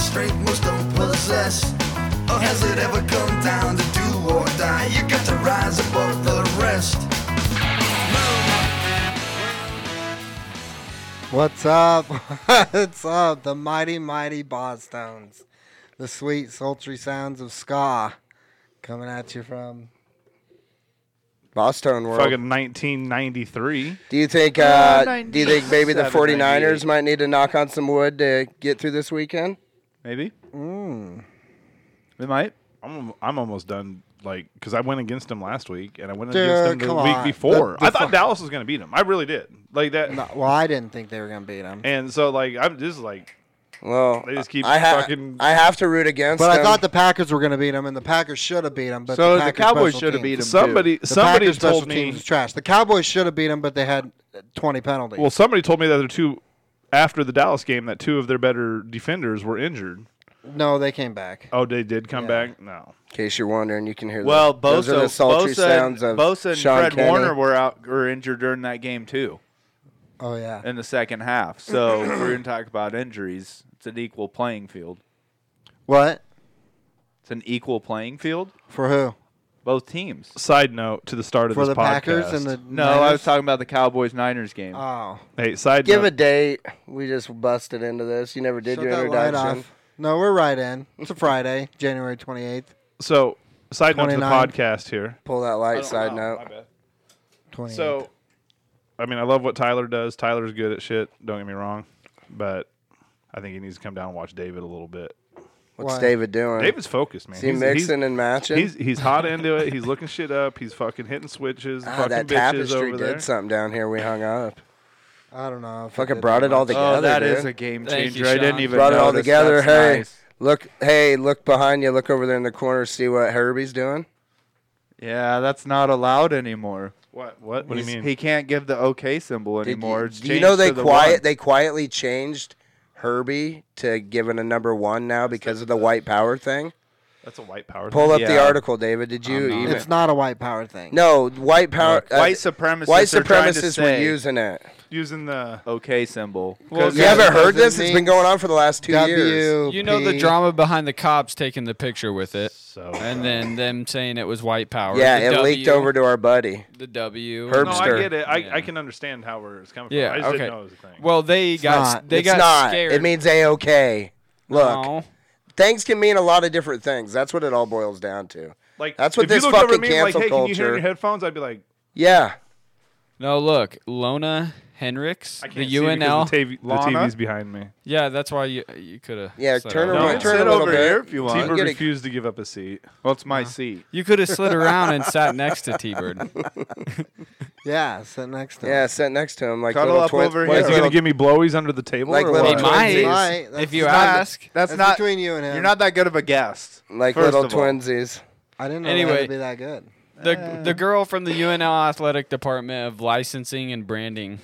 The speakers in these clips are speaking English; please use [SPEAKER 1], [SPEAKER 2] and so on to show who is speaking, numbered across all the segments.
[SPEAKER 1] strength most don't possess. Or has it ever come down to do or die? You got to rise above the rest.
[SPEAKER 2] What's up? What's up? The mighty, mighty Bosstones. The sweet, sultry sounds of ska coming at you from.
[SPEAKER 3] Boston World.
[SPEAKER 4] Fucking 1993.
[SPEAKER 3] Do you think? Uh,
[SPEAKER 4] Uh,
[SPEAKER 3] do you think maybe the
[SPEAKER 4] 97,
[SPEAKER 3] 49ers
[SPEAKER 4] 98.
[SPEAKER 3] might need to knock on some wood to get through this weekend?
[SPEAKER 4] Maybe. Mm. They might. I'm I'm almost done. Like, because I went against them last week, and I went against them
[SPEAKER 2] Dude,
[SPEAKER 4] the
[SPEAKER 2] come
[SPEAKER 4] week
[SPEAKER 2] on.
[SPEAKER 4] before.
[SPEAKER 2] The- the
[SPEAKER 4] I thought
[SPEAKER 2] fu-
[SPEAKER 4] Dallas was going to beat them. I really did. Like that.
[SPEAKER 2] No, well, I didn't think they were going to beat them.
[SPEAKER 4] And so, like, I'm just like,
[SPEAKER 3] Well,
[SPEAKER 4] They just keep
[SPEAKER 3] I ha-
[SPEAKER 4] fucking-
[SPEAKER 3] I have to root against.
[SPEAKER 2] But I
[SPEAKER 3] them.
[SPEAKER 2] thought the Packers were going to beat them, and the Packers should have beat them. But
[SPEAKER 5] So
[SPEAKER 2] the,
[SPEAKER 5] the
[SPEAKER 2] Packers
[SPEAKER 5] Cowboys
[SPEAKER 2] special
[SPEAKER 5] should have
[SPEAKER 2] teams-
[SPEAKER 5] beat 'em.
[SPEAKER 4] somebody
[SPEAKER 2] The
[SPEAKER 4] somebody
[SPEAKER 2] Packers
[SPEAKER 4] told
[SPEAKER 2] special
[SPEAKER 4] me.
[SPEAKER 2] teams was trash. The Cowboys should have beat them, but they had uh, 20 penalties.
[SPEAKER 4] Well, somebody told me that the two after the Dallas game that two of their better defenders were injured.
[SPEAKER 2] no, they came back.
[SPEAKER 4] Oh, they did come back. No.
[SPEAKER 3] In case you're wondering, you can hear. the-
[SPEAKER 5] Well, Bosa,
[SPEAKER 3] those are the sultry
[SPEAKER 5] Bosa,
[SPEAKER 3] sounds of
[SPEAKER 5] Bosa and
[SPEAKER 3] Sean
[SPEAKER 5] Fred
[SPEAKER 3] Kenny.
[SPEAKER 5] Warner were out were injured during that game too
[SPEAKER 2] Oh, yeah.
[SPEAKER 5] in the second half. So if we're gonna talk about injuries. It's an equal playing field.
[SPEAKER 2] What?
[SPEAKER 5] It's an equal playing field.
[SPEAKER 2] For who?
[SPEAKER 5] Both teams.
[SPEAKER 4] Side note to the start of
[SPEAKER 2] For
[SPEAKER 4] this
[SPEAKER 2] the
[SPEAKER 4] podcast.
[SPEAKER 2] Packers and the.
[SPEAKER 5] No, I
[SPEAKER 2] Niners?
[SPEAKER 5] was talking about the Cowboys Niners game.
[SPEAKER 2] Oh.
[SPEAKER 4] hey side
[SPEAKER 3] Give a
[SPEAKER 4] note.
[SPEAKER 3] date. We just busted into this. You never did
[SPEAKER 2] Shut
[SPEAKER 3] your
[SPEAKER 2] that light
[SPEAKER 3] introduction.
[SPEAKER 2] off. No, we're right in. It's a Friday, January 28th,
[SPEAKER 4] so side note to the
[SPEAKER 2] 29.
[SPEAKER 4] podcast here.
[SPEAKER 3] Pull that light side note.
[SPEAKER 2] 28th.
[SPEAKER 4] So, I mean, I love what Tyler does. Tyler's good at shit. Don't get me wrong, but I think he needs to come down and watch David a little bit.
[SPEAKER 3] What's
[SPEAKER 2] Why?
[SPEAKER 3] David doing?
[SPEAKER 4] David's focused, man.
[SPEAKER 3] Is he mixing and matching?
[SPEAKER 4] He's he's hot into it. He's looking shit up. He's fucking hitting switches.
[SPEAKER 3] Ah,
[SPEAKER 4] fucking
[SPEAKER 3] that
[SPEAKER 4] bitches
[SPEAKER 3] tapestry
[SPEAKER 4] over
[SPEAKER 3] did
[SPEAKER 4] there.
[SPEAKER 3] something down here. We hung up.
[SPEAKER 2] I don't know. if
[SPEAKER 3] Fucking
[SPEAKER 2] did
[SPEAKER 3] brought it all
[SPEAKER 2] much.
[SPEAKER 3] together.
[SPEAKER 5] oh, that
[SPEAKER 3] dude.
[SPEAKER 5] is a game
[SPEAKER 6] Thank
[SPEAKER 5] changer.
[SPEAKER 6] you,
[SPEAKER 5] I didn't
[SPEAKER 6] Sean.
[SPEAKER 5] even
[SPEAKER 3] brought it all
[SPEAKER 5] notice.
[SPEAKER 3] together.
[SPEAKER 5] That's
[SPEAKER 3] Hey,
[SPEAKER 5] nice.
[SPEAKER 3] look! Hey, look behind you. Look over there in the corner. See what Herbie's doing.
[SPEAKER 5] yeah, that's not allowed anymore.
[SPEAKER 4] What what what do you
[SPEAKER 5] He's-
[SPEAKER 4] mean?
[SPEAKER 5] He can't give the OK symbol
[SPEAKER 3] Did
[SPEAKER 5] anymore.
[SPEAKER 3] you,
[SPEAKER 5] It's
[SPEAKER 3] do you know
[SPEAKER 5] changed
[SPEAKER 3] they
[SPEAKER 5] to the
[SPEAKER 3] quiet?
[SPEAKER 5] one.
[SPEAKER 3] They quietly changed Herbie to giving a number one now because of the white power thing.
[SPEAKER 4] That's a white power.
[SPEAKER 3] Pull
[SPEAKER 4] thing.
[SPEAKER 3] up the
[SPEAKER 5] Yeah.
[SPEAKER 3] article, David. Did you
[SPEAKER 5] not.
[SPEAKER 3] even?
[SPEAKER 2] It's not a white power thing.
[SPEAKER 3] No, white power. uh,
[SPEAKER 5] White supremacists.
[SPEAKER 3] white
[SPEAKER 5] are trying to
[SPEAKER 3] supremacists were
[SPEAKER 5] say
[SPEAKER 3] using it.
[SPEAKER 4] using the
[SPEAKER 5] OK symbol.
[SPEAKER 4] Well,
[SPEAKER 3] You
[SPEAKER 2] Yeah,
[SPEAKER 3] haven't
[SPEAKER 2] because
[SPEAKER 3] heard
[SPEAKER 2] it
[SPEAKER 3] this? It's been
[SPEAKER 2] means
[SPEAKER 3] going on for the last two years.
[SPEAKER 2] W.
[SPEAKER 6] You know the drama behind the cops taking the picture with it,
[SPEAKER 4] so
[SPEAKER 6] and then them saying it was white power.
[SPEAKER 3] Yeah,
[SPEAKER 6] The
[SPEAKER 3] it leaked
[SPEAKER 6] W,
[SPEAKER 3] over to our buddy.
[SPEAKER 6] the W.
[SPEAKER 3] Herb-
[SPEAKER 4] No, I
[SPEAKER 3] Herbster.
[SPEAKER 4] get it. I,
[SPEAKER 6] Yeah.
[SPEAKER 4] I can understand how where it's coming from.
[SPEAKER 6] Yeah,
[SPEAKER 4] I just
[SPEAKER 6] okay.
[SPEAKER 4] didn't know it was a thing.
[SPEAKER 6] Well, they got s-
[SPEAKER 2] not.
[SPEAKER 6] they
[SPEAKER 3] it's
[SPEAKER 6] got
[SPEAKER 3] not.
[SPEAKER 6] scared.
[SPEAKER 3] It means a okay. Look,
[SPEAKER 6] No.
[SPEAKER 3] things can mean a lot of different things. That's what it all boils down to.
[SPEAKER 4] like
[SPEAKER 3] that's what
[SPEAKER 4] if you
[SPEAKER 3] this
[SPEAKER 4] looked over
[SPEAKER 3] fucking
[SPEAKER 4] at me and like,
[SPEAKER 3] cancel
[SPEAKER 4] hey, Can you hear in
[SPEAKER 3] culture-
[SPEAKER 4] your headphones? I'd be like,
[SPEAKER 3] Yeah,
[SPEAKER 6] No, look, Lona Henricks,
[SPEAKER 4] I can't
[SPEAKER 6] the
[SPEAKER 4] see because
[SPEAKER 6] UNL.
[SPEAKER 4] The, TV, the
[SPEAKER 5] Lana?
[SPEAKER 4] TV's behind me.
[SPEAKER 6] yeah, that's why you you could have.
[SPEAKER 3] Yeah, turn
[SPEAKER 4] around.
[SPEAKER 5] Sit
[SPEAKER 4] turn
[SPEAKER 3] a little
[SPEAKER 5] over
[SPEAKER 3] bit.
[SPEAKER 5] here if you want.
[SPEAKER 3] Team-
[SPEAKER 4] T-Bird
[SPEAKER 3] getting-
[SPEAKER 4] refused to give up his seat.
[SPEAKER 5] well, it's my seat.
[SPEAKER 6] You could have slid around and sat next to T-Bird.
[SPEAKER 2] Yeah, sit next to
[SPEAKER 3] yeah.
[SPEAKER 2] him.
[SPEAKER 3] Sit next to him, like
[SPEAKER 5] Oh. Cuddle
[SPEAKER 3] little
[SPEAKER 5] up
[SPEAKER 3] twin-
[SPEAKER 5] over
[SPEAKER 3] like
[SPEAKER 5] here.
[SPEAKER 4] Is he
[SPEAKER 3] little-
[SPEAKER 4] gonna give me blowies under the table?
[SPEAKER 3] Like
[SPEAKER 4] or
[SPEAKER 3] little
[SPEAKER 6] He
[SPEAKER 4] what?
[SPEAKER 3] twinsies.
[SPEAKER 6] might,
[SPEAKER 2] Right,
[SPEAKER 6] if
[SPEAKER 2] that's
[SPEAKER 6] you
[SPEAKER 2] not-
[SPEAKER 6] ask.
[SPEAKER 5] That's,
[SPEAKER 2] That's
[SPEAKER 5] not
[SPEAKER 2] between you and him.
[SPEAKER 5] You're not that good of a guest.
[SPEAKER 3] like
[SPEAKER 5] First
[SPEAKER 3] little
[SPEAKER 5] of all.
[SPEAKER 3] twinsies.
[SPEAKER 2] I didn't know
[SPEAKER 6] Anyway.
[SPEAKER 2] anyway. would be that good.
[SPEAKER 6] The the girl from the UNL athletic department of licensing and branding.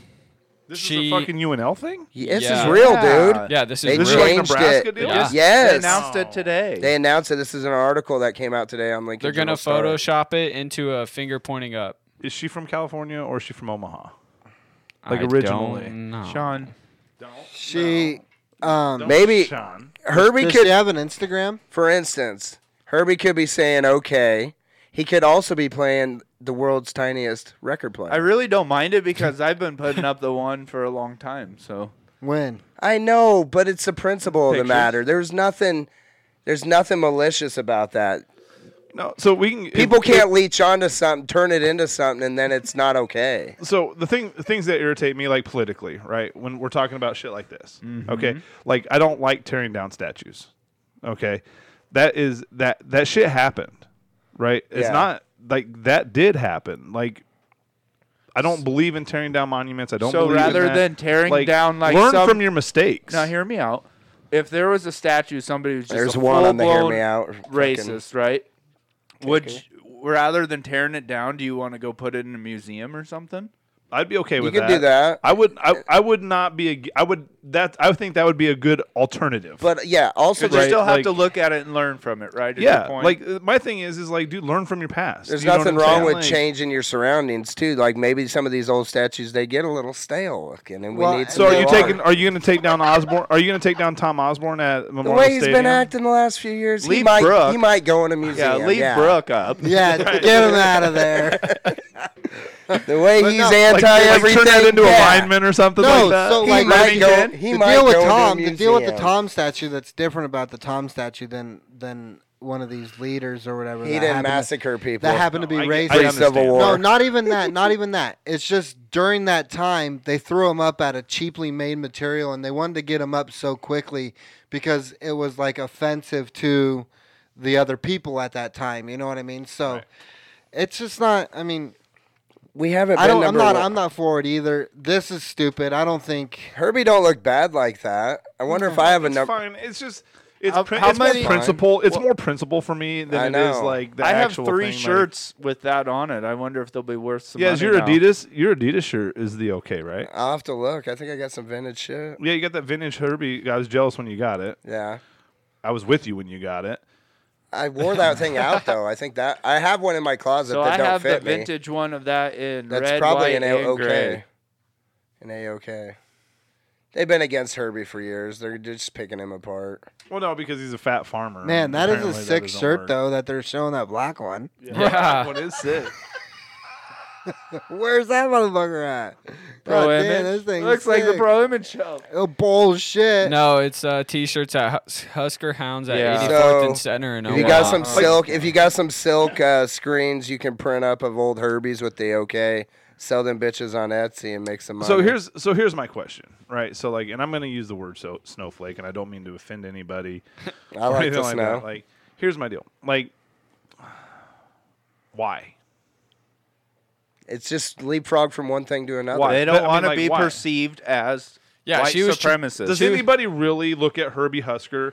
[SPEAKER 4] This
[SPEAKER 6] She-
[SPEAKER 4] is a fucking UNL thing.
[SPEAKER 3] This
[SPEAKER 6] Yeah.
[SPEAKER 3] is real,
[SPEAKER 5] Yeah.
[SPEAKER 3] dude.
[SPEAKER 6] Yeah, this
[SPEAKER 3] They
[SPEAKER 6] is
[SPEAKER 4] This is
[SPEAKER 6] real.
[SPEAKER 4] like
[SPEAKER 3] changed
[SPEAKER 4] Nebraska
[SPEAKER 3] it.
[SPEAKER 4] deal.
[SPEAKER 6] Yeah.
[SPEAKER 5] They
[SPEAKER 3] Yes,
[SPEAKER 5] announced it today.
[SPEAKER 3] They announced it. This is an article that came out today on Lincoln.
[SPEAKER 6] They're gonna
[SPEAKER 3] Journal-Star.
[SPEAKER 6] Photoshop it into a finger pointing up.
[SPEAKER 4] Is she from California or is she from Omaha?
[SPEAKER 6] Like
[SPEAKER 4] originally.
[SPEAKER 5] Sean.
[SPEAKER 2] She, um,
[SPEAKER 3] Maybe
[SPEAKER 4] Sean.
[SPEAKER 3] Herbie
[SPEAKER 2] does
[SPEAKER 3] could
[SPEAKER 2] she have an Instagram?
[SPEAKER 3] For instance, Herbie could be saying okay. He could also be playing the world's tiniest record player.
[SPEAKER 5] I really don't mind it because I've been putting up the one for a long time. So
[SPEAKER 2] When?
[SPEAKER 3] I know, but it's the principle of the
[SPEAKER 4] Pictures.
[SPEAKER 3] matter. There's nothing there's nothing malicious about that.
[SPEAKER 4] No, so we can
[SPEAKER 3] People
[SPEAKER 4] if-
[SPEAKER 3] can't leech onto something, turn it into something, and then it's not okay.
[SPEAKER 4] so the thing things that irritate me like politically right when we're talking about shit like this
[SPEAKER 5] Mm-hmm.
[SPEAKER 4] okay like i don't like tearing down statues okay that is that that shit happened right it's
[SPEAKER 3] Yeah.
[SPEAKER 4] not like that did happen like i don't believe in tearing down monuments i don't
[SPEAKER 5] So
[SPEAKER 4] believe in
[SPEAKER 5] rather
[SPEAKER 4] that.
[SPEAKER 5] than tearing down, like,
[SPEAKER 4] learn
[SPEAKER 5] some-
[SPEAKER 4] from your mistakes
[SPEAKER 5] now hear me out. If there was a statue, somebody was just
[SPEAKER 3] There's
[SPEAKER 5] a
[SPEAKER 3] one on the hear
[SPEAKER 5] full-blown
[SPEAKER 3] me out.
[SPEAKER 5] racist, right? Would you- rather than tearing it down, do you want to go put it in a museum or something?
[SPEAKER 4] I'd be okay with
[SPEAKER 3] could
[SPEAKER 4] that.
[SPEAKER 3] do that.
[SPEAKER 4] I would. I, I would not be. ag- I would. That. I would think that would be a good alternative.
[SPEAKER 3] But yeah, also
[SPEAKER 5] But you
[SPEAKER 3] there's,
[SPEAKER 5] still have
[SPEAKER 4] like-
[SPEAKER 5] to look at it and learn from it, right? Is your
[SPEAKER 4] yeah,
[SPEAKER 5] point?
[SPEAKER 4] like uh, my thing is, is like, dude, learn from your past.
[SPEAKER 3] there's
[SPEAKER 4] You know what
[SPEAKER 3] nothing
[SPEAKER 4] I'm
[SPEAKER 3] wrong
[SPEAKER 4] saying?
[SPEAKER 3] with
[SPEAKER 4] Like,
[SPEAKER 3] changing your surroundings too. Like maybe some of these old statues they get a little stale looking, and we
[SPEAKER 2] Well,
[SPEAKER 3] need.
[SPEAKER 4] So
[SPEAKER 3] some
[SPEAKER 4] are you
[SPEAKER 3] new
[SPEAKER 4] taking?
[SPEAKER 3] art.
[SPEAKER 4] Are you going to take down Osborne? Are you going to take down Tom Osborne at
[SPEAKER 3] the
[SPEAKER 4] Memorial
[SPEAKER 3] way he's
[SPEAKER 4] Stadium?
[SPEAKER 3] been acting the last few years? he
[SPEAKER 5] Leave
[SPEAKER 3] might.
[SPEAKER 5] Brooke.
[SPEAKER 3] He might go in a museum.
[SPEAKER 5] yeah, leave Brooke up.
[SPEAKER 2] Yeah, get him out of there.
[SPEAKER 3] The way he's
[SPEAKER 2] no, like-
[SPEAKER 3] anti
[SPEAKER 4] Like, like
[SPEAKER 3] everything.
[SPEAKER 4] turn that into
[SPEAKER 3] yeah.
[SPEAKER 4] a lineman or something
[SPEAKER 2] No,
[SPEAKER 4] like that.
[SPEAKER 2] so
[SPEAKER 3] He
[SPEAKER 2] like
[SPEAKER 3] might go. He
[SPEAKER 2] the
[SPEAKER 3] might
[SPEAKER 2] deal with
[SPEAKER 3] go into a
[SPEAKER 2] Tom, the deal with the
[SPEAKER 3] museum.
[SPEAKER 2] Tom statue that's different about the Tom statue than than one of these leaders or whatever.
[SPEAKER 3] He
[SPEAKER 2] that
[SPEAKER 3] didn't
[SPEAKER 2] happened to-
[SPEAKER 3] massacre people.
[SPEAKER 2] That happened to
[SPEAKER 4] I
[SPEAKER 2] be racist.
[SPEAKER 4] get- I
[SPEAKER 3] Pre Civil
[SPEAKER 4] understand.
[SPEAKER 3] War.
[SPEAKER 2] No, not even that. Not even that. It's just during that time they threw him up at a cheaply made material, and they wanted to get him up so quickly because it was like offensive to the other people at that time. You know what I mean? So it's just not. I mean,
[SPEAKER 3] we haven't.
[SPEAKER 2] I
[SPEAKER 3] been
[SPEAKER 2] don't. I'm
[SPEAKER 3] number
[SPEAKER 2] not.
[SPEAKER 3] one.
[SPEAKER 2] I'm not for it either. This is stupid. I don't think.
[SPEAKER 3] Herbie don't look bad like that. I wonder if I have a
[SPEAKER 4] it's
[SPEAKER 3] number.
[SPEAKER 4] fine. It's just. It's,
[SPEAKER 5] How-
[SPEAKER 4] prin-
[SPEAKER 5] how
[SPEAKER 4] it's more
[SPEAKER 5] many-
[SPEAKER 4] principle. It's more principle for me
[SPEAKER 3] I
[SPEAKER 4] than it is
[SPEAKER 3] know.
[SPEAKER 4] like the
[SPEAKER 5] I have
[SPEAKER 4] actual
[SPEAKER 5] three
[SPEAKER 4] thing, like-
[SPEAKER 5] shirts with that on it. I wonder if they'll be worth some.
[SPEAKER 4] Yeah, is
[SPEAKER 5] money
[SPEAKER 4] your
[SPEAKER 5] now.
[SPEAKER 4] Adidas your Adidas shirt is the okay, right?
[SPEAKER 3] I'll have to look. I think I got some vintage shit.
[SPEAKER 4] Yeah, you got that vintage Herbie. I was jealous when you got it.
[SPEAKER 3] Yeah.
[SPEAKER 4] I was with you when you got it.
[SPEAKER 3] I wore that thing out though. I think that I have one in my closet
[SPEAKER 5] So
[SPEAKER 3] that
[SPEAKER 5] I
[SPEAKER 3] don't
[SPEAKER 5] have the
[SPEAKER 3] fit me.
[SPEAKER 5] vintage one of that in
[SPEAKER 3] That's
[SPEAKER 5] red,
[SPEAKER 3] probably
[SPEAKER 5] white,
[SPEAKER 3] an
[SPEAKER 5] and
[SPEAKER 3] AOK.
[SPEAKER 5] gray.
[SPEAKER 3] An AOK. They've been against Herbie for years. They're just picking him apart.
[SPEAKER 4] Well, no, because he's a fat farmer.
[SPEAKER 2] Man,
[SPEAKER 4] and
[SPEAKER 2] that is a
[SPEAKER 4] apparently
[SPEAKER 2] sick
[SPEAKER 4] doesn't
[SPEAKER 2] shirt
[SPEAKER 4] work.
[SPEAKER 2] though that they're showing that black one.
[SPEAKER 6] Yeah.
[SPEAKER 4] What is sick?
[SPEAKER 2] Where's that motherfucker at? God
[SPEAKER 5] Pro
[SPEAKER 2] damn,
[SPEAKER 5] image
[SPEAKER 2] this thing's
[SPEAKER 5] looks like the
[SPEAKER 2] sick.
[SPEAKER 5] pro image shelf.
[SPEAKER 2] Oh bullshit.
[SPEAKER 6] No, it's uh, t-shirts at Hus- Husker Hounds at
[SPEAKER 5] Yeah.
[SPEAKER 6] 84th
[SPEAKER 3] So,
[SPEAKER 6] and Center. And
[SPEAKER 3] If you
[SPEAKER 6] Omaha.
[SPEAKER 3] got some silk, if you got some silk uh, screens, you can print up of old Herbies with the OK. Sell them bitches on Etsy and make some money.
[SPEAKER 4] so here's so here's my question, right? So like, and I'm gonna use the word so, snowflake, and I don't mean to offend anybody.
[SPEAKER 3] I
[SPEAKER 4] or
[SPEAKER 3] like
[SPEAKER 4] anything
[SPEAKER 3] the
[SPEAKER 4] like
[SPEAKER 3] snow.
[SPEAKER 4] that. Like, here's my deal. Like, why?
[SPEAKER 3] it's just leapfrog from one thing to another.
[SPEAKER 4] Why?
[SPEAKER 5] They
[SPEAKER 4] But, I
[SPEAKER 5] don't
[SPEAKER 4] mean,
[SPEAKER 5] want to
[SPEAKER 4] like,
[SPEAKER 5] be
[SPEAKER 4] why?
[SPEAKER 5] perceived as
[SPEAKER 6] Yeah,
[SPEAKER 5] white
[SPEAKER 6] she was tr-
[SPEAKER 5] supremacists.
[SPEAKER 4] Does anybody really look at Herbie Husker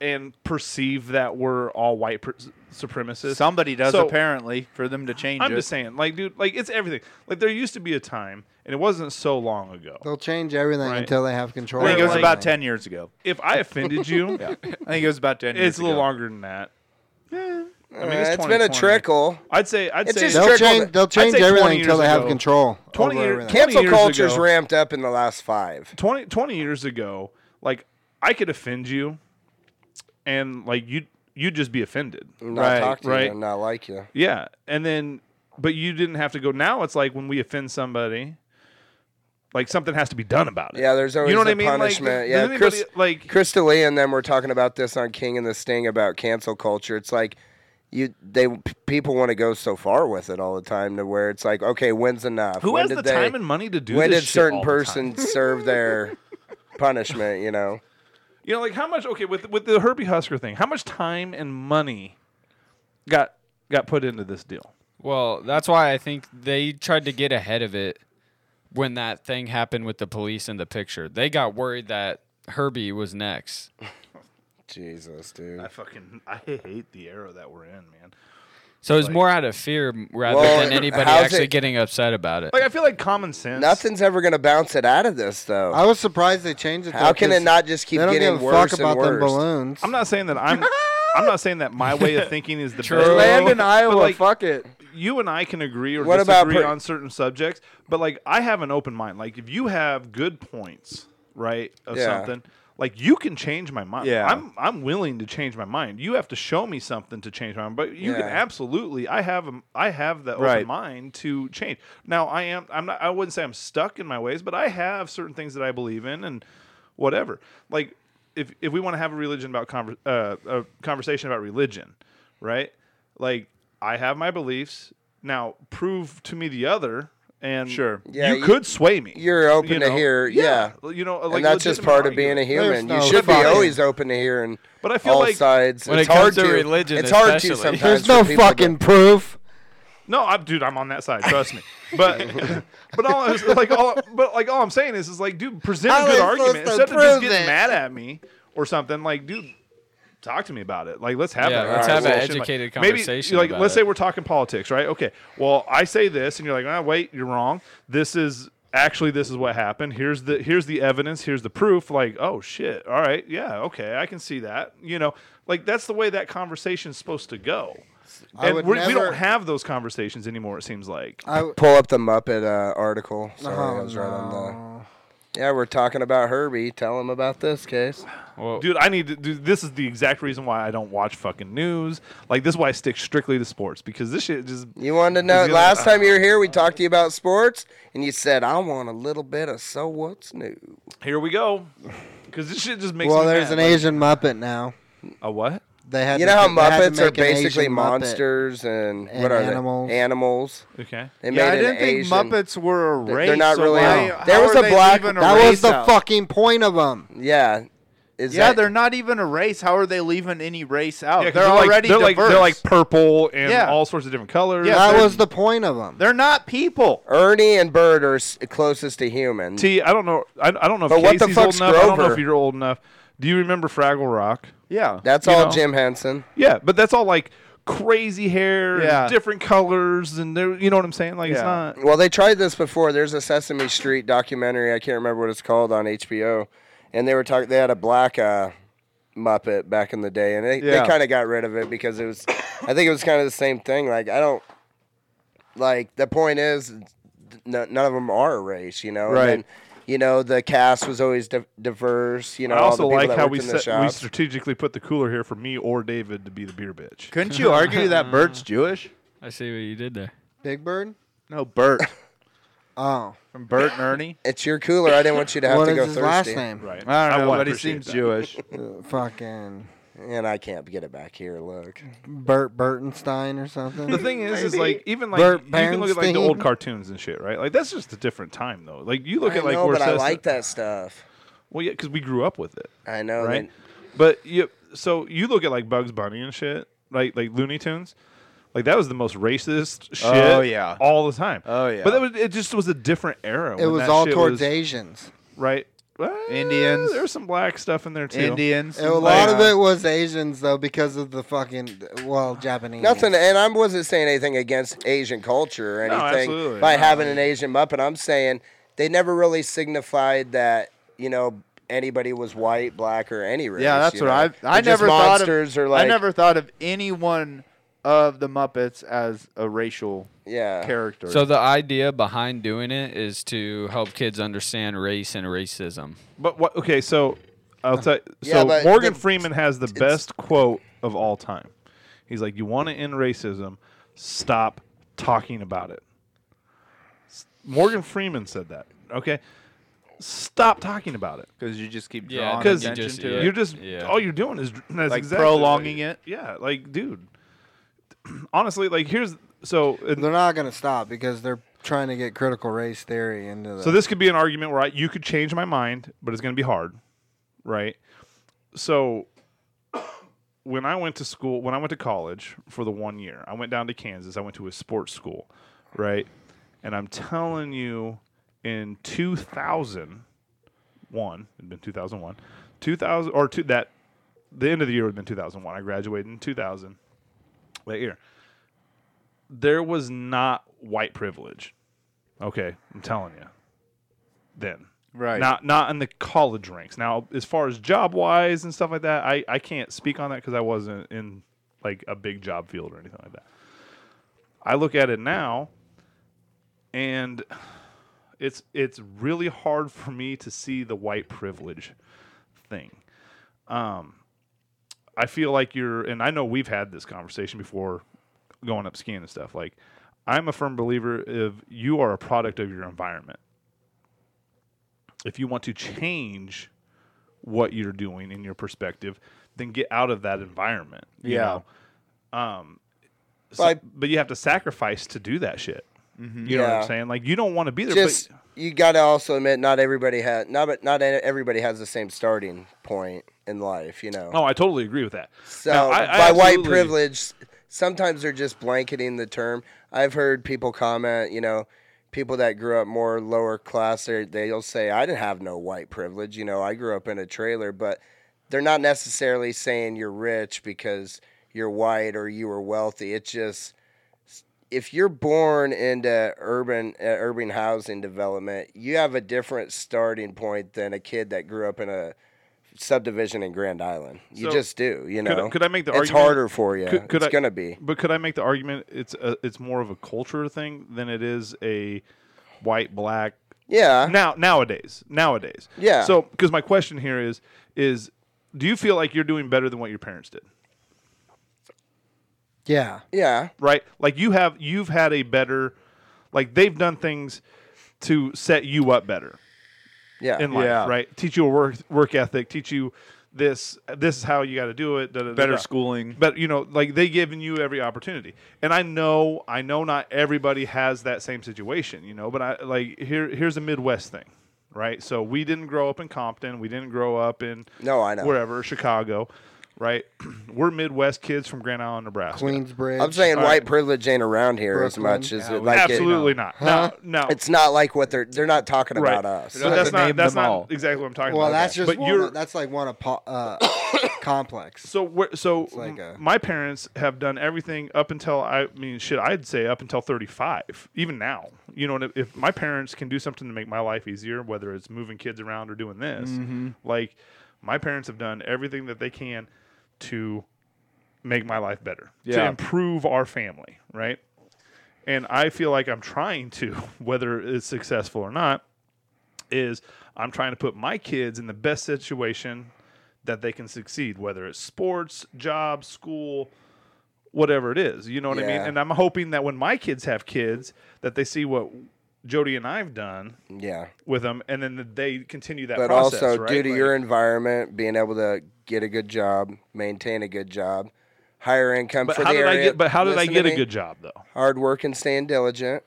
[SPEAKER 4] and perceive that we're all white pr- supremacists?
[SPEAKER 5] Somebody does
[SPEAKER 4] So-
[SPEAKER 5] apparently for them to change
[SPEAKER 4] I'm
[SPEAKER 5] it.
[SPEAKER 4] just saying, like, dude, like it's everything. Like there used to be a time, and it wasn't so long ago.
[SPEAKER 2] They'll change everything
[SPEAKER 4] Right.
[SPEAKER 2] until they have control.
[SPEAKER 5] I think it was
[SPEAKER 4] Like-
[SPEAKER 5] about ten years ago.
[SPEAKER 4] If I offended you,
[SPEAKER 5] I think it was about ten years.
[SPEAKER 4] it's a little
[SPEAKER 5] ago.
[SPEAKER 4] longer than that. I mean,
[SPEAKER 3] Uh,
[SPEAKER 4] it's
[SPEAKER 3] it's been a
[SPEAKER 4] 2020.
[SPEAKER 3] trickle.
[SPEAKER 4] I'd say, I'd
[SPEAKER 3] It's
[SPEAKER 4] say,
[SPEAKER 3] just-
[SPEAKER 2] They'll
[SPEAKER 3] Trickle
[SPEAKER 2] change.
[SPEAKER 3] the-
[SPEAKER 2] They'll change
[SPEAKER 4] say 20
[SPEAKER 2] everything until
[SPEAKER 4] years
[SPEAKER 2] they have
[SPEAKER 4] ago.
[SPEAKER 2] control.
[SPEAKER 4] 20
[SPEAKER 2] over
[SPEAKER 4] year-
[SPEAKER 2] everything.
[SPEAKER 4] Can't- 20
[SPEAKER 3] Cancel
[SPEAKER 4] years
[SPEAKER 3] culture's
[SPEAKER 4] ago-
[SPEAKER 3] ramped up in the last five.
[SPEAKER 4] 20, 20 years ago, like I could offend you, and like you, you'd just be offended.
[SPEAKER 3] Not
[SPEAKER 5] Right,
[SPEAKER 3] talk to
[SPEAKER 4] right.
[SPEAKER 3] you and not like you.
[SPEAKER 4] Yeah, and then, but you didn't have to go. Now it's like when we offend somebody, like something has to be done about it.
[SPEAKER 3] Yeah, there's always
[SPEAKER 4] you know what
[SPEAKER 3] the
[SPEAKER 4] I mean? Like,
[SPEAKER 3] punishment.
[SPEAKER 4] does
[SPEAKER 3] yeah,
[SPEAKER 4] anybody,
[SPEAKER 3] Chris,
[SPEAKER 4] like
[SPEAKER 3] Crystal Lee and them were talking about this on King and the Sting about cancel culture. It's like you they p- people want to go so far with it all the time to where it's like, okay, when's enough?
[SPEAKER 4] who
[SPEAKER 3] When
[SPEAKER 4] has
[SPEAKER 3] did
[SPEAKER 4] the
[SPEAKER 3] they-
[SPEAKER 4] time and money to do
[SPEAKER 3] When
[SPEAKER 4] this
[SPEAKER 3] did
[SPEAKER 4] shit
[SPEAKER 3] certain
[SPEAKER 4] all the time?
[SPEAKER 3] person serve their punishment? You know,
[SPEAKER 4] You know, like how much? Okay, with with the Herbie Husker thing, how much time and money got got put into this deal?
[SPEAKER 6] Well, that's why I think they tried to get ahead of it when that thing happened with the police in the picture. They got worried that Herbie was next.
[SPEAKER 3] Jesus, dude.
[SPEAKER 4] fucking I hate the era that we're in, man.
[SPEAKER 6] So it's more out of fear m- rather
[SPEAKER 3] Well,
[SPEAKER 6] than anybody
[SPEAKER 3] how's
[SPEAKER 6] actually
[SPEAKER 3] it-
[SPEAKER 6] getting upset about it.
[SPEAKER 4] Like I feel like common sense.
[SPEAKER 3] Nothing's ever gonna bounce it out of this though.
[SPEAKER 2] I was surprised they changed it.
[SPEAKER 3] How
[SPEAKER 2] though,
[SPEAKER 3] can it
[SPEAKER 2] 'cause
[SPEAKER 3] not just
[SPEAKER 2] They
[SPEAKER 3] keep
[SPEAKER 2] don't
[SPEAKER 3] getting
[SPEAKER 2] give a
[SPEAKER 3] worse
[SPEAKER 2] fuck about
[SPEAKER 3] and worse?
[SPEAKER 2] them balloons.
[SPEAKER 4] I'm not saying that I'm. I'm not saying that my way of thinking is the best.
[SPEAKER 6] True.
[SPEAKER 5] Land in
[SPEAKER 4] But,
[SPEAKER 5] Iowa.
[SPEAKER 4] like,
[SPEAKER 5] fuck it.
[SPEAKER 4] you and I can agree or
[SPEAKER 3] What about
[SPEAKER 4] disagree
[SPEAKER 3] per-
[SPEAKER 4] on certain subjects, but like I have an open mind. Like if you have good points, right, of
[SPEAKER 3] Yeah.
[SPEAKER 4] something, like you can change my mind.
[SPEAKER 5] Yeah.
[SPEAKER 4] I'm I'm willing to change my mind. You have to show me something to change my mind, but you can
[SPEAKER 3] Yeah.
[SPEAKER 4] absolutely. I have a, I have the open
[SPEAKER 5] Right.
[SPEAKER 4] mind to change. Now I am I'm not I wouldn't say I'm stuck in my ways, but I have certain things that I believe in and whatever. Like if if we want to have a religion about conver- uh, a conversation about religion, right? Like I have my beliefs. Now prove to me the other, and
[SPEAKER 5] Sure.
[SPEAKER 3] Yeah,
[SPEAKER 4] you,
[SPEAKER 3] you-
[SPEAKER 4] could sway me.
[SPEAKER 3] you're open to
[SPEAKER 4] know?
[SPEAKER 3] hear-
[SPEAKER 4] you know, like
[SPEAKER 3] and that's just
[SPEAKER 4] legitimate
[SPEAKER 3] part of being
[SPEAKER 4] argument.
[SPEAKER 3] a human.
[SPEAKER 2] There's
[SPEAKER 3] you
[SPEAKER 2] no
[SPEAKER 3] should be
[SPEAKER 2] fucking-
[SPEAKER 3] always open to hearing
[SPEAKER 4] But I feel
[SPEAKER 3] all
[SPEAKER 4] like-
[SPEAKER 3] sides.
[SPEAKER 6] When
[SPEAKER 3] it's
[SPEAKER 6] it
[SPEAKER 3] hard
[SPEAKER 6] comes to religion
[SPEAKER 3] It's hard to
[SPEAKER 6] especially.
[SPEAKER 3] sometimes.
[SPEAKER 2] There's
[SPEAKER 3] for
[SPEAKER 2] no
[SPEAKER 3] people to-
[SPEAKER 2] fucking proof.
[SPEAKER 4] No, I'm, dude, I'm on that side. Trust me. But but all I was- like all but like all I'm saying is is like, dude, present
[SPEAKER 2] How
[SPEAKER 4] a good
[SPEAKER 2] am I supposed
[SPEAKER 4] argument
[SPEAKER 2] to
[SPEAKER 4] instead of just
[SPEAKER 2] prove
[SPEAKER 4] getting
[SPEAKER 2] it?
[SPEAKER 4] mad at me or something. Like, dude, talk to me about it. Like, let's have
[SPEAKER 6] Yeah,
[SPEAKER 4] that.
[SPEAKER 6] let's
[SPEAKER 3] have an
[SPEAKER 4] conversation.
[SPEAKER 6] educated
[SPEAKER 4] maybe,
[SPEAKER 6] conversation
[SPEAKER 4] like,
[SPEAKER 6] about
[SPEAKER 4] let's
[SPEAKER 6] it.
[SPEAKER 4] say we're talking politics, right? Okay. Well, I say this, and you're like, ah, wait, you're wrong. This is actually this is what happened. Here's the here's the evidence. Here's the proof. Like, oh shit. All right. Yeah. Okay. I can see that. You know, like that's the way that conversation's supposed to go.
[SPEAKER 2] I
[SPEAKER 4] and
[SPEAKER 2] would
[SPEAKER 4] we're- we
[SPEAKER 2] never-
[SPEAKER 4] don't have those conversations anymore. It seems like.
[SPEAKER 2] I,
[SPEAKER 3] Pull up the Muppet uh, article. Sorry, I
[SPEAKER 2] Oh,
[SPEAKER 3] was right on the. Yeah, we're talking about Herbie. Tell him about this case.
[SPEAKER 6] Well,
[SPEAKER 4] Dude, I need to do this is the exact reason why I don't watch fucking news. Like this is why I stick strictly to sports because this shit just
[SPEAKER 3] You wanted to know
[SPEAKER 4] He's gonna-
[SPEAKER 3] last time you were here, we talked to you about sports, and you said, I want a little bit of so what's new.
[SPEAKER 4] here we go. Cuz this shit just makes
[SPEAKER 2] well,
[SPEAKER 4] me
[SPEAKER 2] there's
[SPEAKER 4] mad.
[SPEAKER 2] an
[SPEAKER 4] Like,
[SPEAKER 2] Asian Muppet now.
[SPEAKER 4] a what?
[SPEAKER 2] They had
[SPEAKER 3] You
[SPEAKER 2] to-
[SPEAKER 3] know how
[SPEAKER 2] they had to
[SPEAKER 3] Muppets are
[SPEAKER 2] make an Asian
[SPEAKER 3] basically
[SPEAKER 2] Muppet.
[SPEAKER 3] monsters and,
[SPEAKER 2] And
[SPEAKER 3] what are
[SPEAKER 2] animals.
[SPEAKER 3] they? Animals.
[SPEAKER 4] Okay.
[SPEAKER 3] They made
[SPEAKER 5] Yeah, I
[SPEAKER 3] an
[SPEAKER 5] didn't think
[SPEAKER 3] Asian-
[SPEAKER 5] Muppets were a
[SPEAKER 3] They're-
[SPEAKER 5] race.
[SPEAKER 3] they're not
[SPEAKER 5] so
[SPEAKER 3] really-
[SPEAKER 5] why-
[SPEAKER 3] No.
[SPEAKER 5] how
[SPEAKER 3] There was
[SPEAKER 5] are
[SPEAKER 3] a
[SPEAKER 5] they
[SPEAKER 3] black-
[SPEAKER 5] even a
[SPEAKER 2] That was
[SPEAKER 5] race
[SPEAKER 2] the
[SPEAKER 5] out?
[SPEAKER 2] fucking point of them.
[SPEAKER 3] Yeah. Is
[SPEAKER 5] Yeah,
[SPEAKER 3] that,
[SPEAKER 5] they're not even a race. How are they leaving any race out?
[SPEAKER 4] 'cause
[SPEAKER 5] they're, already
[SPEAKER 4] like, they're like
[SPEAKER 5] diverse.
[SPEAKER 4] they're like purple and
[SPEAKER 5] Yeah.
[SPEAKER 4] all sorts of different colors.
[SPEAKER 5] Yeah,
[SPEAKER 2] That
[SPEAKER 5] they're-
[SPEAKER 2] was the point of them.
[SPEAKER 5] They're not people.
[SPEAKER 3] Ernie and Bird are s- closest to human.
[SPEAKER 4] T, I don't know I, I don't know if
[SPEAKER 3] But what the
[SPEAKER 4] Casey's old
[SPEAKER 3] fuck's
[SPEAKER 4] enough. I don't know
[SPEAKER 3] Grover?
[SPEAKER 4] if you're old enough. Do you remember Fraggle Rock?
[SPEAKER 5] Yeah,
[SPEAKER 3] That's
[SPEAKER 4] you
[SPEAKER 3] all
[SPEAKER 4] know.
[SPEAKER 3] Jim Henson.
[SPEAKER 4] Yeah, but that's all like crazy hair, and
[SPEAKER 5] Yeah.
[SPEAKER 4] different colors and they're you know what I'm saying? Like it's
[SPEAKER 5] Yeah.
[SPEAKER 4] not
[SPEAKER 3] Well, they tried this before. There's a Sesame Street documentary. I can't remember what it's called on HBO, and they were talking. They had a black uh, Muppet back in the day, and they,
[SPEAKER 5] Yeah.
[SPEAKER 3] they kind of got rid of it because it was. I think it was kind of the same thing. Like I don't. Like the point is, n- none of them are a race, you know. And
[SPEAKER 5] Right.
[SPEAKER 3] then, you know the cast was always di- diverse. You know,
[SPEAKER 4] I also
[SPEAKER 3] all the people
[SPEAKER 4] like
[SPEAKER 3] that
[SPEAKER 4] how
[SPEAKER 3] worked
[SPEAKER 4] we
[SPEAKER 3] in the
[SPEAKER 4] set, we
[SPEAKER 3] shops.
[SPEAKER 4] strategically put the cooler here for me or David to be the beer bitch.
[SPEAKER 5] couldn't you argue that Bert's Jewish?
[SPEAKER 6] I see what you did there.
[SPEAKER 2] Big Bird?
[SPEAKER 5] No, Bert
[SPEAKER 2] Oh.
[SPEAKER 5] from Bert and Ernie.
[SPEAKER 3] it's your cooler. I didn't want you to have
[SPEAKER 2] What
[SPEAKER 3] to
[SPEAKER 2] is
[SPEAKER 3] go
[SPEAKER 2] his
[SPEAKER 3] thirsty,
[SPEAKER 2] last name? Uh,
[SPEAKER 4] Right.
[SPEAKER 5] I don't know,
[SPEAKER 4] would
[SPEAKER 5] but he
[SPEAKER 4] appreciate
[SPEAKER 5] seems
[SPEAKER 4] that.
[SPEAKER 5] Jewish.
[SPEAKER 2] Fucking
[SPEAKER 3] and I can't get it back here. Look,
[SPEAKER 2] Bert Burtonstein or something.
[SPEAKER 4] The thing is, is like even like
[SPEAKER 2] Bert
[SPEAKER 4] you can look at like the
[SPEAKER 2] Bernstein.
[SPEAKER 4] old cartoons and shit, right? Like that's just a different time though. Like you look
[SPEAKER 3] I
[SPEAKER 4] at like
[SPEAKER 3] know,
[SPEAKER 4] where
[SPEAKER 3] but I
[SPEAKER 4] Sesame-
[SPEAKER 3] like that stuff.
[SPEAKER 4] Well, yeah, because we grew up with it,
[SPEAKER 3] I know
[SPEAKER 4] right?
[SPEAKER 3] that
[SPEAKER 4] But you, so you look at like Bugs Bunny and shit, right? Like Looney Tunes. Like that was the most racist shit.
[SPEAKER 5] Oh, yeah.
[SPEAKER 4] all the time.
[SPEAKER 5] Oh, yeah.
[SPEAKER 4] But that was, it just was a different era.
[SPEAKER 2] it
[SPEAKER 4] when
[SPEAKER 2] was
[SPEAKER 4] that
[SPEAKER 2] all
[SPEAKER 4] shit
[SPEAKER 2] towards
[SPEAKER 4] was-
[SPEAKER 2] Asians.
[SPEAKER 4] right? Well,
[SPEAKER 5] Indians.
[SPEAKER 4] There was some black stuff in there too.
[SPEAKER 5] Indians.
[SPEAKER 2] A lot of it was Asians though because of the fucking well Japanese.
[SPEAKER 3] Nothing, and I wasn't saying anything against Asian culture or
[SPEAKER 4] No,
[SPEAKER 3] anything
[SPEAKER 4] absolutely.
[SPEAKER 3] by
[SPEAKER 4] No,
[SPEAKER 3] having an Asian Muppet. I'm saying they never really signified that you know anybody was white, black, or any race.
[SPEAKER 5] Yeah, that's
[SPEAKER 3] you
[SPEAKER 5] what
[SPEAKER 3] know?
[SPEAKER 5] I I
[SPEAKER 3] They're just
[SPEAKER 5] never thought of.
[SPEAKER 3] monsters or like
[SPEAKER 5] I never thought of any one of the Muppets as a racial
[SPEAKER 3] yeah.
[SPEAKER 5] character.
[SPEAKER 6] So the idea behind doing it is to help kids understand race and racism.
[SPEAKER 4] But what? Okay, so I'll tell.
[SPEAKER 3] Yeah,
[SPEAKER 4] so
[SPEAKER 3] but
[SPEAKER 4] Morgan
[SPEAKER 3] the-
[SPEAKER 4] Freeman has the best quote of all time. He's like, "You want to end racism? Stop talking about it." S- Morgan Freeman said that. Okay, stop talking about it
[SPEAKER 5] because you just keep
[SPEAKER 6] Yeah,
[SPEAKER 5] drawing
[SPEAKER 4] because
[SPEAKER 6] you
[SPEAKER 5] attention
[SPEAKER 6] just-
[SPEAKER 5] to
[SPEAKER 6] yeah.
[SPEAKER 5] it.
[SPEAKER 4] you're just
[SPEAKER 6] Yeah.
[SPEAKER 4] all you're doing is dr- that's
[SPEAKER 5] Like
[SPEAKER 4] exactly
[SPEAKER 5] prolonging
[SPEAKER 4] what
[SPEAKER 5] it?
[SPEAKER 4] Yeah, like dude. Honestly, like here's so and
[SPEAKER 2] They're not gonna stop because they're trying to get critical race theory into the
[SPEAKER 4] So this could be an argument where I, you could change my mind, but it's going to be hard, right? So when I went to school, when I went to college for the one year, I went down to Kansas. I went to a sports school, right? And I'm telling you, in 2001, it'd been 2001, 2000 or two, that the end of the year would have been 2001. I graduated in 2000 that year. There was not white privilege. Okay, I'm telling you. Then.
[SPEAKER 5] Right.
[SPEAKER 4] Not not in the college ranks. Now, as far as job wise and stuff like that, I, I can't speak on that because I wasn't in like a big job field or anything like that. I look at it now and it's it's really hard for me to see the white privilege thing. Um I feel like you're and I know we've had this conversation before going up skiing and stuff. Like I'm a firm believer if you are a product of your environment. If you want to change what you're doing in your perspective, then get out of that environment. you
[SPEAKER 5] Yeah.
[SPEAKER 4] know? Um, So-
[SPEAKER 3] Like-
[SPEAKER 4] but you have to sacrifice to do that shit. You know what
[SPEAKER 3] Yeah.
[SPEAKER 4] I'm saying? Like you don't want to be there.
[SPEAKER 3] Just
[SPEAKER 4] but
[SPEAKER 3] you got to also admit not everybody has not but not everybody has the same starting point in life. You know.
[SPEAKER 4] no, Oh, I totally agree with that.
[SPEAKER 3] So
[SPEAKER 4] Now, I- I
[SPEAKER 3] by white
[SPEAKER 4] absolutely-
[SPEAKER 3] privilege, sometimes they're just blanketing the term. I've heard people comment, you know, people that grew up more lower class, they're- they'll say, "I didn't have no white privilege." You know, I grew up in a trailer, but they're not necessarily saying you're rich because you're white or you were wealthy. It's just if you're born into urban uh, urban housing development, you have a different starting point than a kid that grew up in a subdivision in Grand Island. You
[SPEAKER 4] So,
[SPEAKER 3] just do, you
[SPEAKER 4] could-
[SPEAKER 3] know.
[SPEAKER 4] could I make the
[SPEAKER 3] it's
[SPEAKER 4] argument-
[SPEAKER 3] harder for you.
[SPEAKER 4] Could- could
[SPEAKER 3] it's
[SPEAKER 4] I-
[SPEAKER 3] gonna be.
[SPEAKER 4] But could I make the argument it's a, it's more of a culture thing than it is a white black
[SPEAKER 3] Yeah.
[SPEAKER 4] now nowadays nowadays
[SPEAKER 3] Yeah.
[SPEAKER 4] So because my question here is is do you feel like you're doing better than what your parents did?
[SPEAKER 2] Yeah.
[SPEAKER 3] Yeah.
[SPEAKER 4] right? Like you have you've had a better like they've done things to set you up better
[SPEAKER 3] uh, Yeah.
[SPEAKER 4] in life,
[SPEAKER 5] Yeah.
[SPEAKER 4] right? Teach you a work work ethic, teach you this this is how you got to do it. da, da, da,
[SPEAKER 5] Better
[SPEAKER 4] da.
[SPEAKER 5] schooling.
[SPEAKER 4] But you know, like they given you every opportunity. And I know I know not everybody has that same situation, you know, but I like here here's a Midwest thing. Right, so we didn't grow up in Compton. We didn't grow up in
[SPEAKER 3] No, I know.
[SPEAKER 4] wherever Chicago, right? We're Midwest kids from Grand Island, Nebraska.
[SPEAKER 2] Queensbridge.
[SPEAKER 3] I'm saying
[SPEAKER 4] All
[SPEAKER 3] white
[SPEAKER 4] right.
[SPEAKER 3] privilege ain't around here as
[SPEAKER 2] Brooklyn.
[SPEAKER 3] much as it, like it-
[SPEAKER 4] Absolutely not. No, no.
[SPEAKER 3] it's not like what they're they're not talking
[SPEAKER 4] right.
[SPEAKER 3] about us.
[SPEAKER 4] But uh, that's
[SPEAKER 5] Doesn't name
[SPEAKER 4] not that's
[SPEAKER 5] them
[SPEAKER 4] not
[SPEAKER 5] all.
[SPEAKER 4] exactly what I'm talking
[SPEAKER 2] Well,
[SPEAKER 4] about.
[SPEAKER 2] that's just
[SPEAKER 4] but
[SPEAKER 2] one,
[SPEAKER 4] you're
[SPEAKER 2] that's like one apo- uh, complex.
[SPEAKER 4] so we're, so
[SPEAKER 2] like a-
[SPEAKER 4] my parents have done everything up until I mean shit I'd say up until 35 even now you know and if, if my parents can do something to make my life easier whether it's moving kids around or doing this
[SPEAKER 2] Mm-hmm.
[SPEAKER 4] like my parents have done everything that they can to make my life better to
[SPEAKER 5] Yeah.
[SPEAKER 4] improve our family right and I feel like I'm trying to, whether it's successful or not, is I'm trying to put my kids in the best situation that they can succeed, whether it's sports, job, school, whatever it is. You know what I mean?
[SPEAKER 3] Yeah.
[SPEAKER 4] And I'm hoping that when my kids have kids, that they see what Jody and I've done
[SPEAKER 3] Yeah.
[SPEAKER 4] with them, and then that they continue that
[SPEAKER 3] but
[SPEAKER 4] process.
[SPEAKER 3] also
[SPEAKER 4] right?
[SPEAKER 3] due to
[SPEAKER 4] Like-
[SPEAKER 3] your environment, being able to get a good job, maintain a good job, higher income
[SPEAKER 4] but
[SPEAKER 3] for
[SPEAKER 4] how
[SPEAKER 3] the
[SPEAKER 4] did
[SPEAKER 3] area.
[SPEAKER 4] I get? But how did I
[SPEAKER 3] Listen to
[SPEAKER 4] get a
[SPEAKER 3] me.
[SPEAKER 4] good job though?
[SPEAKER 3] hard work and staying diligent?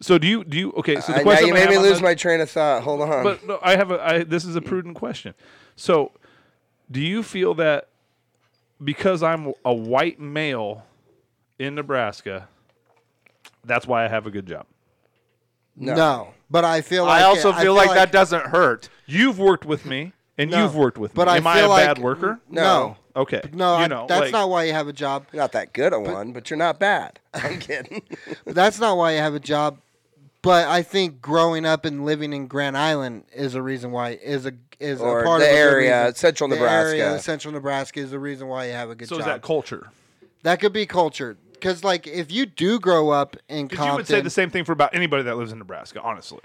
[SPEAKER 4] So do you do you? Okay, so the
[SPEAKER 3] I- now
[SPEAKER 4] question
[SPEAKER 3] you
[SPEAKER 4] I
[SPEAKER 3] made
[SPEAKER 4] have
[SPEAKER 3] me
[SPEAKER 4] on
[SPEAKER 3] lose
[SPEAKER 4] that-
[SPEAKER 3] my Mm. train of thought. Hold on.
[SPEAKER 4] but no, I have a. I, this is a prudent question. So, do you feel that because I'm a white male in Nebraska, that's why I have a good job?
[SPEAKER 2] No. but I feel like
[SPEAKER 5] I also
[SPEAKER 2] it-
[SPEAKER 5] feel, like, that doesn't hurt.
[SPEAKER 4] You've worked with me, and
[SPEAKER 2] No,
[SPEAKER 4] you've worked with
[SPEAKER 2] but
[SPEAKER 4] me.
[SPEAKER 2] I
[SPEAKER 4] Am I a
[SPEAKER 2] feel like-
[SPEAKER 4] bad worker?
[SPEAKER 2] no,
[SPEAKER 4] Okay.
[SPEAKER 2] no,
[SPEAKER 4] You
[SPEAKER 2] I-
[SPEAKER 4] know,
[SPEAKER 2] that's
[SPEAKER 4] like-
[SPEAKER 2] not why you have a job.
[SPEAKER 3] You're not that good at one, but you're not bad. I'm kidding.
[SPEAKER 2] That's not why you have a job. But I think growing up and living in Grand Island is a reason why is a is
[SPEAKER 3] Or
[SPEAKER 2] a part
[SPEAKER 3] the
[SPEAKER 2] of a good
[SPEAKER 3] area,
[SPEAKER 2] reason.
[SPEAKER 3] central
[SPEAKER 2] The area,
[SPEAKER 3] Nebraska.
[SPEAKER 2] central Nebraska is the reason why you have a good
[SPEAKER 4] So
[SPEAKER 2] job.
[SPEAKER 4] is that culture?
[SPEAKER 2] That could be culture. Because, like, if you do grow up in
[SPEAKER 4] Because
[SPEAKER 2] Compton,
[SPEAKER 4] you would say the same thing for about anybody that lives in Nebraska, honestly.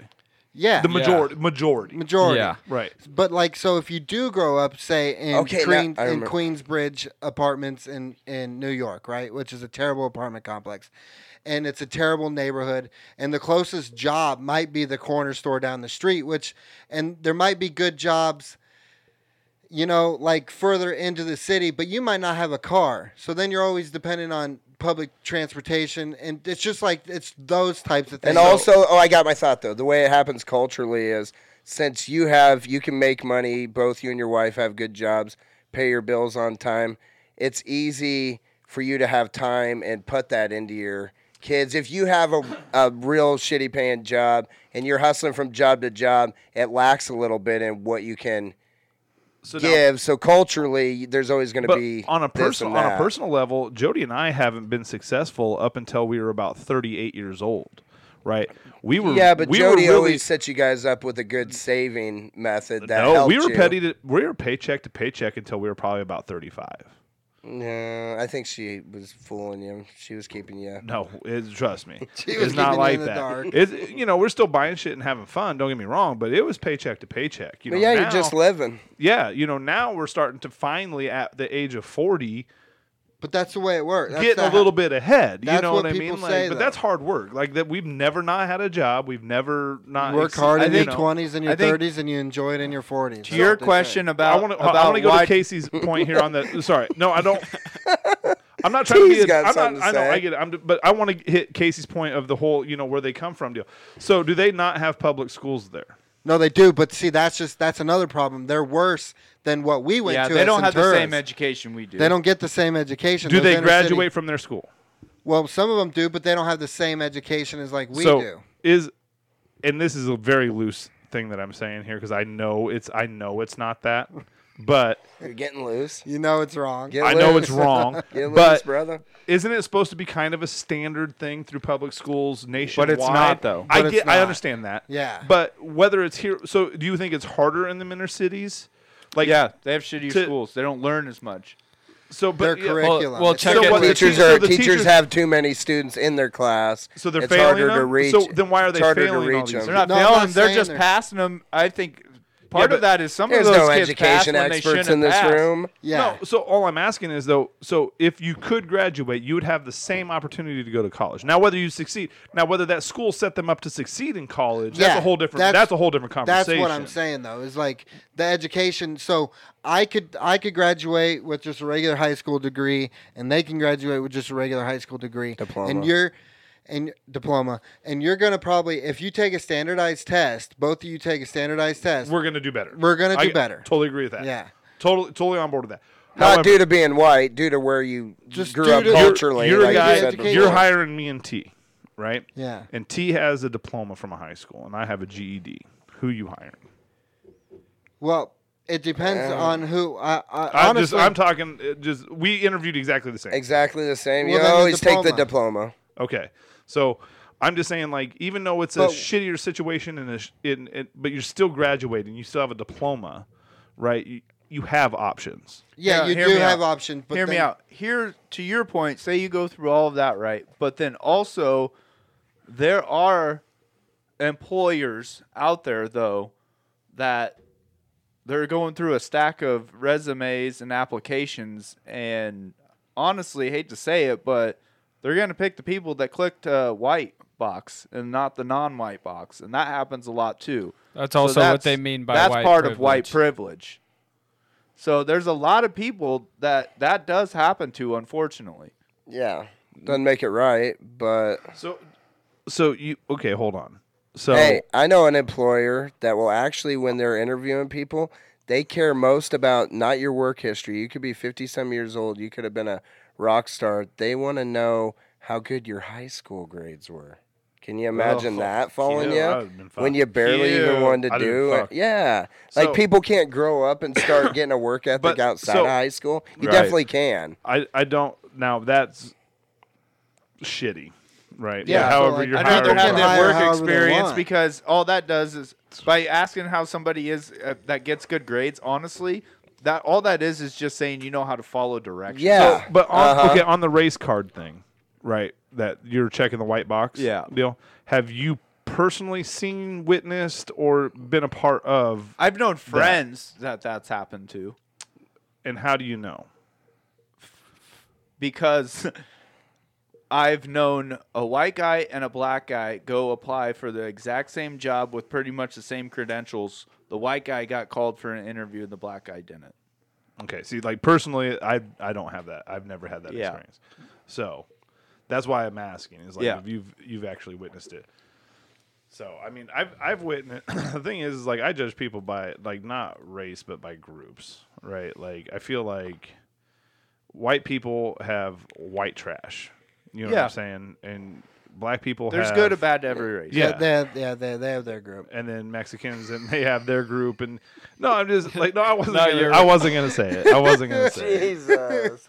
[SPEAKER 2] yeah,
[SPEAKER 4] The majority, majority,
[SPEAKER 2] majority.
[SPEAKER 6] Yeah.
[SPEAKER 4] right?
[SPEAKER 2] But like, so if you do grow up, say in
[SPEAKER 3] Okay, now
[SPEAKER 2] Queen,
[SPEAKER 3] I
[SPEAKER 2] in
[SPEAKER 3] remember.
[SPEAKER 2] Queensbridge apartments in in New York, right, which is a terrible apartment complex, and it's a terrible neighborhood, and the closest job might be the corner store down the street, which, and there might be good jobs. You know, like further into the city, but you might not have a car. So then you're always dependent on public transportation. And it's just like, it's those types of things.
[SPEAKER 3] And also, oh, I got my thought though. The way it happens culturally is since you have, you can make money. Both you and your wife have good jobs, pay your bills on time. It's easy for you to have time and put that into your kids. If you have a, a real shitty paying job and you're hustling from job to job, it lacks a little bit in what you can
[SPEAKER 4] So now-
[SPEAKER 3] give. so culturally, there's always going to
[SPEAKER 4] but
[SPEAKER 3] be
[SPEAKER 4] on a
[SPEAKER 3] this
[SPEAKER 4] personal
[SPEAKER 3] and
[SPEAKER 4] on a
[SPEAKER 3] that.
[SPEAKER 4] personal level, Jody and I haven't been successful up until we were about 38 years old, right? We were
[SPEAKER 3] Yeah, but
[SPEAKER 4] we were
[SPEAKER 3] Jody
[SPEAKER 4] really,
[SPEAKER 3] always sets you guys up with a good saving method that
[SPEAKER 4] no,
[SPEAKER 3] helped
[SPEAKER 4] we were
[SPEAKER 3] you.
[SPEAKER 4] petty to, we were paycheck to paycheck until we were probably about 35.
[SPEAKER 3] No, I think she was fooling you. She was keeping you.
[SPEAKER 4] No, it, trust me,
[SPEAKER 2] was
[SPEAKER 4] it's
[SPEAKER 2] keeping
[SPEAKER 4] not
[SPEAKER 2] you
[SPEAKER 4] like
[SPEAKER 2] in the
[SPEAKER 4] that.
[SPEAKER 2] dark.
[SPEAKER 4] It's, you know, we're still buying shit and having fun. Don't get me wrong, but it was paycheck to paycheck. You
[SPEAKER 3] But
[SPEAKER 4] know,
[SPEAKER 3] yeah,
[SPEAKER 4] now-
[SPEAKER 3] you're just living.
[SPEAKER 4] yeah, you know, now we're starting to finally at the age of 40
[SPEAKER 2] but that's the way it works. That's
[SPEAKER 4] getting
[SPEAKER 2] the-
[SPEAKER 4] a little bit ahead. You
[SPEAKER 2] that's
[SPEAKER 4] know what,
[SPEAKER 2] what
[SPEAKER 4] I
[SPEAKER 2] people
[SPEAKER 4] mean? Like,
[SPEAKER 2] say,
[SPEAKER 4] but
[SPEAKER 2] though.
[SPEAKER 4] that's hard work. Like that, we've never not had a job. We've never not
[SPEAKER 2] work
[SPEAKER 4] ex-
[SPEAKER 2] hard
[SPEAKER 4] Uh, I
[SPEAKER 2] in
[SPEAKER 4] think-
[SPEAKER 2] your twenties and
[SPEAKER 5] I
[SPEAKER 2] your
[SPEAKER 5] think-
[SPEAKER 2] thirties, and you enjoy it in your forties.
[SPEAKER 5] To your question about
[SPEAKER 4] I want to. I
[SPEAKER 5] about
[SPEAKER 4] want to go
[SPEAKER 5] why
[SPEAKER 4] to Casey's point here on that. Sorry, no, I don't. I'm not trying to be.
[SPEAKER 3] T's
[SPEAKER 4] A,
[SPEAKER 3] got
[SPEAKER 4] I'm
[SPEAKER 3] something
[SPEAKER 4] not.
[SPEAKER 3] to
[SPEAKER 4] I know.
[SPEAKER 3] say.
[SPEAKER 4] I get it. I'm, d- but I want to hit Casey's point of the whole, you know, where they come from deal. So, do they not have public schools there?
[SPEAKER 2] no, they do, but see, that's just that's another problem. They're worse than what we went
[SPEAKER 5] yeah,
[SPEAKER 2] to.
[SPEAKER 5] they
[SPEAKER 2] at
[SPEAKER 5] don't have the
[SPEAKER 2] Centurus.
[SPEAKER 5] same education we do.
[SPEAKER 2] They don't get the same education.
[SPEAKER 4] Do
[SPEAKER 2] Those
[SPEAKER 4] they
[SPEAKER 2] inner city-
[SPEAKER 4] graduate from their school?
[SPEAKER 2] Well, some of them do, but they don't have the same education as like we
[SPEAKER 4] so
[SPEAKER 2] do.
[SPEAKER 4] is, and this is a very loose thing that I'm saying here because I know it's. I know it's not that. but
[SPEAKER 3] You're getting loose.
[SPEAKER 2] You know it's wrong.
[SPEAKER 3] Get
[SPEAKER 4] I know it's
[SPEAKER 3] loose.
[SPEAKER 4] wrong.
[SPEAKER 3] Get loose,
[SPEAKER 4] but
[SPEAKER 3] brother.
[SPEAKER 4] isn't it supposed to be kind of a standard thing through public schools nationwide?
[SPEAKER 5] not, though.
[SPEAKER 4] I
[SPEAKER 2] But
[SPEAKER 4] get,
[SPEAKER 2] it's
[SPEAKER 4] I
[SPEAKER 2] not.
[SPEAKER 4] understand that.
[SPEAKER 2] Yeah.
[SPEAKER 4] But whether it's here, so do you think it's harder in the inner cities? Like
[SPEAKER 5] Yeah, they have shittier
[SPEAKER 4] To-
[SPEAKER 5] schools. They don't learn as much.
[SPEAKER 4] So,
[SPEAKER 2] Their
[SPEAKER 4] but yeah,
[SPEAKER 2] curriculum.
[SPEAKER 6] well,
[SPEAKER 2] It's
[SPEAKER 6] check
[SPEAKER 2] so
[SPEAKER 6] it
[SPEAKER 2] what
[SPEAKER 6] with-
[SPEAKER 2] the
[SPEAKER 3] Teachers
[SPEAKER 4] teacher-
[SPEAKER 3] are
[SPEAKER 4] so the
[SPEAKER 3] teachers,
[SPEAKER 4] teachers-
[SPEAKER 3] have too many students in their class.
[SPEAKER 4] So they're
[SPEAKER 3] it's
[SPEAKER 4] failing
[SPEAKER 3] harder to
[SPEAKER 4] them?
[SPEAKER 3] reach.
[SPEAKER 4] So then why are
[SPEAKER 3] it's
[SPEAKER 4] they
[SPEAKER 3] harder
[SPEAKER 4] failing
[SPEAKER 3] to reach
[SPEAKER 4] all these?
[SPEAKER 3] them.
[SPEAKER 5] They're not
[SPEAKER 2] No, I'm
[SPEAKER 5] failing
[SPEAKER 2] not
[SPEAKER 5] them. They're
[SPEAKER 2] saying
[SPEAKER 5] just
[SPEAKER 2] they're-
[SPEAKER 5] passing them. I think part
[SPEAKER 4] but
[SPEAKER 5] of that is some of
[SPEAKER 3] There's
[SPEAKER 5] those
[SPEAKER 3] no
[SPEAKER 5] kids pass
[SPEAKER 3] education
[SPEAKER 5] when they
[SPEAKER 3] experts
[SPEAKER 5] shouldn't
[SPEAKER 3] in this
[SPEAKER 5] pass.
[SPEAKER 3] room.
[SPEAKER 2] Yeah.
[SPEAKER 4] No, so all I'm asking is though, so if you could graduate, you would have the same opportunity to go to college. Now, whether you succeed, now whether that school set them up to succeed in college, that's
[SPEAKER 2] Yeah,
[SPEAKER 4] a whole different. That's,
[SPEAKER 2] that's-
[SPEAKER 4] a whole different
[SPEAKER 2] That's
[SPEAKER 4] conversation.
[SPEAKER 2] what I'm saying though. Is like the education. So I could I could graduate with just a regular high school degree, and they can graduate with just a regular high school degree.
[SPEAKER 3] Diploma.
[SPEAKER 2] And you're and diploma. And you're gonna probably if you take a standardized test, both of you take a standardized test.
[SPEAKER 4] We're gonna do better.
[SPEAKER 2] We're gonna do
[SPEAKER 4] I
[SPEAKER 2] better.
[SPEAKER 4] Totally agree with that.
[SPEAKER 2] Yeah.
[SPEAKER 4] Totally, totally on board with that.
[SPEAKER 3] Not
[SPEAKER 4] However,
[SPEAKER 3] due to being white, due to where you
[SPEAKER 2] Just
[SPEAKER 3] grew
[SPEAKER 2] due
[SPEAKER 3] up
[SPEAKER 2] to-
[SPEAKER 4] you're-
[SPEAKER 3] culturally.
[SPEAKER 4] You're, a
[SPEAKER 3] like
[SPEAKER 4] guy-
[SPEAKER 3] you said
[SPEAKER 2] education.
[SPEAKER 4] you're
[SPEAKER 3] before.
[SPEAKER 4] hiring me in T, right?
[SPEAKER 2] Yeah.
[SPEAKER 4] And T has a diploma from a high school, and I have a GED. Who you hiring?
[SPEAKER 2] well, it depends on who. I, I
[SPEAKER 4] I'm just,
[SPEAKER 2] honestly,
[SPEAKER 4] I'm talking. uh, Just we interviewed exactly the same.
[SPEAKER 3] Exactly the same.
[SPEAKER 2] Well,
[SPEAKER 3] you
[SPEAKER 2] then the
[SPEAKER 3] always take the diploma.
[SPEAKER 4] Okay, so I'm just saying, like, even though it's a
[SPEAKER 2] But-
[SPEAKER 4] shittier situation, in a sh- in, in, but you're still graduating, you still have a diploma, right? You, you have options.
[SPEAKER 2] yeah,
[SPEAKER 5] Yeah,
[SPEAKER 2] you
[SPEAKER 5] hear
[SPEAKER 2] do
[SPEAKER 5] me
[SPEAKER 2] have
[SPEAKER 5] out.
[SPEAKER 2] options. But
[SPEAKER 5] Hear me
[SPEAKER 2] then-
[SPEAKER 5] out. Here to your point, say you go through all of that, right? But then also, there are employers out there though that they're going through a stack of resumes and applications, and honestly, hate to say it, but they're gonna pick the people that clicked uh, white box and not the non-white box, and that happens a lot too.
[SPEAKER 6] That's
[SPEAKER 5] So
[SPEAKER 6] also what
[SPEAKER 5] that's-
[SPEAKER 6] they mean by
[SPEAKER 5] that's
[SPEAKER 6] white
[SPEAKER 5] part
[SPEAKER 6] privilege.
[SPEAKER 5] of white privilege. So there's a lot of people that that does happen to, unfortunately.
[SPEAKER 3] Yeah. Doesn't make it right, but
[SPEAKER 4] So, so you okay? Hold on. So
[SPEAKER 3] hey, I know an employer that will actually, when they're interviewing people, they care most about not your work history. You could be 50 some years old, you could have been a rock star. They want to know how good your high school grades were. Can you imagine
[SPEAKER 4] Ugh.
[SPEAKER 3] that following
[SPEAKER 4] Ew, I
[SPEAKER 3] you?
[SPEAKER 4] would've been
[SPEAKER 3] When
[SPEAKER 4] fucked.
[SPEAKER 3] you barely even
[SPEAKER 5] Ew,
[SPEAKER 3] wanted to
[SPEAKER 4] I'd've been
[SPEAKER 3] do it.
[SPEAKER 4] fucked.
[SPEAKER 3] Yeah.
[SPEAKER 4] So-
[SPEAKER 3] like people can't grow up and start getting a work ethic
[SPEAKER 4] But-
[SPEAKER 3] outside
[SPEAKER 4] so-
[SPEAKER 3] of high school. You
[SPEAKER 4] Right.
[SPEAKER 3] definitely can.
[SPEAKER 4] I I don't now. That's shitty, right?
[SPEAKER 2] Yeah,
[SPEAKER 4] But
[SPEAKER 2] so,
[SPEAKER 4] however,
[SPEAKER 2] like,
[SPEAKER 4] you're
[SPEAKER 5] I'd rather
[SPEAKER 4] hiring
[SPEAKER 5] have
[SPEAKER 4] from.
[SPEAKER 5] that
[SPEAKER 2] hire
[SPEAKER 5] work
[SPEAKER 2] however they
[SPEAKER 5] experience
[SPEAKER 2] want.
[SPEAKER 5] because all that does is by asking how somebody is uh, that gets good grades. Honestly, that all that is is just saying you know how to follow directions.
[SPEAKER 3] Yeah.
[SPEAKER 4] But on,
[SPEAKER 3] Uh-huh.
[SPEAKER 4] okay, on the race card thing, right? That you're checking the white box.
[SPEAKER 5] Yeah.
[SPEAKER 4] Deal. Have you personally seen, witnessed, or been a part of?
[SPEAKER 5] I've known friends that that's happened to
[SPEAKER 4] And how do you know?
[SPEAKER 5] because I've known a white guy and a black guy go apply for the exact same job with pretty much the same credentials. The white guy got called for an interview, the black guy didn't.
[SPEAKER 4] Okay. See, like personally, I I don't have that. I've never had that
[SPEAKER 5] Yeah.
[SPEAKER 4] experience. So that's why I'm asking. Is like
[SPEAKER 5] Yeah.
[SPEAKER 4] if you've you've actually witnessed it. So I mean, I've I've witnessed. the thing is, is like I judge people by like not race, but by groups, right? Like I feel like white people have white trash. You know what
[SPEAKER 5] Yeah.
[SPEAKER 4] I'm saying? And black people
[SPEAKER 5] There's
[SPEAKER 4] have
[SPEAKER 5] good and bad to every race.
[SPEAKER 4] Yeah.
[SPEAKER 2] They have, yeah, they, they have their group.
[SPEAKER 4] and then Mexicans and they have their group and no I'm just like no I wasn't
[SPEAKER 6] No,
[SPEAKER 4] gonna,
[SPEAKER 6] you're
[SPEAKER 4] I wasn't gonna say it I wasn't gonna say it.
[SPEAKER 3] Jesus.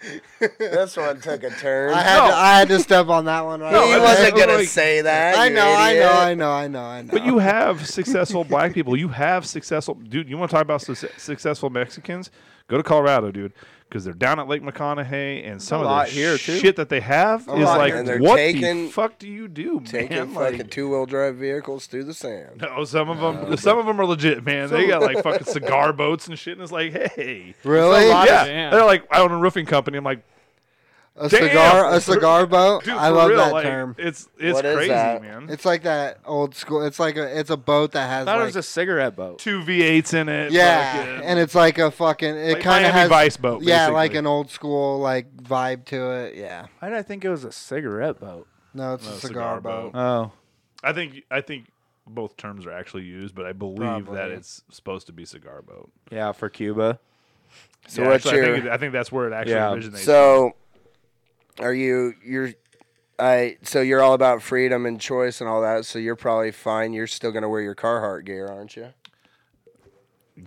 [SPEAKER 3] this one took a turn.
[SPEAKER 2] I had,
[SPEAKER 4] No.
[SPEAKER 2] to, I had to step on that one right
[SPEAKER 4] No,
[SPEAKER 2] away.
[SPEAKER 3] he
[SPEAKER 4] I
[SPEAKER 3] wasn't
[SPEAKER 4] mean,
[SPEAKER 3] gonna
[SPEAKER 4] like-
[SPEAKER 3] say that.
[SPEAKER 2] I
[SPEAKER 3] you
[SPEAKER 2] know, I
[SPEAKER 3] idiot.
[SPEAKER 2] know, I know, I know, I know.
[SPEAKER 4] But you have successful black people. You have successful dude. You want to talk about su- successful Mexicans? Go to Colorado, dude, because they're down at Lake McConaughey, and some of
[SPEAKER 5] lot
[SPEAKER 4] the
[SPEAKER 5] here, too.
[SPEAKER 4] shit that they have is
[SPEAKER 5] lot
[SPEAKER 4] like,
[SPEAKER 5] here.
[SPEAKER 3] And they're
[SPEAKER 4] what the
[SPEAKER 3] taking-
[SPEAKER 4] fuck do you do,
[SPEAKER 3] taking
[SPEAKER 4] man?
[SPEAKER 3] fucking
[SPEAKER 4] Like,
[SPEAKER 3] two wheel drive vehicles through the sand.
[SPEAKER 4] no, some of them, some of them are legit, man. They got like fucking cigar boats and shit, and it's like, hey,
[SPEAKER 2] really?
[SPEAKER 6] lot-
[SPEAKER 4] yeah,
[SPEAKER 6] Damn.
[SPEAKER 4] they're like, I own a roofing company. I'm like,
[SPEAKER 2] A
[SPEAKER 4] Damn.
[SPEAKER 2] cigar, a cigar boat.
[SPEAKER 4] dude,
[SPEAKER 2] I
[SPEAKER 4] for
[SPEAKER 2] love
[SPEAKER 4] real,
[SPEAKER 2] that
[SPEAKER 4] like,
[SPEAKER 2] term.
[SPEAKER 4] It's it's
[SPEAKER 3] What is
[SPEAKER 4] crazy,
[SPEAKER 3] that?
[SPEAKER 4] man.
[SPEAKER 2] It's like that old school. It's like a, it's a boat that has
[SPEAKER 5] I thought it
[SPEAKER 2] like,
[SPEAKER 5] was a cigarette boat.
[SPEAKER 4] Two V8s in it.
[SPEAKER 2] yeah,
[SPEAKER 4] fucking-
[SPEAKER 2] and it's like a fucking. It
[SPEAKER 4] Like
[SPEAKER 2] kind
[SPEAKER 4] Miami
[SPEAKER 2] of has
[SPEAKER 4] Vice boat,
[SPEAKER 2] Yeah, like
[SPEAKER 4] basically.
[SPEAKER 2] an old school like vibe to it. Yeah,
[SPEAKER 5] Why did I think it was a cigarette boat?
[SPEAKER 2] no, it's a cigar,
[SPEAKER 4] cigar
[SPEAKER 2] boat.
[SPEAKER 4] boat.
[SPEAKER 5] Oh.
[SPEAKER 4] I think I think both terms are actually used, but I believe that
[SPEAKER 2] Probably.
[SPEAKER 4] it's supposed to be cigar boat.
[SPEAKER 5] Yeah, for Cuba.
[SPEAKER 3] So
[SPEAKER 4] Yeah,
[SPEAKER 3] what's
[SPEAKER 4] actually, I
[SPEAKER 3] your
[SPEAKER 4] think, it- I think that's where it actually
[SPEAKER 5] Yeah.
[SPEAKER 4] originates.
[SPEAKER 3] so? Are you you're I so you're all about freedom and choice and all that. So you're probably fine. You're still gonna wear your Carhartt gear, aren't you?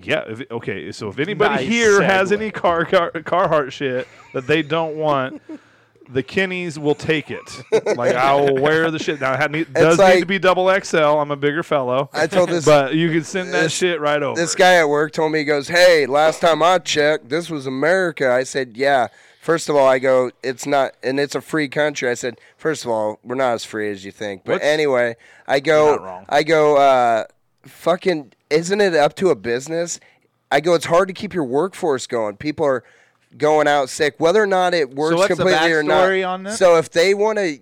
[SPEAKER 4] Yeah. If, okay. So if anybody
[SPEAKER 5] Nice
[SPEAKER 4] here has
[SPEAKER 5] segue.
[SPEAKER 4] any car, car Carhartt shit that they don't want, the Kinneys will take it. Like I'll wear the shit. Now it ha- need- does need to
[SPEAKER 3] like-
[SPEAKER 4] be double XL. I'm a bigger fellow.
[SPEAKER 3] I told this
[SPEAKER 4] but you can send that
[SPEAKER 3] this-
[SPEAKER 4] shit right over.
[SPEAKER 3] this guy at work told me he goes, "Hey, last time I checked, this was America." I said, "Yeah." First of all, I go, "It's not, and it's a free country." I said, first of all, we're not as free as you think." But
[SPEAKER 4] What's-
[SPEAKER 3] anyway, I go,
[SPEAKER 4] not wrong.
[SPEAKER 3] I go, uh, "Fucking, isn't it up to a business?" I go, "It's hard to keep your workforce going. People are going out sick, whether or not it works
[SPEAKER 5] what's the
[SPEAKER 3] completely or not."
[SPEAKER 5] backstory on this?
[SPEAKER 3] So if they want to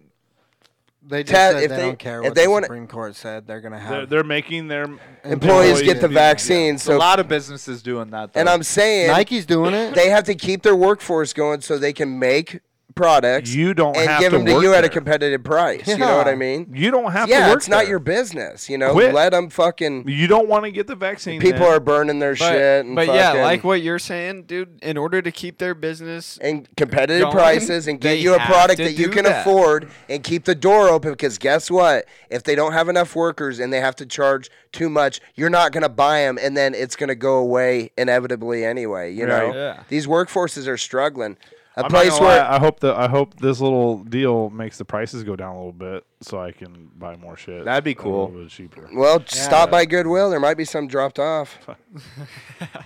[SPEAKER 2] They just
[SPEAKER 3] Ted,
[SPEAKER 2] said
[SPEAKER 3] if
[SPEAKER 2] they,
[SPEAKER 3] they-
[SPEAKER 2] don't care
[SPEAKER 3] if
[SPEAKER 2] what
[SPEAKER 3] they
[SPEAKER 2] the
[SPEAKER 3] wanna-
[SPEAKER 2] Supreme Court said. They're gonna have
[SPEAKER 4] they're, they're making their
[SPEAKER 3] employees get the
[SPEAKER 4] do-
[SPEAKER 3] vaccine,
[SPEAKER 5] It's a
[SPEAKER 3] so
[SPEAKER 5] lot of businesses doing that. Though.
[SPEAKER 3] and I'm saying
[SPEAKER 2] Nike's doing it.
[SPEAKER 3] they have to keep their workforce going so they can make products.
[SPEAKER 4] You don't
[SPEAKER 3] and
[SPEAKER 4] have
[SPEAKER 3] give
[SPEAKER 4] to
[SPEAKER 3] them to
[SPEAKER 4] work
[SPEAKER 3] you at a
[SPEAKER 4] there.
[SPEAKER 3] competitive price. You know what
[SPEAKER 2] Yeah.
[SPEAKER 3] I mean?
[SPEAKER 4] You don't have to
[SPEAKER 3] yeah,
[SPEAKER 4] work.
[SPEAKER 3] it's not
[SPEAKER 4] there.
[SPEAKER 3] your business. You know,
[SPEAKER 4] Quit.
[SPEAKER 3] let them fucking.
[SPEAKER 4] You don't want to get the vaccine.
[SPEAKER 3] People
[SPEAKER 4] then.
[SPEAKER 3] are burning their
[SPEAKER 6] But,
[SPEAKER 3] shit. And
[SPEAKER 6] but yeah,
[SPEAKER 3] fucking-
[SPEAKER 6] like what you're saying, dude. In order to keep their business,
[SPEAKER 3] and competitive
[SPEAKER 6] going,
[SPEAKER 3] prices and get
[SPEAKER 6] they
[SPEAKER 3] you a
[SPEAKER 6] have
[SPEAKER 3] product
[SPEAKER 6] to
[SPEAKER 3] that you
[SPEAKER 6] do
[SPEAKER 3] can
[SPEAKER 6] that.
[SPEAKER 3] afford and keep the door open because guess what if they don't have enough workers and they have to charge too much you're not going to buy them and then it's going to go away inevitably anyway you
[SPEAKER 4] Right.
[SPEAKER 3] know
[SPEAKER 6] Yeah.
[SPEAKER 3] these workforces are struggling
[SPEAKER 4] I'm
[SPEAKER 3] a
[SPEAKER 4] not
[SPEAKER 3] place
[SPEAKER 4] gonna
[SPEAKER 3] where
[SPEAKER 4] lie, I hope the I hope this little deal makes the prices go down a little bit so I can buy more shit.
[SPEAKER 5] That'd be
[SPEAKER 4] a little
[SPEAKER 5] cool.
[SPEAKER 4] bit cheaper.
[SPEAKER 3] well stop by goodwill there might be some dropped off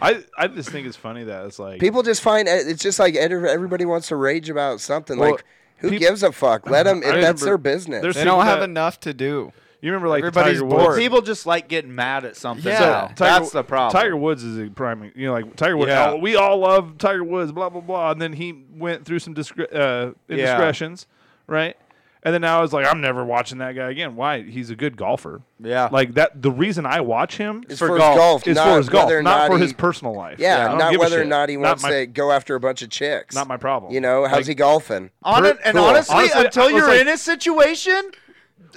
[SPEAKER 4] I, I just think it's funny that it's like
[SPEAKER 3] people just find eh, it's just like every- everybody wants to rage about something
[SPEAKER 4] Well,
[SPEAKER 3] like who
[SPEAKER 4] peop-
[SPEAKER 3] gives a fuck let them
[SPEAKER 4] I
[SPEAKER 3] if that's
[SPEAKER 4] remember-
[SPEAKER 3] their business
[SPEAKER 4] there's-
[SPEAKER 6] they don't have
[SPEAKER 4] that-
[SPEAKER 6] enough to do.
[SPEAKER 4] you remember like the
[SPEAKER 6] everybody's
[SPEAKER 4] Tiger
[SPEAKER 6] bored.
[SPEAKER 4] Woods.
[SPEAKER 5] people just like getting mad at something.
[SPEAKER 6] Yeah.
[SPEAKER 5] now.
[SPEAKER 6] So,
[SPEAKER 4] Tiger-
[SPEAKER 5] that's the problem.
[SPEAKER 4] Tiger Woods is a prime, you know, like Tiger Woods.
[SPEAKER 5] Yeah.
[SPEAKER 4] "Oh, we all love Tiger Woods, blah blah blah, and then he went through some discre- uh, indiscretions, right? And then now I was like, I'm never watching that guy again. Why? He's a good golfer.
[SPEAKER 5] Yeah.
[SPEAKER 4] Like that. The reason I watch him
[SPEAKER 3] It's for his golf,
[SPEAKER 4] Is
[SPEAKER 3] not
[SPEAKER 4] for his golf,
[SPEAKER 3] whether or
[SPEAKER 4] not,
[SPEAKER 3] not
[SPEAKER 4] for
[SPEAKER 3] he-
[SPEAKER 4] his personal life. I
[SPEAKER 3] yeah,
[SPEAKER 4] don't
[SPEAKER 3] not
[SPEAKER 4] give a
[SPEAKER 3] whether or
[SPEAKER 4] shit.
[SPEAKER 3] not he wants
[SPEAKER 4] my,
[SPEAKER 3] to go after a bunch of chicks
[SPEAKER 4] Not my problem.
[SPEAKER 3] you know how's he golfing
[SPEAKER 5] On
[SPEAKER 4] Per-
[SPEAKER 5] it- and
[SPEAKER 4] cool.
[SPEAKER 5] honestly,
[SPEAKER 4] Honestly, I
[SPEAKER 5] until
[SPEAKER 4] was
[SPEAKER 5] you're
[SPEAKER 4] like-
[SPEAKER 5] in a situation,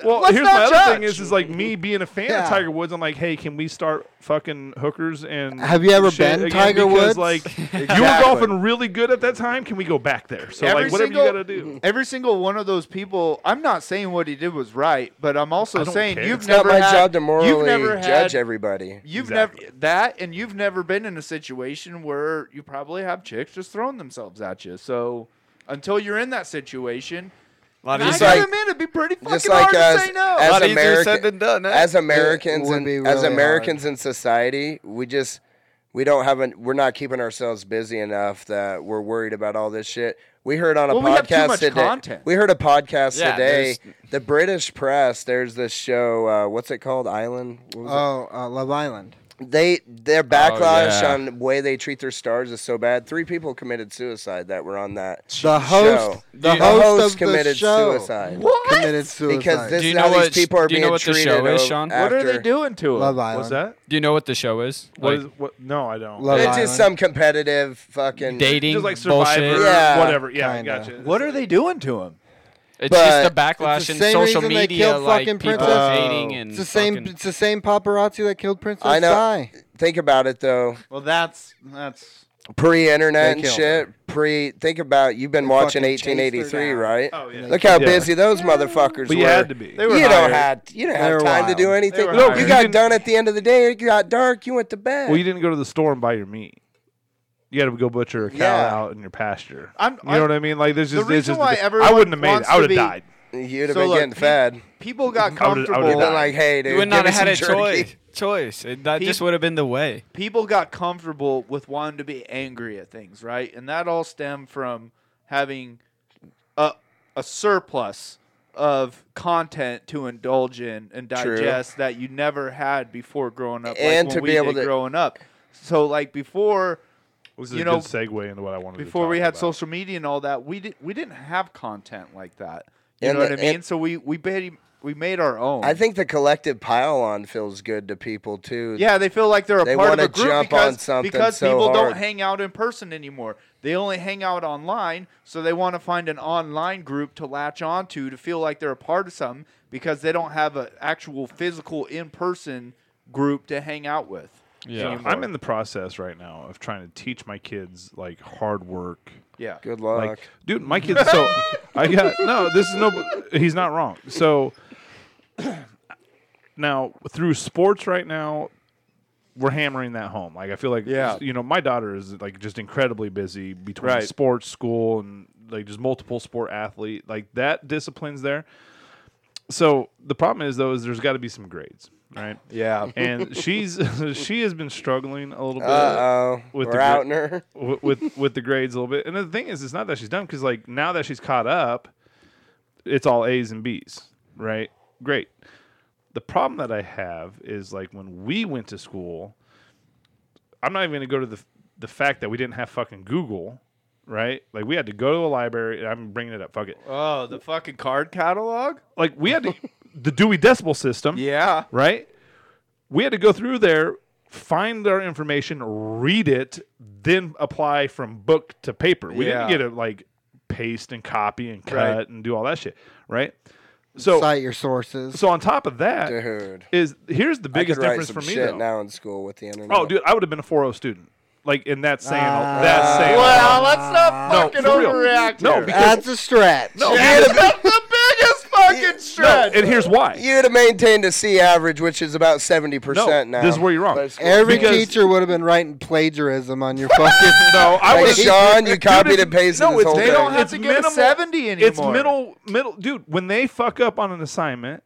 [SPEAKER 4] Well,
[SPEAKER 5] Let's
[SPEAKER 4] here's
[SPEAKER 5] not
[SPEAKER 4] my other thing
[SPEAKER 5] judge.
[SPEAKER 4] is, is like me being a fan
[SPEAKER 2] Yeah.
[SPEAKER 4] of Tiger Woods. I'm like, hey, can we start fucking hookers and
[SPEAKER 2] Have you ever
[SPEAKER 4] shit
[SPEAKER 2] been
[SPEAKER 4] again?
[SPEAKER 2] Tiger
[SPEAKER 4] because,
[SPEAKER 2] Woods?
[SPEAKER 4] Like, you were
[SPEAKER 5] Exactly.
[SPEAKER 4] golfing really good at that time. Can we go back there? So
[SPEAKER 5] Every
[SPEAKER 4] like, whatever
[SPEAKER 5] single- Mm-hmm.
[SPEAKER 4] you gotta do.
[SPEAKER 5] every single one of those people. I'm not saying what he did was right, but I'm also
[SPEAKER 4] don't
[SPEAKER 5] saying
[SPEAKER 4] care.
[SPEAKER 5] you've
[SPEAKER 4] It's
[SPEAKER 3] it's not
[SPEAKER 5] never
[SPEAKER 3] my
[SPEAKER 5] had,
[SPEAKER 3] job to
[SPEAKER 5] you've
[SPEAKER 3] morally
[SPEAKER 5] never had,
[SPEAKER 3] judge everybody
[SPEAKER 5] You've
[SPEAKER 4] Exactly.
[SPEAKER 5] never that, and you've never been in a situation where you probably have chicks just throwing themselves at you. So until you're in that situation,
[SPEAKER 6] A lot
[SPEAKER 5] I
[SPEAKER 3] Just
[SPEAKER 6] of
[SPEAKER 5] gotta
[SPEAKER 6] you
[SPEAKER 3] like-
[SPEAKER 5] admit it'd be pretty fucking
[SPEAKER 3] just like
[SPEAKER 5] hard
[SPEAKER 3] as,
[SPEAKER 5] to say no.
[SPEAKER 3] as
[SPEAKER 6] Lot easier
[SPEAKER 3] American-
[SPEAKER 6] said than done, eh?
[SPEAKER 3] as Americans
[SPEAKER 2] would
[SPEAKER 3] in,
[SPEAKER 2] be
[SPEAKER 3] as
[SPEAKER 2] really
[SPEAKER 3] Americans in society, we just we don't have an, we're not keeping ourselves busy enough that we're worried about all this shit. We heard on a
[SPEAKER 5] Well, we have too
[SPEAKER 3] podcast
[SPEAKER 5] much
[SPEAKER 3] today.
[SPEAKER 5] content.
[SPEAKER 3] We heard a podcast
[SPEAKER 6] Yeah,
[SPEAKER 3] today. The British press. There's this show. Uh, what's it called? Island. What was it?
[SPEAKER 2] oh, uh, Love Island.
[SPEAKER 3] They their backlash
[SPEAKER 6] yeah.
[SPEAKER 3] on the way they treat their stars is so bad. Three people committed suicide that were on that
[SPEAKER 2] The host,
[SPEAKER 3] show.
[SPEAKER 2] the
[SPEAKER 6] The
[SPEAKER 2] host, of
[SPEAKER 3] committed
[SPEAKER 2] the show
[SPEAKER 3] suicide.
[SPEAKER 2] committed suicide
[SPEAKER 3] Because this
[SPEAKER 6] Do you
[SPEAKER 3] is how
[SPEAKER 6] know
[SPEAKER 3] these
[SPEAKER 6] what-
[SPEAKER 3] people are
[SPEAKER 6] do you
[SPEAKER 3] being
[SPEAKER 6] know what the
[SPEAKER 3] treated. oh,
[SPEAKER 6] show is,
[SPEAKER 3] o-
[SPEAKER 6] Sean?
[SPEAKER 5] what are they
[SPEAKER 3] after-
[SPEAKER 5] doing to him?
[SPEAKER 2] Love Island.
[SPEAKER 4] What's that?
[SPEAKER 6] Do you know what the show is?
[SPEAKER 4] What
[SPEAKER 6] Like,
[SPEAKER 4] is what? No, I don't.
[SPEAKER 2] Love
[SPEAKER 3] It's just
[SPEAKER 2] Island.
[SPEAKER 3] some competitive fucking
[SPEAKER 6] dating,
[SPEAKER 4] Just like
[SPEAKER 6] bullshit.
[SPEAKER 4] Survivor,
[SPEAKER 3] Yeah.
[SPEAKER 4] whatever. Yeah, I
[SPEAKER 2] Kinda.
[SPEAKER 4] gotcha.
[SPEAKER 5] What are they doing to him?
[SPEAKER 6] It's
[SPEAKER 3] But-
[SPEAKER 6] just the backlash
[SPEAKER 2] It's the
[SPEAKER 6] in
[SPEAKER 2] same reason
[SPEAKER 6] social
[SPEAKER 2] they
[SPEAKER 6] media,
[SPEAKER 2] killed
[SPEAKER 6] like
[SPEAKER 2] fucking
[SPEAKER 6] people
[SPEAKER 2] Princess-
[SPEAKER 6] hating and
[SPEAKER 2] It's the same.
[SPEAKER 6] fucking-
[SPEAKER 2] It's the same paparazzi that killed Princess
[SPEAKER 3] I know.
[SPEAKER 2] Di.
[SPEAKER 3] Think about it though.
[SPEAKER 5] Well, that's that's
[SPEAKER 2] They
[SPEAKER 3] Pre-internet and
[SPEAKER 2] killed
[SPEAKER 3] shit. Pre. Think about you've been
[SPEAKER 2] They
[SPEAKER 3] watching
[SPEAKER 2] fucking chased her
[SPEAKER 3] 1883,
[SPEAKER 2] down.
[SPEAKER 3] right?
[SPEAKER 4] Oh yeah.
[SPEAKER 3] Look how
[SPEAKER 4] Yeah.
[SPEAKER 3] busy those motherfuckers
[SPEAKER 4] But
[SPEAKER 3] were.
[SPEAKER 4] you had to be.
[SPEAKER 5] They were
[SPEAKER 3] you don't
[SPEAKER 5] hired.
[SPEAKER 3] have you don't
[SPEAKER 2] They
[SPEAKER 3] have
[SPEAKER 2] were
[SPEAKER 3] time to do
[SPEAKER 2] wild.
[SPEAKER 3] anything.
[SPEAKER 5] were
[SPEAKER 3] No,
[SPEAKER 5] hired.
[SPEAKER 3] you
[SPEAKER 4] You
[SPEAKER 3] got
[SPEAKER 4] didn't-
[SPEAKER 3] done at the end of the day. It got dark. You went to bed.
[SPEAKER 4] Well, you didn't go to the store and buy your meat. You had to go butcher a cow
[SPEAKER 3] Yeah.
[SPEAKER 4] out in your pasture.
[SPEAKER 5] I'm-
[SPEAKER 4] you know what I mean? Like, there's just there's
[SPEAKER 5] reason
[SPEAKER 4] just
[SPEAKER 5] why
[SPEAKER 4] I
[SPEAKER 5] everyone
[SPEAKER 4] wouldn't have made it.
[SPEAKER 5] wants
[SPEAKER 4] I would
[SPEAKER 5] to
[SPEAKER 4] have
[SPEAKER 5] be-
[SPEAKER 4] died.
[SPEAKER 3] You'd have
[SPEAKER 5] So
[SPEAKER 3] been
[SPEAKER 5] look,
[SPEAKER 3] getting
[SPEAKER 5] pe-
[SPEAKER 3] fed.
[SPEAKER 5] people got
[SPEAKER 4] I would've- I would've
[SPEAKER 5] comfortable.
[SPEAKER 4] died.
[SPEAKER 3] Like, hey, dude,
[SPEAKER 6] you would not
[SPEAKER 3] give
[SPEAKER 6] have
[SPEAKER 3] me some
[SPEAKER 6] had a
[SPEAKER 3] turkey.
[SPEAKER 6] choice. Choice. It, that
[SPEAKER 5] Peop-
[SPEAKER 6] just would have been the way.
[SPEAKER 5] people got comfortable with wanting to be angry at things, right? And that all stemmed from having a a surplus of content to indulge in and
[SPEAKER 3] True.
[SPEAKER 5] digest that you never had before growing up, like
[SPEAKER 3] And
[SPEAKER 5] when
[SPEAKER 3] to
[SPEAKER 5] we
[SPEAKER 3] be able
[SPEAKER 5] did
[SPEAKER 3] to-
[SPEAKER 5] growing up. So like before
[SPEAKER 4] This is
[SPEAKER 5] You
[SPEAKER 4] a
[SPEAKER 5] know,
[SPEAKER 4] good segue into what I wanted. to
[SPEAKER 5] before we
[SPEAKER 4] talk
[SPEAKER 5] had
[SPEAKER 4] about.
[SPEAKER 5] social media and all that, we did we didn't have content like that. You
[SPEAKER 3] And
[SPEAKER 5] know
[SPEAKER 3] the-
[SPEAKER 5] what I mean?
[SPEAKER 3] and-
[SPEAKER 5] so we we made, we made our own.
[SPEAKER 3] I think the collective pile on feels good to people too.
[SPEAKER 5] Yeah, they feel like they're a
[SPEAKER 3] They
[SPEAKER 5] part of
[SPEAKER 3] wanna
[SPEAKER 5] a group
[SPEAKER 3] jump
[SPEAKER 5] because,
[SPEAKER 3] on something
[SPEAKER 5] because
[SPEAKER 3] so
[SPEAKER 5] people
[SPEAKER 3] hard.
[SPEAKER 5] don't hang out in person anymore. They only hang out online, so they want to find an online group to latch onto to feel like they're a part of something because they don't have an actual physical in person group to hang out with.
[SPEAKER 6] Yeah.
[SPEAKER 5] anymore.
[SPEAKER 4] I'm in the process right now of trying to teach my kids like hard work.
[SPEAKER 5] yeah.
[SPEAKER 3] Good luck.
[SPEAKER 4] Like, dude, my kids. So I got no. This is no. He's not wrong. So now through sports right now, we're hammering that home. Like I feel like
[SPEAKER 5] Yeah.
[SPEAKER 4] you know, my daughter is like just incredibly busy between
[SPEAKER 5] Right.
[SPEAKER 4] sports, school and like just multiple sport athlete. Like that discipline's there. So the problem is though is there's got to be some grades, right?
[SPEAKER 5] Yeah.
[SPEAKER 4] And she's she has been struggling a little bit
[SPEAKER 3] Uh oh,
[SPEAKER 4] With
[SPEAKER 3] we're
[SPEAKER 4] the gr-
[SPEAKER 3] outing her.
[SPEAKER 4] wi- with with the grades a little bit. And the thing is, it's not that she's done because like now that she's caught up, it's all A's and B's, right? Great. The problem that I have is like when we went to school, I'm not even going to go to the the fact that we didn't have fucking Google, right? Like we had to go to a library. I'm bringing it up. Fuck it.
[SPEAKER 5] Oh, the fucking card catalog?
[SPEAKER 4] Like we had to the Dewey Decimal System
[SPEAKER 5] Yeah.
[SPEAKER 4] right? We had to go through there, find our information, read it, then apply from book to paper. We
[SPEAKER 5] Yeah.
[SPEAKER 4] didn't get to like paste and copy and cut
[SPEAKER 5] Right.
[SPEAKER 4] and do all that shit, right? So,
[SPEAKER 2] Cite your sources.
[SPEAKER 4] so on top of that is
[SPEAKER 3] Dude.
[SPEAKER 4] here's the
[SPEAKER 3] I could
[SPEAKER 4] biggest
[SPEAKER 3] write
[SPEAKER 4] difference
[SPEAKER 3] some
[SPEAKER 4] for me
[SPEAKER 3] shit
[SPEAKER 4] though.
[SPEAKER 3] now in school with the internet.
[SPEAKER 4] Oh, dude, I would have been a 4.0 student. Like, in that saying, a-
[SPEAKER 3] Ah.
[SPEAKER 4] that's saying. a
[SPEAKER 5] Well,
[SPEAKER 4] lot.
[SPEAKER 5] let's not
[SPEAKER 4] No,
[SPEAKER 5] fucking
[SPEAKER 4] for real.
[SPEAKER 5] overreact.
[SPEAKER 4] No,
[SPEAKER 5] here.
[SPEAKER 4] because-
[SPEAKER 2] That's a stretch.
[SPEAKER 4] No,
[SPEAKER 5] That's
[SPEAKER 4] because-
[SPEAKER 5] the biggest fucking
[SPEAKER 4] no,
[SPEAKER 5] stretch.
[SPEAKER 4] and here's why.
[SPEAKER 3] You'd have maintained a C average, which is about seventy percent
[SPEAKER 4] No,
[SPEAKER 3] now.
[SPEAKER 4] this is where you're wrong.
[SPEAKER 3] Let's-
[SPEAKER 2] Every
[SPEAKER 4] Because-
[SPEAKER 2] teacher would have been writing plagiarism on your fucking.
[SPEAKER 4] No, I
[SPEAKER 3] Like
[SPEAKER 4] would have.
[SPEAKER 3] Sean, you copied
[SPEAKER 4] it's-
[SPEAKER 3] and pasted
[SPEAKER 4] no,
[SPEAKER 3] this
[SPEAKER 4] it's-
[SPEAKER 3] whole
[SPEAKER 4] they
[SPEAKER 5] they
[SPEAKER 3] thing.
[SPEAKER 5] don't have
[SPEAKER 4] It's
[SPEAKER 5] to give
[SPEAKER 4] minimal-
[SPEAKER 5] a 70 anymore.
[SPEAKER 4] It's middle, middle, dude. When they fuck up on an assignment,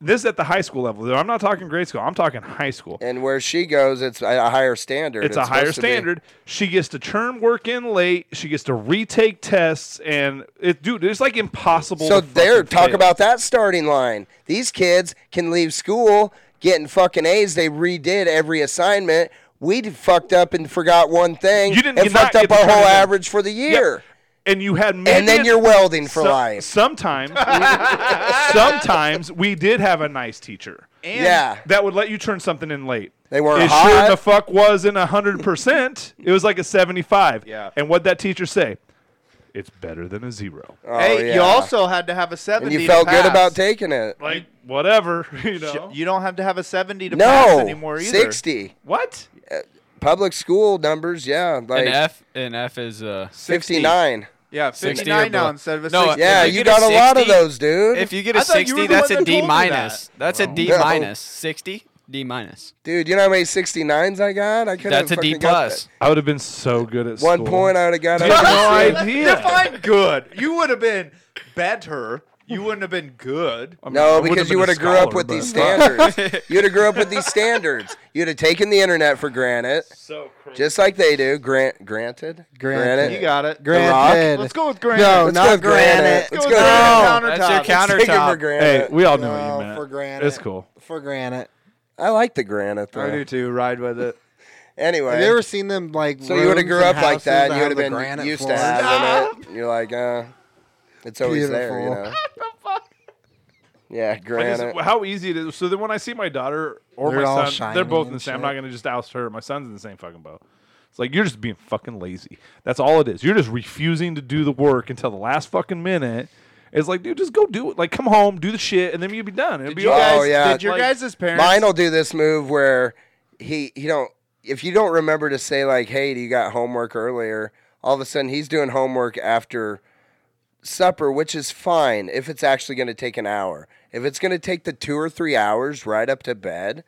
[SPEAKER 4] this is at the high school level. Though I'm not talking grade school. I'm talking high school.
[SPEAKER 3] and where she goes, it's a a higher standard.
[SPEAKER 4] It's, a higher
[SPEAKER 3] supposed to be.
[SPEAKER 4] standard. She gets to churn work in late. She gets to retake tests, and it, dude, it's like impossible.
[SPEAKER 3] So
[SPEAKER 4] to fucking
[SPEAKER 3] there, talk
[SPEAKER 4] fail.
[SPEAKER 3] about that starting line. These kids can leave school getting fucking A's. They redid every assignment. We d- fucked up and forgot one thing.
[SPEAKER 4] You didn't-
[SPEAKER 3] and
[SPEAKER 4] you not
[SPEAKER 3] fucked up
[SPEAKER 4] get to
[SPEAKER 3] our
[SPEAKER 4] turn
[SPEAKER 3] whole
[SPEAKER 4] it in.
[SPEAKER 3] average for the year.
[SPEAKER 4] and you had maybe
[SPEAKER 3] And then
[SPEAKER 4] a-
[SPEAKER 3] you're welding for
[SPEAKER 4] so-
[SPEAKER 3] life.
[SPEAKER 4] Sometimes, sometimes we did have a nice teacher.
[SPEAKER 3] yeah,
[SPEAKER 4] that would let you turn something in late.
[SPEAKER 3] They weren't
[SPEAKER 4] It
[SPEAKER 3] hot.
[SPEAKER 4] sure the fuck wasn't hundred percent. It was like a seventy-five.
[SPEAKER 5] Yeah.
[SPEAKER 4] And what that teacher say? It's better than a zero.
[SPEAKER 3] Oh,
[SPEAKER 5] Hey,
[SPEAKER 3] yeah.
[SPEAKER 5] you also had to have a 70
[SPEAKER 3] and you
[SPEAKER 5] to
[SPEAKER 3] felt good
[SPEAKER 5] pass.
[SPEAKER 3] about taking it.
[SPEAKER 4] Like whatever, you know.
[SPEAKER 5] You don't have to have a 70 to pass
[SPEAKER 3] No,
[SPEAKER 5] anymore either.
[SPEAKER 3] sixty
[SPEAKER 4] what?
[SPEAKER 3] public school numbers. Yeah, like
[SPEAKER 6] An F and F is uh
[SPEAKER 3] fifty-nine.
[SPEAKER 5] Yeah,
[SPEAKER 6] 60
[SPEAKER 5] 59 now
[SPEAKER 6] above.
[SPEAKER 5] instead of a
[SPEAKER 6] No,
[SPEAKER 5] 60.
[SPEAKER 3] Yeah,
[SPEAKER 6] If you
[SPEAKER 3] you
[SPEAKER 6] get a
[SPEAKER 3] got a lot of
[SPEAKER 6] 60
[SPEAKER 3] those, dude.
[SPEAKER 6] If you get
[SPEAKER 5] I
[SPEAKER 6] a
[SPEAKER 5] thought you were
[SPEAKER 6] sixty,
[SPEAKER 5] the
[SPEAKER 6] that's
[SPEAKER 5] one
[SPEAKER 6] a
[SPEAKER 5] that told
[SPEAKER 6] D
[SPEAKER 5] me
[SPEAKER 6] minus.
[SPEAKER 5] that.
[SPEAKER 6] That's a D
[SPEAKER 3] No.
[SPEAKER 6] minus. Sixty D minus.
[SPEAKER 3] Dude, you know how many 69s I got? I could
[SPEAKER 6] That's a D plus.
[SPEAKER 4] I would have been so good at
[SPEAKER 3] One
[SPEAKER 4] school.
[SPEAKER 3] point I would have got.
[SPEAKER 4] You have no
[SPEAKER 3] over 60.
[SPEAKER 4] idea.
[SPEAKER 5] Define good. You would have been better. You wouldn't have been good.
[SPEAKER 4] I mean, I
[SPEAKER 3] No,
[SPEAKER 4] wouldn't
[SPEAKER 3] because you
[SPEAKER 4] been
[SPEAKER 3] would
[SPEAKER 4] a
[SPEAKER 3] have grew up
[SPEAKER 4] scholar,
[SPEAKER 3] with
[SPEAKER 4] but-
[SPEAKER 3] these standards. You'd have grew up with these standards. You'd have taken the internet for granted,
[SPEAKER 4] So crazy.
[SPEAKER 3] just like they do. Grant, granted,
[SPEAKER 2] Granted.
[SPEAKER 5] You got it.
[SPEAKER 2] Granted.
[SPEAKER 5] Let's go with granted.
[SPEAKER 2] No,
[SPEAKER 3] Let's
[SPEAKER 2] not
[SPEAKER 3] go with granite.
[SPEAKER 2] granite.
[SPEAKER 3] Let's
[SPEAKER 5] Let's
[SPEAKER 3] go
[SPEAKER 5] go
[SPEAKER 3] granite.
[SPEAKER 5] with granite
[SPEAKER 6] That's your
[SPEAKER 5] countertop.
[SPEAKER 3] Let's take it for
[SPEAKER 6] countertop.
[SPEAKER 4] Hey,
[SPEAKER 3] granted.
[SPEAKER 4] we all knew
[SPEAKER 2] No,
[SPEAKER 4] what you meant.
[SPEAKER 2] for granted.
[SPEAKER 4] It's cool.
[SPEAKER 2] For granite.
[SPEAKER 3] I like the granite
[SPEAKER 5] I do
[SPEAKER 3] though.
[SPEAKER 5] too. Ride with it.
[SPEAKER 2] Have you
[SPEAKER 3] Anyway,
[SPEAKER 2] ever seen them like?
[SPEAKER 3] so you would have
[SPEAKER 2] rooms
[SPEAKER 3] grew
[SPEAKER 2] and
[SPEAKER 3] up like
[SPEAKER 2] houses
[SPEAKER 3] that, and you
[SPEAKER 2] have
[SPEAKER 3] would
[SPEAKER 2] the
[SPEAKER 3] have been
[SPEAKER 2] granite
[SPEAKER 3] used to
[SPEAKER 2] floors?
[SPEAKER 3] having it. You're like, uh, it's always there, you
[SPEAKER 2] Beautiful.
[SPEAKER 3] know. Yeah,
[SPEAKER 4] Like, is
[SPEAKER 3] granite.
[SPEAKER 4] it- how easy it is. So then when I see my daughter or
[SPEAKER 2] They're all
[SPEAKER 4] my son,
[SPEAKER 2] shiny
[SPEAKER 4] they're both in
[SPEAKER 2] and
[SPEAKER 4] the same. I'm
[SPEAKER 2] shit.
[SPEAKER 4] not going to just oust her. My son's in the same fucking boat. It's like you're just being fucking lazy. That's all it is. You're just refusing to do the work until the last fucking minute. It's like, dude, just go do it. Like, come home, do the shit, and then you'll be done. It'll be
[SPEAKER 5] You
[SPEAKER 4] all-
[SPEAKER 3] guys-
[SPEAKER 5] guys,
[SPEAKER 3] Oh, yeah.
[SPEAKER 5] Did your
[SPEAKER 4] Like-
[SPEAKER 5] guys' parents?
[SPEAKER 3] Mine will do this move where he he don't if you don't remember to say like, "Hey, do you got homework earlier?" All of a sudden, he's doing homework after supper, which is fine if it's actually going to take an hour. If it's going to take the two or three hours right up to bed,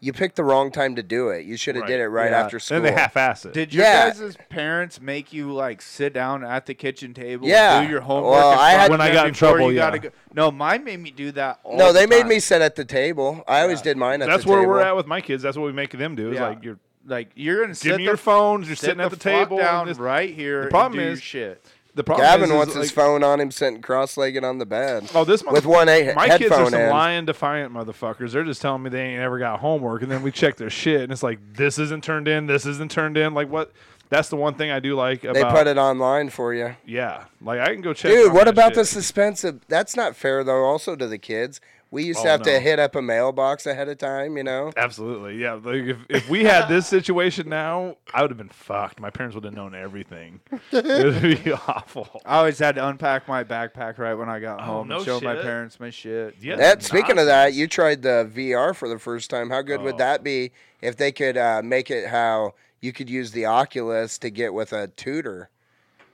[SPEAKER 3] you picked the wrong time to do it. You should have
[SPEAKER 4] Right.
[SPEAKER 3] did it right
[SPEAKER 5] Yeah.
[SPEAKER 3] after school.
[SPEAKER 4] Then they half-ass it.
[SPEAKER 5] Did your
[SPEAKER 3] Yeah.
[SPEAKER 5] guys' parents make you like sit down at the kitchen table?
[SPEAKER 3] Yeah.
[SPEAKER 5] And do your homework.
[SPEAKER 3] Well, I
[SPEAKER 5] in front
[SPEAKER 3] had-
[SPEAKER 5] of
[SPEAKER 4] When I
[SPEAKER 5] them
[SPEAKER 4] got in
[SPEAKER 5] before
[SPEAKER 4] trouble,
[SPEAKER 5] you gotta
[SPEAKER 4] yeah.
[SPEAKER 5] go- No, mine made me do that. All
[SPEAKER 3] no,
[SPEAKER 5] the
[SPEAKER 3] they made
[SPEAKER 5] time.
[SPEAKER 3] me sit at the table. I always did mine at
[SPEAKER 4] That's
[SPEAKER 3] the
[SPEAKER 4] where
[SPEAKER 3] table.
[SPEAKER 4] we're at with my kids. That's what we make them do. Is
[SPEAKER 5] Yeah.
[SPEAKER 4] like you're
[SPEAKER 5] like you're gonna
[SPEAKER 4] give
[SPEAKER 5] sit
[SPEAKER 4] me
[SPEAKER 5] the
[SPEAKER 4] your phones. You're
[SPEAKER 5] sit
[SPEAKER 4] sitting at the,
[SPEAKER 5] fuck
[SPEAKER 4] table. and
[SPEAKER 5] down
[SPEAKER 4] this-
[SPEAKER 5] right here.
[SPEAKER 4] The
[SPEAKER 5] and
[SPEAKER 4] problem
[SPEAKER 5] do your
[SPEAKER 4] is-
[SPEAKER 5] shit.
[SPEAKER 4] the problem
[SPEAKER 3] Gavin
[SPEAKER 4] is, is,
[SPEAKER 3] wants his
[SPEAKER 4] like-
[SPEAKER 3] phone on him, sitting cross-legged on the bed.
[SPEAKER 4] Oh, this
[SPEAKER 3] with
[SPEAKER 4] motherfucker-
[SPEAKER 3] one a-
[SPEAKER 4] My
[SPEAKER 3] headphone
[SPEAKER 4] kids are some
[SPEAKER 3] in.
[SPEAKER 4] lying, defiant motherfuckers. They're just telling me they ain't ever got homework, and then we check their shit, and it's like this isn't turned in, this isn't turned in. Like what? That's the one thing I do like about.
[SPEAKER 3] They put it online for you.
[SPEAKER 4] yeah, like I can go check.
[SPEAKER 3] Dude,
[SPEAKER 4] on
[SPEAKER 3] what
[SPEAKER 4] that
[SPEAKER 3] about
[SPEAKER 4] shit.
[SPEAKER 3] the suspense of that's not fair though also to the kids. We used to
[SPEAKER 4] Oh,
[SPEAKER 3] have
[SPEAKER 4] no.
[SPEAKER 3] to hit up a mailbox ahead of time, you know?
[SPEAKER 4] Absolutely, yeah. Like if, if we had this situation now, I would have been fucked. My parents would have known everything. it would be awful.
[SPEAKER 5] I always had to unpack my backpack right when I got home
[SPEAKER 4] Oh, no
[SPEAKER 5] and show my
[SPEAKER 4] shit.
[SPEAKER 5] parents my shit.
[SPEAKER 4] Yeah.
[SPEAKER 3] That speaking of that, you tried the VR for the first time. How good would
[SPEAKER 4] Oh.
[SPEAKER 3] that be if they could uh, make it how you could use the Oculus to get with a tutor?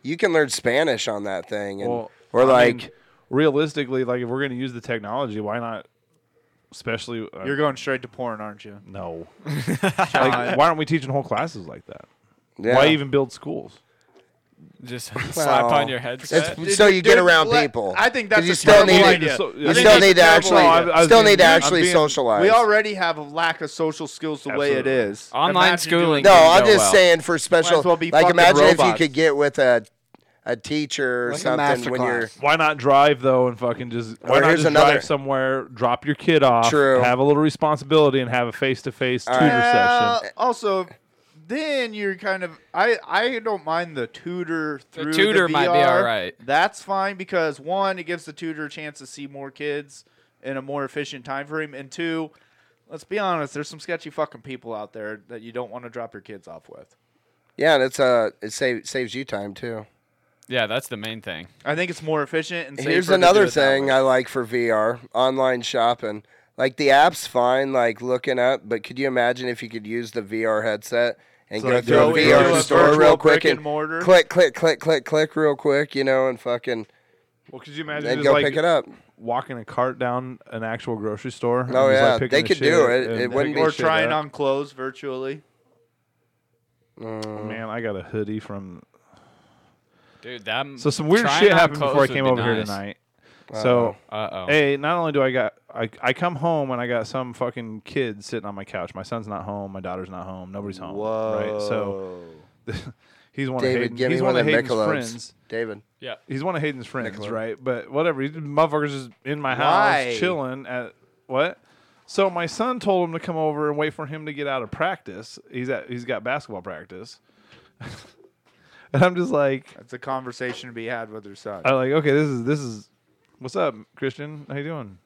[SPEAKER 3] You can learn Spanish on that thing and
[SPEAKER 4] Well,
[SPEAKER 3] or
[SPEAKER 4] I
[SPEAKER 3] like
[SPEAKER 4] mean, realistically, like if we're going to use the technology, why not especially uh,
[SPEAKER 5] You're going straight to porn, aren't you?
[SPEAKER 4] no. like, why aren't we teaching whole classes like that?
[SPEAKER 3] Yeah.
[SPEAKER 4] Why even build schools?
[SPEAKER 6] Just slap on your headset.
[SPEAKER 3] It's- so you get around
[SPEAKER 5] let-
[SPEAKER 3] people.
[SPEAKER 5] I think that's
[SPEAKER 3] 'Cause you
[SPEAKER 5] a
[SPEAKER 3] still
[SPEAKER 5] terrible
[SPEAKER 3] need to-
[SPEAKER 5] idea.
[SPEAKER 4] so-
[SPEAKER 5] I
[SPEAKER 4] you
[SPEAKER 3] You
[SPEAKER 5] think
[SPEAKER 3] still
[SPEAKER 5] that's
[SPEAKER 3] need to
[SPEAKER 5] a terrible
[SPEAKER 3] actually,
[SPEAKER 5] idea.
[SPEAKER 4] I- I was
[SPEAKER 3] still
[SPEAKER 4] being-
[SPEAKER 3] need to
[SPEAKER 4] I'm
[SPEAKER 3] actually
[SPEAKER 4] being-
[SPEAKER 3] socialize.
[SPEAKER 5] We already have a lack of social skills the way it
[SPEAKER 4] Absolutely.
[SPEAKER 5] is.
[SPEAKER 6] Online
[SPEAKER 5] Imagine doing
[SPEAKER 6] schooling.
[SPEAKER 3] no,
[SPEAKER 6] didn't
[SPEAKER 3] I'm
[SPEAKER 6] go
[SPEAKER 3] just
[SPEAKER 6] well.
[SPEAKER 3] saying for special.
[SPEAKER 5] as well be
[SPEAKER 3] like,
[SPEAKER 5] fucking
[SPEAKER 3] imagine if you
[SPEAKER 5] robots.
[SPEAKER 3] could get with a a teacher or
[SPEAKER 2] Like a
[SPEAKER 3] something when
[SPEAKER 2] masterclass.
[SPEAKER 3] you're.
[SPEAKER 4] Why not drive though and fucking just why
[SPEAKER 3] Or
[SPEAKER 4] not
[SPEAKER 3] here's
[SPEAKER 4] just
[SPEAKER 3] another-
[SPEAKER 4] drive somewhere, drop your kid off,
[SPEAKER 3] True.
[SPEAKER 4] have a little responsibility, and have a face to face tutor
[SPEAKER 5] Well,
[SPEAKER 4] session.
[SPEAKER 5] Also, then you're kind of I I don't mind the tutor
[SPEAKER 6] The
[SPEAKER 5] through
[SPEAKER 6] tutor might be
[SPEAKER 5] VR.
[SPEAKER 6] alright.
[SPEAKER 5] That's fine because one, it gives the tutor a chance to see more kids in a more efficient time frame, and two, let's be honest, there's some sketchy fucking people out there that you don't want to drop your kids off with.
[SPEAKER 3] Yeah, and it's uh, it save, saves you time too.
[SPEAKER 6] Yeah, that's the main thing.
[SPEAKER 5] I think it's more efficient and safer
[SPEAKER 3] Here's
[SPEAKER 5] to do
[SPEAKER 3] another
[SPEAKER 5] it that
[SPEAKER 3] thing
[SPEAKER 5] way.
[SPEAKER 3] I like for VR online shopping. Like the app's fine, like looking up, but could you imagine if you could use the VR headset and
[SPEAKER 4] So,
[SPEAKER 3] go
[SPEAKER 4] like,
[SPEAKER 3] through
[SPEAKER 4] go
[SPEAKER 3] a
[SPEAKER 4] into
[SPEAKER 3] VR
[SPEAKER 4] a
[SPEAKER 3] store real
[SPEAKER 5] virtual
[SPEAKER 3] quick
[SPEAKER 5] brick
[SPEAKER 3] and,
[SPEAKER 5] and mortar?
[SPEAKER 3] click, click, click, click, click real quick, you know, and fucking
[SPEAKER 4] Well, could you imagine
[SPEAKER 3] then
[SPEAKER 4] just
[SPEAKER 3] go
[SPEAKER 4] like
[SPEAKER 3] pick it up.
[SPEAKER 4] walking a cart down an actual grocery store? and
[SPEAKER 3] Oh,
[SPEAKER 4] just,
[SPEAKER 3] yeah,
[SPEAKER 4] like, picking
[SPEAKER 3] they
[SPEAKER 4] the
[SPEAKER 3] could
[SPEAKER 4] shit
[SPEAKER 3] do
[SPEAKER 4] up
[SPEAKER 3] it.
[SPEAKER 4] and
[SPEAKER 3] It
[SPEAKER 4] picking
[SPEAKER 3] wouldn't be-
[SPEAKER 4] the
[SPEAKER 5] or
[SPEAKER 4] shit
[SPEAKER 5] trying
[SPEAKER 4] up.
[SPEAKER 5] on clothes virtually.
[SPEAKER 3] Mm.
[SPEAKER 4] Man, I got a hoodie from
[SPEAKER 6] Dude, that
[SPEAKER 3] Mm.
[SPEAKER 4] so some weird shit happened before I came over here tonight.
[SPEAKER 3] Uh-huh.
[SPEAKER 4] So
[SPEAKER 6] Uh oh.
[SPEAKER 4] Hey, not only do I got I, I come home and I got some fucking kid sitting on my couch. My son's not home, my daughter's not home, nobody's home. Right. So he's one
[SPEAKER 3] David,
[SPEAKER 4] of
[SPEAKER 3] give
[SPEAKER 4] Hayden,
[SPEAKER 3] me
[SPEAKER 4] he's
[SPEAKER 3] one
[SPEAKER 4] one of
[SPEAKER 3] of them
[SPEAKER 4] Hayden's
[SPEAKER 3] Michelob's.
[SPEAKER 4] friends.
[SPEAKER 3] David.
[SPEAKER 6] Yeah.
[SPEAKER 4] He's one of Hayden's friends,
[SPEAKER 3] Michelob.
[SPEAKER 4] right? But whatever, these motherfuckers is in my house
[SPEAKER 5] Why?
[SPEAKER 4] chilling at what? So my son told him to come over and wait for him to get out of practice. He's at he's got basketball practice. and I'm just like
[SPEAKER 5] That's a conversation to be had with her son.
[SPEAKER 4] I like okay. This is this is what's up, Christian? How you doing?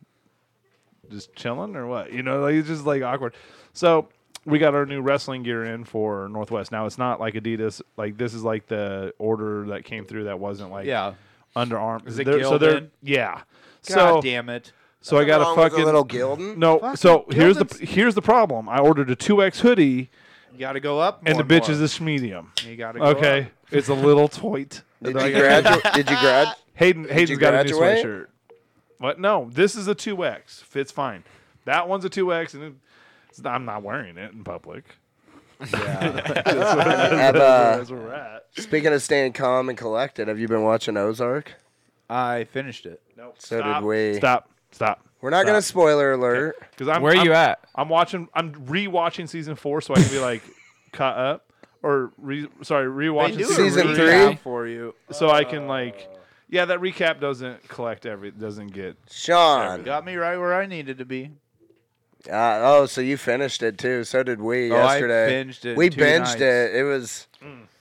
[SPEAKER 4] Just chilling or what? You know, like it's just like awkward. So we got our new wrestling gear in for Northwest. Now it's not like Adidas. Like this is like the order that came through that wasn't like
[SPEAKER 5] yeah.
[SPEAKER 4] underarm.
[SPEAKER 5] Is it
[SPEAKER 4] so they're
[SPEAKER 5] Gildan?
[SPEAKER 4] yeah.
[SPEAKER 5] God
[SPEAKER 4] so
[SPEAKER 5] damn it.
[SPEAKER 4] so I got a
[SPEAKER 3] Wrong with
[SPEAKER 4] fucking
[SPEAKER 3] a little Gildan.
[SPEAKER 4] no.
[SPEAKER 5] Fucking
[SPEAKER 4] so here's the
[SPEAKER 5] Gildan's-
[SPEAKER 4] here's the problem. I ordered a two X hoodie
[SPEAKER 5] You got to go up.
[SPEAKER 4] and
[SPEAKER 5] more
[SPEAKER 4] the bitch
[SPEAKER 5] more.
[SPEAKER 4] is this medium.
[SPEAKER 5] You gotta go
[SPEAKER 4] Okay, it's a little tight.
[SPEAKER 3] Did
[SPEAKER 4] And I
[SPEAKER 3] you
[SPEAKER 4] got-
[SPEAKER 3] graduate? Did you grad?
[SPEAKER 4] Hayden
[SPEAKER 3] you
[SPEAKER 4] Hayden's got a new
[SPEAKER 3] graduate?
[SPEAKER 4] sweatshirt. What? No, this is a two X. Fits fine. That one's a two X, and it- it's not, I'm not wearing it in public.
[SPEAKER 3] Have, uh,
[SPEAKER 4] That's where we're at.
[SPEAKER 3] speaking of staying calm and collected, have you been watching Ozark?
[SPEAKER 5] I finished it.
[SPEAKER 4] Nope.
[SPEAKER 3] So
[SPEAKER 4] stop,
[SPEAKER 3] did we.
[SPEAKER 4] Stop. Stop.
[SPEAKER 3] We're not gonna spoiler alert.
[SPEAKER 4] Because I'm.
[SPEAKER 6] Where are
[SPEAKER 4] I'm-
[SPEAKER 6] you at?
[SPEAKER 4] I'm watching. I'm rewatching season four, so I can be like caught up, or re, sorry, rewatching
[SPEAKER 5] do a
[SPEAKER 4] season,
[SPEAKER 3] Season
[SPEAKER 5] recap
[SPEAKER 3] three?
[SPEAKER 5] for you.
[SPEAKER 4] so I can like. Yeah, that recap doesn't collect every. Doesn't get.
[SPEAKER 3] Sean.
[SPEAKER 5] Got me right where I needed to be.
[SPEAKER 3] Uh, oh, so you finished it too. So did we
[SPEAKER 5] Oh, I
[SPEAKER 3] yesterday.
[SPEAKER 5] binged it
[SPEAKER 3] we
[SPEAKER 5] two
[SPEAKER 3] binged
[SPEAKER 5] nights.
[SPEAKER 3] it. It was.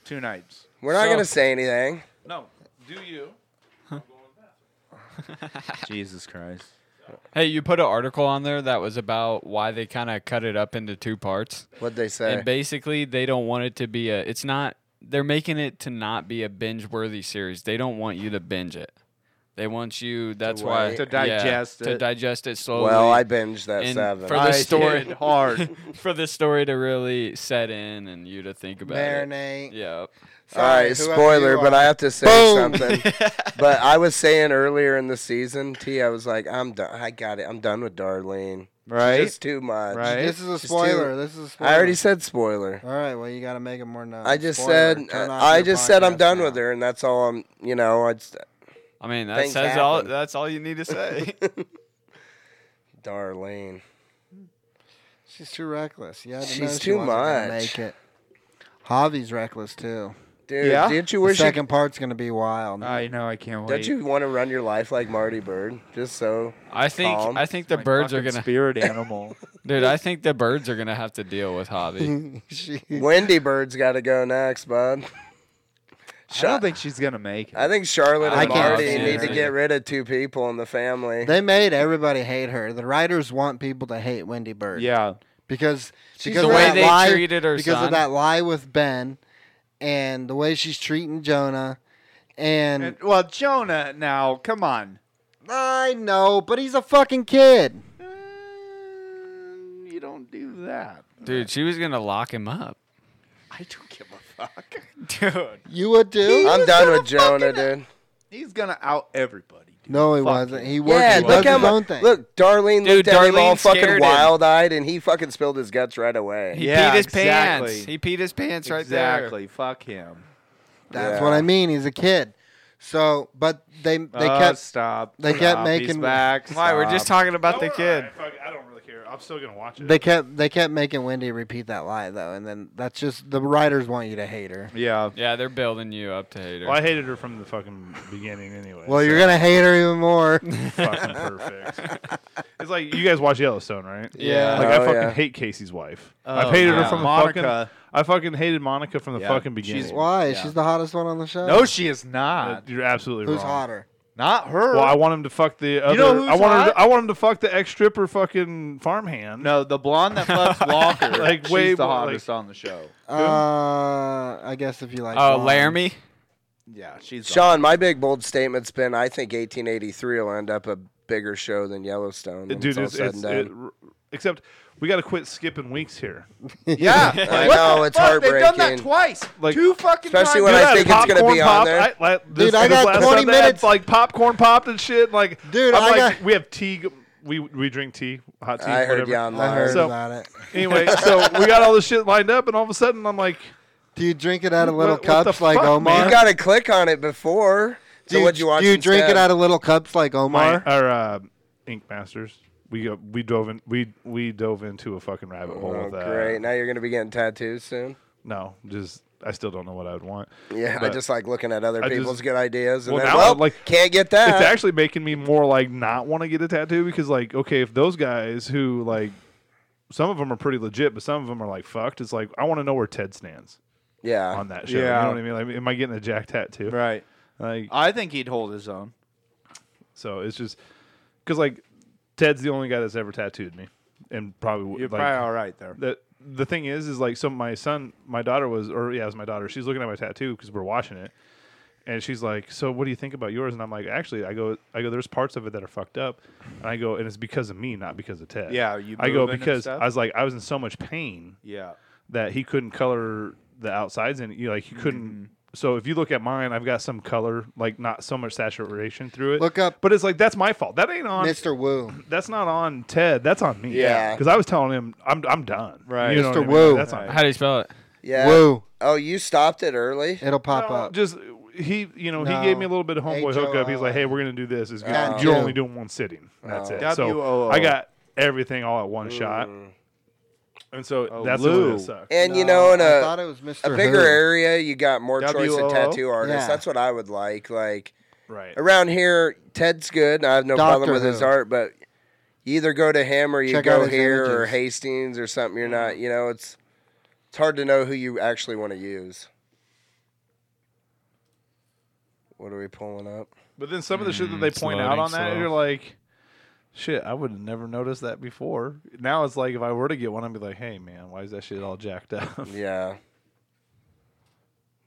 [SPEAKER 5] Two nights.
[SPEAKER 3] We're not
[SPEAKER 6] So-
[SPEAKER 3] gonna say anything.
[SPEAKER 4] No. Do you?
[SPEAKER 5] Jesus Christ.
[SPEAKER 6] Hey, you put an article on there that was about why they kind of cut it up into two parts.
[SPEAKER 3] What they say.
[SPEAKER 6] And basically, they don't want it to be a. It's not. They're making it to not be a binge-worthy series. They don't want you to binge it. They want you. That's why
[SPEAKER 3] wait.
[SPEAKER 5] To
[SPEAKER 6] yeah,
[SPEAKER 5] digest
[SPEAKER 6] To
[SPEAKER 5] it.
[SPEAKER 6] digest it slowly.
[SPEAKER 3] well, I binged that
[SPEAKER 6] And
[SPEAKER 3] seven.
[SPEAKER 6] for the story
[SPEAKER 5] hit hard.
[SPEAKER 6] for the story to really set in and you to think about it.
[SPEAKER 2] Marinate.
[SPEAKER 6] Yeah.
[SPEAKER 3] All right,
[SPEAKER 2] Sorry, whoever
[SPEAKER 3] spoiler,
[SPEAKER 2] you
[SPEAKER 3] but
[SPEAKER 2] are.
[SPEAKER 3] I have to say
[SPEAKER 2] Boom.
[SPEAKER 3] something. but I was saying earlier in the season, T, I was like, I'm done. I got it. I'm done with Darlene.
[SPEAKER 5] Right?
[SPEAKER 3] It's too much.
[SPEAKER 5] Right.
[SPEAKER 2] This is a
[SPEAKER 3] too-
[SPEAKER 2] spoiler. this is a spoiler.
[SPEAKER 3] I already said spoiler.
[SPEAKER 2] All right, well, you got to make it more known.
[SPEAKER 3] I just
[SPEAKER 2] Spoiler.
[SPEAKER 3] said uh,
[SPEAKER 2] Turn off
[SPEAKER 3] I
[SPEAKER 2] your
[SPEAKER 3] just said I'm
[SPEAKER 2] podcast
[SPEAKER 3] done
[SPEAKER 2] now.
[SPEAKER 3] with her, and that's all I'm. You know, it's
[SPEAKER 6] I mean, that
[SPEAKER 3] Things
[SPEAKER 6] says all.
[SPEAKER 3] happen.
[SPEAKER 6] That's all you need to say.
[SPEAKER 3] Darlene.
[SPEAKER 2] She's too reckless. Yeah,
[SPEAKER 3] She's too much.
[SPEAKER 2] Make it. Javi's reckless too.
[SPEAKER 3] Dude,
[SPEAKER 5] Yeah?
[SPEAKER 3] didn't you
[SPEAKER 2] The
[SPEAKER 3] wish? You,
[SPEAKER 2] second part's gonna be wild.
[SPEAKER 5] I know. I can't wait.
[SPEAKER 3] don't you want to run your life like Marty Bird? Just so.
[SPEAKER 6] I think.
[SPEAKER 3] Calm.
[SPEAKER 6] I think the
[SPEAKER 5] My
[SPEAKER 6] birds are
[SPEAKER 5] fucking
[SPEAKER 6] gonna.
[SPEAKER 5] spirit animal.
[SPEAKER 6] Dude, I think the birds are gonna have to deal with hobby.
[SPEAKER 2] she,
[SPEAKER 3] Wendy Bird's got to go next, bud.
[SPEAKER 5] I don't think she's gonna make it.
[SPEAKER 3] I think Charlotte
[SPEAKER 6] I
[SPEAKER 3] and
[SPEAKER 6] can't
[SPEAKER 3] Marty
[SPEAKER 6] stand
[SPEAKER 3] need to
[SPEAKER 6] her.
[SPEAKER 3] get rid of two people in the family.
[SPEAKER 2] they made everybody hate her. The writers want people to hate Wendy Bird.
[SPEAKER 5] yeah.
[SPEAKER 2] because because
[SPEAKER 6] the
[SPEAKER 2] of
[SPEAKER 6] way
[SPEAKER 2] that
[SPEAKER 6] they
[SPEAKER 2] lie,
[SPEAKER 6] treated her
[SPEAKER 2] because
[SPEAKER 6] son.
[SPEAKER 2] of that lie with Ben, and the way she's treating Jonah, and
[SPEAKER 5] And- well, Jonah. Now, come on.
[SPEAKER 2] I know, but he's a fucking kid.
[SPEAKER 5] Uh, You don't do that.
[SPEAKER 6] Dude, she was gonna lock him up.
[SPEAKER 5] I don't give a fuck.
[SPEAKER 6] Dude.
[SPEAKER 2] You would do.
[SPEAKER 3] I'm done with Jonah, dude.
[SPEAKER 5] He's gonna out everybody.
[SPEAKER 2] No, he
[SPEAKER 5] Fuck
[SPEAKER 2] wasn't.
[SPEAKER 5] you.
[SPEAKER 2] He worked. he does his
[SPEAKER 3] mu-
[SPEAKER 2] own thing.
[SPEAKER 3] Look, Darlene
[SPEAKER 6] Dude,
[SPEAKER 3] looked at him all
[SPEAKER 6] Darlene
[SPEAKER 3] fucking
[SPEAKER 6] scared him.
[SPEAKER 3] wild eyed, and he fucking spilled his guts right away.
[SPEAKER 6] He
[SPEAKER 5] Yeah,
[SPEAKER 6] peed his
[SPEAKER 5] exactly.
[SPEAKER 6] pants. He peed his pants right
[SPEAKER 5] exactly. Fuck him.
[SPEAKER 2] That's
[SPEAKER 3] Yeah.
[SPEAKER 2] what I mean. He's a kid. So, but they they
[SPEAKER 5] Oh,
[SPEAKER 2] kept
[SPEAKER 5] stop.
[SPEAKER 2] they kept
[SPEAKER 5] Stop. He's
[SPEAKER 2] making-
[SPEAKER 5] back.
[SPEAKER 6] there. Why? We're just
[SPEAKER 5] Stop.
[SPEAKER 6] talking about the kid.
[SPEAKER 4] I don't really care. I'm still gonna watch it.
[SPEAKER 2] they kept they kept making Wendy repeat that lie though, and then that's just the writers want you to hate her.
[SPEAKER 5] Yeah.
[SPEAKER 6] Yeah, they're building you up to hate her.
[SPEAKER 4] well, I hated her from the fucking beginning anyway.
[SPEAKER 2] Well,
[SPEAKER 4] so
[SPEAKER 2] you're gonna hate her even more.
[SPEAKER 4] fucking perfect. it's like you guys watch Yellowstone, right?
[SPEAKER 6] Yeah.
[SPEAKER 4] Like I
[SPEAKER 3] Oh,
[SPEAKER 4] fucking
[SPEAKER 3] yeah.
[SPEAKER 4] hate Casey's wife.
[SPEAKER 5] Oh,
[SPEAKER 4] I've hated
[SPEAKER 5] yeah.
[SPEAKER 4] her from the
[SPEAKER 5] Monica.
[SPEAKER 4] fucking. I fucking hated Monica from the
[SPEAKER 5] Yeah.
[SPEAKER 4] fucking beginning.
[SPEAKER 5] She's-
[SPEAKER 2] Why?
[SPEAKER 5] Yeah.
[SPEAKER 2] She's the hottest one on the show.
[SPEAKER 5] No, she is
[SPEAKER 4] Uh,
[SPEAKER 5] not.
[SPEAKER 4] You're absolutely
[SPEAKER 2] who's
[SPEAKER 4] wrong.
[SPEAKER 2] hotter?
[SPEAKER 5] Not her.
[SPEAKER 4] Well, I want him to fuck the other.
[SPEAKER 5] know who's
[SPEAKER 4] I want him.
[SPEAKER 5] hot?
[SPEAKER 4] To, I want him to fuck the ex stripper fucking farmhand.
[SPEAKER 5] no, the blonde that fucks Walker.
[SPEAKER 4] Like,
[SPEAKER 5] she's
[SPEAKER 4] way
[SPEAKER 5] the
[SPEAKER 4] more, like-
[SPEAKER 5] hottest on the show.
[SPEAKER 2] Uh, I guess if you like.
[SPEAKER 6] Oh,
[SPEAKER 2] blondes.
[SPEAKER 6] Laramie.
[SPEAKER 5] Yeah, she's. the
[SPEAKER 3] Sean, my big bold statement's been I think 1883 will end up a bigger show than Yellowstone. when
[SPEAKER 4] dude,
[SPEAKER 3] all
[SPEAKER 4] it's,
[SPEAKER 3] said
[SPEAKER 4] it's,
[SPEAKER 3] and done.
[SPEAKER 4] it, except we got to quit skipping weeks here.
[SPEAKER 5] Yeah,
[SPEAKER 3] I
[SPEAKER 5] what
[SPEAKER 3] know,
[SPEAKER 5] the
[SPEAKER 3] it's
[SPEAKER 5] fuck? They've done that
[SPEAKER 3] heartbreaking.
[SPEAKER 5] twice,
[SPEAKER 4] Like-
[SPEAKER 5] two fucking
[SPEAKER 3] Especially
[SPEAKER 5] times.
[SPEAKER 3] when
[SPEAKER 4] Dude,
[SPEAKER 3] I
[SPEAKER 4] had
[SPEAKER 3] think it's gonna
[SPEAKER 4] popcorn
[SPEAKER 3] be on
[SPEAKER 4] pop-
[SPEAKER 3] there.
[SPEAKER 4] I, like, this,
[SPEAKER 2] Dude, I
[SPEAKER 4] this
[SPEAKER 2] got
[SPEAKER 4] last
[SPEAKER 2] 20
[SPEAKER 4] time they had,
[SPEAKER 2] minutes.
[SPEAKER 4] like popcorn popped and shit. Like,
[SPEAKER 2] Dude,
[SPEAKER 4] I'm
[SPEAKER 2] I
[SPEAKER 4] like,
[SPEAKER 2] got-
[SPEAKER 4] we have tea. g- We we drink tea, hot tea.
[SPEAKER 3] I heard
[SPEAKER 4] whatever.
[SPEAKER 3] you on
[SPEAKER 2] I heard
[SPEAKER 3] that.
[SPEAKER 4] So-
[SPEAKER 2] about it.
[SPEAKER 4] Anyway, so we got all this shit lined up, and all of a sudden, I'm like,
[SPEAKER 2] Do you drink it out of
[SPEAKER 4] What-
[SPEAKER 2] little
[SPEAKER 4] what the
[SPEAKER 2] cups like
[SPEAKER 4] fuck,
[SPEAKER 2] Omar?
[SPEAKER 4] man?
[SPEAKER 3] You got to click on it before.
[SPEAKER 2] do
[SPEAKER 3] So what'd you watch?
[SPEAKER 2] do you drink it
[SPEAKER 3] instead?
[SPEAKER 2] out of little cups like
[SPEAKER 4] my,
[SPEAKER 2] Omar?
[SPEAKER 4] our uh, Ink Masters. We uh, we dove in we we dove into a fucking rabbit hole
[SPEAKER 3] Oh,
[SPEAKER 4] with that.
[SPEAKER 3] great! Now you're gonna be getting tattoos soon.
[SPEAKER 4] No, just I still don't know what I would want.
[SPEAKER 3] Yeah, I
[SPEAKER 4] But
[SPEAKER 3] just like looking at other
[SPEAKER 4] I just-
[SPEAKER 3] people's good ideas, and
[SPEAKER 4] Well,
[SPEAKER 3] then
[SPEAKER 4] now,
[SPEAKER 3] well,
[SPEAKER 4] like,
[SPEAKER 3] can't get that.
[SPEAKER 4] it's actually making me more like not want to get a tattoo because like okay, if those guys who like some of them are pretty legit, but some of them are like fucked. It's like I want to know where Ted stands
[SPEAKER 3] yeah,
[SPEAKER 4] on that show.
[SPEAKER 5] Yeah.
[SPEAKER 4] You know what I mean? Like, am I getting a jack tattoo?
[SPEAKER 5] Right.
[SPEAKER 4] Like,
[SPEAKER 5] I think he'd hold his own.
[SPEAKER 4] so it's just because like Ted's the only guy that's ever tattooed me, and probably would,
[SPEAKER 5] You're
[SPEAKER 4] like,
[SPEAKER 5] probably all right there.
[SPEAKER 4] the the thing is is like so my son my daughter was or yeah it was my daughter she's looking at my tattoo because we're watching it and she's like so what do you think about yours and i'm like actually i go i go there's parts of it that are fucked up and i go and it's because of me not because of ted
[SPEAKER 5] Yeah, you
[SPEAKER 4] i go
[SPEAKER 5] moving and
[SPEAKER 4] because
[SPEAKER 5] stuff?
[SPEAKER 4] i was like i was in so much pain
[SPEAKER 5] Yeah.
[SPEAKER 4] that he couldn't color the outsides and you like he couldn't so if you look at mine i've got some color like not so much saturation through it
[SPEAKER 2] Look up-
[SPEAKER 4] but it's like that's my fault that ain't on
[SPEAKER 2] Mr. Woo.
[SPEAKER 4] that's not on Ted. That's on me.
[SPEAKER 3] Yeah.
[SPEAKER 4] Because I was telling him I'm I'm done.
[SPEAKER 5] Right.
[SPEAKER 4] You know
[SPEAKER 2] Mr.
[SPEAKER 4] what I mean?
[SPEAKER 2] Wu.
[SPEAKER 4] That's on
[SPEAKER 5] Right.
[SPEAKER 4] him.
[SPEAKER 6] How do you spell it?
[SPEAKER 3] yeah.
[SPEAKER 2] Woo.
[SPEAKER 3] Oh, you stopped it early.
[SPEAKER 2] It'll pop
[SPEAKER 4] No,
[SPEAKER 2] up.
[SPEAKER 4] Just he, you know,
[SPEAKER 2] No.
[SPEAKER 4] he gave me a little bit of homeboy
[SPEAKER 2] H O
[SPEAKER 4] hookup. He's
[SPEAKER 2] L.
[SPEAKER 4] like, "Hey, we're gonna do this. It's good.
[SPEAKER 2] Got
[SPEAKER 4] You're
[SPEAKER 2] you.
[SPEAKER 4] only doing one sitting. That's
[SPEAKER 3] Oh.
[SPEAKER 4] it."
[SPEAKER 5] W-O-O.
[SPEAKER 4] So I got everything all at one shot, and so
[SPEAKER 5] Oh,
[SPEAKER 4] that's the one
[SPEAKER 5] Lou.
[SPEAKER 4] that sucks.
[SPEAKER 3] And you
[SPEAKER 2] No,
[SPEAKER 3] know, in
[SPEAKER 2] I
[SPEAKER 3] a
[SPEAKER 2] thought it was Mr.
[SPEAKER 3] a bigger
[SPEAKER 2] Who.
[SPEAKER 3] area, you got more choice
[SPEAKER 5] WOO?
[SPEAKER 3] of tattoo artists.
[SPEAKER 2] Yeah.
[SPEAKER 3] That's what I would like. Like
[SPEAKER 4] right.
[SPEAKER 3] around here, Ted's good. and I have no problem
[SPEAKER 2] Doctor
[SPEAKER 3] with his
[SPEAKER 2] Who.
[SPEAKER 3] art, but you either go to him or you
[SPEAKER 2] Check out
[SPEAKER 3] go
[SPEAKER 2] his
[SPEAKER 3] here or
[SPEAKER 2] images.
[SPEAKER 3] Hastings or something. You're not. You know, it's it's hard to know who you actually want to use. What are we pulling up?
[SPEAKER 4] But then some of the shit that they
[SPEAKER 5] Mm,
[SPEAKER 6] it's
[SPEAKER 4] point out
[SPEAKER 6] loading
[SPEAKER 4] on that,
[SPEAKER 6] slow.
[SPEAKER 4] you're like, "Shit, I would have never noticed that before." Now it's like if I were to get one, I'd be like, "Hey, man, why is that shit all jacked up?"
[SPEAKER 3] Yeah.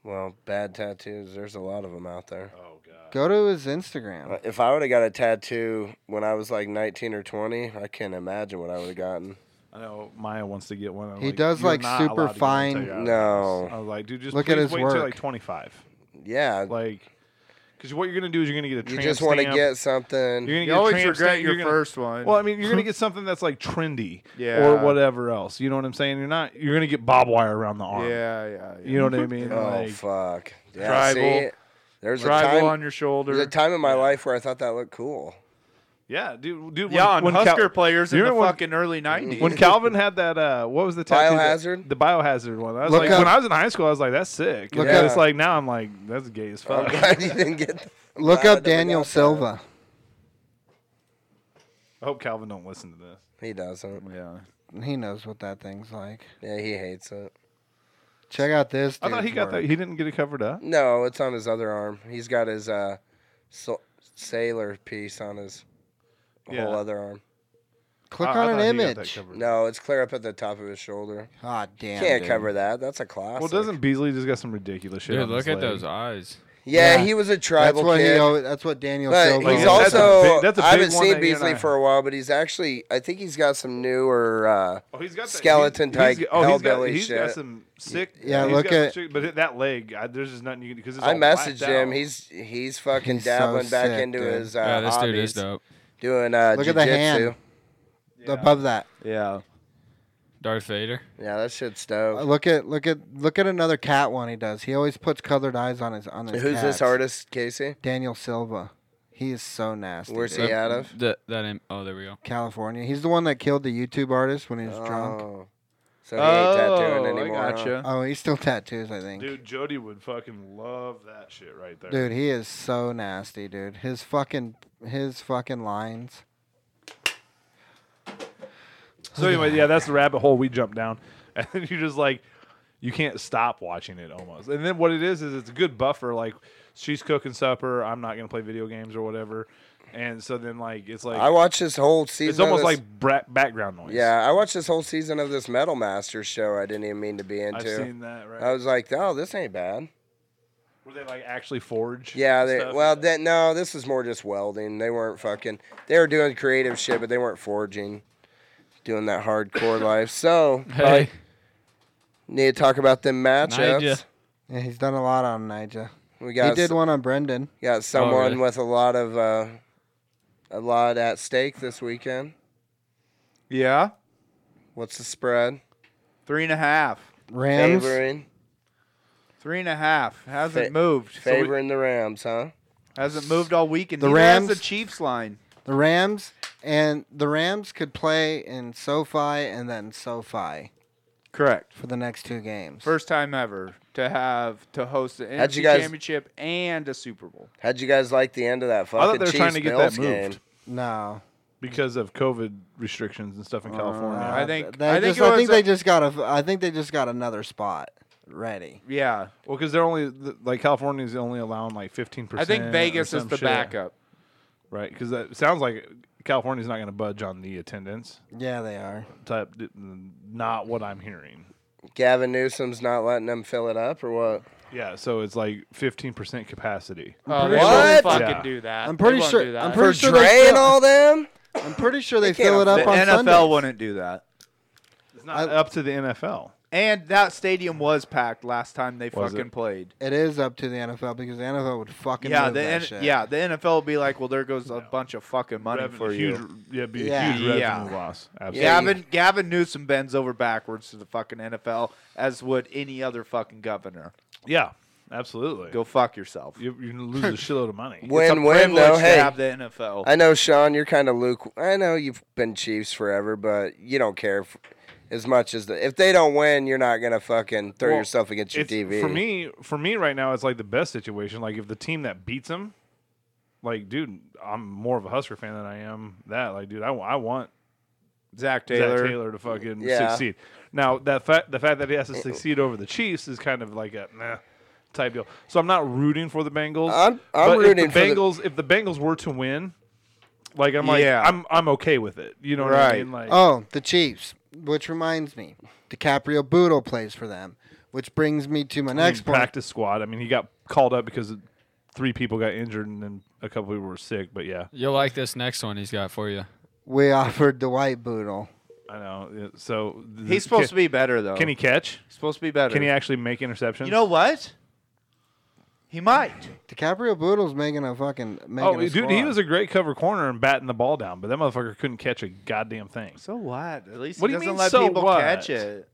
[SPEAKER 3] Well, bad tattoos. There's a lot of them out there. Uh,
[SPEAKER 4] oh god.
[SPEAKER 2] Go to his Instagram.
[SPEAKER 3] If I would have got a tattoo when I was like 19 or 20, I can't imagine what I would have gotten.
[SPEAKER 4] I know Maya wants to get one. I'm
[SPEAKER 2] He does,
[SPEAKER 4] "You're
[SPEAKER 2] like,
[SPEAKER 4] not
[SPEAKER 2] super
[SPEAKER 4] allowed to get one until
[SPEAKER 2] fine-
[SPEAKER 4] you're out of
[SPEAKER 3] No.
[SPEAKER 4] this." I was like, dude, just
[SPEAKER 2] Look
[SPEAKER 4] look
[SPEAKER 2] at
[SPEAKER 4] at
[SPEAKER 2] his
[SPEAKER 4] wait until
[SPEAKER 2] work.
[SPEAKER 4] like 25.
[SPEAKER 3] Yeah,
[SPEAKER 4] Like, because what you're gonna do is you're gonna get a.
[SPEAKER 3] you
[SPEAKER 4] tramp
[SPEAKER 3] just want to
[SPEAKER 4] stamp.
[SPEAKER 3] get something.
[SPEAKER 4] You're gonna
[SPEAKER 5] You
[SPEAKER 4] get a
[SPEAKER 5] always
[SPEAKER 4] tramp
[SPEAKER 5] regret
[SPEAKER 4] stamp,
[SPEAKER 5] your
[SPEAKER 4] you're gonna-
[SPEAKER 5] first one.
[SPEAKER 4] Well, I mean, you're gonna get something that's like trendy,
[SPEAKER 5] Yeah.
[SPEAKER 4] or whatever else. You know what I'm saying? You're not. You're gonna get bob wire around the arm.
[SPEAKER 5] yeah, yeah, yeah.
[SPEAKER 4] You know what I mean?
[SPEAKER 3] oh
[SPEAKER 4] Like,
[SPEAKER 3] fuck! Yeah,
[SPEAKER 5] Tribal-
[SPEAKER 3] see, there's a
[SPEAKER 5] tribal
[SPEAKER 3] time.
[SPEAKER 5] on your
[SPEAKER 3] there's
[SPEAKER 5] shoulder.
[SPEAKER 3] a time in my life where I thought that looked cool.
[SPEAKER 4] yeah, dude. Dude,
[SPEAKER 5] yeah, on
[SPEAKER 4] when, when Cal-
[SPEAKER 5] Husker players in
[SPEAKER 4] you
[SPEAKER 5] the
[SPEAKER 4] remember when-
[SPEAKER 5] fucking early '90s.
[SPEAKER 4] When Calvin had that, uh, what was the tattoo that-
[SPEAKER 3] Biohazard?
[SPEAKER 4] the biohazard one. I was
[SPEAKER 2] Look
[SPEAKER 4] like,
[SPEAKER 2] up-
[SPEAKER 4] when I was in high school, I was like, that's sick.
[SPEAKER 2] Look
[SPEAKER 4] and then
[SPEAKER 3] up-
[SPEAKER 4] it's like now I'm like, that's gay as
[SPEAKER 3] I'm
[SPEAKER 4] fuck.
[SPEAKER 3] glad you didn't get.
[SPEAKER 2] Look
[SPEAKER 3] glad I
[SPEAKER 2] up
[SPEAKER 3] never
[SPEAKER 2] Daniel
[SPEAKER 3] got that.
[SPEAKER 2] Silva.
[SPEAKER 4] I hope Calvin don't listen to this.
[SPEAKER 3] He doesn't.
[SPEAKER 5] yeah.
[SPEAKER 2] He knows what that thing's like.
[SPEAKER 3] Yeah, he hates it.
[SPEAKER 2] Check out this.
[SPEAKER 4] I thought he
[SPEAKER 2] dude's
[SPEAKER 4] got that.
[SPEAKER 2] work.
[SPEAKER 4] He didn't get it covered up.
[SPEAKER 3] No, it's on his other arm. He's got his uh, so- sailor piece on his
[SPEAKER 4] Yeah.
[SPEAKER 3] whole other arm.
[SPEAKER 2] Click
[SPEAKER 4] I- I
[SPEAKER 2] on
[SPEAKER 4] thought
[SPEAKER 2] an
[SPEAKER 4] he got that
[SPEAKER 2] image.
[SPEAKER 4] covered up.
[SPEAKER 3] No, it's clear up at the top of his shoulder.
[SPEAKER 2] God damn.
[SPEAKER 3] Can't
[SPEAKER 2] dude.
[SPEAKER 3] cover that. That's a classic.
[SPEAKER 4] Well, doesn't Beasley just got some ridiculous shit?
[SPEAKER 6] Dude,
[SPEAKER 4] on
[SPEAKER 6] look
[SPEAKER 4] his
[SPEAKER 6] at
[SPEAKER 4] leg?
[SPEAKER 6] those eyes.
[SPEAKER 3] Yeah,
[SPEAKER 2] Yeah.
[SPEAKER 3] he was a
[SPEAKER 2] That's
[SPEAKER 3] tribal
[SPEAKER 2] what
[SPEAKER 3] kid.
[SPEAKER 2] he. Always, that's what Daniel
[SPEAKER 3] But
[SPEAKER 2] Silva.
[SPEAKER 3] he's
[SPEAKER 4] Like,
[SPEAKER 2] was.
[SPEAKER 4] that's a
[SPEAKER 3] also
[SPEAKER 4] big- that's a
[SPEAKER 3] I
[SPEAKER 4] big
[SPEAKER 3] haven't
[SPEAKER 4] one
[SPEAKER 3] seen
[SPEAKER 4] that you and
[SPEAKER 3] Beasley
[SPEAKER 4] I-
[SPEAKER 3] for a while, but he's actually I think he's got some newer uh
[SPEAKER 4] Oh, he's got that-
[SPEAKER 3] skeleton
[SPEAKER 4] he's-
[SPEAKER 3] type
[SPEAKER 4] he's, oh, he's got,
[SPEAKER 3] hellbilly
[SPEAKER 4] he's
[SPEAKER 3] shit.
[SPEAKER 4] got some sick.
[SPEAKER 2] Yeah,
[SPEAKER 4] he's
[SPEAKER 2] look
[SPEAKER 4] got some
[SPEAKER 2] at-
[SPEAKER 4] sick- but that leg. I, there's just nothing you can because
[SPEAKER 3] I messaged him. He's he's fucking
[SPEAKER 2] He's so
[SPEAKER 3] dabbling back
[SPEAKER 2] sick,
[SPEAKER 3] into
[SPEAKER 2] dude.
[SPEAKER 3] his uh,
[SPEAKER 6] yeah, this dude
[SPEAKER 3] hobbies,
[SPEAKER 6] is dope.
[SPEAKER 3] doing uh,
[SPEAKER 2] Look at the
[SPEAKER 3] jujitsu.
[SPEAKER 2] hand. above that.
[SPEAKER 5] Yeah.
[SPEAKER 6] Darth Vader.
[SPEAKER 3] Yeah, that shit's
[SPEAKER 2] Uh,
[SPEAKER 3] dope.
[SPEAKER 2] Look at look at look at another cat one he does. He always puts colored eyes on his on his.
[SPEAKER 3] Who's this
[SPEAKER 2] cats.
[SPEAKER 3] artist, Casey?
[SPEAKER 2] Daniel Silva. He is so nasty.
[SPEAKER 3] Where's
[SPEAKER 2] dude.
[SPEAKER 3] he out of?
[SPEAKER 6] That that ain't- oh there we go.
[SPEAKER 2] California. He's the one that killed the YouTube artist when he was drunk.
[SPEAKER 3] Oh. So he ain't
[SPEAKER 5] oh,
[SPEAKER 3] tattooing
[SPEAKER 5] I
[SPEAKER 3] anymore. huh?
[SPEAKER 5] gotcha.
[SPEAKER 2] Oh, he still tattoos, I think. Dude.
[SPEAKER 4] Dude, Jody would fucking love that shit right there.
[SPEAKER 2] he is so nasty, dude. His fucking his fucking lines.
[SPEAKER 4] So anyway, yeah, that's the rabbit hole we jumped down, and then you just like you can't stop watching it almost. And then what it is is it's a good buffer. Like she's cooking supper, I'm not gonna play video games or whatever, and so then like it's like
[SPEAKER 3] I watched this whole season.
[SPEAKER 4] it's almost
[SPEAKER 3] of this,
[SPEAKER 4] like bra- background noise.
[SPEAKER 3] yeah, I watched this whole season of this Metal Masters show. I didn't even mean to be
[SPEAKER 4] I've
[SPEAKER 3] into.
[SPEAKER 4] seen that. Right?
[SPEAKER 3] I was like, oh, this ain't bad.
[SPEAKER 4] Were they like actually forge?
[SPEAKER 3] Yeah,
[SPEAKER 4] and
[SPEAKER 3] they,
[SPEAKER 4] stuff?
[SPEAKER 3] well, that no, this is more just welding. They weren't fucking. They were doing creative shit, but they weren't forging, doing that hardcore life. So,
[SPEAKER 6] Hey,
[SPEAKER 3] need to talk about them matchups.
[SPEAKER 6] Nigel.
[SPEAKER 2] Yeah, he's done a lot on Nija.
[SPEAKER 3] We got
[SPEAKER 2] he did
[SPEAKER 3] s-
[SPEAKER 2] one on Brendan.
[SPEAKER 4] Oh,
[SPEAKER 3] got someone
[SPEAKER 6] really?
[SPEAKER 3] with a lot of uh, a lot at stake this weekend.
[SPEAKER 5] Yeah.
[SPEAKER 3] What's the spread?
[SPEAKER 5] Three and a half.
[SPEAKER 2] Rams.
[SPEAKER 3] Favoring,
[SPEAKER 5] Three and a half. Hasn't
[SPEAKER 3] Fa-
[SPEAKER 5] moved. So we-
[SPEAKER 3] favoring the Rams, huh?
[SPEAKER 5] hasn't moved all week. And
[SPEAKER 2] The
[SPEAKER 5] neither has
[SPEAKER 2] Rams-
[SPEAKER 5] the Chiefs line.
[SPEAKER 2] The Rams and the Rams could play in SoFi and then SoFi
[SPEAKER 5] Correct.
[SPEAKER 2] for the next two games.
[SPEAKER 5] First time ever to have to host the
[SPEAKER 3] How'd you
[SPEAKER 5] NFC
[SPEAKER 3] guys-
[SPEAKER 5] Championship and a Super Bowl.
[SPEAKER 3] How'd you guys like the end of that fucking
[SPEAKER 4] I thought they were
[SPEAKER 3] Chiefs
[SPEAKER 4] trying to get
[SPEAKER 3] Bills
[SPEAKER 4] that moved
[SPEAKER 3] game?
[SPEAKER 2] no.
[SPEAKER 4] because of COVID restrictions and stuff in California.
[SPEAKER 3] Uh,
[SPEAKER 5] I think-
[SPEAKER 2] they
[SPEAKER 5] I think
[SPEAKER 2] just,
[SPEAKER 5] it
[SPEAKER 2] I
[SPEAKER 5] was
[SPEAKER 2] think
[SPEAKER 5] a-
[SPEAKER 2] they just got a I think they just got another spot ready.
[SPEAKER 5] Yeah.
[SPEAKER 4] well, because they're only th- like California's only allowing like fifteen percent.
[SPEAKER 5] I think Vegas is the backup.
[SPEAKER 4] right? Because that sounds like California's not going to budge on the attendance
[SPEAKER 2] Yeah, they are.
[SPEAKER 4] type. Not what I'm hearing.
[SPEAKER 3] Gavin Newsom's not letting them fill it up, or what?
[SPEAKER 4] Yeah, so it's like fifteen percent capacity.
[SPEAKER 5] Oh,
[SPEAKER 2] pretty
[SPEAKER 5] they won't
[SPEAKER 3] sure-
[SPEAKER 5] fucking
[SPEAKER 4] Yeah.
[SPEAKER 5] do that.
[SPEAKER 2] I'm
[SPEAKER 5] They
[SPEAKER 2] pretty
[SPEAKER 5] won't
[SPEAKER 2] sure-
[SPEAKER 5] do that.
[SPEAKER 2] I'm
[SPEAKER 3] For
[SPEAKER 2] pretty sure they
[SPEAKER 3] Dre and
[SPEAKER 2] fill-
[SPEAKER 3] all them?
[SPEAKER 2] I'm pretty sure they,
[SPEAKER 3] They can't
[SPEAKER 2] fill it up
[SPEAKER 5] The
[SPEAKER 2] on
[SPEAKER 5] NFL
[SPEAKER 2] Sundays.
[SPEAKER 5] wouldn't do that.
[SPEAKER 4] It's not up to the NFL.
[SPEAKER 5] And that stadium was packed last time they
[SPEAKER 4] Was
[SPEAKER 5] fucking
[SPEAKER 4] it?
[SPEAKER 5] played.
[SPEAKER 2] It is up to the NFL because the NFL would fucking
[SPEAKER 5] Yeah,
[SPEAKER 2] move
[SPEAKER 5] the
[SPEAKER 2] that
[SPEAKER 5] N-
[SPEAKER 2] shit.
[SPEAKER 5] yeah, the NFL will be like, well, there goes a bunch of fucking money
[SPEAKER 4] Revenue-
[SPEAKER 5] for
[SPEAKER 4] huge,
[SPEAKER 5] you.
[SPEAKER 4] Yeah, it'd be
[SPEAKER 2] Yeah.
[SPEAKER 4] a huge revenue
[SPEAKER 5] Yeah.
[SPEAKER 4] loss. Absolutely.
[SPEAKER 3] Yeah,
[SPEAKER 5] Gavin Gavin Newsom bends over backwards to the fucking NFL, as would any other fucking governor.
[SPEAKER 4] Yeah, absolutely.
[SPEAKER 5] Go fuck yourself.
[SPEAKER 4] You, you're gonna lose a shitload of money.
[SPEAKER 5] It's a
[SPEAKER 3] Win win
[SPEAKER 5] privilege
[SPEAKER 3] though.
[SPEAKER 5] to
[SPEAKER 3] Hey,
[SPEAKER 5] have the NFL.
[SPEAKER 3] I know Sean, you're kind of Luke. I know you've been Chiefs forever, but you don't care f as much as the. If they don't win, you're not gonna fucking throw
[SPEAKER 4] Well,
[SPEAKER 3] yourself against your
[SPEAKER 4] It's-
[SPEAKER 3] TV.
[SPEAKER 4] For me, for me right now, it's like the best situation. Like if the team that beats them, like dude, I'm more of a Husker fan than I am that. Like dude, I, I want
[SPEAKER 5] Zach
[SPEAKER 4] Taylor.
[SPEAKER 5] Taylor.
[SPEAKER 4] Taylor to fucking
[SPEAKER 3] Yeah.
[SPEAKER 4] succeed. Now that fact, the fact that he has to
[SPEAKER 5] Oh.
[SPEAKER 4] succeed over the Chiefs is kind of like a nah type deal. So I'm not rooting for the Bengals.
[SPEAKER 3] I'm- I'm
[SPEAKER 4] but
[SPEAKER 3] rooting
[SPEAKER 4] if
[SPEAKER 3] for
[SPEAKER 4] the
[SPEAKER 3] the-
[SPEAKER 4] Bengals. If the Bengals were to win, like I'm like
[SPEAKER 5] Yeah.
[SPEAKER 4] I'm I'm okay with it. You know what I
[SPEAKER 5] Right.
[SPEAKER 4] mean? Like
[SPEAKER 2] Oh, the Chiefs, which reminds me, DiCaprio Boodle plays for them, which brings me
[SPEAKER 5] Mm,
[SPEAKER 2] to my
[SPEAKER 4] I mean,
[SPEAKER 2] next point.
[SPEAKER 4] practice squad. I mean, he got called up because three people got injured and then a couple people were sick. But yeah,
[SPEAKER 6] You'll like this next one he's got for you.
[SPEAKER 2] We offered Dwight Boodle.
[SPEAKER 4] I know. Yeah, So th-
[SPEAKER 5] He's supposed
[SPEAKER 4] can,
[SPEAKER 5] to be better though.
[SPEAKER 4] Can he catch?
[SPEAKER 5] He's supposed to be better.
[SPEAKER 4] Can he actually make interceptions?
[SPEAKER 5] you know what? He might.
[SPEAKER 2] DiCaprio Boodle's making a fucking making
[SPEAKER 4] Oh,
[SPEAKER 2] a
[SPEAKER 4] dude, he
[SPEAKER 2] squad.
[SPEAKER 4] was a great cover corner and batting the ball down, but that motherfucker couldn't catch a goddamn thing.
[SPEAKER 5] So what? At least
[SPEAKER 4] What
[SPEAKER 5] he
[SPEAKER 4] do you
[SPEAKER 5] doesn't
[SPEAKER 4] mean,
[SPEAKER 5] let
[SPEAKER 4] so
[SPEAKER 5] people
[SPEAKER 4] what?
[SPEAKER 5] catch it.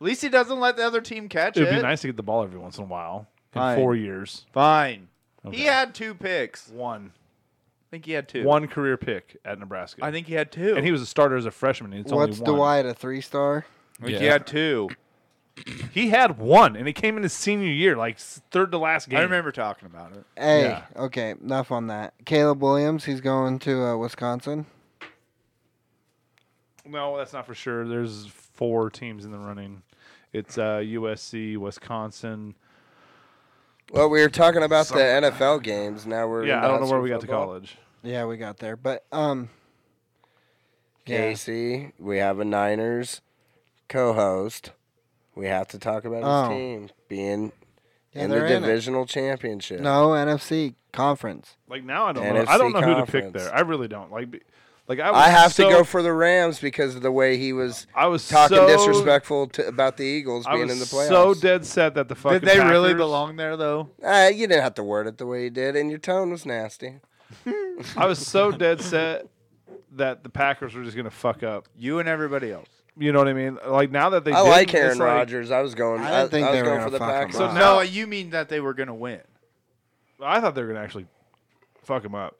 [SPEAKER 5] At least he doesn't let the other team catch
[SPEAKER 4] It would
[SPEAKER 5] it.
[SPEAKER 4] be nice to get the ball every once in a while. In
[SPEAKER 5] Fine.
[SPEAKER 4] four years,
[SPEAKER 5] Fine.
[SPEAKER 4] Okay.
[SPEAKER 5] He had two picks. I
[SPEAKER 4] one
[SPEAKER 5] think he had two.
[SPEAKER 4] one career pick at Nebraska.
[SPEAKER 5] I think he had two.
[SPEAKER 4] and he was a starter as a freshman. and It's
[SPEAKER 2] What's
[SPEAKER 4] only one.
[SPEAKER 2] Dwight a three star?
[SPEAKER 5] I think
[SPEAKER 6] Yeah.
[SPEAKER 5] he had two.
[SPEAKER 4] He had one, and it came in his senior year, like s- third to last game.
[SPEAKER 5] I remember talking about it.
[SPEAKER 2] Hey,
[SPEAKER 4] Yeah.
[SPEAKER 2] okay, enough on that. Caleb Williams, he's going to uh, Wisconsin.
[SPEAKER 4] No, that's not for sure. There's four teams in the running. It's uh, USC, Wisconsin.
[SPEAKER 3] well, we were talking about the NFL games. Now we're
[SPEAKER 4] Yeah, I don't know where we got to
[SPEAKER 3] football.
[SPEAKER 4] college.
[SPEAKER 2] Yeah, we got there, but um, yeah.
[SPEAKER 3] Casey, we have a Niners co-host. We have to talk about his
[SPEAKER 2] Oh.
[SPEAKER 3] team being
[SPEAKER 2] Yeah,
[SPEAKER 3] in the
[SPEAKER 2] they're in it.
[SPEAKER 3] divisional championship.
[SPEAKER 2] No NFC conference.
[SPEAKER 4] Like now, I don't know.
[SPEAKER 3] NFC
[SPEAKER 4] I don't know who to pick
[SPEAKER 3] conference.
[SPEAKER 4] there. I really don't. Like, be- like I, was
[SPEAKER 3] I have
[SPEAKER 4] so-
[SPEAKER 3] to go for the Rams because of the way he was
[SPEAKER 4] I was
[SPEAKER 3] talking
[SPEAKER 4] so,
[SPEAKER 3] disrespectful to, about the Eagles
[SPEAKER 4] I
[SPEAKER 3] being
[SPEAKER 4] was
[SPEAKER 3] in the playoffs.
[SPEAKER 4] so dead set that the fucking
[SPEAKER 5] Did they really
[SPEAKER 4] Packers-
[SPEAKER 5] belong there though?
[SPEAKER 3] Uh, you didn't have to word it the way you did, and your tone was nasty.
[SPEAKER 4] I was so dead set that the Packers were just gonna fuck up.
[SPEAKER 5] You and everybody else.
[SPEAKER 4] You know what I mean? Like now that they
[SPEAKER 3] I like
[SPEAKER 4] didn't, it's
[SPEAKER 3] Aaron Rodgers. I was going.
[SPEAKER 2] I
[SPEAKER 3] I,
[SPEAKER 2] didn't think
[SPEAKER 3] I was
[SPEAKER 2] they were
[SPEAKER 3] going
[SPEAKER 2] gonna
[SPEAKER 3] for the
[SPEAKER 2] fuck him
[SPEAKER 3] Packers.
[SPEAKER 2] up. So
[SPEAKER 4] now-
[SPEAKER 5] no, you mean that they were gonna win?
[SPEAKER 4] I thought they were gonna actually fuck him up.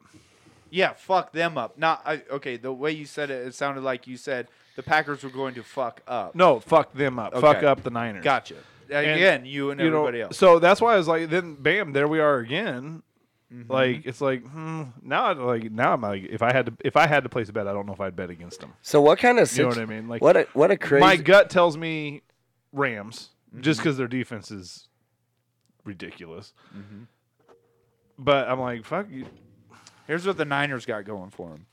[SPEAKER 5] Yeah, fuck them up. Not I, okay. The way you said it, it sounded like you said the Packers were going to fuck up.
[SPEAKER 4] No, fuck them up. Fuck
[SPEAKER 5] Okay.
[SPEAKER 4] up the Niners.
[SPEAKER 5] Gotcha. Again, you and
[SPEAKER 4] You know,
[SPEAKER 5] everybody else.
[SPEAKER 4] So that's why I was like, then bam, there we are again.
[SPEAKER 5] Mm-hmm.
[SPEAKER 4] Like it's like hmm, now, I- like now I'm like, if I had to, if I had to place a bet, I don't know if I'd bet against them.
[SPEAKER 3] So what kind of
[SPEAKER 4] You know
[SPEAKER 3] situ-
[SPEAKER 4] what I mean? Like-
[SPEAKER 3] what a what a crazy
[SPEAKER 4] My gut tells me Rams, just because their defense is ridiculous. But I'm like, fuck you.
[SPEAKER 5] Here's what the Niners got going for them.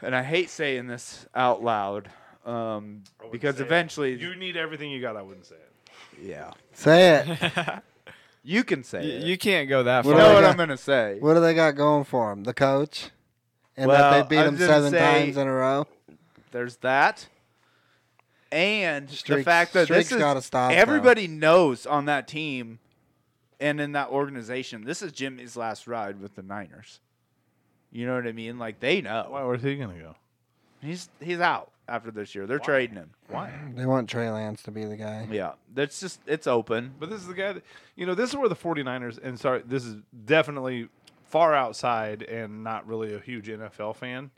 [SPEAKER 5] And I hate saying this out loud um, because
[SPEAKER 4] Oh, say it.
[SPEAKER 5] eventually,
[SPEAKER 4] You need everything you got. I wouldn't say it.
[SPEAKER 5] yeah,
[SPEAKER 2] Say it.
[SPEAKER 5] you can say
[SPEAKER 6] You,
[SPEAKER 5] it.
[SPEAKER 6] you can't go that
[SPEAKER 5] you
[SPEAKER 6] far.
[SPEAKER 5] know
[SPEAKER 2] do
[SPEAKER 5] what
[SPEAKER 2] they got?
[SPEAKER 5] I'm gonna say.
[SPEAKER 2] what do they got going for them? The coach, and
[SPEAKER 5] Well,
[SPEAKER 2] that they
[SPEAKER 5] I
[SPEAKER 2] beat them
[SPEAKER 5] was gonna
[SPEAKER 2] seven
[SPEAKER 5] say-
[SPEAKER 2] times in a row.
[SPEAKER 5] There's that, and the
[SPEAKER 2] Streaks-
[SPEAKER 5] fact that
[SPEAKER 2] streaks
[SPEAKER 5] this is
[SPEAKER 2] gotta stop, though.
[SPEAKER 5] everybody knows on that team and in that organization. This is Jimmy's last ride with the Niners. You know what I mean? Like they know
[SPEAKER 4] Why? Where's he gonna go?
[SPEAKER 5] he's he's out after this year. They're trading him.
[SPEAKER 4] Why?
[SPEAKER 2] They want Trey Lance to be the guy.
[SPEAKER 5] Yeah, that's just it's open.
[SPEAKER 4] But this is the guy that you know. This is where the 49ers and sorry, this is definitely far outside and not really a huge NFL fan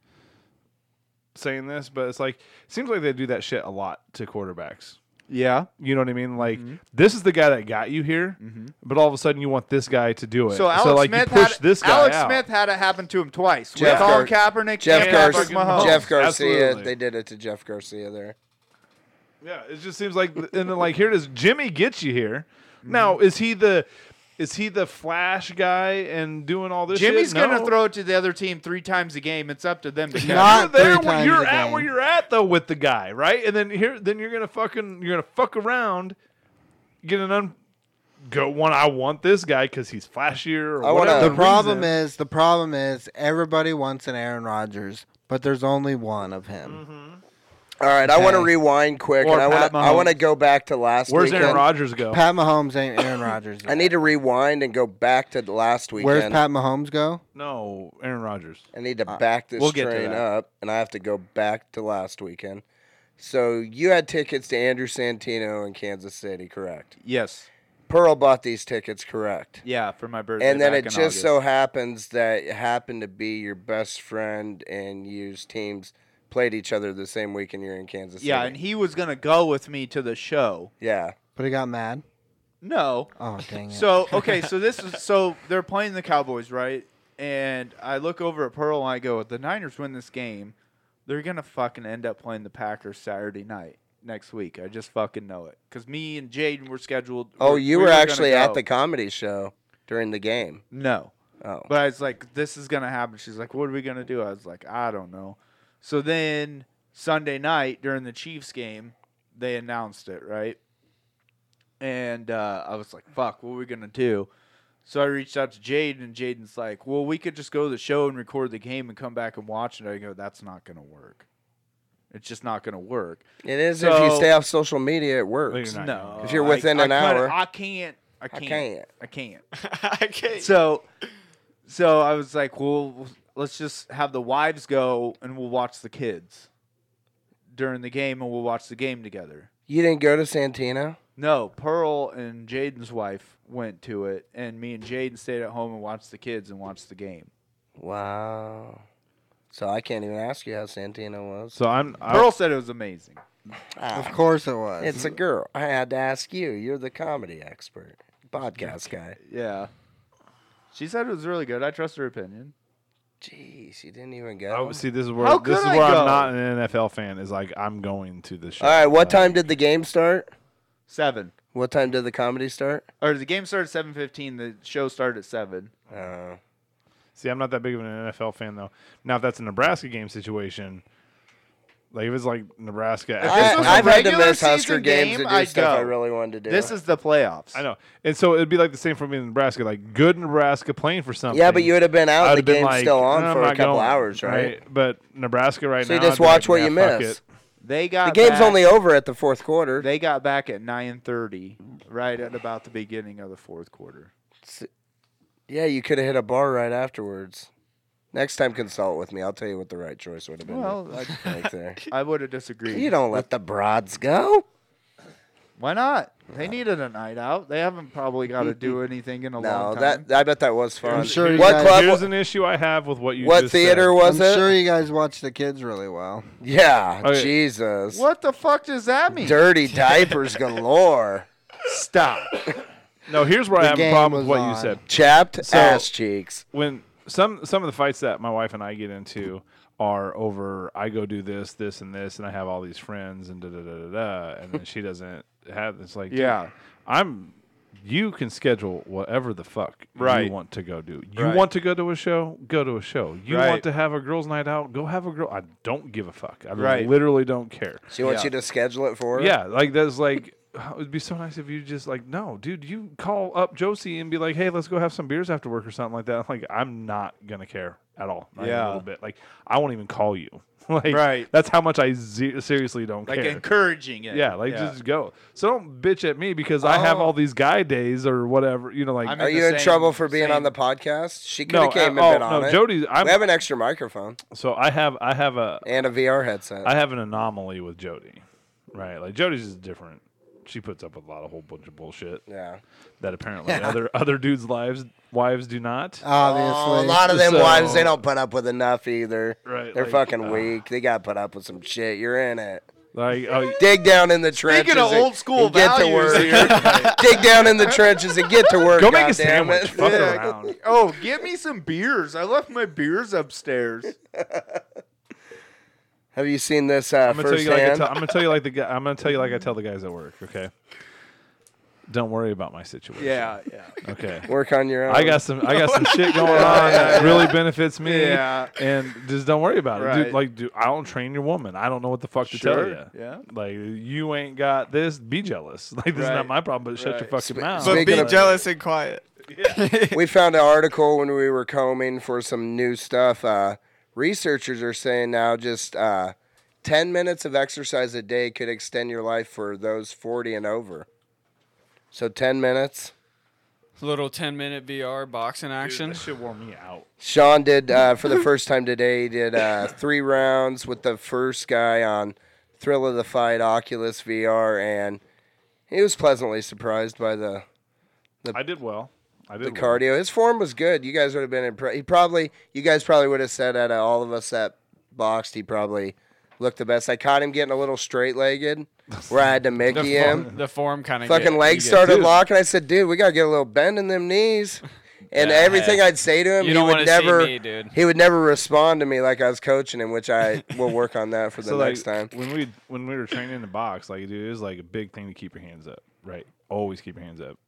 [SPEAKER 4] saying this, but it's like it seems like they do that shit a lot to quarterbacks.
[SPEAKER 5] Yeah.
[SPEAKER 4] You know what I mean? Like
[SPEAKER 5] Mm-hmm.
[SPEAKER 4] this is the guy that got you here, but all of a sudden you want this guy to do it.
[SPEAKER 5] So Alex
[SPEAKER 4] like
[SPEAKER 5] Smith
[SPEAKER 4] you push
[SPEAKER 5] had
[SPEAKER 4] this guy
[SPEAKER 5] Alex
[SPEAKER 4] out.
[SPEAKER 5] Smith had it happen to him twice.
[SPEAKER 3] Jeff
[SPEAKER 5] with Colin
[SPEAKER 3] Gar-
[SPEAKER 5] Kaepernick,
[SPEAKER 3] Jeff,
[SPEAKER 5] and
[SPEAKER 4] Gar-
[SPEAKER 5] Patrick
[SPEAKER 4] fucking
[SPEAKER 5] Mahomes.
[SPEAKER 3] Jeff Garcia.
[SPEAKER 4] Absolutely.
[SPEAKER 3] They did it to Jeff Garcia there.
[SPEAKER 4] Yeah, it just seems like, and then like here it is. Jimmy gets you here.
[SPEAKER 5] Mm-hmm.
[SPEAKER 4] Now is he the is he the flash guy and doing all this?
[SPEAKER 5] Jimmy's
[SPEAKER 4] shit?
[SPEAKER 5] gonna
[SPEAKER 4] No.
[SPEAKER 5] throw it to the other team three times a game. It's up to them to catch.
[SPEAKER 2] Not-
[SPEAKER 4] you're there
[SPEAKER 2] three
[SPEAKER 4] where
[SPEAKER 2] times
[SPEAKER 4] you're
[SPEAKER 2] a
[SPEAKER 4] at
[SPEAKER 2] game.
[SPEAKER 4] where you're at though with the guy, right? And then here then you're gonna fucking you're gonna fuck around, get an un go one. I want this guy because he's flashier or
[SPEAKER 3] I wanna-
[SPEAKER 4] whatever.
[SPEAKER 3] The
[SPEAKER 2] The problem
[SPEAKER 4] reason.
[SPEAKER 2] is the problem is everybody wants an Aaron Rodgers, but there's only one of him.
[SPEAKER 3] All right, I want to
[SPEAKER 2] Okay.
[SPEAKER 3] rewind quick,
[SPEAKER 5] Or
[SPEAKER 3] and I want
[SPEAKER 5] Pat
[SPEAKER 3] to I want to
[SPEAKER 5] Mahomes.
[SPEAKER 3] go back to last
[SPEAKER 4] where's
[SPEAKER 3] weekend.
[SPEAKER 4] Aaron Rodgers go?
[SPEAKER 2] Pat Mahomes ain't Aaron Rodgers.
[SPEAKER 3] I need to rewind and go back to last weekend.
[SPEAKER 2] Where's Pat Mahomes go?
[SPEAKER 4] no, Aaron Rodgers.
[SPEAKER 3] I need to back this
[SPEAKER 5] Uh, we'll get to
[SPEAKER 3] train
[SPEAKER 5] that.
[SPEAKER 3] up, and I have to go back to last weekend. So you had tickets to Andrew Santino in Kansas City, correct?
[SPEAKER 5] Yes.
[SPEAKER 3] Pearl bought these tickets, correct?
[SPEAKER 5] Yeah, for my birthday.
[SPEAKER 3] And then
[SPEAKER 5] back
[SPEAKER 3] it
[SPEAKER 5] in
[SPEAKER 3] just
[SPEAKER 5] August.
[SPEAKER 3] so happens that it happened to be your best friend and your teams played each other the same weekend you're in Kansas
[SPEAKER 5] Yeah,
[SPEAKER 3] City.
[SPEAKER 5] and he was gonna go with me to the show.
[SPEAKER 3] yeah.
[SPEAKER 2] But he got mad.
[SPEAKER 5] No.
[SPEAKER 2] Oh dang it!
[SPEAKER 5] So okay, so this is so they're playing the Cowboys, right? And I look over at Pearl and I go, if the Niners win this game, they're gonna fucking end up playing the Packers Saturday night next week. I just fucking know it because me and Jaden were scheduled.
[SPEAKER 3] Oh,
[SPEAKER 5] we-
[SPEAKER 3] you
[SPEAKER 5] we
[SPEAKER 3] were
[SPEAKER 5] gonna
[SPEAKER 3] actually at
[SPEAKER 5] go.
[SPEAKER 3] the comedy show during the game.
[SPEAKER 5] no,
[SPEAKER 3] Oh.
[SPEAKER 5] but I was like, this is gonna happen. She's like, what are we gonna do? I was like, I don't know. So then Sunday night during the Chiefs game, they announced it, right? And uh, I was like, fuck, what are we gonna do? So I reached out to Jaden, and Jaden's like, well, we could just go to the show and record the game and come back and watch it. I go, that's not gonna work. It's just not gonna work.
[SPEAKER 3] It is if you
[SPEAKER 5] So-
[SPEAKER 3] stay off social media, it works.
[SPEAKER 4] you're not gonna
[SPEAKER 5] No,
[SPEAKER 4] work.
[SPEAKER 3] If you're
[SPEAKER 5] I-
[SPEAKER 3] within
[SPEAKER 5] I,
[SPEAKER 3] an
[SPEAKER 5] couldn't-
[SPEAKER 3] hour.
[SPEAKER 5] I can't. I can't.
[SPEAKER 3] can't.
[SPEAKER 5] I can't.
[SPEAKER 6] I can't.
[SPEAKER 5] So, so I was like, well, let's just have the wives go and we'll watch the kids during the game and we'll watch the game together.
[SPEAKER 3] You didn't go to Santino?
[SPEAKER 5] No, Pearl and Jaden's wife went to it, and me and Jaden stayed at home and watched the kids and watched the game.
[SPEAKER 3] Wow. So I can't even ask you how Santino was.
[SPEAKER 4] So I'm I,
[SPEAKER 5] Pearl said it was amazing.
[SPEAKER 3] Ah,
[SPEAKER 2] of course it was.
[SPEAKER 3] it's a girl. I had to ask you. You're the comedy expert, podcast guy.
[SPEAKER 5] Yeah. She said it was really good. I trust her opinion.
[SPEAKER 3] Jeez, you didn't even go.
[SPEAKER 4] I would- see this is where
[SPEAKER 5] How
[SPEAKER 4] this is
[SPEAKER 5] could
[SPEAKER 4] where
[SPEAKER 5] I
[SPEAKER 4] I'm
[SPEAKER 5] go?
[SPEAKER 4] not an NFL fan. Is like I'm going to the show.
[SPEAKER 3] All right, what time did the game start?
[SPEAKER 5] Seven.
[SPEAKER 3] What time did the comedy start?
[SPEAKER 5] Or the game started at seven fifteen. The show started at seven.
[SPEAKER 3] Uh,
[SPEAKER 4] See, I'm not that big of an NFL fan though. Now, if that's a Nebraska game situation, Like if it's like Nebraska.
[SPEAKER 5] this
[SPEAKER 4] I,
[SPEAKER 5] was a
[SPEAKER 3] I, I've had to
[SPEAKER 5] regular
[SPEAKER 3] miss Husker
[SPEAKER 5] season
[SPEAKER 3] games
[SPEAKER 5] game,
[SPEAKER 3] to do
[SPEAKER 5] I'd
[SPEAKER 3] stuff I
[SPEAKER 5] go.
[SPEAKER 3] really wanted to do.
[SPEAKER 5] This is the playoffs.
[SPEAKER 4] I know, and so it'd be like the same for me in Nebraska. Like good Nebraska playing for something.
[SPEAKER 3] yeah, but you would have been out.
[SPEAKER 4] I'd
[SPEAKER 3] and The
[SPEAKER 4] have been
[SPEAKER 3] game's
[SPEAKER 4] like,
[SPEAKER 3] still on
[SPEAKER 4] "No, I'm
[SPEAKER 3] for a
[SPEAKER 4] not
[SPEAKER 3] couple
[SPEAKER 4] going,"
[SPEAKER 3] hours, right?
[SPEAKER 4] But Nebraska right
[SPEAKER 3] So
[SPEAKER 4] now.
[SPEAKER 3] you just
[SPEAKER 4] I'd be like,
[SPEAKER 3] watch what you
[SPEAKER 4] "Nah, fuck
[SPEAKER 3] miss."
[SPEAKER 4] it."
[SPEAKER 5] They got
[SPEAKER 3] The game's
[SPEAKER 5] back-
[SPEAKER 3] only over at the fourth quarter.
[SPEAKER 5] They got back at 9:30, right at about the beginning of the fourth quarter.
[SPEAKER 3] Yeah, you could have hit a bar right afterwards. Next time, consult with me. I'll tell you what the right choice would have been.
[SPEAKER 5] Well,
[SPEAKER 3] right there.
[SPEAKER 5] I would have disagreed.
[SPEAKER 3] You don't let the broads go.
[SPEAKER 5] Why not? They needed a night out. They haven't probably got to do anything in a
[SPEAKER 3] No,
[SPEAKER 5] long time.
[SPEAKER 3] that I bet that was fun.
[SPEAKER 2] I'm sure you
[SPEAKER 3] what
[SPEAKER 2] guys-
[SPEAKER 3] club?
[SPEAKER 4] Here's an issue I have with what you.
[SPEAKER 3] what
[SPEAKER 4] just
[SPEAKER 3] theater
[SPEAKER 4] Said.
[SPEAKER 3] was
[SPEAKER 2] I'm
[SPEAKER 3] it?
[SPEAKER 2] sure you guys watch the kids really well.
[SPEAKER 3] Yeah,
[SPEAKER 4] Okay.
[SPEAKER 3] Jesus.
[SPEAKER 5] what the fuck does that mean?
[SPEAKER 3] Dirty diapers galore.
[SPEAKER 5] Stop.
[SPEAKER 4] No, here's where I
[SPEAKER 2] The
[SPEAKER 4] have a
[SPEAKER 2] game
[SPEAKER 4] problem with
[SPEAKER 2] was
[SPEAKER 4] what you
[SPEAKER 2] on.
[SPEAKER 4] said.
[SPEAKER 3] Chapped
[SPEAKER 4] So-
[SPEAKER 3] ass cheeks.
[SPEAKER 4] when some some of the fights that my wife and I get into are over I go do this, this and this and I have all these friends and da da da da da and then she doesn't have it's like dude,
[SPEAKER 5] Yeah.
[SPEAKER 4] I'm you can schedule whatever the fuck
[SPEAKER 5] Right.
[SPEAKER 4] you want to go do. You
[SPEAKER 5] Right.
[SPEAKER 4] want to go to a show? Go to a show. You
[SPEAKER 5] Right.
[SPEAKER 4] want to have a girls' night out? Go have a girl. I don't give a fuck. I
[SPEAKER 5] Right.
[SPEAKER 4] literally don't care.
[SPEAKER 3] She wants
[SPEAKER 5] Yeah.
[SPEAKER 3] you to schedule it for her.
[SPEAKER 4] Yeah, like that's like it would be so nice if you just like no, dude, you call up Josie and be like, hey, let's go have some beers after work or something like that. Like I'm not gonna care at all, not even a
[SPEAKER 5] Yeah.
[SPEAKER 4] little bit. Like I won't even call you. like
[SPEAKER 5] Right.
[SPEAKER 4] that's how much I ze- seriously don't
[SPEAKER 5] Like
[SPEAKER 4] care.
[SPEAKER 5] encouraging it.
[SPEAKER 4] yeah, like just go. So don't bitch at me because I have
[SPEAKER 5] Oh.
[SPEAKER 4] all these guy days or whatever. You know, like
[SPEAKER 5] I'm
[SPEAKER 3] Are
[SPEAKER 5] in
[SPEAKER 3] you
[SPEAKER 5] the
[SPEAKER 3] in
[SPEAKER 5] same-
[SPEAKER 3] trouble for being
[SPEAKER 5] same-
[SPEAKER 3] on the podcast? She could
[SPEAKER 4] no,
[SPEAKER 3] have
[SPEAKER 4] uh,
[SPEAKER 3] came and
[SPEAKER 4] oh,
[SPEAKER 3] been on
[SPEAKER 4] no,
[SPEAKER 3] it.
[SPEAKER 4] Jody's. I'm,
[SPEAKER 3] we have an extra microphone
[SPEAKER 4] so I have I have a
[SPEAKER 3] and a VR headset.
[SPEAKER 4] I have an anomaly with Jody, right? Like Jody's is different. She puts up with a lot of whole bunch of bullshit.
[SPEAKER 3] yeah.
[SPEAKER 4] that apparently other other dudes' lives wives do not.
[SPEAKER 5] Uh,
[SPEAKER 3] Oh, a
[SPEAKER 2] Obviously,
[SPEAKER 3] lot of them
[SPEAKER 4] So-
[SPEAKER 3] wives, they don't put up with enough either.
[SPEAKER 4] Right,
[SPEAKER 3] They're
[SPEAKER 4] like,
[SPEAKER 3] fucking
[SPEAKER 4] uh,
[SPEAKER 3] weak. They got put up with some shit. You're in it.
[SPEAKER 4] Like oh,
[SPEAKER 3] Dig down in the trenches.
[SPEAKER 5] Speaking of
[SPEAKER 3] and-
[SPEAKER 5] old school
[SPEAKER 3] and get to
[SPEAKER 5] values,
[SPEAKER 3] work.
[SPEAKER 5] here.
[SPEAKER 3] Dig down in the trenches and get to work.
[SPEAKER 4] go make a
[SPEAKER 3] goddammit.
[SPEAKER 4] sandwich. Fuck
[SPEAKER 5] Yeah.
[SPEAKER 4] around.
[SPEAKER 5] oh, get me some beers. I left my beers upstairs.
[SPEAKER 3] Have you seen this uh,
[SPEAKER 4] I'm gonna tell you like I
[SPEAKER 3] firsthand?
[SPEAKER 4] tell, I'm gonna tell you like the guy. I'm gonna tell you like I tell the guys at work. Okay. Don't worry about my situation.
[SPEAKER 5] Yeah, yeah.
[SPEAKER 4] Okay.
[SPEAKER 3] work on your own.
[SPEAKER 4] I got some I got some shit going on that really benefits me.
[SPEAKER 5] Yeah.
[SPEAKER 4] And just don't worry about it.
[SPEAKER 5] Right.
[SPEAKER 4] Dude, like dude, I don't train your woman. I don't know what the fuck to tell
[SPEAKER 5] Sure,
[SPEAKER 4] you.
[SPEAKER 5] yeah.
[SPEAKER 4] Like you ain't got this, be jealous. Like this is
[SPEAKER 5] Right.
[SPEAKER 4] not my problem, but shut your
[SPEAKER 5] Right.
[SPEAKER 4] fucking mouth.
[SPEAKER 3] speak-
[SPEAKER 7] But be
[SPEAKER 3] Speaking of-
[SPEAKER 7] jealous and quiet.
[SPEAKER 3] we found an article when we were combing for some new stuff. Uh, researchers are saying now just uh, 10 minutes of exercise a day could extend your life for those 40 and over. So 10 minutes.
[SPEAKER 6] Little 10 minute VR boxing action.
[SPEAKER 4] That shit wore me out.
[SPEAKER 3] Sean did uh, for the first time today. He did uh, three rounds with the first guy on Thrill of the Fight Oculus VR, and he was pleasantly surprised by the
[SPEAKER 4] I did well. I did
[SPEAKER 3] the
[SPEAKER 4] well.
[SPEAKER 3] cardio. His form was good. You guys would have been impressed. He probably, you guys probably would have said out of all of us that boxed, he probably looked the best. I caught him getting a little straight legged, where I had to
[SPEAKER 6] The,
[SPEAKER 3] Mickey
[SPEAKER 6] form,
[SPEAKER 3] him.
[SPEAKER 6] the form kind of
[SPEAKER 3] Fucking legs started
[SPEAKER 4] dude.
[SPEAKER 3] locking. I said, dude, we gotta get a little bend in them knees. And
[SPEAKER 6] Yeah,
[SPEAKER 3] everything
[SPEAKER 6] hey.
[SPEAKER 3] I'd say to him,
[SPEAKER 6] You
[SPEAKER 3] he
[SPEAKER 6] don't
[SPEAKER 3] would
[SPEAKER 6] wanna see
[SPEAKER 3] never,
[SPEAKER 6] me, dude.
[SPEAKER 3] he would never respond to me like I was coaching him, which I will work on that for the
[SPEAKER 4] so
[SPEAKER 3] next
[SPEAKER 4] like,
[SPEAKER 3] time.
[SPEAKER 4] When we when we were training the box, like dude, it was like a big thing to keep your hands up, right? Always keep your hands up.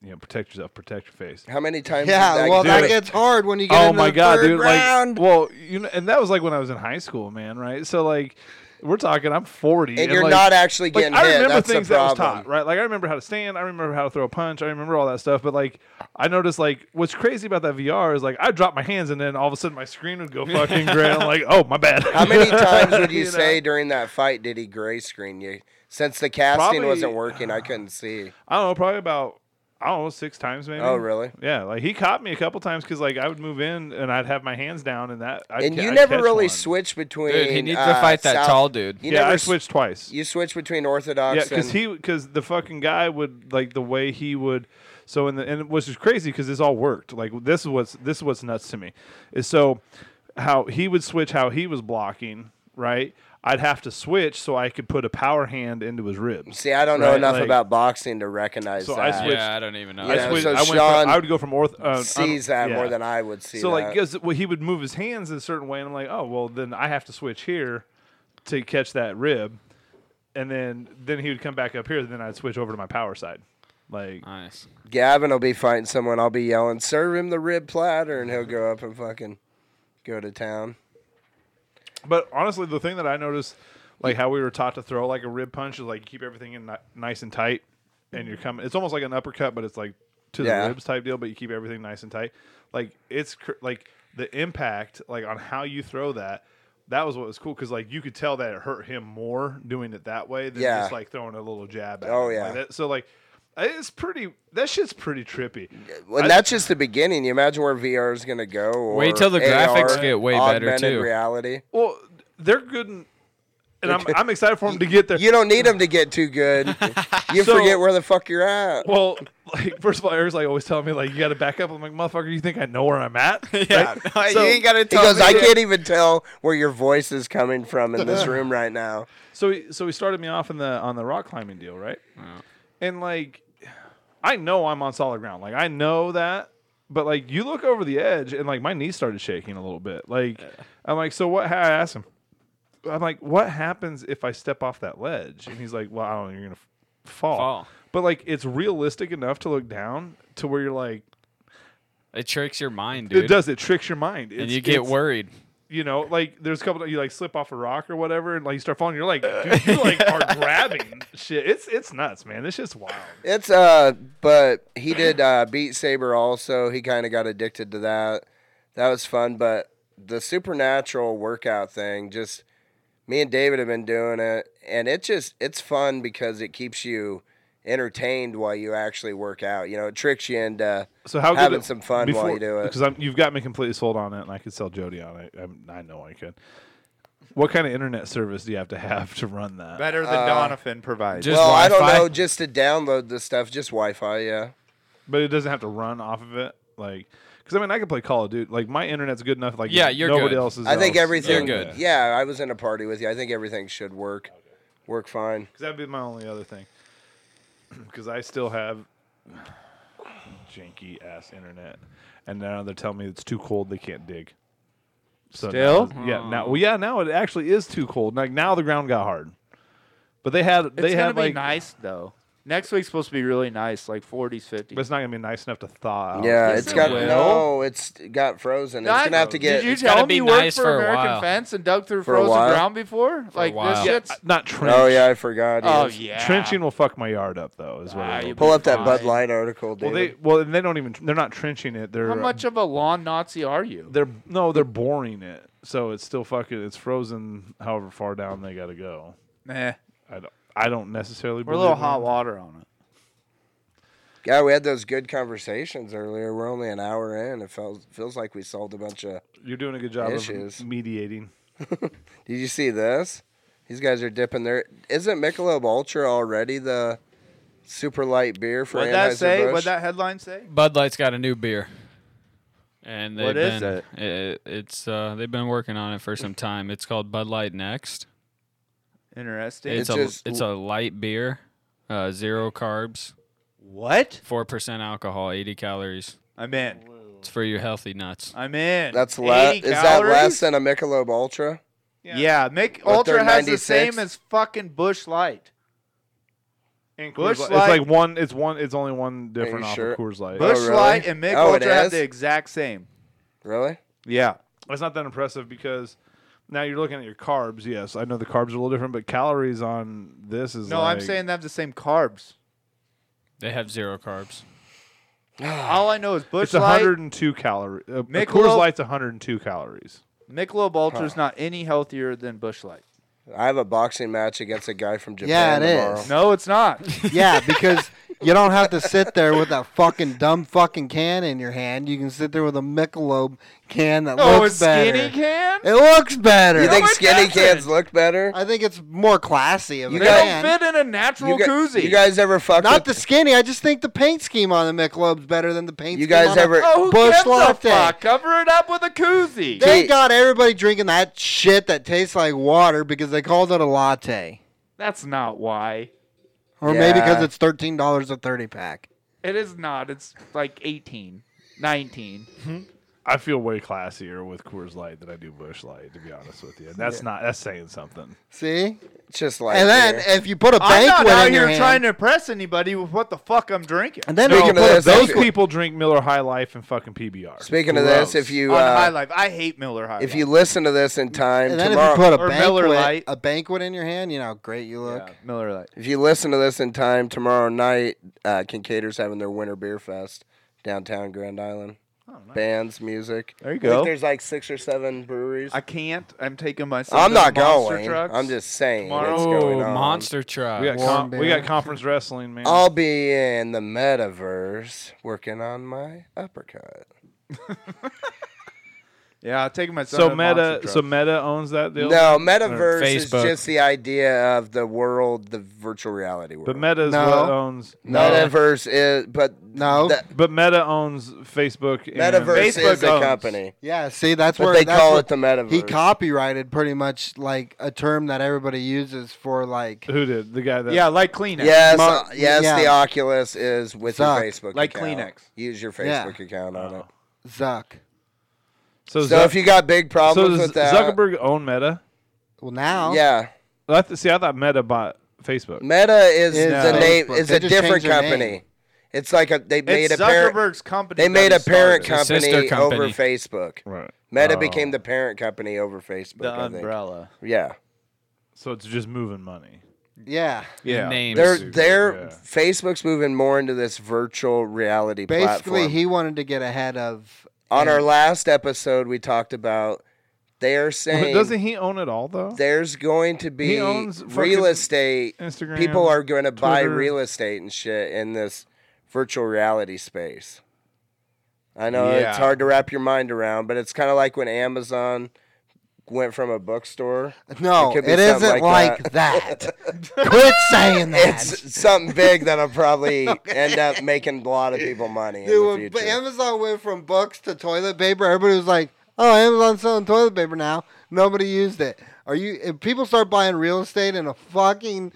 [SPEAKER 4] You know, protect yourself, protect your face.
[SPEAKER 3] How many times? did
[SPEAKER 2] yeah.
[SPEAKER 3] that
[SPEAKER 2] Well,
[SPEAKER 3] get
[SPEAKER 2] that
[SPEAKER 3] it?
[SPEAKER 2] gets hard when you get.
[SPEAKER 4] Oh
[SPEAKER 2] into
[SPEAKER 4] my
[SPEAKER 2] the
[SPEAKER 4] god,
[SPEAKER 2] third
[SPEAKER 4] dude!
[SPEAKER 2] Round.
[SPEAKER 4] Like, well, you know, and that was like when I was in high school, man. Right? So like, we're talking. I'm 40,
[SPEAKER 3] and you're
[SPEAKER 4] like-
[SPEAKER 3] not actually
[SPEAKER 4] like,
[SPEAKER 3] getting
[SPEAKER 4] I
[SPEAKER 3] hit.
[SPEAKER 4] remember
[SPEAKER 3] That's
[SPEAKER 4] things
[SPEAKER 3] the
[SPEAKER 4] that was
[SPEAKER 3] problem.
[SPEAKER 4] taught, right? Like I remember how to stand, I remember how to throw a punch, I remember all that stuff. But like I noticed like what's crazy about that VR is like I dropped my hands and then all of a sudden my screen would go fucking gray. and I'm like, oh my bad.
[SPEAKER 3] How many times would you,
[SPEAKER 4] know?
[SPEAKER 3] say during that fight did he gray screen you? Since the casting
[SPEAKER 4] Probably-
[SPEAKER 3] wasn't working, I couldn't see.
[SPEAKER 4] I don't know, probably about I don't know six times maybe.
[SPEAKER 3] Oh, really?
[SPEAKER 4] Yeah, like he caught me a couple times because like I would move in and I'd have my hands down and that. I'd
[SPEAKER 3] And
[SPEAKER 4] ca-
[SPEAKER 3] you
[SPEAKER 4] I'd
[SPEAKER 3] never
[SPEAKER 4] catch
[SPEAKER 3] really
[SPEAKER 4] one.
[SPEAKER 3] switch between.
[SPEAKER 6] Dude, he needs
[SPEAKER 3] uh,
[SPEAKER 6] to fight that
[SPEAKER 3] South-
[SPEAKER 6] tall dude.
[SPEAKER 3] You
[SPEAKER 4] yeah,
[SPEAKER 3] never
[SPEAKER 4] I
[SPEAKER 3] s-
[SPEAKER 4] switched twice.
[SPEAKER 3] You switch between
[SPEAKER 4] Yeah,
[SPEAKER 3] orthodox
[SPEAKER 4] because
[SPEAKER 3] and.
[SPEAKER 4] he because the fucking guy would like the way he would. So in the and which is crazy because this all worked. Like this is what's this is what's nuts to me, is so how he would switch how he was blocking right. I'd have to switch so I could put a power hand into his ribs.
[SPEAKER 3] See, I don't know
[SPEAKER 4] Right,
[SPEAKER 3] enough
[SPEAKER 4] like-
[SPEAKER 3] about boxing to recognize
[SPEAKER 4] So I
[SPEAKER 3] that.
[SPEAKER 4] switched-
[SPEAKER 6] Yeah, I don't even know.
[SPEAKER 3] You know,
[SPEAKER 4] I, switched,
[SPEAKER 3] so
[SPEAKER 4] I, went from-
[SPEAKER 3] Sean
[SPEAKER 4] I would go from orth. Uh,
[SPEAKER 3] sees that
[SPEAKER 4] yeah.
[SPEAKER 3] more than I would see.
[SPEAKER 4] so like
[SPEAKER 3] that.
[SPEAKER 4] 'cause, well, he would move his hands a certain way and i'm like oh well then i have to switch here to catch that rib and then then he would come back up here and then i'd switch over to my power side like
[SPEAKER 6] nice.
[SPEAKER 3] Gavin will be fighting someone. I'll be yelling, "Serve him the rib platter," and he'll go up and fucking go to town.
[SPEAKER 4] but honestly the thing that i noticed like how we were taught to throw like a rib punch is like you keep everything in ni- nice and tight, and you're coming. It's almost like an uppercut, but it's like to
[SPEAKER 3] Yeah.
[SPEAKER 4] the ribs type deal. But you keep everything nice and tight. Like it's cr- like the impact like on how you throw that. That was what was cool because like you could tell that it hurt him more doing it that way than
[SPEAKER 3] Yeah.
[SPEAKER 4] just like throwing a little jab. At
[SPEAKER 3] Oh,
[SPEAKER 4] him.
[SPEAKER 3] yeah.
[SPEAKER 4] Like, that, so like. It's pretty. That shit's pretty trippy.
[SPEAKER 3] Well,
[SPEAKER 4] I-
[SPEAKER 3] that's just the beginning. You imagine where VR is going to go. Or
[SPEAKER 6] Wait till the graphics
[SPEAKER 3] AR,
[SPEAKER 6] get way better,
[SPEAKER 3] augmented
[SPEAKER 6] too.
[SPEAKER 3] Reality.
[SPEAKER 4] Well, they're good, and, and I'm, I'm excited for them to get there.
[SPEAKER 3] You don't need them to get too good. You
[SPEAKER 4] So-
[SPEAKER 3] forget where the fuck you're at.
[SPEAKER 4] Well, like first of all, Eric's like always telling me like you got to back up. I'm like, motherfucker, you think I know where I'm at? yeah.
[SPEAKER 5] you ain't got to
[SPEAKER 3] He
[SPEAKER 5] tell
[SPEAKER 3] goes,
[SPEAKER 5] me
[SPEAKER 3] I
[SPEAKER 5] that.
[SPEAKER 3] can't even tell where your voice is coming from in this room right now.
[SPEAKER 4] So he, so he started me off in the on the rock climbing deal, right? And like, I know I'm on solid ground. Like I know that, but like you look over the edge and like my knees started shaking a little bit. Like I'm like, so what? ha- I asked him. I'm like, what happens if I step off that ledge? And he's like, well, I don't know. You're gonna f- fall.
[SPEAKER 6] Fall.
[SPEAKER 4] But like, it's realistic enough to look down to where you're like,
[SPEAKER 6] It tricks your mind, dude.
[SPEAKER 4] it does. It tricks your mind.
[SPEAKER 6] And
[SPEAKER 4] It's-
[SPEAKER 6] you get
[SPEAKER 4] it's-
[SPEAKER 6] worried.
[SPEAKER 4] you know, like there's a couple you like slip off a rock or whatever, and like you start falling. You're like, dude, you like are grabbing shit. It's it's nuts, man. This shit's wild.
[SPEAKER 3] It's uh, but he did uh, Beat Saber also. He kind of got addicted to that. That was fun, but the supernatural workout thing, just me and David have been doing it, and it just it's fun because it keeps you entertained while you actually work out. You know, it tricks you into
[SPEAKER 4] So how
[SPEAKER 3] having
[SPEAKER 4] good
[SPEAKER 3] some fun while you do it.
[SPEAKER 4] because I'm you've got me completely sold on it, and I could sell Jody on it. I'm, I know I could. What kind of internet service do you have to have to run that?
[SPEAKER 5] Better
[SPEAKER 3] Uh,
[SPEAKER 5] than Donovan provides.
[SPEAKER 6] Just
[SPEAKER 3] Well, I don't
[SPEAKER 6] Wi-Fi?
[SPEAKER 3] know, just to download the stuff, just Wi-Fi. Yeah,
[SPEAKER 4] But it doesn't have to run off of it, like because I mean I could play Call of Duty. Like my internet's good enough. Like
[SPEAKER 6] Yeah, you're
[SPEAKER 4] nobody
[SPEAKER 6] good.
[SPEAKER 4] else's.
[SPEAKER 3] I think
[SPEAKER 4] else.
[SPEAKER 3] everything.
[SPEAKER 6] You're good.
[SPEAKER 3] Yeah, I was in a party with you. I think everything should work, work fine.
[SPEAKER 4] 'Cause that'd be my only other thing. Because I still have janky ass internet, and now they're telling me it's too cold. They can't dig. So
[SPEAKER 5] Still?
[SPEAKER 4] now- yeah. Now, well, yeah. Now it actually is too cold. Like now the ground got hard. But they had
[SPEAKER 5] it's
[SPEAKER 4] they
[SPEAKER 5] gonna
[SPEAKER 4] had
[SPEAKER 5] be
[SPEAKER 4] like,
[SPEAKER 5] nice though. Next week's supposed to be really nice, like 40s, 50s.
[SPEAKER 4] but it's not gonna be nice enough to thaw. out.
[SPEAKER 3] Yeah, it's got
[SPEAKER 5] will.
[SPEAKER 3] no. It's got frozen. It's gonna have to get.
[SPEAKER 5] Did you
[SPEAKER 6] It's
[SPEAKER 5] tell
[SPEAKER 6] gotta
[SPEAKER 5] him
[SPEAKER 6] be
[SPEAKER 5] you worked
[SPEAKER 6] nice
[SPEAKER 5] for,
[SPEAKER 6] for a
[SPEAKER 5] American
[SPEAKER 6] while.
[SPEAKER 5] Fence and dug through
[SPEAKER 3] For a
[SPEAKER 5] frozen
[SPEAKER 3] while.
[SPEAKER 5] ground before? like
[SPEAKER 6] while.
[SPEAKER 5] this
[SPEAKER 6] Yeah,
[SPEAKER 5] shit's.
[SPEAKER 4] uh, not trench.
[SPEAKER 3] oh yeah, I forgot.
[SPEAKER 5] oh
[SPEAKER 3] yes.
[SPEAKER 5] yeah.
[SPEAKER 4] trenching will fuck my yard up though. Is what.
[SPEAKER 5] Ah,
[SPEAKER 4] it'll
[SPEAKER 5] you-
[SPEAKER 4] be.
[SPEAKER 3] Pull up that Bud
[SPEAKER 5] Fine.
[SPEAKER 3] Light article,
[SPEAKER 4] well,
[SPEAKER 3] David.
[SPEAKER 4] they well and they don't even they're not trenching it. They're
[SPEAKER 5] How
[SPEAKER 4] uh,
[SPEAKER 5] much of a lawn Nazi are you?
[SPEAKER 4] They're no, they're boring it, so it's still fucking. It's frozen, however far down they got to go.
[SPEAKER 5] Eh,
[SPEAKER 4] I don't. I don't necessarily.
[SPEAKER 5] we're a
[SPEAKER 4] believe
[SPEAKER 5] little
[SPEAKER 4] in
[SPEAKER 5] hot
[SPEAKER 3] Mm-hmm.
[SPEAKER 4] it.
[SPEAKER 5] water on it.
[SPEAKER 3] yeah, we had those good conversations earlier. We're only an hour in. It feels feels like we solved a bunch of.
[SPEAKER 4] You're doing a good job
[SPEAKER 3] Issues.
[SPEAKER 4] of mediating.
[SPEAKER 3] Did you see this? These guys are dipping their. Isn't Michelob Ultra already the super light beer for
[SPEAKER 5] What'd that say?
[SPEAKER 3] Anheuser-Busch?
[SPEAKER 5] What'd that headline say?
[SPEAKER 6] Bud Light's got a new beer. And they've
[SPEAKER 5] What is
[SPEAKER 6] been, it- it's uh, they've been working on it for some time. It's called Bud Light Next.
[SPEAKER 5] Interesting.
[SPEAKER 6] It's,
[SPEAKER 3] It's
[SPEAKER 6] a
[SPEAKER 3] just-
[SPEAKER 6] it's a light beer, uh, zero carbs,
[SPEAKER 5] what?
[SPEAKER 6] four percent alcohol, eighty calories.
[SPEAKER 5] I'm in.
[SPEAKER 6] It's for you healthy nuts.
[SPEAKER 5] I'm in.
[SPEAKER 3] That's la-
[SPEAKER 5] 80
[SPEAKER 3] Is that less
[SPEAKER 5] calories?
[SPEAKER 3] than a Michelob Ultra?
[SPEAKER 5] Yeah, Mick
[SPEAKER 3] Or
[SPEAKER 5] Ultra has the
[SPEAKER 3] 96?
[SPEAKER 5] same as fucking Bush Light.
[SPEAKER 4] And
[SPEAKER 5] Bush
[SPEAKER 4] Coors Light-
[SPEAKER 5] Light-
[SPEAKER 4] it's like one. It's one. It's only one different off
[SPEAKER 3] sure?
[SPEAKER 4] of Coors Light.
[SPEAKER 5] Bush
[SPEAKER 3] Oh, really?
[SPEAKER 5] Light and Mick
[SPEAKER 3] Oh, it
[SPEAKER 5] Ultra
[SPEAKER 3] is?
[SPEAKER 5] have the exact same.
[SPEAKER 3] Really?
[SPEAKER 5] Yeah.
[SPEAKER 4] That's not that impressive because now you're looking at your carbs. Yes, I know the carbs are a little different, but calories on this is
[SPEAKER 5] No, I'm
[SPEAKER 4] like-
[SPEAKER 5] saying they have the same carbs.
[SPEAKER 6] They have zero carbs.
[SPEAKER 5] All I know is Bush
[SPEAKER 4] it's
[SPEAKER 5] Light,
[SPEAKER 4] 102 calories. Uh, Coors
[SPEAKER 5] Michelob-
[SPEAKER 4] Light's 102 calories.
[SPEAKER 5] Michelob Ultra is not any healthier than Bush Light.
[SPEAKER 3] I have a boxing match against a guy from Japan
[SPEAKER 2] Yeah, it
[SPEAKER 3] tomorrow.
[SPEAKER 2] is.
[SPEAKER 5] No, it's not.
[SPEAKER 2] Yeah, because you don't have to sit there with that fucking dumb fucking can in your hand. You can sit there with a Michelob can that
[SPEAKER 5] oh, a
[SPEAKER 2] looks better.
[SPEAKER 5] skinny can?
[SPEAKER 2] It looks better.
[SPEAKER 3] You think
[SPEAKER 5] it
[SPEAKER 3] skinny
[SPEAKER 5] doesn't.
[SPEAKER 3] cans look better?
[SPEAKER 2] I think it's more classy of
[SPEAKER 3] You
[SPEAKER 2] a
[SPEAKER 5] They
[SPEAKER 3] got-
[SPEAKER 2] can.
[SPEAKER 5] don't fit in a natural
[SPEAKER 3] you, gu-
[SPEAKER 5] koozie.
[SPEAKER 3] you guys ever fuck
[SPEAKER 2] Not the
[SPEAKER 3] with,
[SPEAKER 2] skinny. I just think the paint scheme on the Michelob's better than the paint.
[SPEAKER 3] You
[SPEAKER 2] scheme
[SPEAKER 3] guys
[SPEAKER 2] on a-
[SPEAKER 3] ever-
[SPEAKER 5] oh, who
[SPEAKER 2] Busch
[SPEAKER 5] gives a
[SPEAKER 2] Latte.
[SPEAKER 5] fuck? Cover it up with a koozie.
[SPEAKER 2] They
[SPEAKER 3] Gee.
[SPEAKER 2] got everybody drinking that shit that tastes like water because they called it a latte,
[SPEAKER 5] That's not why.
[SPEAKER 2] or maybe because
[SPEAKER 3] Yeah.
[SPEAKER 2] it's thirteen dollars a thirty pack.
[SPEAKER 5] It is not. It's like 18, 19.
[SPEAKER 4] I feel way classier with Coors Light than I do Bush Light, to be honest with you. And that's not that's saying something.
[SPEAKER 2] See,
[SPEAKER 3] It's just like
[SPEAKER 2] and then
[SPEAKER 3] beer.
[SPEAKER 2] if you put a
[SPEAKER 5] I'm
[SPEAKER 2] banquet
[SPEAKER 5] not out
[SPEAKER 2] in your
[SPEAKER 5] here
[SPEAKER 2] hand,
[SPEAKER 5] trying to impress anybody with what the fuck I'm drinking.
[SPEAKER 2] and then
[SPEAKER 3] No,
[SPEAKER 2] you can
[SPEAKER 3] but
[SPEAKER 2] put a
[SPEAKER 3] that's not
[SPEAKER 2] banquet.
[SPEAKER 4] Those people drink Miller High Life and fucking PBR.
[SPEAKER 3] speaking of
[SPEAKER 4] Gross.
[SPEAKER 3] this, if you
[SPEAKER 5] on High
[SPEAKER 3] uh,
[SPEAKER 5] Life, I hate Miller High.
[SPEAKER 3] if
[SPEAKER 5] Life.
[SPEAKER 3] you listen to this in time
[SPEAKER 2] And then
[SPEAKER 3] tomorrow,
[SPEAKER 2] if you put a
[SPEAKER 5] Or Miller
[SPEAKER 2] banquet,
[SPEAKER 5] Lite.
[SPEAKER 2] a banquet in your hand, you know how great you look.
[SPEAKER 5] Yeah, Miller Lite.
[SPEAKER 3] If you listen to this in time, tomorrow night, uh, Kincaiders having their winter beer fest downtown Grand Island. Bands, music.
[SPEAKER 5] There you
[SPEAKER 3] I think
[SPEAKER 5] go.
[SPEAKER 3] there's like six or seven breweries.
[SPEAKER 5] I can't. I'm taking my. son
[SPEAKER 3] I, am
[SPEAKER 5] to
[SPEAKER 3] not
[SPEAKER 5] the monster
[SPEAKER 3] going.
[SPEAKER 5] Trucks.
[SPEAKER 3] I'm just saying what's
[SPEAKER 6] Oh,
[SPEAKER 3] going on.
[SPEAKER 6] monster truck.
[SPEAKER 4] we got
[SPEAKER 2] Warm
[SPEAKER 4] com- we
[SPEAKER 2] beer.
[SPEAKER 4] got conference wrestling, man.
[SPEAKER 3] I'll be in the metaverse working on my uppercut.
[SPEAKER 5] Yeah, I'm taking my son.
[SPEAKER 4] so
[SPEAKER 5] to the monster
[SPEAKER 4] meta
[SPEAKER 5] trucks.
[SPEAKER 4] so meta owns that deal.
[SPEAKER 3] No, metaverse is
[SPEAKER 6] Facebook.
[SPEAKER 3] just the idea of the world, the virtual reality world.
[SPEAKER 4] But meta is
[SPEAKER 2] No.
[SPEAKER 4] what owns uh,
[SPEAKER 3] metaverse is, but
[SPEAKER 2] No.
[SPEAKER 3] the-
[SPEAKER 4] but meta owns Facebook and
[SPEAKER 3] metaverse is
[SPEAKER 4] Facebook
[SPEAKER 3] a
[SPEAKER 4] owns-
[SPEAKER 3] company.
[SPEAKER 2] Yeah, see, that's
[SPEAKER 3] But
[SPEAKER 2] where
[SPEAKER 3] they
[SPEAKER 2] that's
[SPEAKER 3] call
[SPEAKER 2] where-
[SPEAKER 3] it the metaverse.
[SPEAKER 2] He copyrighted pretty much like a term that everybody uses for like
[SPEAKER 4] Who did? The guy that
[SPEAKER 5] Yeah, like Kleenex.
[SPEAKER 3] Yes,
[SPEAKER 2] Mo-
[SPEAKER 3] uh, yes,
[SPEAKER 2] yeah.
[SPEAKER 3] the Oculus is with
[SPEAKER 2] Suck.
[SPEAKER 3] your Facebook
[SPEAKER 5] Like
[SPEAKER 3] account.
[SPEAKER 5] Kleenex.
[SPEAKER 3] Use your
[SPEAKER 2] Yeah.
[SPEAKER 3] Facebook account on it.
[SPEAKER 2] Zuck.
[SPEAKER 4] So,
[SPEAKER 3] So
[SPEAKER 4] Zuck-
[SPEAKER 3] if you got big
[SPEAKER 4] so
[SPEAKER 3] problems
[SPEAKER 4] does
[SPEAKER 3] with that,
[SPEAKER 4] Zuckerberg own Meta?
[SPEAKER 2] Well, now,
[SPEAKER 3] yeah,
[SPEAKER 4] I th- see, I thought Meta bought Facebook.
[SPEAKER 3] Meta is
[SPEAKER 2] It's
[SPEAKER 3] the
[SPEAKER 2] Facebook.
[SPEAKER 3] name. Is
[SPEAKER 2] They
[SPEAKER 3] a
[SPEAKER 2] just
[SPEAKER 3] different
[SPEAKER 2] changed their
[SPEAKER 3] company.
[SPEAKER 2] name.
[SPEAKER 3] It's like a they made
[SPEAKER 5] it's
[SPEAKER 3] a parent.
[SPEAKER 5] Zuckerberg's company.
[SPEAKER 3] They
[SPEAKER 5] that
[SPEAKER 3] made
[SPEAKER 5] he
[SPEAKER 3] a parent
[SPEAKER 5] started.
[SPEAKER 6] The
[SPEAKER 3] company,
[SPEAKER 6] sister company.
[SPEAKER 3] over Facebook.
[SPEAKER 4] Right. Oh.
[SPEAKER 3] Meta became the parent company over Facebook.
[SPEAKER 5] The
[SPEAKER 3] I think.
[SPEAKER 5] umbrella.
[SPEAKER 3] Yeah,
[SPEAKER 4] So it's just moving money.
[SPEAKER 2] yeah.
[SPEAKER 5] Yeah.
[SPEAKER 6] Names.
[SPEAKER 3] they're
[SPEAKER 4] Basically,
[SPEAKER 3] they're
[SPEAKER 4] yeah.
[SPEAKER 3] Facebook's moving more into this virtual reality
[SPEAKER 2] Basically,
[SPEAKER 3] platform.
[SPEAKER 2] he wanted to get ahead of.
[SPEAKER 3] on our last episode, we talked about they're saying
[SPEAKER 4] Doesn't he own it all though?
[SPEAKER 3] there's going to be
[SPEAKER 4] owns
[SPEAKER 3] real
[SPEAKER 4] fucking
[SPEAKER 3] estate.
[SPEAKER 4] Instagram,
[SPEAKER 3] People are going to buy
[SPEAKER 4] Twitter.
[SPEAKER 3] real estate and shit in this virtual reality space. I know
[SPEAKER 5] Yeah.
[SPEAKER 3] it's hard to wrap your mind around, but it's kind of like when Amazon went from a bookstore.
[SPEAKER 2] No,
[SPEAKER 3] It could be
[SPEAKER 2] it
[SPEAKER 3] something
[SPEAKER 2] isn't
[SPEAKER 3] like
[SPEAKER 2] like that. Quit saying that.
[SPEAKER 3] It's something big that'll probably end up making a lot of people money in the
[SPEAKER 2] Dude,
[SPEAKER 3] future.
[SPEAKER 2] when Amazon went from books to toilet paper, everybody was like, "Oh, Amazon's selling toilet paper now." Nobody used it. Are you? If people start buying real estate in a fucking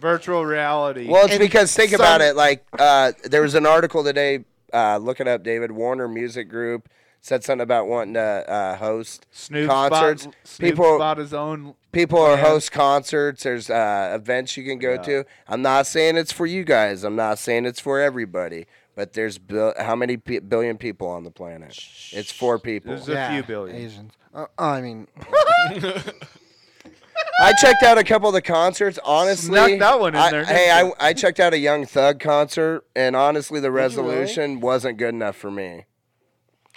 [SPEAKER 5] Virtual reality.
[SPEAKER 3] Well, it's
[SPEAKER 2] And
[SPEAKER 3] because think
[SPEAKER 2] some-
[SPEAKER 3] about it. Like uh, there was an article today. Uh, look it up, David Warner Music Group said something about wanting to uh, host
[SPEAKER 5] Snoop
[SPEAKER 3] concerts.
[SPEAKER 5] Bought, Snoop
[SPEAKER 3] people,
[SPEAKER 5] bought his own.
[SPEAKER 3] people are
[SPEAKER 5] plans.
[SPEAKER 3] host concerts. There's uh, events you can go to. I'm not saying it's for you guys. I'm not saying it's for everybody. But there's bil- how many p- billion people on the planet? It's four people.
[SPEAKER 5] There's a
[SPEAKER 2] yeah,
[SPEAKER 5] few billion.
[SPEAKER 2] Asians. Uh, I mean,
[SPEAKER 3] I checked out a couple of the concerts. Honestly,
[SPEAKER 5] Snuck that one in
[SPEAKER 3] I-
[SPEAKER 5] there,
[SPEAKER 3] Hey,
[SPEAKER 5] didn't
[SPEAKER 3] I, I checked out a Young Thug concert, and honestly, the resolution wasn't good enough for me.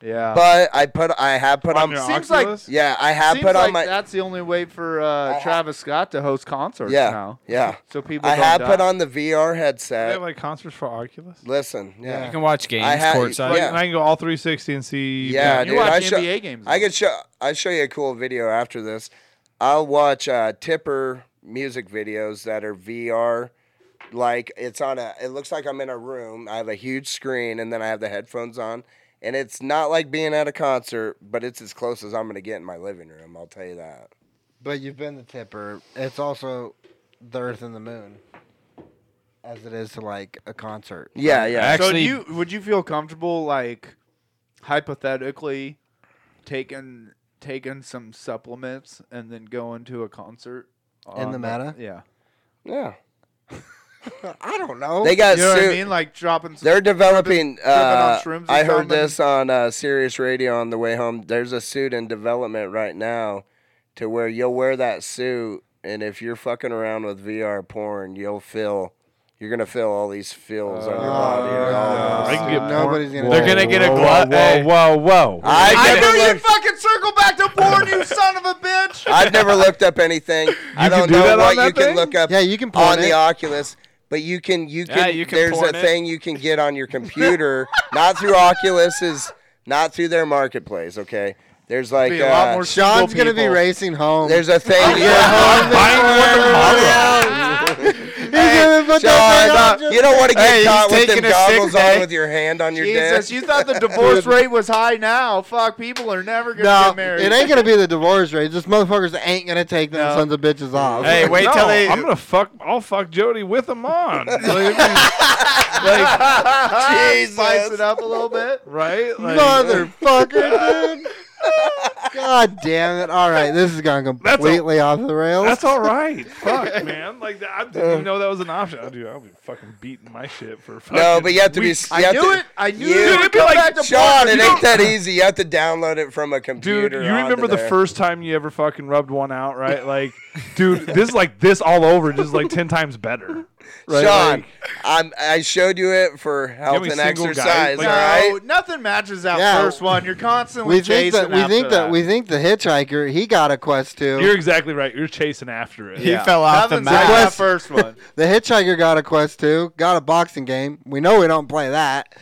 [SPEAKER 5] Yeah.
[SPEAKER 3] But I put I have put on,
[SPEAKER 4] on your
[SPEAKER 5] seems like-
[SPEAKER 4] Oculus?
[SPEAKER 3] um, yeah I have
[SPEAKER 5] Seems
[SPEAKER 3] put
[SPEAKER 5] like
[SPEAKER 3] on my
[SPEAKER 5] that's the only way for uh, Travis Scott to host concerts
[SPEAKER 3] yeah
[SPEAKER 5] now.
[SPEAKER 3] yeah
[SPEAKER 5] So people.
[SPEAKER 3] I
[SPEAKER 5] don't
[SPEAKER 3] have put
[SPEAKER 5] die.
[SPEAKER 3] on the VR
[SPEAKER 4] They
[SPEAKER 3] headset.
[SPEAKER 4] have like concerts for Oculus.
[SPEAKER 3] Listen, yeah,
[SPEAKER 6] You can watch games
[SPEAKER 3] I had-
[SPEAKER 6] courtside.
[SPEAKER 4] Like,
[SPEAKER 3] yeah.
[SPEAKER 4] and I can go all 360 and see.
[SPEAKER 3] yeah,
[SPEAKER 5] You
[SPEAKER 3] dude.
[SPEAKER 5] watch
[SPEAKER 3] I show,
[SPEAKER 5] NBA games.
[SPEAKER 3] I could show I show you a cool video after this. I'll watch uh, Tipper music videos that are VR. Like it's on a. It looks like I'm in a room. I have a huge screen, and then I have the headphones on. And it's not like being at a concert, but it's as close as I'm gonna get in my living room. I'll tell you that.
[SPEAKER 2] but you've been the tipper. It's also the Earth and the Moon, as it is to like a concert.
[SPEAKER 3] Yeah, yeah.
[SPEAKER 5] So do
[SPEAKER 6] Actually,
[SPEAKER 5] you would you feel comfortable like hypothetically taking taking some supplements and then going to a concert
[SPEAKER 2] In
[SPEAKER 5] on
[SPEAKER 2] the meta?
[SPEAKER 5] Yeah,
[SPEAKER 3] Yeah.
[SPEAKER 2] I don't know.
[SPEAKER 3] They got
[SPEAKER 5] Oh, you know what I
[SPEAKER 3] sued-
[SPEAKER 5] mean. Like dropping. Some,
[SPEAKER 3] They're developing. Uh,
[SPEAKER 5] tripping on shrooms or
[SPEAKER 3] I heard
[SPEAKER 5] something?
[SPEAKER 3] this on uh, Sirius Radio on the way home. There's a suit in development right now, to where you'll wear that suit, and if you're fucking around with VR porn, you'll feel. You're gonna feel all these feels on your
[SPEAKER 4] Uh,
[SPEAKER 3] body. and all
[SPEAKER 2] no.
[SPEAKER 3] this.
[SPEAKER 4] I can get
[SPEAKER 2] Nobody's
[SPEAKER 4] porn-
[SPEAKER 2] gonna-
[SPEAKER 4] Whoa,
[SPEAKER 2] They're gonna
[SPEAKER 6] get a
[SPEAKER 4] whoa,
[SPEAKER 6] glut-
[SPEAKER 4] Whoa,
[SPEAKER 6] hey.
[SPEAKER 4] whoa, whoa!
[SPEAKER 3] I've
[SPEAKER 5] I
[SPEAKER 3] never
[SPEAKER 5] knew you
[SPEAKER 3] looked.
[SPEAKER 5] fucking circle back to porn, you son of a bitch.
[SPEAKER 3] I've never looked up anything. I
[SPEAKER 4] You can
[SPEAKER 3] don't
[SPEAKER 4] do
[SPEAKER 3] know
[SPEAKER 4] that on
[SPEAKER 3] what
[SPEAKER 4] that
[SPEAKER 3] you
[SPEAKER 4] thing?
[SPEAKER 3] can look up.
[SPEAKER 2] Yeah, you can
[SPEAKER 3] on
[SPEAKER 2] porn
[SPEAKER 3] the
[SPEAKER 2] it.
[SPEAKER 3] Oculus, but you can you can,
[SPEAKER 6] Yeah, you can
[SPEAKER 3] there's a
[SPEAKER 6] porn it.
[SPEAKER 3] thing you can get on your computer, not through Oculus's, not through their marketplace. Okay, there's like
[SPEAKER 5] Be a lot
[SPEAKER 3] uh,
[SPEAKER 5] more s-
[SPEAKER 2] Sean's
[SPEAKER 5] Single
[SPEAKER 2] gonna be
[SPEAKER 5] people.
[SPEAKER 2] racing home.
[SPEAKER 3] there's a thing.
[SPEAKER 2] You're home.
[SPEAKER 4] Buying one tomorrow.
[SPEAKER 2] He's gonna haven't put that thing on.
[SPEAKER 3] John, uh, you don't want to get
[SPEAKER 5] Hey, he's
[SPEAKER 3] caught with
[SPEAKER 5] taking
[SPEAKER 3] them
[SPEAKER 5] a sick
[SPEAKER 3] goggles
[SPEAKER 5] day.
[SPEAKER 3] on with your hand on your
[SPEAKER 5] Jesus,
[SPEAKER 3] dick.
[SPEAKER 5] you thought the divorce rate was high now. Fuck, people are never gonna get
[SPEAKER 2] No,
[SPEAKER 5] married.
[SPEAKER 2] it ain't gonna be the divorce rate. Just motherfuckers ain't gonna take them
[SPEAKER 5] No.
[SPEAKER 2] sons of bitches off.
[SPEAKER 7] Hey, wait
[SPEAKER 4] no,
[SPEAKER 7] till they.
[SPEAKER 4] I'm gonna fuck. I'll fuck Jody with him on. Like, like,
[SPEAKER 5] Spice
[SPEAKER 3] Jesus.
[SPEAKER 5] it up a little bit.
[SPEAKER 4] right? Like,
[SPEAKER 2] motherfucker, dude. God damn it! All right, this has gone completely off the rails.
[SPEAKER 4] That's all right. Fuck, man. Like I didn't even know that was an option. I do. I'll be fucking beating my shit for fucking.
[SPEAKER 3] No, but you have to be.
[SPEAKER 4] weeks.
[SPEAKER 3] you have to-
[SPEAKER 5] I
[SPEAKER 3] you-
[SPEAKER 5] it
[SPEAKER 4] Dude,
[SPEAKER 5] would
[SPEAKER 4] it'd be
[SPEAKER 5] come
[SPEAKER 4] like
[SPEAKER 5] back to
[SPEAKER 3] Sean,
[SPEAKER 5] bother
[SPEAKER 3] it
[SPEAKER 5] you.
[SPEAKER 3] ain't that easy. You have to download it from a computer.
[SPEAKER 4] Dude, you
[SPEAKER 3] onto
[SPEAKER 4] remember the
[SPEAKER 3] there.
[SPEAKER 4] first time you ever fucking rubbed one out, right? Like, dude, this is like this all over, just like ten times better. Right?
[SPEAKER 3] Sean,
[SPEAKER 4] Like,
[SPEAKER 3] I'm, I showed you it for health
[SPEAKER 4] me
[SPEAKER 3] and
[SPEAKER 4] single guys,
[SPEAKER 3] exercise.
[SPEAKER 4] like-
[SPEAKER 5] No,
[SPEAKER 3] all right.
[SPEAKER 5] nothing matches that
[SPEAKER 2] Yeah.
[SPEAKER 5] first one. You're constantly
[SPEAKER 2] we think
[SPEAKER 5] chasing
[SPEAKER 2] that we
[SPEAKER 5] after
[SPEAKER 2] think that. we think the hitchhiker he got a quest too.
[SPEAKER 4] you're exactly right. You're chasing after it.
[SPEAKER 7] He fell off the
[SPEAKER 5] Nothing's like
[SPEAKER 7] map.
[SPEAKER 5] that first one.
[SPEAKER 2] the hitchhiker got a quest too. Got a boxing game. We know we don't play that.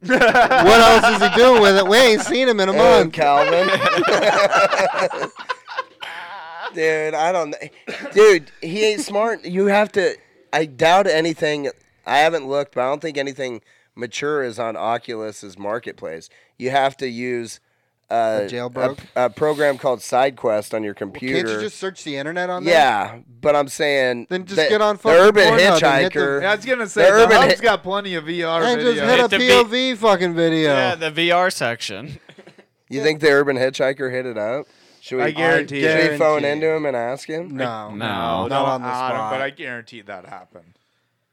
[SPEAKER 2] what else is he doing with it? We ain't seen him in a
[SPEAKER 3] Oh,
[SPEAKER 2] month.
[SPEAKER 3] Calvin. dude, I don't. kn- Dude, he ain't smart. You have to. I doubt anything. I haven't looked, but I don't think anything mature is on Oculus's marketplace. You have to use uh,
[SPEAKER 2] A jailbroke?
[SPEAKER 3] a, a program called SideQuest on your computer.
[SPEAKER 2] Can't you just search the internet on that?
[SPEAKER 3] yeah, but I'm saying
[SPEAKER 2] Then just
[SPEAKER 3] the-
[SPEAKER 2] get on
[SPEAKER 3] the
[SPEAKER 2] fucking
[SPEAKER 3] urban
[SPEAKER 2] Pornhub and hit the-
[SPEAKER 3] hitchhiker.
[SPEAKER 5] Yeah, I was gonna
[SPEAKER 3] The
[SPEAKER 5] say the,
[SPEAKER 3] urban
[SPEAKER 5] hub's
[SPEAKER 3] hit-
[SPEAKER 5] got plenty of VR
[SPEAKER 2] And just
[SPEAKER 5] videos.
[SPEAKER 2] hit a
[SPEAKER 7] It's a big-
[SPEAKER 2] POV fucking video.
[SPEAKER 7] Yeah, the VR section.
[SPEAKER 3] you think the urban hitchhiker hit it up? Should we?
[SPEAKER 5] I guarantee
[SPEAKER 3] Should
[SPEAKER 5] it.
[SPEAKER 3] we phone
[SPEAKER 2] Guarantee.
[SPEAKER 3] into him and ask him?
[SPEAKER 2] no,
[SPEAKER 6] No.
[SPEAKER 2] not
[SPEAKER 5] No,
[SPEAKER 2] on the
[SPEAKER 5] I don't-
[SPEAKER 2] spot.
[SPEAKER 5] but I guarantee that happened.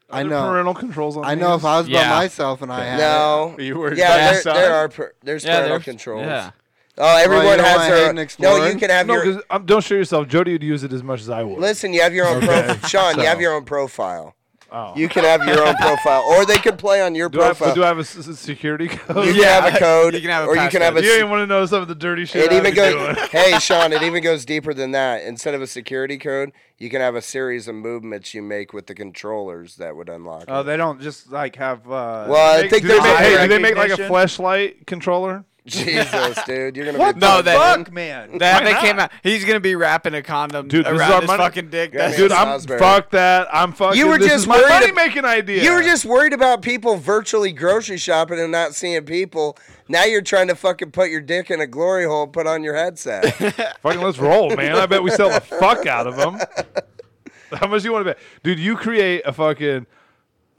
[SPEAKER 2] I
[SPEAKER 4] Other
[SPEAKER 2] know.
[SPEAKER 4] Parental controls on.
[SPEAKER 2] I know if I was
[SPEAKER 6] Yeah.
[SPEAKER 2] by myself and I had it.
[SPEAKER 3] No.
[SPEAKER 5] You were
[SPEAKER 3] yeah, there,
[SPEAKER 5] just
[SPEAKER 3] there
[SPEAKER 5] on.
[SPEAKER 3] are per, there's
[SPEAKER 6] Yeah,
[SPEAKER 3] parental
[SPEAKER 6] there's-
[SPEAKER 3] controls.
[SPEAKER 6] Yeah.
[SPEAKER 3] Oh, everyone
[SPEAKER 2] you don't
[SPEAKER 3] has
[SPEAKER 2] wanna hide
[SPEAKER 3] their.
[SPEAKER 2] and explore?
[SPEAKER 3] No, you can have
[SPEAKER 4] No,
[SPEAKER 3] your.
[SPEAKER 4] because um, don't show yourself. Jody would use it as much as I would.
[SPEAKER 3] Listen, you have your own. Pro- Sean, you have your own profile.
[SPEAKER 4] Oh.
[SPEAKER 3] You can have your own profile, or they could play on your
[SPEAKER 4] do I, have,
[SPEAKER 3] profile.
[SPEAKER 4] but do I have a s- s- security code?
[SPEAKER 3] you
[SPEAKER 7] Yeah,
[SPEAKER 3] can have a code,
[SPEAKER 7] you can have a
[SPEAKER 3] or you can have a.
[SPEAKER 4] You
[SPEAKER 3] se-
[SPEAKER 4] ain't want to know some of the dirty shit.
[SPEAKER 3] It
[SPEAKER 4] I
[SPEAKER 3] even
[SPEAKER 4] be
[SPEAKER 3] goes.
[SPEAKER 4] doing.
[SPEAKER 3] hey, Sean, it even goes deeper than that. Instead of a security code, you can have a series of movements you make with the controllers that would unlock.
[SPEAKER 5] Oh,
[SPEAKER 3] it.
[SPEAKER 5] they don't just like have. Uh,
[SPEAKER 3] well, I
[SPEAKER 4] Hey,
[SPEAKER 3] think
[SPEAKER 4] do they
[SPEAKER 3] there's.
[SPEAKER 4] make, hey, do they make like a
[SPEAKER 5] recognition.
[SPEAKER 4] flashlight controller?
[SPEAKER 3] Jesus, dude, you're gonna be.
[SPEAKER 7] No,
[SPEAKER 5] the
[SPEAKER 7] that-
[SPEAKER 5] Oh, fuck, man.
[SPEAKER 7] That
[SPEAKER 4] Why
[SPEAKER 7] they came
[SPEAKER 4] not?
[SPEAKER 7] out. He's gonna be wrapping a condom
[SPEAKER 4] Dude, this is our
[SPEAKER 7] around his
[SPEAKER 4] money-
[SPEAKER 7] fucking dick.
[SPEAKER 3] Yeah,
[SPEAKER 7] That's
[SPEAKER 3] man.
[SPEAKER 4] Dude, I'm
[SPEAKER 3] Salisbury.
[SPEAKER 4] fuck that. I'm fucking.
[SPEAKER 3] You were
[SPEAKER 4] this is
[SPEAKER 3] just
[SPEAKER 4] my
[SPEAKER 3] worried ab-
[SPEAKER 4] money making idea.
[SPEAKER 3] You were just worried about people virtually grocery shopping and not seeing people. Now you're trying to fucking put your dick in a glory hole, and put on your headset.
[SPEAKER 4] fucking. Let's roll, man. I bet we sell the fuck out of them. How much you want to bet, dude? You create a fucking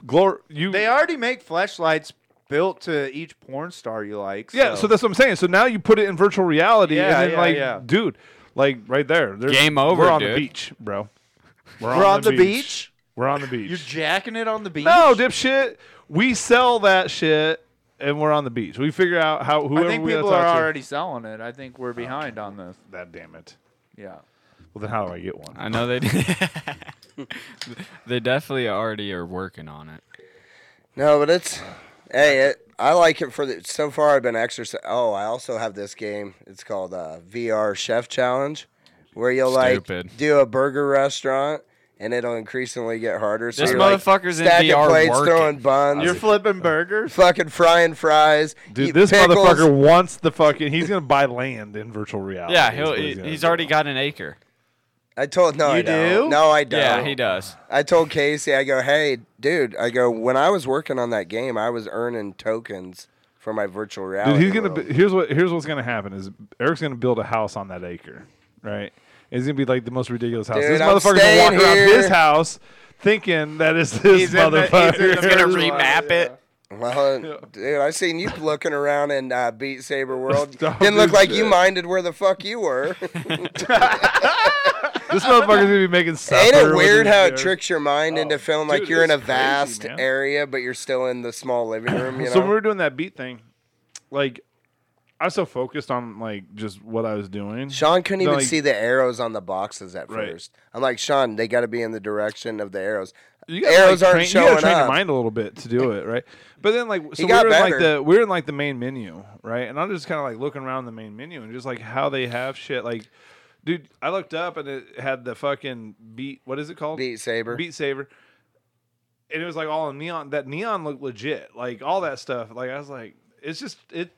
[SPEAKER 4] glory. You
[SPEAKER 5] They already make flashlights built to each porn star you like.
[SPEAKER 4] Yeah, so. that's what I'm saying. So now you put it in virtual reality,
[SPEAKER 5] Yeah,
[SPEAKER 4] and then
[SPEAKER 5] yeah,
[SPEAKER 4] like,
[SPEAKER 5] yeah.
[SPEAKER 4] dude, like right there, there's-
[SPEAKER 6] Game over,
[SPEAKER 4] We're on the
[SPEAKER 6] dude.
[SPEAKER 4] beach, bro.
[SPEAKER 5] we're on the beach.
[SPEAKER 4] We're on the beach.
[SPEAKER 5] You're jacking it on the beach.
[SPEAKER 4] no, dipshit. We sell that shit, and we're on the beach. We figure out how
[SPEAKER 5] I
[SPEAKER 4] whoever
[SPEAKER 5] think
[SPEAKER 4] we gotta
[SPEAKER 5] people
[SPEAKER 4] talk
[SPEAKER 5] are
[SPEAKER 4] to-
[SPEAKER 5] already selling it. I think we're behind on this.
[SPEAKER 4] God damn it.
[SPEAKER 5] Yeah.
[SPEAKER 4] Well, then how do I get one?
[SPEAKER 6] I know they. they definitely already are working on it.
[SPEAKER 3] No, but it's hey, it, I like it for the. So far, I've been exercise. Oh, I also have this game. It's called uh, VR Chef Challenge, where you'll like
[SPEAKER 6] Stupid.
[SPEAKER 3] do a burger restaurant, and it'll increasingly get harder. So
[SPEAKER 6] This
[SPEAKER 3] you're, like,
[SPEAKER 6] motherfucker's in
[SPEAKER 3] stacking
[SPEAKER 6] VR
[SPEAKER 3] plates,
[SPEAKER 6] working.
[SPEAKER 3] throwing buns,
[SPEAKER 5] You're flipping burgers.
[SPEAKER 3] fucking frying fries.
[SPEAKER 4] Dude,
[SPEAKER 3] eat
[SPEAKER 4] this
[SPEAKER 3] pickles.
[SPEAKER 4] motherfucker wants the fucking. He's gonna buy land in virtual reality.
[SPEAKER 6] Yeah,
[SPEAKER 4] is
[SPEAKER 6] he'll,
[SPEAKER 4] what
[SPEAKER 6] he,
[SPEAKER 4] gonna
[SPEAKER 6] he's
[SPEAKER 4] do.
[SPEAKER 6] already got an acre.
[SPEAKER 3] I told no, I
[SPEAKER 5] You
[SPEAKER 3] don't.
[SPEAKER 5] do?
[SPEAKER 3] No, I don't.
[SPEAKER 6] Yeah, he does.
[SPEAKER 3] I told Casey, I go, hey, dude, I go, when I was working on that game, I was earning tokens for my virtual reality.
[SPEAKER 4] Dude, he's gonna.
[SPEAKER 3] world.
[SPEAKER 4] Be, here's what. Here's what's gonna happen is Eric's gonna build a house on that acre, right? It's gonna be like the most ridiculous house.
[SPEAKER 3] Dude,
[SPEAKER 4] this
[SPEAKER 3] I'm
[SPEAKER 4] motherfucker's gonna walk
[SPEAKER 3] staying
[SPEAKER 4] around
[SPEAKER 3] here.
[SPEAKER 4] his house thinking that it's this
[SPEAKER 5] He's in the- he's in
[SPEAKER 4] motherfucker.
[SPEAKER 5] the
[SPEAKER 7] He's gonna
[SPEAKER 5] There's one,
[SPEAKER 7] remap it.
[SPEAKER 3] Well, uh, dude, I seen you looking around in uh, Beat Saber World.
[SPEAKER 4] Stop
[SPEAKER 3] Didn't look
[SPEAKER 4] this
[SPEAKER 3] like you
[SPEAKER 4] shit.
[SPEAKER 3] minded where the fuck you were.
[SPEAKER 4] this motherfucker's gonna be making supper.
[SPEAKER 3] Ain't it
[SPEAKER 4] with
[SPEAKER 3] weird
[SPEAKER 4] his
[SPEAKER 3] how it
[SPEAKER 4] beer.
[SPEAKER 3] tricks your mind into feeling
[SPEAKER 4] Oh, dude,
[SPEAKER 3] like you're in a
[SPEAKER 4] it's crazy,
[SPEAKER 3] vast
[SPEAKER 4] man.
[SPEAKER 3] area, but you're still in the small living room? You know?
[SPEAKER 4] So when we were doing that beat thing, like I was so focused on like just what I was doing.
[SPEAKER 3] Sean couldn't
[SPEAKER 4] No,
[SPEAKER 3] even
[SPEAKER 4] like-
[SPEAKER 3] see the arrows on the boxes at
[SPEAKER 4] Right.
[SPEAKER 3] first. I'm like, Sean, they got to be in the direction of the arrows.
[SPEAKER 4] you
[SPEAKER 3] arrows
[SPEAKER 4] like,
[SPEAKER 3] aren't
[SPEAKER 4] train, You
[SPEAKER 3] showing
[SPEAKER 4] gotta train
[SPEAKER 3] up.
[SPEAKER 4] your mind a little bit to do it, right? But then like so we
[SPEAKER 3] got
[SPEAKER 4] were in like
[SPEAKER 3] better.
[SPEAKER 4] the we were in like the main menu, right? And I'm just kind of like looking around the main menu and just like how they have shit. Like, dude, I looked up and it had the fucking beat. What is it called?
[SPEAKER 3] Beat Saber.
[SPEAKER 4] Beat Saber. And it was like all in neon. That neon looked legit. Like all that stuff. Like I was like, it's just it.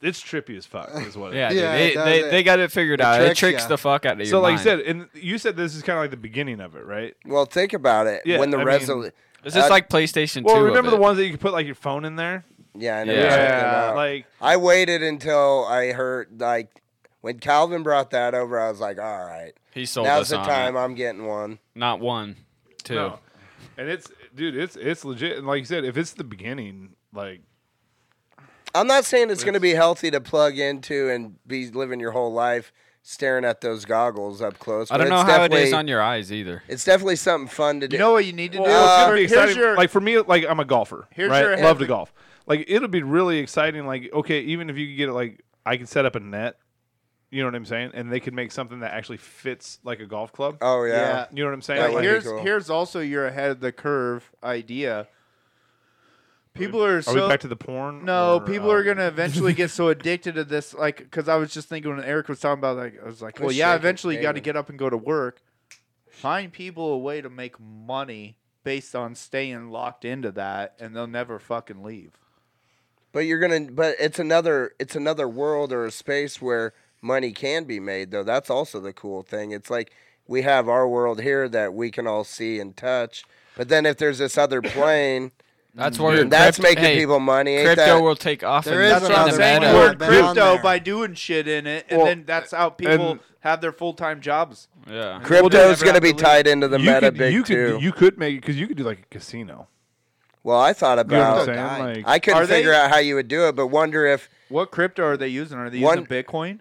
[SPEAKER 4] it's trippy as fuck, is what. it
[SPEAKER 6] Yeah,
[SPEAKER 4] is.
[SPEAKER 6] dude,
[SPEAKER 2] Yeah,
[SPEAKER 6] they,
[SPEAKER 2] it does
[SPEAKER 6] they,
[SPEAKER 2] it.
[SPEAKER 6] they got it figured out.
[SPEAKER 2] tricks
[SPEAKER 6] it tricks
[SPEAKER 2] ya.
[SPEAKER 6] the fuck out of you.
[SPEAKER 4] So, like you said, and you said this is kind of like the beginning of it, right?
[SPEAKER 3] Well, think about it.
[SPEAKER 4] Yeah,
[SPEAKER 3] when the
[SPEAKER 4] I mean-
[SPEAKER 3] resolution.
[SPEAKER 6] is this
[SPEAKER 3] uh,
[SPEAKER 6] like PlayStation
[SPEAKER 4] Well,
[SPEAKER 6] 2?
[SPEAKER 4] remember
[SPEAKER 6] of
[SPEAKER 4] the
[SPEAKER 6] it?
[SPEAKER 4] ones that you could put like your phone in there?
[SPEAKER 3] Yeah, I know.
[SPEAKER 6] Yeah.
[SPEAKER 3] check them out.
[SPEAKER 4] like
[SPEAKER 3] I waited until I heard like when Calvin brought that over. I was like, all right,
[SPEAKER 6] He sold
[SPEAKER 3] now's
[SPEAKER 6] us
[SPEAKER 3] the
[SPEAKER 6] on
[SPEAKER 3] time.
[SPEAKER 6] it.
[SPEAKER 3] I'm getting one.
[SPEAKER 6] Not one, two.
[SPEAKER 4] no. And it's dude, it's it's legit. And like you said, if it's the beginning, like
[SPEAKER 3] I'm not saying it's going to be healthy to plug into and be living your whole life staring at those goggles up close.
[SPEAKER 6] I don't
[SPEAKER 3] but
[SPEAKER 6] know
[SPEAKER 3] it's
[SPEAKER 6] how it is
[SPEAKER 3] definitely-
[SPEAKER 6] on your eyes either.
[SPEAKER 3] It's definitely something fun to do.
[SPEAKER 5] You know what you need to do?
[SPEAKER 4] it's gonna
[SPEAKER 5] Here-
[SPEAKER 4] be
[SPEAKER 5] Uh, here's
[SPEAKER 4] exciting.
[SPEAKER 5] your-
[SPEAKER 4] like for me, like I'm a golfer.
[SPEAKER 5] Here's
[SPEAKER 4] right?
[SPEAKER 5] your
[SPEAKER 4] love to
[SPEAKER 5] heavy-
[SPEAKER 4] golf. Like it'll be really exciting. Like okay, even if you could get it, like I can set up a net. You know what I'm saying? And they could make something that actually fits like a golf club.
[SPEAKER 3] oh yeah.
[SPEAKER 5] Uh, Yeah.
[SPEAKER 4] You know what I'm saying?
[SPEAKER 3] That
[SPEAKER 4] Like,
[SPEAKER 3] would
[SPEAKER 5] But
[SPEAKER 3] be
[SPEAKER 5] here's
[SPEAKER 3] cool.
[SPEAKER 5] here's also your ahead of the curve idea. People are,
[SPEAKER 4] are
[SPEAKER 5] so
[SPEAKER 4] we back to the porn?
[SPEAKER 5] no.
[SPEAKER 4] or,
[SPEAKER 5] people
[SPEAKER 4] uh,
[SPEAKER 3] um,
[SPEAKER 5] are gonna eventually get so addicted to this, like, because I was just thinking when Eric was talking about, like, I was like,
[SPEAKER 3] Quit
[SPEAKER 5] well, yeah,
[SPEAKER 3] shaking,
[SPEAKER 5] eventually you got to
[SPEAKER 3] baby.
[SPEAKER 5] get up and go to work. Find people a way to make money based on staying locked into that, and they'll never fucking leave.
[SPEAKER 3] But you're gonna. But it's another. It's another world or a space where money can be made, though. That's also the cool thing. It's like we have our world here that we can all see and touch. But then if there's this other plane,
[SPEAKER 6] That's where
[SPEAKER 3] and that's
[SPEAKER 6] crypt-
[SPEAKER 3] making
[SPEAKER 6] hey,
[SPEAKER 3] people money. Ain't
[SPEAKER 6] Crypto
[SPEAKER 3] that-
[SPEAKER 6] will take off.
[SPEAKER 2] There
[SPEAKER 6] in
[SPEAKER 2] is
[SPEAKER 5] That's what I'm
[SPEAKER 2] another
[SPEAKER 5] saying.
[SPEAKER 2] one. I've
[SPEAKER 6] Meta.
[SPEAKER 5] Learn
[SPEAKER 2] been on
[SPEAKER 5] crypto
[SPEAKER 2] there.
[SPEAKER 5] by doing shit in it, and
[SPEAKER 4] Well,
[SPEAKER 5] then that's how people
[SPEAKER 4] and-
[SPEAKER 5] have their full time jobs.
[SPEAKER 6] Yeah.
[SPEAKER 3] Crypto's
[SPEAKER 5] Well, dude,
[SPEAKER 3] gonna be
[SPEAKER 5] I believe-
[SPEAKER 3] tied into the
[SPEAKER 4] you
[SPEAKER 3] meta
[SPEAKER 4] could,
[SPEAKER 3] big
[SPEAKER 4] you
[SPEAKER 3] too.
[SPEAKER 4] could you could make because you could do like a casino.
[SPEAKER 3] well, I thought
[SPEAKER 4] You know
[SPEAKER 3] about.
[SPEAKER 4] what I'm
[SPEAKER 2] died.
[SPEAKER 4] saying? Like
[SPEAKER 3] I couldn't
[SPEAKER 5] Are they-
[SPEAKER 3] figure out how you would do it, but wonder if,
[SPEAKER 5] What crypto are they using? Are they
[SPEAKER 3] One-
[SPEAKER 5] using Bitcoin?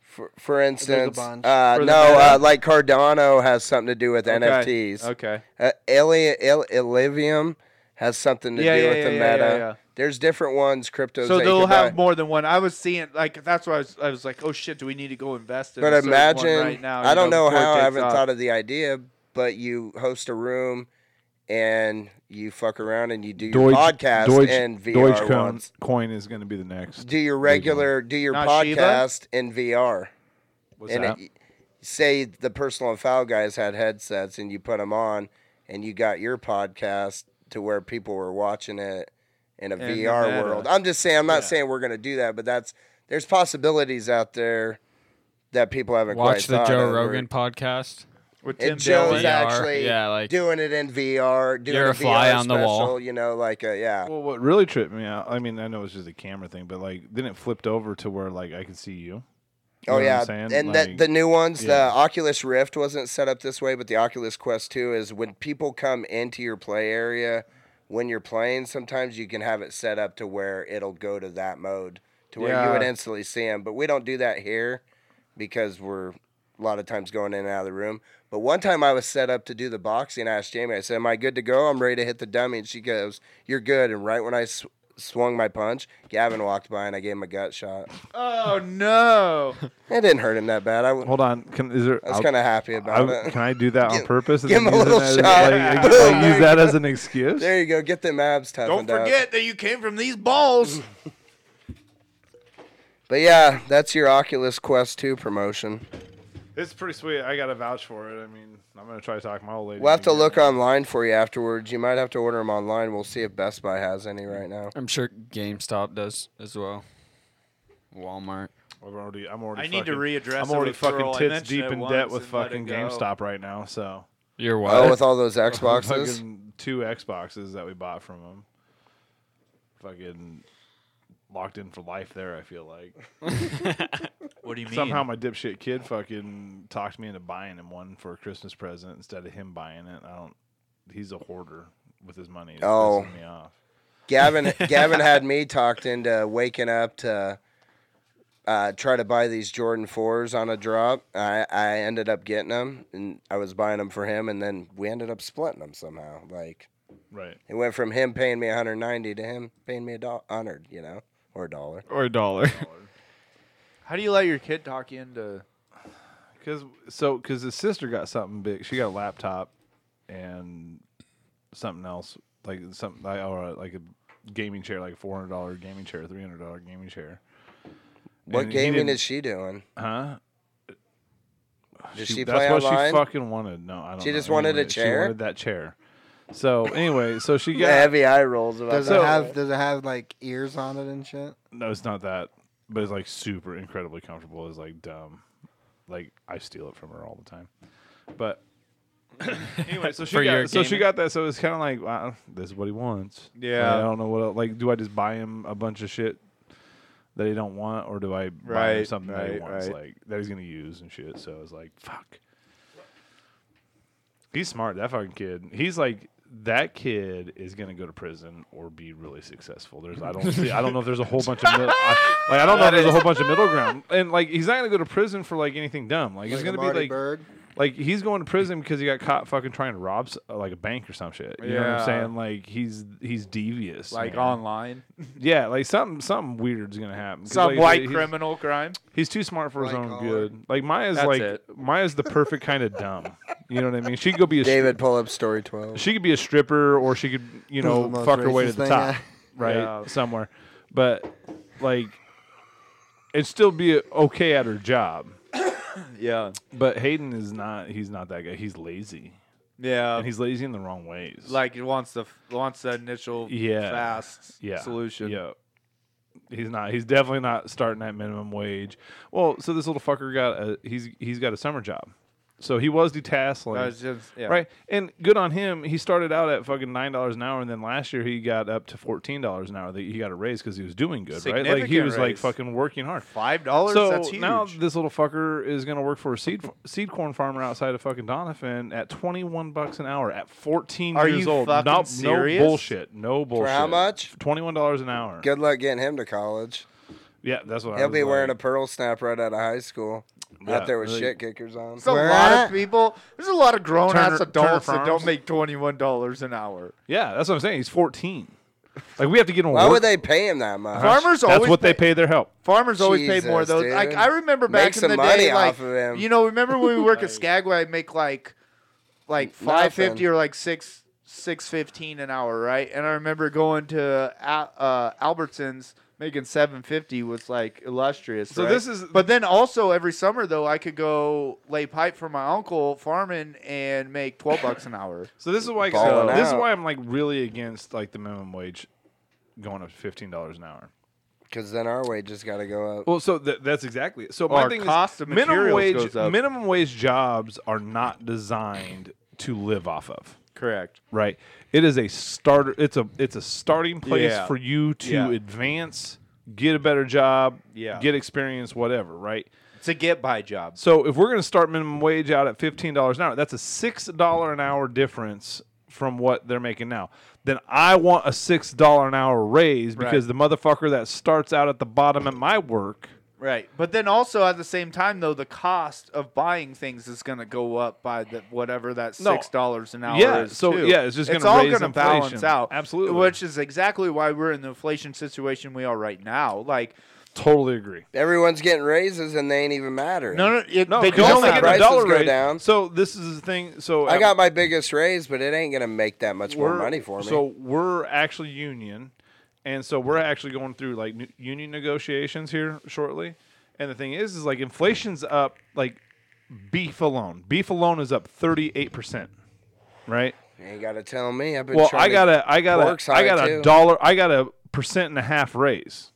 [SPEAKER 3] for, for instance,
[SPEAKER 2] bunch.
[SPEAKER 3] uh,
[SPEAKER 5] For the
[SPEAKER 3] no,
[SPEAKER 5] meta.
[SPEAKER 3] uh, like Cardano has something to do with
[SPEAKER 5] Okay.
[SPEAKER 3] NFTs.
[SPEAKER 5] Okay.
[SPEAKER 3] Uh, Illi- Ill- Illivium has something to
[SPEAKER 5] Yeah,
[SPEAKER 3] do
[SPEAKER 5] yeah,
[SPEAKER 3] with the
[SPEAKER 5] yeah, yeah,
[SPEAKER 3] meta.
[SPEAKER 5] yeah, yeah.
[SPEAKER 3] There's different ones, cryptos.
[SPEAKER 5] So
[SPEAKER 3] that you
[SPEAKER 5] they'll
[SPEAKER 3] can
[SPEAKER 5] have
[SPEAKER 3] buy.
[SPEAKER 5] more than one. I was seeing like that's why I was I was like, oh shit, do we need to go invest in?
[SPEAKER 3] But
[SPEAKER 5] a certain one
[SPEAKER 3] imagine,
[SPEAKER 5] right now,
[SPEAKER 3] I
[SPEAKER 5] you
[SPEAKER 3] don't know,
[SPEAKER 5] before it
[SPEAKER 3] how, I
[SPEAKER 5] takes
[SPEAKER 3] haven't
[SPEAKER 5] off?
[SPEAKER 3] thought of the idea, but you host a room and you fuck around and you do your podcast and VR
[SPEAKER 4] Deutsche coin,
[SPEAKER 3] ones.
[SPEAKER 4] coin is going to be the next.
[SPEAKER 3] Do your regular, do your
[SPEAKER 5] Not Shiba?
[SPEAKER 3] podcast in VR.
[SPEAKER 4] What's
[SPEAKER 3] and
[SPEAKER 4] that?
[SPEAKER 3] it- say the personal and foul guys had headsets and you put them on and you got your podcast to where people were watching it in a
[SPEAKER 5] the
[SPEAKER 3] VR
[SPEAKER 5] meta.
[SPEAKER 3] world. I'm just saying, I'm not saying we're going to do that, but that's there's possibilities out there that people haven't
[SPEAKER 6] Watch
[SPEAKER 3] quite
[SPEAKER 6] the
[SPEAKER 3] thought
[SPEAKER 6] Joe
[SPEAKER 3] of.
[SPEAKER 6] Rogan podcast.
[SPEAKER 5] with Tim
[SPEAKER 3] And Joe's
[SPEAKER 5] Dillon.
[SPEAKER 6] VR,
[SPEAKER 3] actually
[SPEAKER 6] yeah, like-
[SPEAKER 3] doing it in VR, doing
[SPEAKER 6] You're
[SPEAKER 3] a
[SPEAKER 6] a fly
[SPEAKER 3] VR
[SPEAKER 6] on the wall.
[SPEAKER 3] special, you know, like a, yeah.
[SPEAKER 4] Well, what really tripped me out, I mean, I know it's just a camera thing, but like, then it flipped over to where like I could see you. know
[SPEAKER 3] Oh
[SPEAKER 4] what I'm
[SPEAKER 3] yeah,
[SPEAKER 4] saying?
[SPEAKER 3] and
[SPEAKER 4] Like-
[SPEAKER 3] that the new ones,
[SPEAKER 4] Yeah.
[SPEAKER 3] the Oculus Rift wasn't set up this way, but the Oculus Quest 2 is when people come into your play area when you're playing. Sometimes you can have it set up to where it'll go to that mode to where you would
[SPEAKER 5] Yeah.
[SPEAKER 3] instantly see them. But we don't do that here because we're a lot of times going in and out of the room. But one time I was set up to do the boxing. I asked Jamie, I said, "Am I good to go? I'm ready to hit the dummy." And she goes, "You're good." And right when I sw- swung my punch, Gavin walked by and I gave him a gut shot.
[SPEAKER 5] Oh no!
[SPEAKER 3] It didn't hurt him that bad. I w-
[SPEAKER 4] Hold on, can, is there?
[SPEAKER 3] I was kind of happy about
[SPEAKER 4] I-
[SPEAKER 3] it.
[SPEAKER 4] Can I do that on
[SPEAKER 3] Give-
[SPEAKER 4] purpose? and
[SPEAKER 3] give
[SPEAKER 4] then
[SPEAKER 3] him a
[SPEAKER 4] use it
[SPEAKER 3] little
[SPEAKER 4] as-
[SPEAKER 3] shot.
[SPEAKER 4] Like, like,
[SPEAKER 3] Boom.
[SPEAKER 4] use that as an excuse.
[SPEAKER 3] There you go. Get them abs toughened
[SPEAKER 5] don't
[SPEAKER 3] up.
[SPEAKER 5] forget that you came from these balls.
[SPEAKER 3] But yeah, that's your Oculus Quest 2 promotion.
[SPEAKER 4] It's pretty sweet. I got to vouch for it. I mean, I'm gonna try to talk my old lady.
[SPEAKER 3] We'll have
[SPEAKER 4] into
[SPEAKER 3] to
[SPEAKER 4] getting
[SPEAKER 3] look
[SPEAKER 4] it.
[SPEAKER 3] online for you afterwards. You might have to order them online. We'll see if Best Buy has any right now.
[SPEAKER 6] I'm sure GameStop does as well. Walmart.
[SPEAKER 4] I've already, I'm already.
[SPEAKER 5] I need to
[SPEAKER 4] fucking-
[SPEAKER 5] readdress
[SPEAKER 4] I'm
[SPEAKER 5] it
[SPEAKER 4] already
[SPEAKER 5] with Pearl.
[SPEAKER 4] fucking
[SPEAKER 5] I
[SPEAKER 4] tits
[SPEAKER 5] mentioned
[SPEAKER 4] deep
[SPEAKER 5] it
[SPEAKER 4] in debt
[SPEAKER 5] once
[SPEAKER 4] with
[SPEAKER 5] and let
[SPEAKER 4] fucking
[SPEAKER 5] it go.
[SPEAKER 4] GameStop right now. So
[SPEAKER 6] You're what?
[SPEAKER 3] Oh, with all those Xboxes.
[SPEAKER 4] Fucking two Xboxes that we bought from them. Fucking locked in for life there. I feel like
[SPEAKER 5] What do you mean?
[SPEAKER 4] somehow my dipshit kid fucking talked me into buying him one for a Christmas present instead of him buying it. I don't. He's a hoarder with his money. It's
[SPEAKER 3] Oh.
[SPEAKER 4] pissing me off.
[SPEAKER 3] Gavin Gavin had me talked into waking up to uh, try to buy these Jordan 4s on a drop. I, I ended up getting them, and I was buying them for him, and then we ended up splitting them somehow. Like,
[SPEAKER 4] Right.
[SPEAKER 3] It went from him paying me 190 to him paying me a dollar, hundred, you know, or a dollar.
[SPEAKER 6] Or a dollar.
[SPEAKER 5] How do you let your kid talk you into?
[SPEAKER 4] Cause so cause his sister got something big. She got a laptop and something else like something like or uh, like a gaming chair, like a four hundred dollar gaming chair, three hundred dollar gaming chair.
[SPEAKER 3] What
[SPEAKER 4] And he
[SPEAKER 3] gaming
[SPEAKER 4] didn't-
[SPEAKER 3] is she doing?
[SPEAKER 4] Huh?
[SPEAKER 3] Does
[SPEAKER 4] She-
[SPEAKER 3] she,
[SPEAKER 4] that's
[SPEAKER 3] play
[SPEAKER 4] what
[SPEAKER 3] online?
[SPEAKER 4] she fucking wanted. No, I don't.
[SPEAKER 3] She
[SPEAKER 4] know.
[SPEAKER 3] just wanted a
[SPEAKER 4] Anyway,
[SPEAKER 3] chair?
[SPEAKER 4] She wanted that chair. So anyway, so she
[SPEAKER 3] The
[SPEAKER 4] got
[SPEAKER 3] heavy eye rolls about
[SPEAKER 2] Does
[SPEAKER 3] that.
[SPEAKER 2] it have does it have like ears on it and shit?
[SPEAKER 4] no. It's not that. but it's like super incredibly comfortable. Is like dumb. Like I steal it from her all the time. But anyway, so
[SPEAKER 6] For
[SPEAKER 4] she
[SPEAKER 6] your
[SPEAKER 4] got, so she
[SPEAKER 6] gaming.
[SPEAKER 4] got that. So it's kind of like wow, this is what he wants.
[SPEAKER 5] Yeah.
[SPEAKER 4] Like, I don't know what else. like. Do I just buy him a bunch of shit that he don't want, or do I buy him
[SPEAKER 5] Right,
[SPEAKER 4] something that he
[SPEAKER 5] right,
[SPEAKER 4] wants,
[SPEAKER 5] right.
[SPEAKER 4] like that he's gonna use and shit? So I was like, fuck. He's smart. That fucking kid. He's like that kid is gonna go to prison or be really successful. There's I don't see I don't know if there's a whole bunch of middle, I, like I don't know if there's a whole bunch of middle ground. And like he's not gonna go to prison for like anything dumb. Like, he's
[SPEAKER 2] Like a
[SPEAKER 4] gonna be
[SPEAKER 2] Marty
[SPEAKER 4] like
[SPEAKER 2] Bird.
[SPEAKER 4] like he's going to prison because he got caught fucking trying to rob s- uh, like a bank or some shit. You know what I'm
[SPEAKER 5] Yeah.
[SPEAKER 4] saying? Like he's he's devious.
[SPEAKER 5] Like um,
[SPEAKER 4] man.
[SPEAKER 5] online,
[SPEAKER 4] yeah, like something something weird's gonna happen. 'Cause,
[SPEAKER 5] some
[SPEAKER 4] like,
[SPEAKER 5] white
[SPEAKER 4] he's-
[SPEAKER 5] criminal crime.
[SPEAKER 4] He's too smart for his
[SPEAKER 2] White
[SPEAKER 4] own
[SPEAKER 2] collar.
[SPEAKER 4] good. Like Maya's
[SPEAKER 5] That's
[SPEAKER 4] like
[SPEAKER 5] it.
[SPEAKER 4] Maya's the perfect kind of dumb. You know what I mean? She could go be a
[SPEAKER 3] David, pull up story 12.
[SPEAKER 4] she could be a stripper or she could you
[SPEAKER 2] the
[SPEAKER 4] know
[SPEAKER 2] most
[SPEAKER 4] fuck her way to
[SPEAKER 2] racist
[SPEAKER 4] the
[SPEAKER 2] thing
[SPEAKER 4] top
[SPEAKER 2] I-
[SPEAKER 4] right
[SPEAKER 5] Yeah.
[SPEAKER 4] somewhere but like it'd still be okay at her job
[SPEAKER 5] Yeah,
[SPEAKER 4] but hayden is not he's not that guy he's lazy
[SPEAKER 5] yeah.
[SPEAKER 4] and he's lazy in the wrong ways
[SPEAKER 5] like he wants the wants the initial
[SPEAKER 4] Yeah.
[SPEAKER 5] fast
[SPEAKER 4] yeah
[SPEAKER 5] solution.
[SPEAKER 4] yeah he's not he's definitely not starting at minimum wage well so this little fucker got a he's he's got a summer job so he was detasseling
[SPEAKER 5] I was just- yeah.
[SPEAKER 4] Right. And good on him. He started out at fucking nine dollars an hour, and then last year he got up to fourteen dollars an hour. That He got a raise because he was doing good, right? Like he
[SPEAKER 5] Significant
[SPEAKER 4] was like
[SPEAKER 5] raise.
[SPEAKER 4] fucking working hard.
[SPEAKER 5] Five
[SPEAKER 3] Oh,
[SPEAKER 5] dollars.
[SPEAKER 4] So
[SPEAKER 5] That's huge.
[SPEAKER 4] now this little fucker is gonna work for a seed seed corn farmer outside of fucking Donovan at twenty one bucks an hour at fourteen
[SPEAKER 5] Are
[SPEAKER 4] years
[SPEAKER 5] you
[SPEAKER 4] old.
[SPEAKER 5] fucking
[SPEAKER 4] no,
[SPEAKER 5] serious?
[SPEAKER 4] no bullshit. No bullshit.
[SPEAKER 3] how much?
[SPEAKER 4] Twenty one dollars an hour.
[SPEAKER 3] Good luck getting him to college.
[SPEAKER 4] Yeah, that's what I
[SPEAKER 3] He'll
[SPEAKER 4] was
[SPEAKER 3] be wearing a
[SPEAKER 4] like.
[SPEAKER 3] pearl snap right out of high school.
[SPEAKER 4] Yeah,
[SPEAKER 3] out there with
[SPEAKER 4] like-
[SPEAKER 3] shit kickers on.
[SPEAKER 5] There's a
[SPEAKER 2] Where
[SPEAKER 5] lot
[SPEAKER 2] at?
[SPEAKER 5] of people. There's a lot of grown ass
[SPEAKER 4] Turner-
[SPEAKER 5] adults
[SPEAKER 4] Turner
[SPEAKER 5] that don't
[SPEAKER 4] Farms?
[SPEAKER 5] make twenty one dollars an hour.
[SPEAKER 4] Yeah, that's what I'm saying. He's fourteen. Like we have to get him.
[SPEAKER 3] Why
[SPEAKER 4] work.
[SPEAKER 3] would they pay him that much?
[SPEAKER 5] Farmers
[SPEAKER 4] That's
[SPEAKER 5] always
[SPEAKER 4] what they
[SPEAKER 5] pay-
[SPEAKER 4] pay their help.
[SPEAKER 5] Farmers always pay
[SPEAKER 3] Jesus,
[SPEAKER 5] more though.
[SPEAKER 3] dude.
[SPEAKER 5] Like I remember
[SPEAKER 3] Make
[SPEAKER 5] back in
[SPEAKER 3] some
[SPEAKER 5] the
[SPEAKER 3] money
[SPEAKER 5] day, like
[SPEAKER 3] off of him.
[SPEAKER 5] you know, remember when we work at Skagway, I'd make like like five fifty or like six six fifteen an hour, right? And I remember going to Al- uh, Albertsons making seven fifty was like illustrious.
[SPEAKER 4] So
[SPEAKER 5] right?
[SPEAKER 4] this is-
[SPEAKER 5] but then also every summer though, I could go lay pipe for my uncle farming and make twelve bucks an hour.
[SPEAKER 4] So this is why
[SPEAKER 3] Balling
[SPEAKER 4] so this is
[SPEAKER 3] out.
[SPEAKER 4] why I'm like really against like the minimum wage going up to fifteen dollars an hour.
[SPEAKER 3] Because then our wages got to go up.
[SPEAKER 4] Well, so th- that's exactly it. So my
[SPEAKER 5] Our
[SPEAKER 4] thing
[SPEAKER 5] cost
[SPEAKER 4] is
[SPEAKER 5] of
[SPEAKER 4] minimum
[SPEAKER 5] materials
[SPEAKER 4] wage
[SPEAKER 5] goes up.
[SPEAKER 4] minimum wage jobs are not designed to live off of.
[SPEAKER 5] Correct.
[SPEAKER 4] Right. It is a starter. It's a it's a starting place
[SPEAKER 5] Yeah.
[SPEAKER 4] for you to
[SPEAKER 5] Yeah.
[SPEAKER 4] advance, get a better job,
[SPEAKER 5] Yeah.
[SPEAKER 4] get experience, whatever. Right.
[SPEAKER 5] It's a get by job.
[SPEAKER 4] So if we're going to start minimum wage out at fifteen dollars an hour, that's a six dollar an hour difference from what they're making now. Then I want a six dollar an hour raise because the motherfucker that starts out at the bottom at my work.
[SPEAKER 5] Right, but then also at the same time, though, the cost of buying things is going to go up by the, whatever that
[SPEAKER 4] No.
[SPEAKER 5] six dollars an hour
[SPEAKER 4] Yeah,
[SPEAKER 5] is.
[SPEAKER 4] so,
[SPEAKER 5] too.
[SPEAKER 4] yeah, it's just
[SPEAKER 5] it's
[SPEAKER 4] gonna
[SPEAKER 5] all
[SPEAKER 4] raise
[SPEAKER 5] gonna balance
[SPEAKER 4] inflation.
[SPEAKER 5] out.
[SPEAKER 4] Absolutely.
[SPEAKER 5] which is exactly why we're in the inflation situation we are right now. Like,
[SPEAKER 4] Totally agree.
[SPEAKER 3] Everyone's getting raises and they ain't even matter.
[SPEAKER 5] no, no, it,
[SPEAKER 4] No,
[SPEAKER 5] they
[SPEAKER 4] 'cause you
[SPEAKER 5] don't
[SPEAKER 4] only get the
[SPEAKER 5] matter.
[SPEAKER 3] Prices
[SPEAKER 4] dollar
[SPEAKER 3] go
[SPEAKER 4] raise.
[SPEAKER 3] down.
[SPEAKER 4] So this is the thing. So
[SPEAKER 3] I
[SPEAKER 4] at
[SPEAKER 3] got my biggest raise, but it ain't going to make that much more
[SPEAKER 4] we're-
[SPEAKER 3] money for me.
[SPEAKER 4] So we're actually union, and so we're actually going through like nu- union negotiations here shortly. And the thing is, is like inflation's up. Like beef alone, beef alone is up thirty eight percent, right?
[SPEAKER 3] you ain't got to tell me. I've been
[SPEAKER 4] Well,
[SPEAKER 3] trying
[SPEAKER 4] I
[SPEAKER 3] to-
[SPEAKER 4] got a, I got
[SPEAKER 3] works
[SPEAKER 4] a, I
[SPEAKER 3] on
[SPEAKER 4] got
[SPEAKER 3] it
[SPEAKER 4] a
[SPEAKER 3] too.
[SPEAKER 4] dollar, I got a percent and a half raise.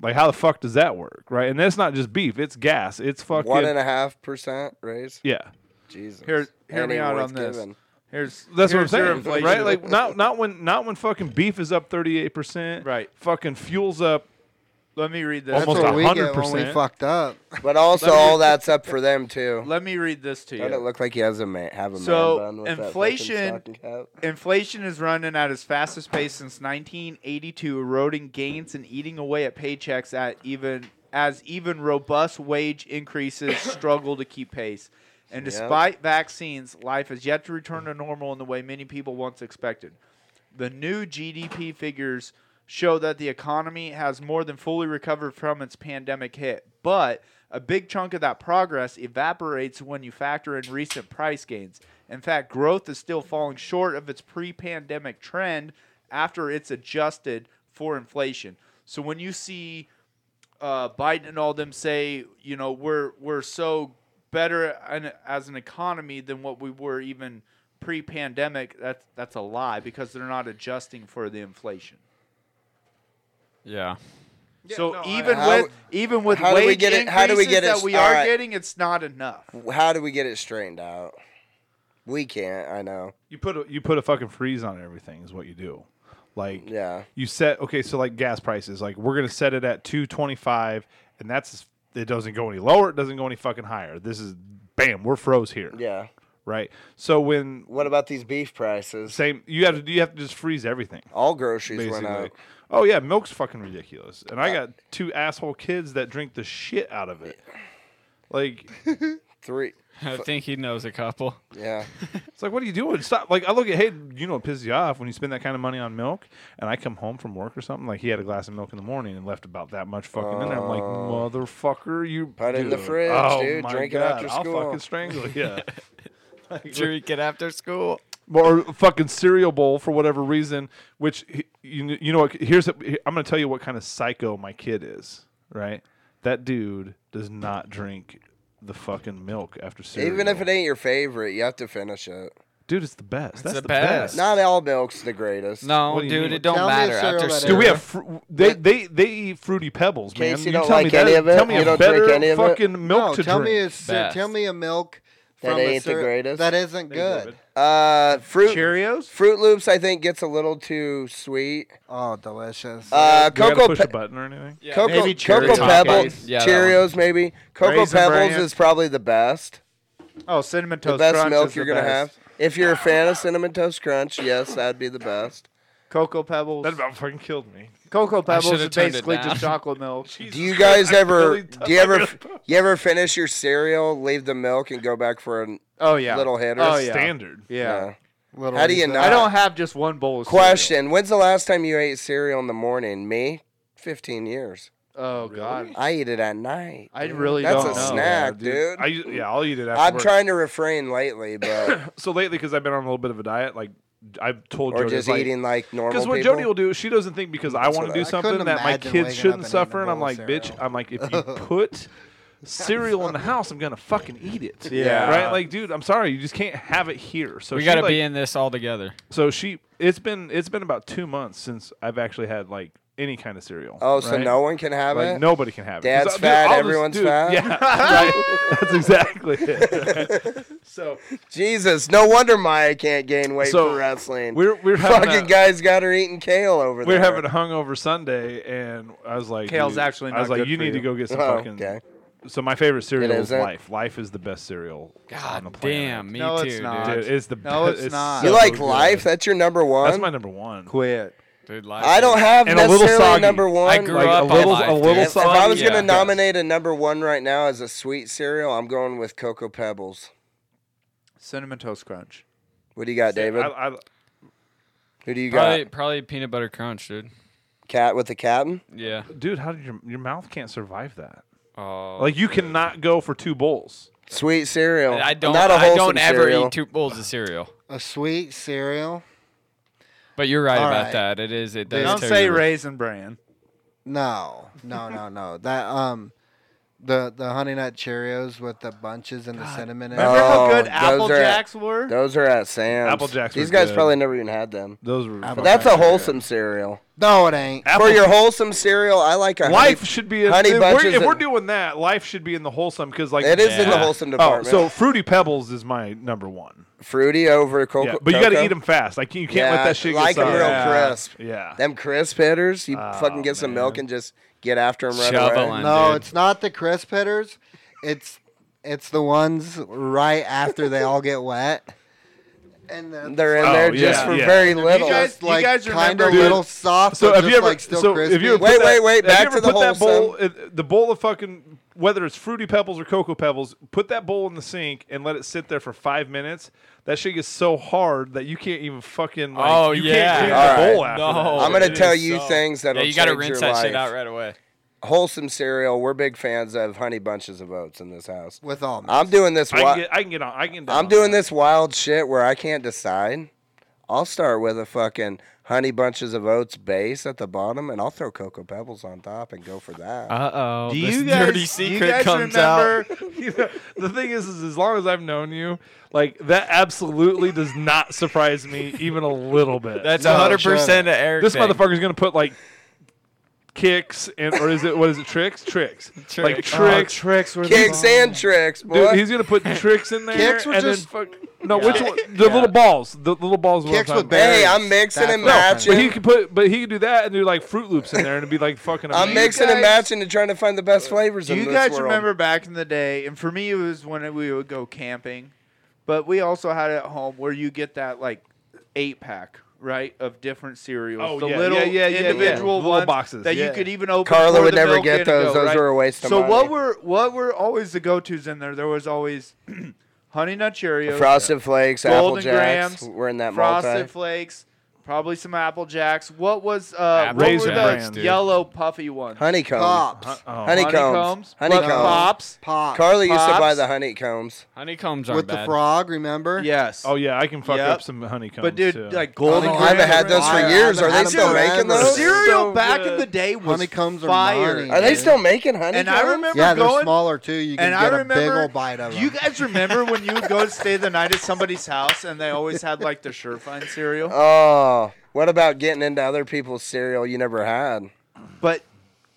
[SPEAKER 4] Like how the fuck does that work, right? And that's not just beef; it's gas, it's fucking
[SPEAKER 3] one and a half percent raise.
[SPEAKER 4] yeah.
[SPEAKER 3] Jesus.
[SPEAKER 5] Here, hear
[SPEAKER 3] Ain't
[SPEAKER 5] me
[SPEAKER 3] even
[SPEAKER 5] out
[SPEAKER 3] worth
[SPEAKER 5] on this.
[SPEAKER 3] giving.
[SPEAKER 5] Here's
[SPEAKER 4] That's
[SPEAKER 5] here's
[SPEAKER 4] what
[SPEAKER 5] your
[SPEAKER 4] I'm saying,
[SPEAKER 5] inflation.
[SPEAKER 4] right? Like not not when not when fucking beef is up thirty eight percent,
[SPEAKER 5] Right.
[SPEAKER 4] Fucking fuels up
[SPEAKER 5] let me read this.
[SPEAKER 4] Almost
[SPEAKER 2] That's what
[SPEAKER 4] a
[SPEAKER 2] we get when we
[SPEAKER 4] 100%.
[SPEAKER 2] fucked up.
[SPEAKER 3] But also, all that's up for them too.
[SPEAKER 5] let me read this to
[SPEAKER 3] Doesn't it
[SPEAKER 5] you.
[SPEAKER 3] look like he has a man, have a
[SPEAKER 5] So,
[SPEAKER 3] man bun with that fucking
[SPEAKER 5] inflation-
[SPEAKER 3] stocking cap?
[SPEAKER 5] Inflation is running at its fastest pace since 1982, eroding gains and eating away at paychecks at even as even robust wage increases struggle to keep pace.
[SPEAKER 3] Yep.
[SPEAKER 5] And despite vaccines, life has yet to return to normal in the way many people once expected. The new GDP figures show that the economy has more than fully recovered from its pandemic hit, but a big chunk of that progress evaporates when you factor in recent price gains. In fact, growth is still falling short of its pre pandemic trend after it's adjusted for inflation. So when you see uh, Biden and all them say, you know, we're we're so better an, as an economy than what we were even pre-pandemic. That's that's a lie because they're not adjusting for the inflation.
[SPEAKER 6] Yeah.
[SPEAKER 5] so
[SPEAKER 4] no, I-
[SPEAKER 5] even
[SPEAKER 3] How-
[SPEAKER 5] with even with
[SPEAKER 3] how do
[SPEAKER 5] wage
[SPEAKER 3] we get it-
[SPEAKER 5] increases
[SPEAKER 3] how do we get it
[SPEAKER 5] that
[SPEAKER 3] s-
[SPEAKER 5] we
[SPEAKER 3] all
[SPEAKER 5] are
[SPEAKER 3] right.
[SPEAKER 5] getting, it's not enough.
[SPEAKER 3] How do we get it strained out? We can't. I know.
[SPEAKER 4] You put a, you put a fucking freeze on everything is what you do. Like
[SPEAKER 3] Yeah.
[SPEAKER 4] you set okay, so like gas prices, like we're gonna set it at two twenty five, and that's it doesn't go any lower, it doesn't go any fucking higher. This is bam, we're froze here.
[SPEAKER 3] Yeah.
[SPEAKER 4] Right. So when
[SPEAKER 3] What about these beef prices?
[SPEAKER 4] same you have to you have to just freeze everything.
[SPEAKER 3] All groceries went
[SPEAKER 4] Basically.
[SPEAKER 3] up.
[SPEAKER 4] Oh yeah, milk's fucking ridiculous. And I got two asshole kids that drink the shit out of it. Like
[SPEAKER 3] Three.
[SPEAKER 6] I think he knows a couple.
[SPEAKER 3] Yeah.
[SPEAKER 4] It's like, what are you doing? Stop! Like, I look at, hey, you know, it pisses you off when you spend that kind of money on milk. And I come home from work or something. Like, he had a glass of milk in the morning and left about that much fucking in there. I'm like, motherfucker, you
[SPEAKER 3] Oh.
[SPEAKER 4] Oh
[SPEAKER 3] Put it in the fridge, dude.
[SPEAKER 4] my
[SPEAKER 3] Drink it
[SPEAKER 4] God,
[SPEAKER 3] after
[SPEAKER 4] I'll
[SPEAKER 3] school."
[SPEAKER 4] fucking strangle you. Yeah.
[SPEAKER 7] Drink it after school.
[SPEAKER 4] or a fucking cereal bowl for whatever reason. Which he- you kn- you know what? Here's a, I'm gonna tell you what kind of psycho my kid is. Right? That dude does not drink the fucking milk after cereal.
[SPEAKER 3] Even if it ain't your favorite, you have to finish it.
[SPEAKER 4] dude, it's the best. That's
[SPEAKER 6] the
[SPEAKER 4] the
[SPEAKER 6] best.
[SPEAKER 4] best.
[SPEAKER 3] Not all milk's the greatest.
[SPEAKER 6] No,
[SPEAKER 4] What do you
[SPEAKER 6] dude,
[SPEAKER 4] mean?
[SPEAKER 6] it don't
[SPEAKER 2] Tell me a
[SPEAKER 6] matter.
[SPEAKER 2] cereal
[SPEAKER 6] After
[SPEAKER 2] that
[SPEAKER 4] Dude,
[SPEAKER 6] cereal,
[SPEAKER 4] we have fru- they, they they eat fruity pebbles, man.
[SPEAKER 3] Casey
[SPEAKER 4] you
[SPEAKER 3] don't
[SPEAKER 4] tell me
[SPEAKER 3] like any
[SPEAKER 4] that-
[SPEAKER 3] of it?
[SPEAKER 4] Tell me
[SPEAKER 3] You
[SPEAKER 4] a
[SPEAKER 3] don't
[SPEAKER 4] better
[SPEAKER 3] drink any of it?
[SPEAKER 4] fucking milk
[SPEAKER 2] no,
[SPEAKER 4] to
[SPEAKER 2] tell me
[SPEAKER 4] drink.
[SPEAKER 2] a cer- tell
[SPEAKER 6] Best.
[SPEAKER 2] me a milk
[SPEAKER 3] That
[SPEAKER 2] from a
[SPEAKER 3] ain't the
[SPEAKER 2] cer-
[SPEAKER 3] greatest?
[SPEAKER 2] that isn't good.
[SPEAKER 3] Uh, fruit
[SPEAKER 5] Cheerios?
[SPEAKER 3] Fruit Loops, I think, gets a little too sweet.
[SPEAKER 2] Oh, delicious.
[SPEAKER 3] Uh,
[SPEAKER 4] Do I gotta
[SPEAKER 3] Cocoa,
[SPEAKER 4] push
[SPEAKER 3] Pe-
[SPEAKER 4] a button or anything?
[SPEAKER 6] Yeah,
[SPEAKER 3] Cocoa,
[SPEAKER 5] maybe
[SPEAKER 3] Cocoa
[SPEAKER 5] Cheerios.
[SPEAKER 3] Pebbles,
[SPEAKER 6] Yeah, that
[SPEAKER 3] Cheerios, maybe. Cocoa
[SPEAKER 5] Raisin
[SPEAKER 3] Pebbles
[SPEAKER 5] Bran.
[SPEAKER 3] is probably the best.
[SPEAKER 5] Oh, cinnamon
[SPEAKER 3] The
[SPEAKER 5] toast
[SPEAKER 3] best
[SPEAKER 5] Crunch
[SPEAKER 3] milk
[SPEAKER 5] is
[SPEAKER 3] you're
[SPEAKER 5] the
[SPEAKER 3] gonna
[SPEAKER 5] best.
[SPEAKER 3] have. If you're a fan of Cinnamon Toast Crunch, yes, that'd be the best.
[SPEAKER 5] Cocoa Pebbles.
[SPEAKER 4] That about fucking killed me.
[SPEAKER 5] Cocoa Pebbles
[SPEAKER 6] should've
[SPEAKER 5] is
[SPEAKER 6] turned it
[SPEAKER 5] basically
[SPEAKER 6] down.
[SPEAKER 5] just chocolate milk.
[SPEAKER 3] Do you guys ever?
[SPEAKER 4] really-
[SPEAKER 3] Do you
[SPEAKER 4] I
[SPEAKER 3] ever?
[SPEAKER 4] really-
[SPEAKER 3] You ever finish your cereal, leave the milk, and go back for a
[SPEAKER 5] Oh yeah.
[SPEAKER 3] little hitter?
[SPEAKER 5] Oh yeah.
[SPEAKER 4] Standard.
[SPEAKER 5] Yeah.
[SPEAKER 2] Little
[SPEAKER 3] How do you
[SPEAKER 2] Lisa.
[SPEAKER 3] not?
[SPEAKER 5] I don't have just one bowl of cereal.
[SPEAKER 3] Question: When's the last time you ate cereal in the morning? Me, fifteen years.
[SPEAKER 5] Oh god.
[SPEAKER 3] I eat it at night.
[SPEAKER 5] I really
[SPEAKER 3] That's
[SPEAKER 5] don't
[SPEAKER 3] a
[SPEAKER 5] know.
[SPEAKER 3] snack, dude.
[SPEAKER 4] I u- yeah, I'll eat it after
[SPEAKER 3] I'm
[SPEAKER 4] work.
[SPEAKER 3] trying to refrain lately, but
[SPEAKER 4] So lately, because I've been on a little bit of a diet, like I've told
[SPEAKER 3] or
[SPEAKER 4] Jody,
[SPEAKER 3] just
[SPEAKER 4] like,
[SPEAKER 3] eating like normal
[SPEAKER 4] Because what
[SPEAKER 3] people.
[SPEAKER 4] Jody will do, she doesn't think because I want to
[SPEAKER 3] what
[SPEAKER 4] do
[SPEAKER 3] I- I
[SPEAKER 4] something
[SPEAKER 2] couldn't
[SPEAKER 4] that my
[SPEAKER 2] imagine
[SPEAKER 4] kids
[SPEAKER 2] waking up
[SPEAKER 4] shouldn't
[SPEAKER 2] and eating
[SPEAKER 4] suffer,
[SPEAKER 2] a
[SPEAKER 4] and I'm
[SPEAKER 2] bowl
[SPEAKER 4] like,
[SPEAKER 2] of
[SPEAKER 4] bitch,
[SPEAKER 2] cereal.
[SPEAKER 4] I'm like, if you put cereal in the house, I'm gonna fucking eat it.
[SPEAKER 5] Yeah.
[SPEAKER 4] right. Like, dude, I'm sorry, you just can't have it here. So
[SPEAKER 6] we
[SPEAKER 4] she,
[SPEAKER 6] gotta
[SPEAKER 4] like-
[SPEAKER 6] be in this all together.
[SPEAKER 4] So she, it's been it's been about two months since I've actually had like any kind of cereal.
[SPEAKER 3] Oh, so
[SPEAKER 4] right?
[SPEAKER 3] no one can have
[SPEAKER 4] Like
[SPEAKER 3] it.
[SPEAKER 4] nobody can have it. 'Cause
[SPEAKER 3] Dad's
[SPEAKER 4] I'll- dude,
[SPEAKER 3] fat,
[SPEAKER 4] I'll just-
[SPEAKER 3] everyone's
[SPEAKER 4] dude,
[SPEAKER 3] fat.
[SPEAKER 4] Yeah, right? that's exactly it. so
[SPEAKER 3] Jesus, no wonder Maya can't gain weight
[SPEAKER 4] So,
[SPEAKER 3] for wrestling.
[SPEAKER 4] we're we're having
[SPEAKER 3] fucking
[SPEAKER 4] a-
[SPEAKER 3] guys got her eating kale over
[SPEAKER 4] we
[SPEAKER 3] there.
[SPEAKER 4] were having a hungover Sunday, and I was like,
[SPEAKER 5] Kale's
[SPEAKER 4] dude-
[SPEAKER 5] actually
[SPEAKER 4] I was
[SPEAKER 5] not
[SPEAKER 4] like,
[SPEAKER 5] good
[SPEAKER 4] you
[SPEAKER 5] for
[SPEAKER 4] need to
[SPEAKER 5] you."
[SPEAKER 4] go get some
[SPEAKER 3] Oh,
[SPEAKER 4] fucking.
[SPEAKER 3] okay.
[SPEAKER 4] So my favorite cereal is
[SPEAKER 3] isn't?
[SPEAKER 4] Life. Life is the best cereal on the
[SPEAKER 6] God
[SPEAKER 4] planet.
[SPEAKER 6] damn, me
[SPEAKER 5] No,
[SPEAKER 6] too,
[SPEAKER 5] it's not.
[SPEAKER 4] dude, it's the
[SPEAKER 5] No,
[SPEAKER 4] be-
[SPEAKER 5] it's not.
[SPEAKER 3] you
[SPEAKER 4] so
[SPEAKER 3] like
[SPEAKER 4] good.
[SPEAKER 3] life? That's your number one.
[SPEAKER 4] That's my number one.
[SPEAKER 5] Quit.
[SPEAKER 6] dude. Dude,
[SPEAKER 3] I don't have
[SPEAKER 4] And a little
[SPEAKER 3] necessarily
[SPEAKER 4] soggy.
[SPEAKER 3] number one.
[SPEAKER 6] I grew
[SPEAKER 4] Like
[SPEAKER 6] up
[SPEAKER 4] a little,
[SPEAKER 6] on life,
[SPEAKER 4] a
[SPEAKER 6] dude.
[SPEAKER 4] little
[SPEAKER 3] if, if I was
[SPEAKER 6] yeah.
[SPEAKER 3] gonna nominate a number one right now as a sweet cereal, I'm going with Cocoa Pebbles.
[SPEAKER 5] Cinnamon toast crunch.
[SPEAKER 3] What do you got, David?
[SPEAKER 4] I, I,
[SPEAKER 3] Who do you
[SPEAKER 6] Probably,
[SPEAKER 3] got?
[SPEAKER 6] probably peanut butter crunch, dude.
[SPEAKER 3] Cat with the captain.
[SPEAKER 6] Yeah.
[SPEAKER 4] dude, how did your your mouth can't survive that?
[SPEAKER 6] Oh.
[SPEAKER 4] Like you cannot go for two bowls.
[SPEAKER 3] Sweet cereal.
[SPEAKER 6] I don't.
[SPEAKER 3] Not a
[SPEAKER 6] I
[SPEAKER 3] wholesome
[SPEAKER 6] don't ever
[SPEAKER 3] cereal.
[SPEAKER 6] eat two bowls of cereal.
[SPEAKER 2] a sweet cereal?
[SPEAKER 6] But you're right
[SPEAKER 2] All
[SPEAKER 6] about
[SPEAKER 2] right.
[SPEAKER 6] that. It is. It does.
[SPEAKER 5] Don't
[SPEAKER 6] tear
[SPEAKER 5] say
[SPEAKER 6] you-
[SPEAKER 5] raisin bran.
[SPEAKER 2] No, no, no, no. That um, the the honey nut Cheerios with the bunches and the cinnamon. in it.
[SPEAKER 5] Remember how
[SPEAKER 3] Oh,
[SPEAKER 5] good
[SPEAKER 3] those
[SPEAKER 5] Apple
[SPEAKER 3] are-
[SPEAKER 5] Jacks were?
[SPEAKER 3] Those are at Sam's.
[SPEAKER 4] Apple Jacks
[SPEAKER 3] These
[SPEAKER 4] were
[SPEAKER 3] guys
[SPEAKER 4] good.
[SPEAKER 3] probably never even had them.
[SPEAKER 4] Those were
[SPEAKER 2] Apple
[SPEAKER 4] fucking-
[SPEAKER 3] But that's a wholesome cereal.
[SPEAKER 2] No, it ain't.
[SPEAKER 4] Apple-
[SPEAKER 3] For your wholesome cereal, I like a
[SPEAKER 4] life
[SPEAKER 3] Honey,
[SPEAKER 4] should be in,
[SPEAKER 3] Honey
[SPEAKER 4] if, we're,
[SPEAKER 3] Bunches
[SPEAKER 4] if we're
[SPEAKER 3] and-
[SPEAKER 4] doing that, life should be in the wholesome because like
[SPEAKER 3] it is in the
[SPEAKER 6] Yeah.
[SPEAKER 3] wholesome
[SPEAKER 4] Oh,
[SPEAKER 3] department.
[SPEAKER 4] so fruity pebbles is my number one.
[SPEAKER 3] fruity over cocoa.
[SPEAKER 4] Yeah, but you got to
[SPEAKER 3] Cocoa.
[SPEAKER 4] eat them fast. Like you can't
[SPEAKER 3] Yeah,
[SPEAKER 4] let that shit
[SPEAKER 3] like
[SPEAKER 4] get
[SPEAKER 3] 'em
[SPEAKER 4] sour.
[SPEAKER 3] real
[SPEAKER 4] yeah.
[SPEAKER 3] crisp.
[SPEAKER 4] Yeah. Oh,
[SPEAKER 3] Them crisp hitters. You fucking get some
[SPEAKER 4] man.
[SPEAKER 3] milk and just get after them right
[SPEAKER 6] Shoveling.
[SPEAKER 3] away.
[SPEAKER 2] No,
[SPEAKER 6] dude.
[SPEAKER 2] it's not the crisp hitters. It's it's the ones right after they all get wet. And the,
[SPEAKER 3] They're in
[SPEAKER 4] Oh,
[SPEAKER 3] there
[SPEAKER 4] yeah,
[SPEAKER 3] just for
[SPEAKER 4] yeah.
[SPEAKER 3] very
[SPEAKER 5] You
[SPEAKER 3] little.
[SPEAKER 5] guys, you
[SPEAKER 2] like
[SPEAKER 5] guys
[SPEAKER 2] kind
[SPEAKER 5] remember
[SPEAKER 2] of
[SPEAKER 5] when-
[SPEAKER 2] little soft.
[SPEAKER 4] So
[SPEAKER 2] but
[SPEAKER 4] have
[SPEAKER 2] just,
[SPEAKER 4] you ever?
[SPEAKER 2] like, still
[SPEAKER 4] so
[SPEAKER 2] crispy.
[SPEAKER 4] if you ever
[SPEAKER 3] Wait,
[SPEAKER 4] put that-
[SPEAKER 3] wait,
[SPEAKER 4] have
[SPEAKER 3] wait, back
[SPEAKER 4] you ever
[SPEAKER 3] to the
[SPEAKER 4] put that bowl,
[SPEAKER 3] wholesome.
[SPEAKER 4] uh, the bowl of fucking whether it's fruity pebbles or cocoa pebbles, put that bowl in the sink and let it sit there for five minutes. That shit gets so hard that you can't even fucking. Like,
[SPEAKER 6] Oh,
[SPEAKER 4] you
[SPEAKER 6] yeah.
[SPEAKER 4] can't clean
[SPEAKER 3] All
[SPEAKER 4] the
[SPEAKER 3] right.
[SPEAKER 4] bowl after
[SPEAKER 6] No.
[SPEAKER 4] that.
[SPEAKER 3] I'm gonna
[SPEAKER 6] It
[SPEAKER 3] tell
[SPEAKER 6] is
[SPEAKER 3] you
[SPEAKER 6] so-
[SPEAKER 3] things
[SPEAKER 6] Yeah,
[SPEAKER 3] that'll
[SPEAKER 6] you gotta
[SPEAKER 3] change
[SPEAKER 6] rinse
[SPEAKER 3] your
[SPEAKER 6] that shit
[SPEAKER 3] life.
[SPEAKER 6] out right away.
[SPEAKER 3] Wholesome cereal. We're big fans of honey bunches of oats in this house.
[SPEAKER 2] with almonds.
[SPEAKER 3] I'm doing this.
[SPEAKER 4] I
[SPEAKER 3] wi-
[SPEAKER 4] can, get, I can get on. I can.
[SPEAKER 3] I'm doing this wild shit where I can't decide. I'll start with a fucking honey bunches of oats base at the bottom, and I'll throw cocoa pebbles on top and go for that.
[SPEAKER 6] Uh oh.
[SPEAKER 5] Do
[SPEAKER 6] this
[SPEAKER 5] you guys,
[SPEAKER 6] dirty
[SPEAKER 5] do you
[SPEAKER 6] secret
[SPEAKER 5] guys
[SPEAKER 6] comes out.
[SPEAKER 5] remember?
[SPEAKER 4] You know, the thing is, is, as long as I've known you, like that absolutely does not surprise me even a little bit.
[SPEAKER 6] That's
[SPEAKER 2] No,
[SPEAKER 6] hundred percent of Eric.
[SPEAKER 4] this
[SPEAKER 6] thing.
[SPEAKER 4] motherfucker's gonna put like kicks and or is it what is it tricks tricks like
[SPEAKER 6] Tricks.
[SPEAKER 4] tricks
[SPEAKER 5] tricks were
[SPEAKER 3] Kicks and tricks, boy.
[SPEAKER 4] Dude, he's gonna put tricks in there.
[SPEAKER 2] Kicks were
[SPEAKER 4] and
[SPEAKER 2] just-
[SPEAKER 4] then fuck, no, which one? The little balls, the little balls. is what I'm
[SPEAKER 2] Kicks
[SPEAKER 4] talking
[SPEAKER 2] with
[SPEAKER 4] about.
[SPEAKER 2] berries.
[SPEAKER 3] Hey, I'm mixing
[SPEAKER 2] That's
[SPEAKER 3] and
[SPEAKER 2] what I'm
[SPEAKER 3] matching.
[SPEAKER 4] But he could put, but he could do that and do like Fruit Loops in there and it'd be like fucking.
[SPEAKER 3] I'm
[SPEAKER 4] amazing.
[SPEAKER 3] mixing and
[SPEAKER 5] guys-
[SPEAKER 3] matching and trying to find the best flavors.
[SPEAKER 5] Uh, Do
[SPEAKER 3] in
[SPEAKER 5] you
[SPEAKER 3] this
[SPEAKER 5] guys
[SPEAKER 3] world.
[SPEAKER 5] remember back in the day? And for me, it was when we would go camping, but we also had it at home where you get that like eight pack. Right of different cereals,
[SPEAKER 4] Oh,
[SPEAKER 5] the
[SPEAKER 4] yeah,
[SPEAKER 5] little
[SPEAKER 4] yeah, yeah, yeah, yeah.
[SPEAKER 5] individual
[SPEAKER 4] Little
[SPEAKER 5] ones
[SPEAKER 4] boxes,
[SPEAKER 5] that
[SPEAKER 4] yeah.
[SPEAKER 5] you could even open.
[SPEAKER 3] Carla
[SPEAKER 5] pour
[SPEAKER 3] would
[SPEAKER 5] the
[SPEAKER 3] never
[SPEAKER 5] milk in
[SPEAKER 3] get
[SPEAKER 5] and
[SPEAKER 3] those.
[SPEAKER 5] go,
[SPEAKER 3] those
[SPEAKER 5] right?
[SPEAKER 3] are a waste of
[SPEAKER 5] so
[SPEAKER 3] money.
[SPEAKER 5] what were what were always the go tos in there? There was always Honey Nut Cheerios,
[SPEAKER 3] Frosted Flakes, Apple
[SPEAKER 5] Golden
[SPEAKER 3] Jacks.
[SPEAKER 5] Grahams,
[SPEAKER 3] We're in that
[SPEAKER 5] Frosted
[SPEAKER 3] multi.
[SPEAKER 5] Flakes, probably some Apple Jacks. What was uh,
[SPEAKER 6] Apple
[SPEAKER 5] what were
[SPEAKER 4] Jacks,
[SPEAKER 5] the
[SPEAKER 4] dude.
[SPEAKER 5] yellow puffy ones?
[SPEAKER 3] Honeycombs.
[SPEAKER 2] Pops.
[SPEAKER 4] Oh.
[SPEAKER 3] Honeycombs.
[SPEAKER 5] Honeycombs,
[SPEAKER 3] Honeycombs.
[SPEAKER 5] pops.
[SPEAKER 2] Pops.
[SPEAKER 3] Carly used to buy
[SPEAKER 5] Pops.
[SPEAKER 3] the honeycombs.
[SPEAKER 6] Honeycombs are
[SPEAKER 2] with the
[SPEAKER 6] bad.
[SPEAKER 2] frog, remember?
[SPEAKER 5] Yes.
[SPEAKER 4] Oh yeah, I can fuck
[SPEAKER 5] Yep.
[SPEAKER 4] up some honeycombs.
[SPEAKER 5] But dude,
[SPEAKER 4] too.
[SPEAKER 5] like
[SPEAKER 2] I
[SPEAKER 5] golden
[SPEAKER 2] think
[SPEAKER 3] I haven't
[SPEAKER 5] Grahams.
[SPEAKER 3] had those for
[SPEAKER 2] I
[SPEAKER 3] years. Are
[SPEAKER 2] haven't
[SPEAKER 3] they
[SPEAKER 2] had
[SPEAKER 3] still
[SPEAKER 2] them
[SPEAKER 3] making
[SPEAKER 2] forever.
[SPEAKER 3] those?
[SPEAKER 5] cereal
[SPEAKER 4] so
[SPEAKER 5] back in
[SPEAKER 4] good.
[SPEAKER 5] the day was
[SPEAKER 2] Honeycombs are
[SPEAKER 5] fire.
[SPEAKER 2] money.
[SPEAKER 3] Are they still making honeycombs?
[SPEAKER 5] and I remember
[SPEAKER 2] Yeah, they're
[SPEAKER 5] going.
[SPEAKER 2] smaller too. You can
[SPEAKER 5] and I
[SPEAKER 2] get a
[SPEAKER 5] remember
[SPEAKER 2] big old bite of them.
[SPEAKER 5] you guys remember when you would go to stay the night at somebody's house and they always had like the Surefine cereal?
[SPEAKER 3] Oh, what about getting into other people's cereal you never had?
[SPEAKER 5] But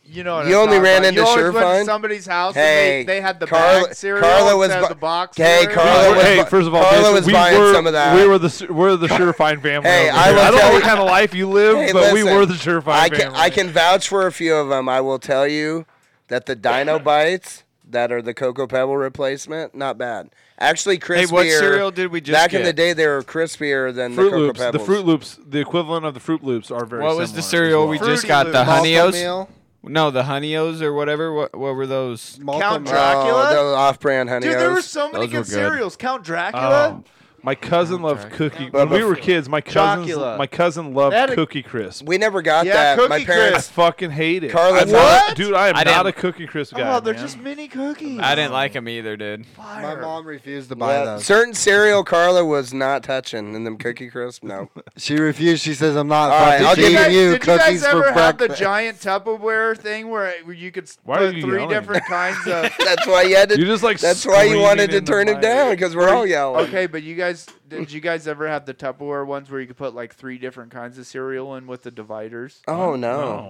[SPEAKER 5] you know, what
[SPEAKER 3] You
[SPEAKER 5] I'm
[SPEAKER 3] only
[SPEAKER 5] talking
[SPEAKER 3] ran
[SPEAKER 5] about.
[SPEAKER 3] into
[SPEAKER 5] you always went to
[SPEAKER 3] Surefine?
[SPEAKER 5] somebody's house.
[SPEAKER 3] Hey,
[SPEAKER 5] and they, they had the
[SPEAKER 3] Carla-
[SPEAKER 5] bag cereal
[SPEAKER 3] Carla was
[SPEAKER 5] instead
[SPEAKER 3] bu-
[SPEAKER 5] of the box.
[SPEAKER 3] Hey,
[SPEAKER 5] cereal.
[SPEAKER 3] Carla
[SPEAKER 4] We're-
[SPEAKER 3] was
[SPEAKER 4] hey,
[SPEAKER 3] bu-
[SPEAKER 4] first of all,
[SPEAKER 3] Carla
[SPEAKER 4] bitch,
[SPEAKER 3] was
[SPEAKER 4] we
[SPEAKER 3] buying
[SPEAKER 4] were,
[SPEAKER 3] some of that.
[SPEAKER 4] We were the su- we're the surefine family.
[SPEAKER 3] Hey,
[SPEAKER 4] over
[SPEAKER 3] I
[SPEAKER 4] here.
[SPEAKER 3] will
[SPEAKER 4] I don't
[SPEAKER 3] tell
[SPEAKER 4] know
[SPEAKER 3] you-
[SPEAKER 4] what kind of life you live,
[SPEAKER 3] Hey,
[SPEAKER 4] but we
[SPEAKER 3] listen,
[SPEAKER 4] were the surefine
[SPEAKER 3] I can
[SPEAKER 4] family.
[SPEAKER 3] I can vouch for a few of them. I will tell you that the Dino Bites that are the Cocoa Pebble replacement, not bad. Actually, crispier.
[SPEAKER 6] Hey, what cereal did we just
[SPEAKER 3] back in
[SPEAKER 6] get?
[SPEAKER 3] the day? They were crispier than the
[SPEAKER 4] Fruit
[SPEAKER 3] Cocoa
[SPEAKER 4] Loops, the
[SPEAKER 3] Pebbles.
[SPEAKER 4] Fruit Loops, the equivalent of the Fruit Loops, are very.
[SPEAKER 6] What was the
[SPEAKER 4] similar as well.
[SPEAKER 6] cereal we just
[SPEAKER 5] Fruity
[SPEAKER 6] got? The
[SPEAKER 5] Loops.
[SPEAKER 2] Malta
[SPEAKER 6] Honeyo's?
[SPEAKER 2] meal,
[SPEAKER 6] No, the Honeyo's or whatever. What what were those?
[SPEAKER 2] Malta
[SPEAKER 5] Count
[SPEAKER 2] meal.
[SPEAKER 5] Dracula.
[SPEAKER 3] Oh, the off-brand honey.
[SPEAKER 5] Dude, there were so many
[SPEAKER 6] Those were
[SPEAKER 5] good,
[SPEAKER 6] good.
[SPEAKER 5] cereals. Count Dracula.
[SPEAKER 4] Oh, my cousin loved cookie.
[SPEAKER 3] Bubba
[SPEAKER 4] When we were
[SPEAKER 3] Fr-
[SPEAKER 4] kids, my cousins,
[SPEAKER 5] Chocula.
[SPEAKER 4] my cousin
[SPEAKER 5] That
[SPEAKER 6] e-
[SPEAKER 4] loved
[SPEAKER 5] a-
[SPEAKER 4] Cookie Crisp.
[SPEAKER 3] we never got
[SPEAKER 5] Yeah,
[SPEAKER 3] that. My
[SPEAKER 5] Cookie
[SPEAKER 4] I
[SPEAKER 3] parents.
[SPEAKER 4] fucking hate it.
[SPEAKER 3] Carla
[SPEAKER 4] I'm
[SPEAKER 3] thought-
[SPEAKER 4] not- dude, I am
[SPEAKER 6] I
[SPEAKER 4] not
[SPEAKER 6] didn't-
[SPEAKER 4] a Cookie Crisp guy.
[SPEAKER 5] Oh, they're
[SPEAKER 4] man.
[SPEAKER 5] just mini cookies.
[SPEAKER 6] I didn't like them either, dude.
[SPEAKER 2] My
[SPEAKER 5] Fire.
[SPEAKER 2] mom refused to buy
[SPEAKER 3] Yeah,
[SPEAKER 2] those.
[SPEAKER 3] certain cereal Carla was not touching, and them Cookie Crisp, no.
[SPEAKER 2] She refused. She says, "I'm not
[SPEAKER 3] All right,
[SPEAKER 2] fucking
[SPEAKER 3] I'll give
[SPEAKER 5] Did you
[SPEAKER 2] feeding
[SPEAKER 5] guys,
[SPEAKER 2] you,
[SPEAKER 5] did you
[SPEAKER 2] cookies
[SPEAKER 5] guys
[SPEAKER 2] for
[SPEAKER 5] ever have the
[SPEAKER 2] breakfast."
[SPEAKER 5] giant Tupperware thing where where you could
[SPEAKER 4] Why are
[SPEAKER 5] put
[SPEAKER 4] you
[SPEAKER 5] three
[SPEAKER 4] yelling?
[SPEAKER 5] different kinds of?
[SPEAKER 3] That's why you had to.
[SPEAKER 4] You're just like.
[SPEAKER 3] that's why you wanted to
[SPEAKER 4] screaming
[SPEAKER 3] turn
[SPEAKER 4] in
[SPEAKER 3] it
[SPEAKER 4] the
[SPEAKER 3] down
[SPEAKER 4] mic.
[SPEAKER 3] because we're all yelling.
[SPEAKER 5] Okay, but you guys, did you guys ever have the Tupperware ones where you could put like three different kinds of cereal in with the dividers?
[SPEAKER 3] Oh no,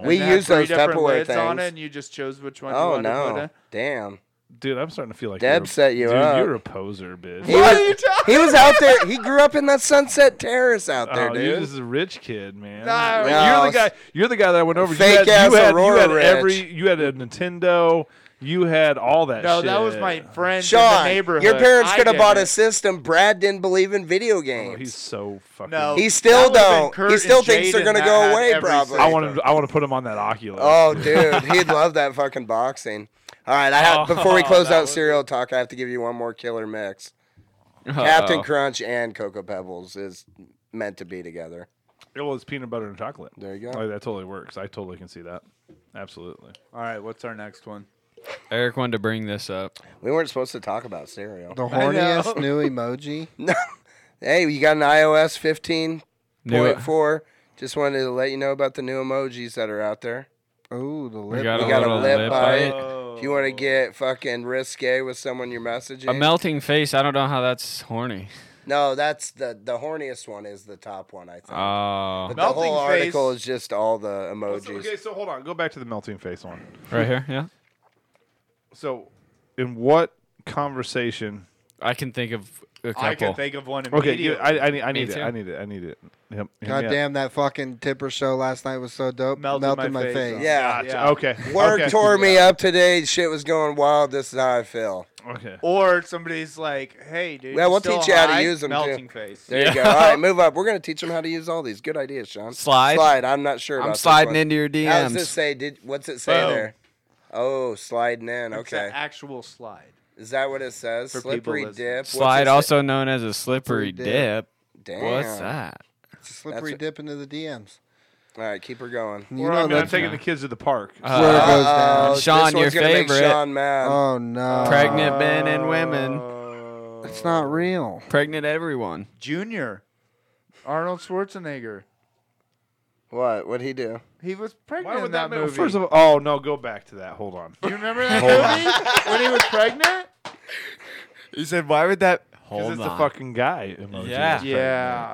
[SPEAKER 4] No.
[SPEAKER 3] we
[SPEAKER 5] And it had
[SPEAKER 3] used
[SPEAKER 5] three
[SPEAKER 3] those
[SPEAKER 5] different
[SPEAKER 3] Tupperware
[SPEAKER 5] lids on it,
[SPEAKER 3] things.
[SPEAKER 5] and you just chose which one.
[SPEAKER 3] Oh
[SPEAKER 5] you wanted To put
[SPEAKER 3] no,
[SPEAKER 5] in.
[SPEAKER 3] damn.
[SPEAKER 4] Dude, I'm starting to feel like
[SPEAKER 3] Deb
[SPEAKER 4] you're a-
[SPEAKER 3] set you
[SPEAKER 4] dude,
[SPEAKER 3] up.
[SPEAKER 4] You're a poser, bitch.
[SPEAKER 3] He was, he was out there. He grew up in that Sunset Terrace out there,
[SPEAKER 4] oh,
[SPEAKER 3] dude.
[SPEAKER 4] you just a rich kid, man.
[SPEAKER 5] No.
[SPEAKER 3] No,
[SPEAKER 4] You're the guy. You're the guy that I went over.
[SPEAKER 3] Fake
[SPEAKER 4] you had,
[SPEAKER 3] ass
[SPEAKER 4] you had,
[SPEAKER 3] Aurora
[SPEAKER 4] you had
[SPEAKER 3] rich.
[SPEAKER 4] every. You had a Nintendo. You had all that.
[SPEAKER 5] No,
[SPEAKER 4] shit.
[SPEAKER 5] that was my friend in
[SPEAKER 3] Sean,
[SPEAKER 5] the neighborhood.
[SPEAKER 3] your parents
[SPEAKER 5] I
[SPEAKER 3] could have bought a
[SPEAKER 5] didn't.
[SPEAKER 3] system. Brad didn't believe in video
[SPEAKER 4] Oh, he's
[SPEAKER 3] games.
[SPEAKER 4] so fucking.
[SPEAKER 5] No.
[SPEAKER 3] he still
[SPEAKER 5] That would've been
[SPEAKER 3] don't.
[SPEAKER 5] Kurt
[SPEAKER 3] He still
[SPEAKER 5] and
[SPEAKER 3] thinks they're
[SPEAKER 5] Jaden
[SPEAKER 3] gonna
[SPEAKER 5] that
[SPEAKER 3] go
[SPEAKER 5] had
[SPEAKER 3] away,
[SPEAKER 5] every
[SPEAKER 3] probably.
[SPEAKER 4] I want to. I want to put him on that Oculus.
[SPEAKER 3] Oh, dude, he'd love that fucking boxing. All right, I have before we
[SPEAKER 6] Oh,
[SPEAKER 3] close
[SPEAKER 6] that
[SPEAKER 3] out
[SPEAKER 6] was-
[SPEAKER 3] cereal talk, I have to give you one more killer mix. Captain
[SPEAKER 6] Uh-oh.
[SPEAKER 3] Crunch and Cocoa Pebbles is meant to be together.
[SPEAKER 4] it was peanut butter and chocolate.
[SPEAKER 3] There you go.
[SPEAKER 4] Like, that totally works. I totally can see that. Absolutely.
[SPEAKER 5] All right, what's our next one?
[SPEAKER 6] Eric wanted to bring this up.
[SPEAKER 3] We weren't supposed to talk about cereal.
[SPEAKER 2] The
[SPEAKER 5] know.
[SPEAKER 2] horniest new emoji.
[SPEAKER 3] No. Hey, you got an iOS
[SPEAKER 6] e-
[SPEAKER 3] 15.4. Just wanted to let you know about the new emojis that are out there.
[SPEAKER 2] Oh, the
[SPEAKER 6] We
[SPEAKER 2] lip.
[SPEAKER 6] got,
[SPEAKER 3] You
[SPEAKER 6] a
[SPEAKER 3] got a
[SPEAKER 6] little
[SPEAKER 3] lip
[SPEAKER 6] lip,
[SPEAKER 3] bite.
[SPEAKER 6] bite.
[SPEAKER 5] Oh.
[SPEAKER 3] If you want to get fucking risque with someone you're messaging,
[SPEAKER 6] A melting face. I don't know how that's horny.
[SPEAKER 3] no, that's the the horniest one is the top one, I think.
[SPEAKER 6] Oh,
[SPEAKER 3] but the
[SPEAKER 5] Melting
[SPEAKER 3] whole
[SPEAKER 5] face.
[SPEAKER 3] article is just all the
[SPEAKER 4] Okay,
[SPEAKER 3] emojis.
[SPEAKER 4] so hold on. Go back to the melting face one.
[SPEAKER 6] right here. Yeah,
[SPEAKER 4] So, in what conversation?
[SPEAKER 6] I can think of a couple.
[SPEAKER 5] I can think of one
[SPEAKER 4] Okay,
[SPEAKER 5] immediately.
[SPEAKER 4] you, I, I, need- I need it.
[SPEAKER 6] too.
[SPEAKER 4] I need it. I need it. Yep. Hear me
[SPEAKER 2] God
[SPEAKER 4] out.
[SPEAKER 2] damn, that fucking Tipper show last night was so dope.
[SPEAKER 5] Melted my
[SPEAKER 2] my,
[SPEAKER 5] face.
[SPEAKER 2] face.
[SPEAKER 3] Yeah.
[SPEAKER 4] Gotcha. Okay.
[SPEAKER 3] Work
[SPEAKER 4] okay.
[SPEAKER 3] tore me up today. Shit was going wild. This is how I feel.
[SPEAKER 4] Okay.
[SPEAKER 5] Or somebody's like, "Hey, dude,
[SPEAKER 3] Yeah, we'll
[SPEAKER 5] still
[SPEAKER 3] teach you how to
[SPEAKER 5] high?
[SPEAKER 3] use 'em, too.
[SPEAKER 5] Melting face.
[SPEAKER 3] There you go. All right, move up. We're gonna teach them how to use all these. Good ideas, Sean.
[SPEAKER 6] Slide.
[SPEAKER 3] Slide. I'm not sure. About
[SPEAKER 6] I'm
[SPEAKER 3] this
[SPEAKER 6] sliding
[SPEAKER 3] one.
[SPEAKER 6] into your
[SPEAKER 3] How does this
[SPEAKER 6] DMs.
[SPEAKER 3] say? Did what's it say
[SPEAKER 5] Boom.
[SPEAKER 3] there? Oh, sliding in.
[SPEAKER 5] It's an
[SPEAKER 3] Okay,
[SPEAKER 5] actual slide.
[SPEAKER 3] is that what it says?
[SPEAKER 5] For people
[SPEAKER 3] Slippery
[SPEAKER 5] listening.
[SPEAKER 3] dip. What's it
[SPEAKER 6] Slide,
[SPEAKER 3] say?
[SPEAKER 6] also known as a
[SPEAKER 2] Slippery
[SPEAKER 6] slippery
[SPEAKER 2] dip.
[SPEAKER 6] dip.
[SPEAKER 3] Damn.
[SPEAKER 6] What's that?
[SPEAKER 2] It's a slippery
[SPEAKER 3] That's-
[SPEAKER 2] dip into the DMs.
[SPEAKER 3] All right, keep her going.
[SPEAKER 2] You know
[SPEAKER 4] Or, I mean, I'm
[SPEAKER 2] that's-
[SPEAKER 4] taking the kids to the park.
[SPEAKER 2] Where it
[SPEAKER 6] Uh,
[SPEAKER 2] goes down.
[SPEAKER 3] Uh-oh, this
[SPEAKER 6] Sean,
[SPEAKER 3] one's
[SPEAKER 6] your
[SPEAKER 3] gonna make
[SPEAKER 6] favorite.
[SPEAKER 3] Sean mad.
[SPEAKER 2] Oh no. Oh.
[SPEAKER 6] pregnant men and women,
[SPEAKER 3] Oh.
[SPEAKER 5] Uh,
[SPEAKER 2] It's not real.
[SPEAKER 6] pregnant everyone.
[SPEAKER 5] Junior, Arnold Schwarzenegger.
[SPEAKER 3] What? What'd he do?
[SPEAKER 5] He was pregnant
[SPEAKER 4] Why would
[SPEAKER 5] in that,
[SPEAKER 4] that, make?
[SPEAKER 5] movie.
[SPEAKER 4] First of all, oh no, go back to that. Hold on.
[SPEAKER 5] Do you remember that movie when he was pregnant?
[SPEAKER 6] He said, "Why would that?"
[SPEAKER 4] Because
[SPEAKER 6] Hold
[SPEAKER 4] it's
[SPEAKER 6] on.
[SPEAKER 4] the fucking guy emoji.
[SPEAKER 6] Yeah.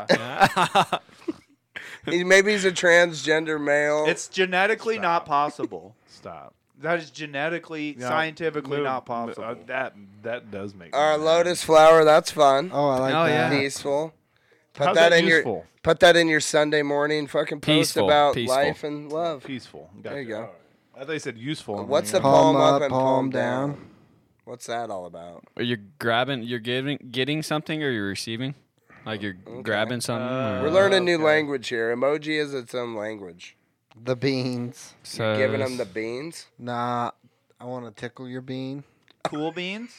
[SPEAKER 5] Yeah.
[SPEAKER 3] He- Maybe he's a transgender male.
[SPEAKER 5] It's genetically not possible.
[SPEAKER 4] Stop.
[SPEAKER 5] That is genetically,
[SPEAKER 4] Yeah,
[SPEAKER 5] scientifically
[SPEAKER 4] move-
[SPEAKER 5] not
[SPEAKER 4] uh,
[SPEAKER 5] possible.
[SPEAKER 4] that that does make. me
[SPEAKER 3] Our
[SPEAKER 4] mad.
[SPEAKER 3] lotus flower. That's fun.
[SPEAKER 2] Oh, I like
[SPEAKER 6] Oh,
[SPEAKER 2] that.
[SPEAKER 6] yeah.
[SPEAKER 3] Peaceful. Put
[SPEAKER 4] How's
[SPEAKER 3] that,
[SPEAKER 4] that
[SPEAKER 3] in your
[SPEAKER 4] useful?
[SPEAKER 3] put that in your Sunday morning fucking post
[SPEAKER 6] Peaceful,
[SPEAKER 3] about
[SPEAKER 6] peaceful.
[SPEAKER 3] life and love.
[SPEAKER 4] Peaceful.
[SPEAKER 3] There you
[SPEAKER 4] Gotcha.
[SPEAKER 3] go.
[SPEAKER 4] I thought you said useful. I'm
[SPEAKER 3] What's
[SPEAKER 4] like,
[SPEAKER 3] the
[SPEAKER 4] oh,
[SPEAKER 3] palm, up and palm down? What's that all about?
[SPEAKER 6] Are you grabbing? You're giving, getting something, or you're receiving? Like you're grabbing something.
[SPEAKER 4] Uh,
[SPEAKER 6] or-
[SPEAKER 3] We're learning new
[SPEAKER 4] okay.
[SPEAKER 3] language here. Emoji is its own language.
[SPEAKER 2] The beans.
[SPEAKER 6] so
[SPEAKER 3] Giving them the beans.
[SPEAKER 2] Nah, I want to tickle your bean.
[SPEAKER 5] cool beans?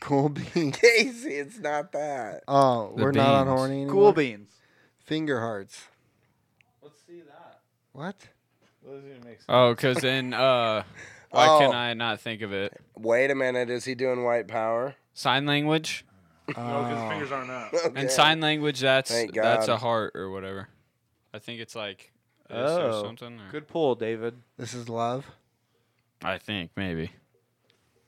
[SPEAKER 2] Cool bean.
[SPEAKER 3] Casey, it's not that.
[SPEAKER 2] Oh,
[SPEAKER 6] The
[SPEAKER 2] we're not on
[SPEAKER 6] beans.
[SPEAKER 2] horny anymore.
[SPEAKER 5] Cool beans.
[SPEAKER 2] Finger hearts. Let's see that.
[SPEAKER 6] Oh, because then uh, why
[SPEAKER 3] Oh.
[SPEAKER 6] can I not think of it?
[SPEAKER 3] Wait a minute. Is he doing white power?
[SPEAKER 6] Sign language
[SPEAKER 4] No, because Oh, fingers aren't up.
[SPEAKER 3] Okay.
[SPEAKER 6] and sign language. That's
[SPEAKER 3] Thank
[SPEAKER 6] that's
[SPEAKER 3] God.
[SPEAKER 6] a heart or whatever. I think it's like this
[SPEAKER 5] Oh,
[SPEAKER 6] or something. or-
[SPEAKER 5] Good pull, David.
[SPEAKER 2] This is love.
[SPEAKER 6] I think maybe.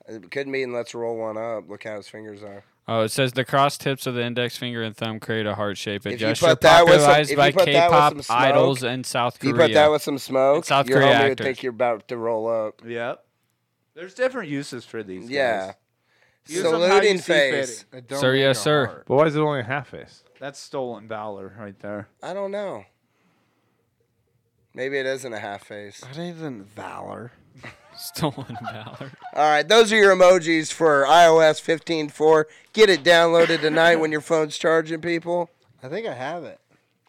[SPEAKER 3] It could mean let's roll one up. Look how his fingers are.
[SPEAKER 6] Oh, it says the cross tips of the index finger and thumb create a heart shape. A
[SPEAKER 3] If you
[SPEAKER 6] gesture
[SPEAKER 3] put that with some- if
[SPEAKER 6] popularized
[SPEAKER 3] you
[SPEAKER 6] by
[SPEAKER 3] put that with
[SPEAKER 6] K-pop
[SPEAKER 3] some smoke-
[SPEAKER 6] idols in South
[SPEAKER 3] If you
[SPEAKER 6] Korea.
[SPEAKER 3] put that with some smoke,
[SPEAKER 6] South
[SPEAKER 3] your
[SPEAKER 6] Korea
[SPEAKER 3] homie would
[SPEAKER 6] actors.
[SPEAKER 3] think you're about to roll up.
[SPEAKER 5] Yep. There's different uses for these.
[SPEAKER 3] Yeah.
[SPEAKER 5] guys. Use 'em how you
[SPEAKER 3] Saluting
[SPEAKER 5] see
[SPEAKER 3] face.
[SPEAKER 5] fit.
[SPEAKER 2] I don't
[SPEAKER 6] Sir,
[SPEAKER 2] need
[SPEAKER 6] yes,
[SPEAKER 2] a
[SPEAKER 6] sir.
[SPEAKER 2] heart.
[SPEAKER 4] But why is it only a half face?
[SPEAKER 5] That's stolen valor right there.
[SPEAKER 3] I don't know. Maybe it isn't a half face.
[SPEAKER 2] That isn't valor.
[SPEAKER 6] stolen valor.
[SPEAKER 3] All right, those are your emojis for iOS 15.4. Get it downloaded tonight when your phone's charging, people.
[SPEAKER 2] I think I have it.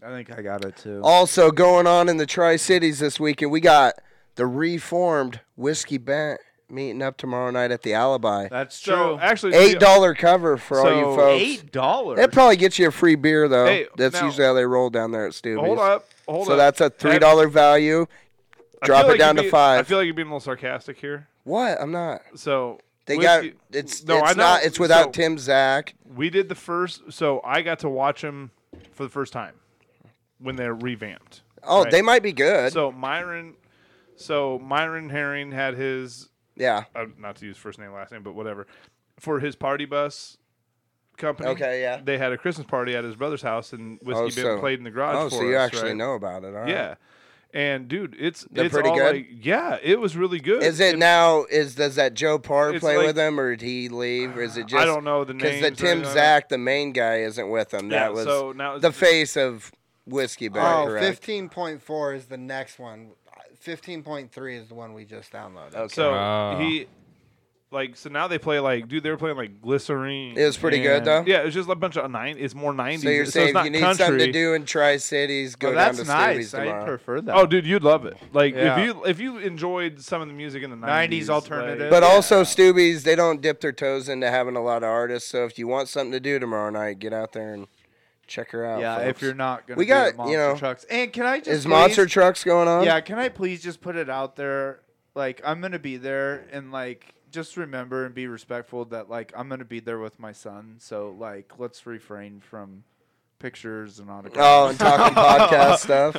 [SPEAKER 5] I think I got it too.
[SPEAKER 3] Also, going on in the Tri Cities this weekend, we got the reformed Whiskey Bent meeting up tomorrow night at the Alibi.
[SPEAKER 5] That's
[SPEAKER 4] So
[SPEAKER 5] true.
[SPEAKER 4] actually,
[SPEAKER 3] Eight dollar cover for all you
[SPEAKER 4] So-
[SPEAKER 3] folks.
[SPEAKER 5] Eight dollars.
[SPEAKER 3] That probably gets you a free beer though.
[SPEAKER 4] Hey,
[SPEAKER 3] that's
[SPEAKER 4] now-
[SPEAKER 3] usually how they roll down there at Stubby's.
[SPEAKER 4] Hold up. Hold
[SPEAKER 3] so
[SPEAKER 4] up.
[SPEAKER 3] that's a three dollar value.
[SPEAKER 4] I feel
[SPEAKER 3] Drop it
[SPEAKER 4] like you're
[SPEAKER 3] down to
[SPEAKER 4] being-
[SPEAKER 3] five.
[SPEAKER 4] I feel like you're being a little sarcastic here.
[SPEAKER 3] What? I'm not.
[SPEAKER 4] So
[SPEAKER 3] They
[SPEAKER 4] whiskey-
[SPEAKER 3] got it's
[SPEAKER 4] No, I
[SPEAKER 3] it's
[SPEAKER 4] know.
[SPEAKER 3] not it's without
[SPEAKER 4] So-
[SPEAKER 3] Tim Zach.
[SPEAKER 4] we did the first. So I got to watch them for the first time when they're revamped.
[SPEAKER 3] Oh,
[SPEAKER 4] Right.
[SPEAKER 3] they might be good.
[SPEAKER 4] So Myron, so Myron Herring had his
[SPEAKER 3] yeah.
[SPEAKER 4] uh, not to use first name last name, but whatever for his party bus company.
[SPEAKER 3] Okay, yeah.
[SPEAKER 4] They had a Christmas party at his brother's house, and Whiskey
[SPEAKER 3] Oh,
[SPEAKER 4] oh,
[SPEAKER 3] so-
[SPEAKER 4] played in the garage.
[SPEAKER 3] Oh,
[SPEAKER 4] for
[SPEAKER 3] so you
[SPEAKER 4] us,
[SPEAKER 3] actually
[SPEAKER 4] right?
[SPEAKER 3] know about it. All right.
[SPEAKER 4] Yeah. And dude, it's
[SPEAKER 3] They're
[SPEAKER 4] it's
[SPEAKER 3] pretty
[SPEAKER 4] all
[SPEAKER 3] good?
[SPEAKER 4] like yeah, it was really good.
[SPEAKER 3] Is it now? Is does that Joe Parr
[SPEAKER 4] It's
[SPEAKER 3] play
[SPEAKER 4] like-
[SPEAKER 3] with them, or did he leave, or is it just?
[SPEAKER 4] I don't know the names.
[SPEAKER 3] Because the
[SPEAKER 4] or
[SPEAKER 3] Tim
[SPEAKER 4] anything like that.
[SPEAKER 3] Zach, the main guy, isn't with them.
[SPEAKER 4] Yeah,
[SPEAKER 3] that was
[SPEAKER 4] so now it's
[SPEAKER 3] the
[SPEAKER 4] just-
[SPEAKER 3] face of whiskey
[SPEAKER 2] Oh,
[SPEAKER 3] bar. correct?
[SPEAKER 2] 15.4 is the next one. 15.3 is the one we just downloaded.
[SPEAKER 3] Okay.
[SPEAKER 4] So
[SPEAKER 6] Wow.
[SPEAKER 4] he, like, so now they play like, dude, they were playing like glycerine.
[SPEAKER 3] It was pretty good,
[SPEAKER 4] and-
[SPEAKER 3] though?
[SPEAKER 4] Yeah, it was just a bunch of nine. It's more nineties.
[SPEAKER 3] So you're saying
[SPEAKER 4] it's
[SPEAKER 3] if
[SPEAKER 4] not
[SPEAKER 3] you need
[SPEAKER 4] country.
[SPEAKER 3] something to do in Tri Cities, go
[SPEAKER 5] Oh,
[SPEAKER 3] down
[SPEAKER 5] that's
[SPEAKER 3] to
[SPEAKER 5] nice.
[SPEAKER 3] Stevie's
[SPEAKER 5] I
[SPEAKER 3] tomorrow.
[SPEAKER 5] prefer that.
[SPEAKER 4] Oh, dude, you'd love it. Like
[SPEAKER 5] Yeah.
[SPEAKER 4] if you if you enjoyed some of the music in the
[SPEAKER 5] 90s
[SPEAKER 4] nineties,
[SPEAKER 5] alternative.
[SPEAKER 3] but also Stubby's, they don't dip their toes into having a lot of artists. So if you want something to do tomorrow night, get out there and check her out.
[SPEAKER 5] yeah,
[SPEAKER 3] folks.
[SPEAKER 5] if you're not gonna
[SPEAKER 3] We
[SPEAKER 5] be
[SPEAKER 3] got,
[SPEAKER 5] at monster
[SPEAKER 3] you know,
[SPEAKER 5] trucks. And can I just
[SPEAKER 3] is
[SPEAKER 5] please-
[SPEAKER 3] Monster Trucks going on?
[SPEAKER 5] Yeah, can I please just put it out there? Like, I'm gonna be there, and like, just remember and be respectful that like I'm gonna be there with my son. So like, let's refrain from pictures and
[SPEAKER 3] Oh,
[SPEAKER 5] autographs.
[SPEAKER 3] and talking podcast stuff.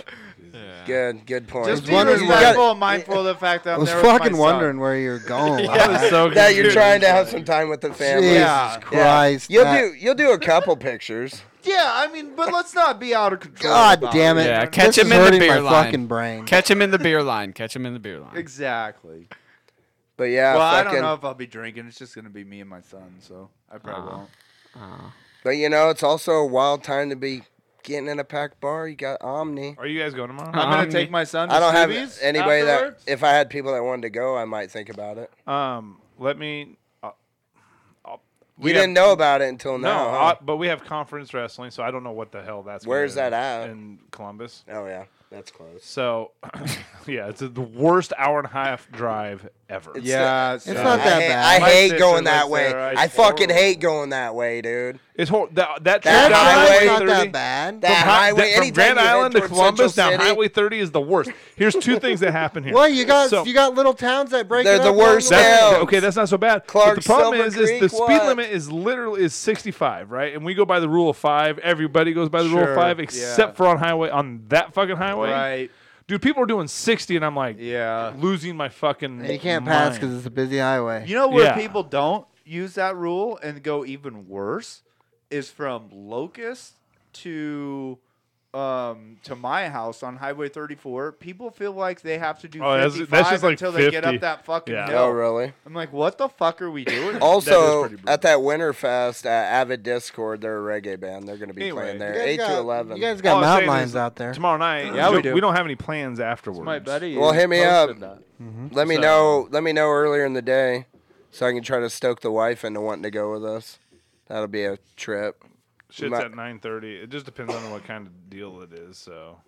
[SPEAKER 3] Good, good point.
[SPEAKER 5] just be
[SPEAKER 2] wondering why-
[SPEAKER 5] respectful and mindful of the fact that
[SPEAKER 2] I
[SPEAKER 5] I'm
[SPEAKER 2] was
[SPEAKER 5] there with my
[SPEAKER 2] fucking
[SPEAKER 5] son.
[SPEAKER 2] wondering where you're going. with that.
[SPEAKER 4] so
[SPEAKER 3] that you're trying to have some time with the family.
[SPEAKER 2] Jesus
[SPEAKER 5] Yeah.
[SPEAKER 2] Christ.
[SPEAKER 3] You'll
[SPEAKER 2] that-
[SPEAKER 3] do you'll do a couple pictures.
[SPEAKER 5] Yeah, I mean, but let's not be out of control.
[SPEAKER 2] God
[SPEAKER 5] about
[SPEAKER 2] damn it.
[SPEAKER 6] Yeah,
[SPEAKER 2] This
[SPEAKER 6] catch
[SPEAKER 2] is
[SPEAKER 6] him in the
[SPEAKER 2] hurting
[SPEAKER 6] beer
[SPEAKER 2] my
[SPEAKER 6] line.
[SPEAKER 2] fucking brain.
[SPEAKER 6] Catch him in the beer line. Catch him in the beer line.
[SPEAKER 5] Exactly.
[SPEAKER 3] But yeah,
[SPEAKER 5] well, I
[SPEAKER 3] fucking,
[SPEAKER 5] don't know if I'll be drinking. It's just gonna be me and my son, so I probably won't.
[SPEAKER 3] But you know, it's also a wild time to be getting in a packed bar. You got Omni.
[SPEAKER 4] Are you guys going tomorrow?
[SPEAKER 3] Uh-huh.
[SPEAKER 5] I'm gonna
[SPEAKER 6] Um,
[SPEAKER 5] take my son. To
[SPEAKER 3] I don't have
[SPEAKER 5] Stevie's
[SPEAKER 3] anybody
[SPEAKER 5] afterwards.
[SPEAKER 3] that if I had people that wanted to go, I might think about it.
[SPEAKER 4] Um, let me. Uh, I'll-
[SPEAKER 3] We
[SPEAKER 4] we
[SPEAKER 3] you
[SPEAKER 4] have-
[SPEAKER 3] didn't know about it until
[SPEAKER 4] No,
[SPEAKER 3] now.
[SPEAKER 4] uh,
[SPEAKER 3] huh?
[SPEAKER 4] but we have conference wrestling, so I don't know what the hell that's.
[SPEAKER 3] uh-huh. Where's
[SPEAKER 4] gonna-
[SPEAKER 3] that at?
[SPEAKER 4] In Columbus.
[SPEAKER 3] oh yeah, that's close.
[SPEAKER 4] So, yeah, it's the worst hour and a half drive ever.
[SPEAKER 3] It's
[SPEAKER 5] Yeah,
[SPEAKER 3] it's
[SPEAKER 5] so-
[SPEAKER 2] not that
[SPEAKER 3] I hate,
[SPEAKER 2] bad.
[SPEAKER 3] I
[SPEAKER 4] My
[SPEAKER 3] hate
[SPEAKER 4] sister
[SPEAKER 3] going
[SPEAKER 4] lives
[SPEAKER 3] that way.
[SPEAKER 4] there. It's
[SPEAKER 3] I fucking
[SPEAKER 4] horrible.
[SPEAKER 3] hate going that way, dude.
[SPEAKER 4] It's hor- that that trip
[SPEAKER 3] That
[SPEAKER 4] down
[SPEAKER 3] highway's
[SPEAKER 4] Highway
[SPEAKER 2] not that
[SPEAKER 4] 30
[SPEAKER 2] bad.
[SPEAKER 3] That
[SPEAKER 4] Hi-
[SPEAKER 3] highway,
[SPEAKER 4] that- from
[SPEAKER 3] anytime
[SPEAKER 4] Grand
[SPEAKER 3] you head
[SPEAKER 4] Island to
[SPEAKER 3] towards
[SPEAKER 4] Columbus
[SPEAKER 3] Central
[SPEAKER 4] down
[SPEAKER 3] City-
[SPEAKER 4] Highway 30 is the worst. Here's two things that happen here.
[SPEAKER 2] well, you got
[SPEAKER 4] So-
[SPEAKER 2] you got little towns that break.
[SPEAKER 3] They're
[SPEAKER 2] it
[SPEAKER 3] the
[SPEAKER 2] up
[SPEAKER 3] worst
[SPEAKER 2] along
[SPEAKER 3] towns.
[SPEAKER 2] way.
[SPEAKER 4] that's, okay, that's not so bad.
[SPEAKER 3] Clark,
[SPEAKER 4] but the problem
[SPEAKER 3] Silver
[SPEAKER 4] is, is the
[SPEAKER 3] Creek,
[SPEAKER 4] speed
[SPEAKER 3] what?
[SPEAKER 4] limit is literally is 65, right? And we go by the rule of five. Everybody goes by the rule
[SPEAKER 5] Sure,
[SPEAKER 4] of five,
[SPEAKER 5] yeah.
[SPEAKER 4] except for on highway on that fucking highway.
[SPEAKER 5] right.
[SPEAKER 4] Dude, people are doing 60, and I'm like,
[SPEAKER 5] Yeah.
[SPEAKER 4] losing my fucking.
[SPEAKER 2] You can't pass
[SPEAKER 4] mind.
[SPEAKER 2] because it's a busy highway.
[SPEAKER 5] You know where
[SPEAKER 4] Yeah.
[SPEAKER 5] people don't use that rule and go even worse is from Locust to um, to my house on Highway 34, people feel like they have to do
[SPEAKER 4] Oh, that's-
[SPEAKER 5] 55
[SPEAKER 4] that's just like
[SPEAKER 5] until they get
[SPEAKER 4] 50.
[SPEAKER 5] up that fucking
[SPEAKER 4] Yeah.
[SPEAKER 5] hill.
[SPEAKER 3] Oh, really?
[SPEAKER 5] I'm like, what the fuck are we doing?
[SPEAKER 3] Also,
[SPEAKER 4] pretty brutal.
[SPEAKER 3] at that Winterfest, uh, Avid Discord, they're a reggae band. They're going to be
[SPEAKER 4] Anyway,
[SPEAKER 3] playing
[SPEAKER 2] You
[SPEAKER 3] there.
[SPEAKER 2] guys
[SPEAKER 3] 8
[SPEAKER 2] got-
[SPEAKER 3] to 11.
[SPEAKER 2] You guys
[SPEAKER 4] All
[SPEAKER 2] got
[SPEAKER 4] I'm
[SPEAKER 2] mountain
[SPEAKER 4] saying
[SPEAKER 2] lions
[SPEAKER 4] is
[SPEAKER 2] out there.
[SPEAKER 4] Tomorrow night,
[SPEAKER 5] Yeah, we
[SPEAKER 4] don't-
[SPEAKER 5] do.
[SPEAKER 4] We don't have any plans afterwards.
[SPEAKER 5] my buddy.
[SPEAKER 3] Well, hit me up.
[SPEAKER 5] posted that.
[SPEAKER 3] let me know. Let me know earlier in the day, so I can try to stoke the wife into wanting to go with us. That'll be a trip.
[SPEAKER 4] Shit's
[SPEAKER 3] My-
[SPEAKER 4] at nine thirty. It just depends on what kind of deal it is. So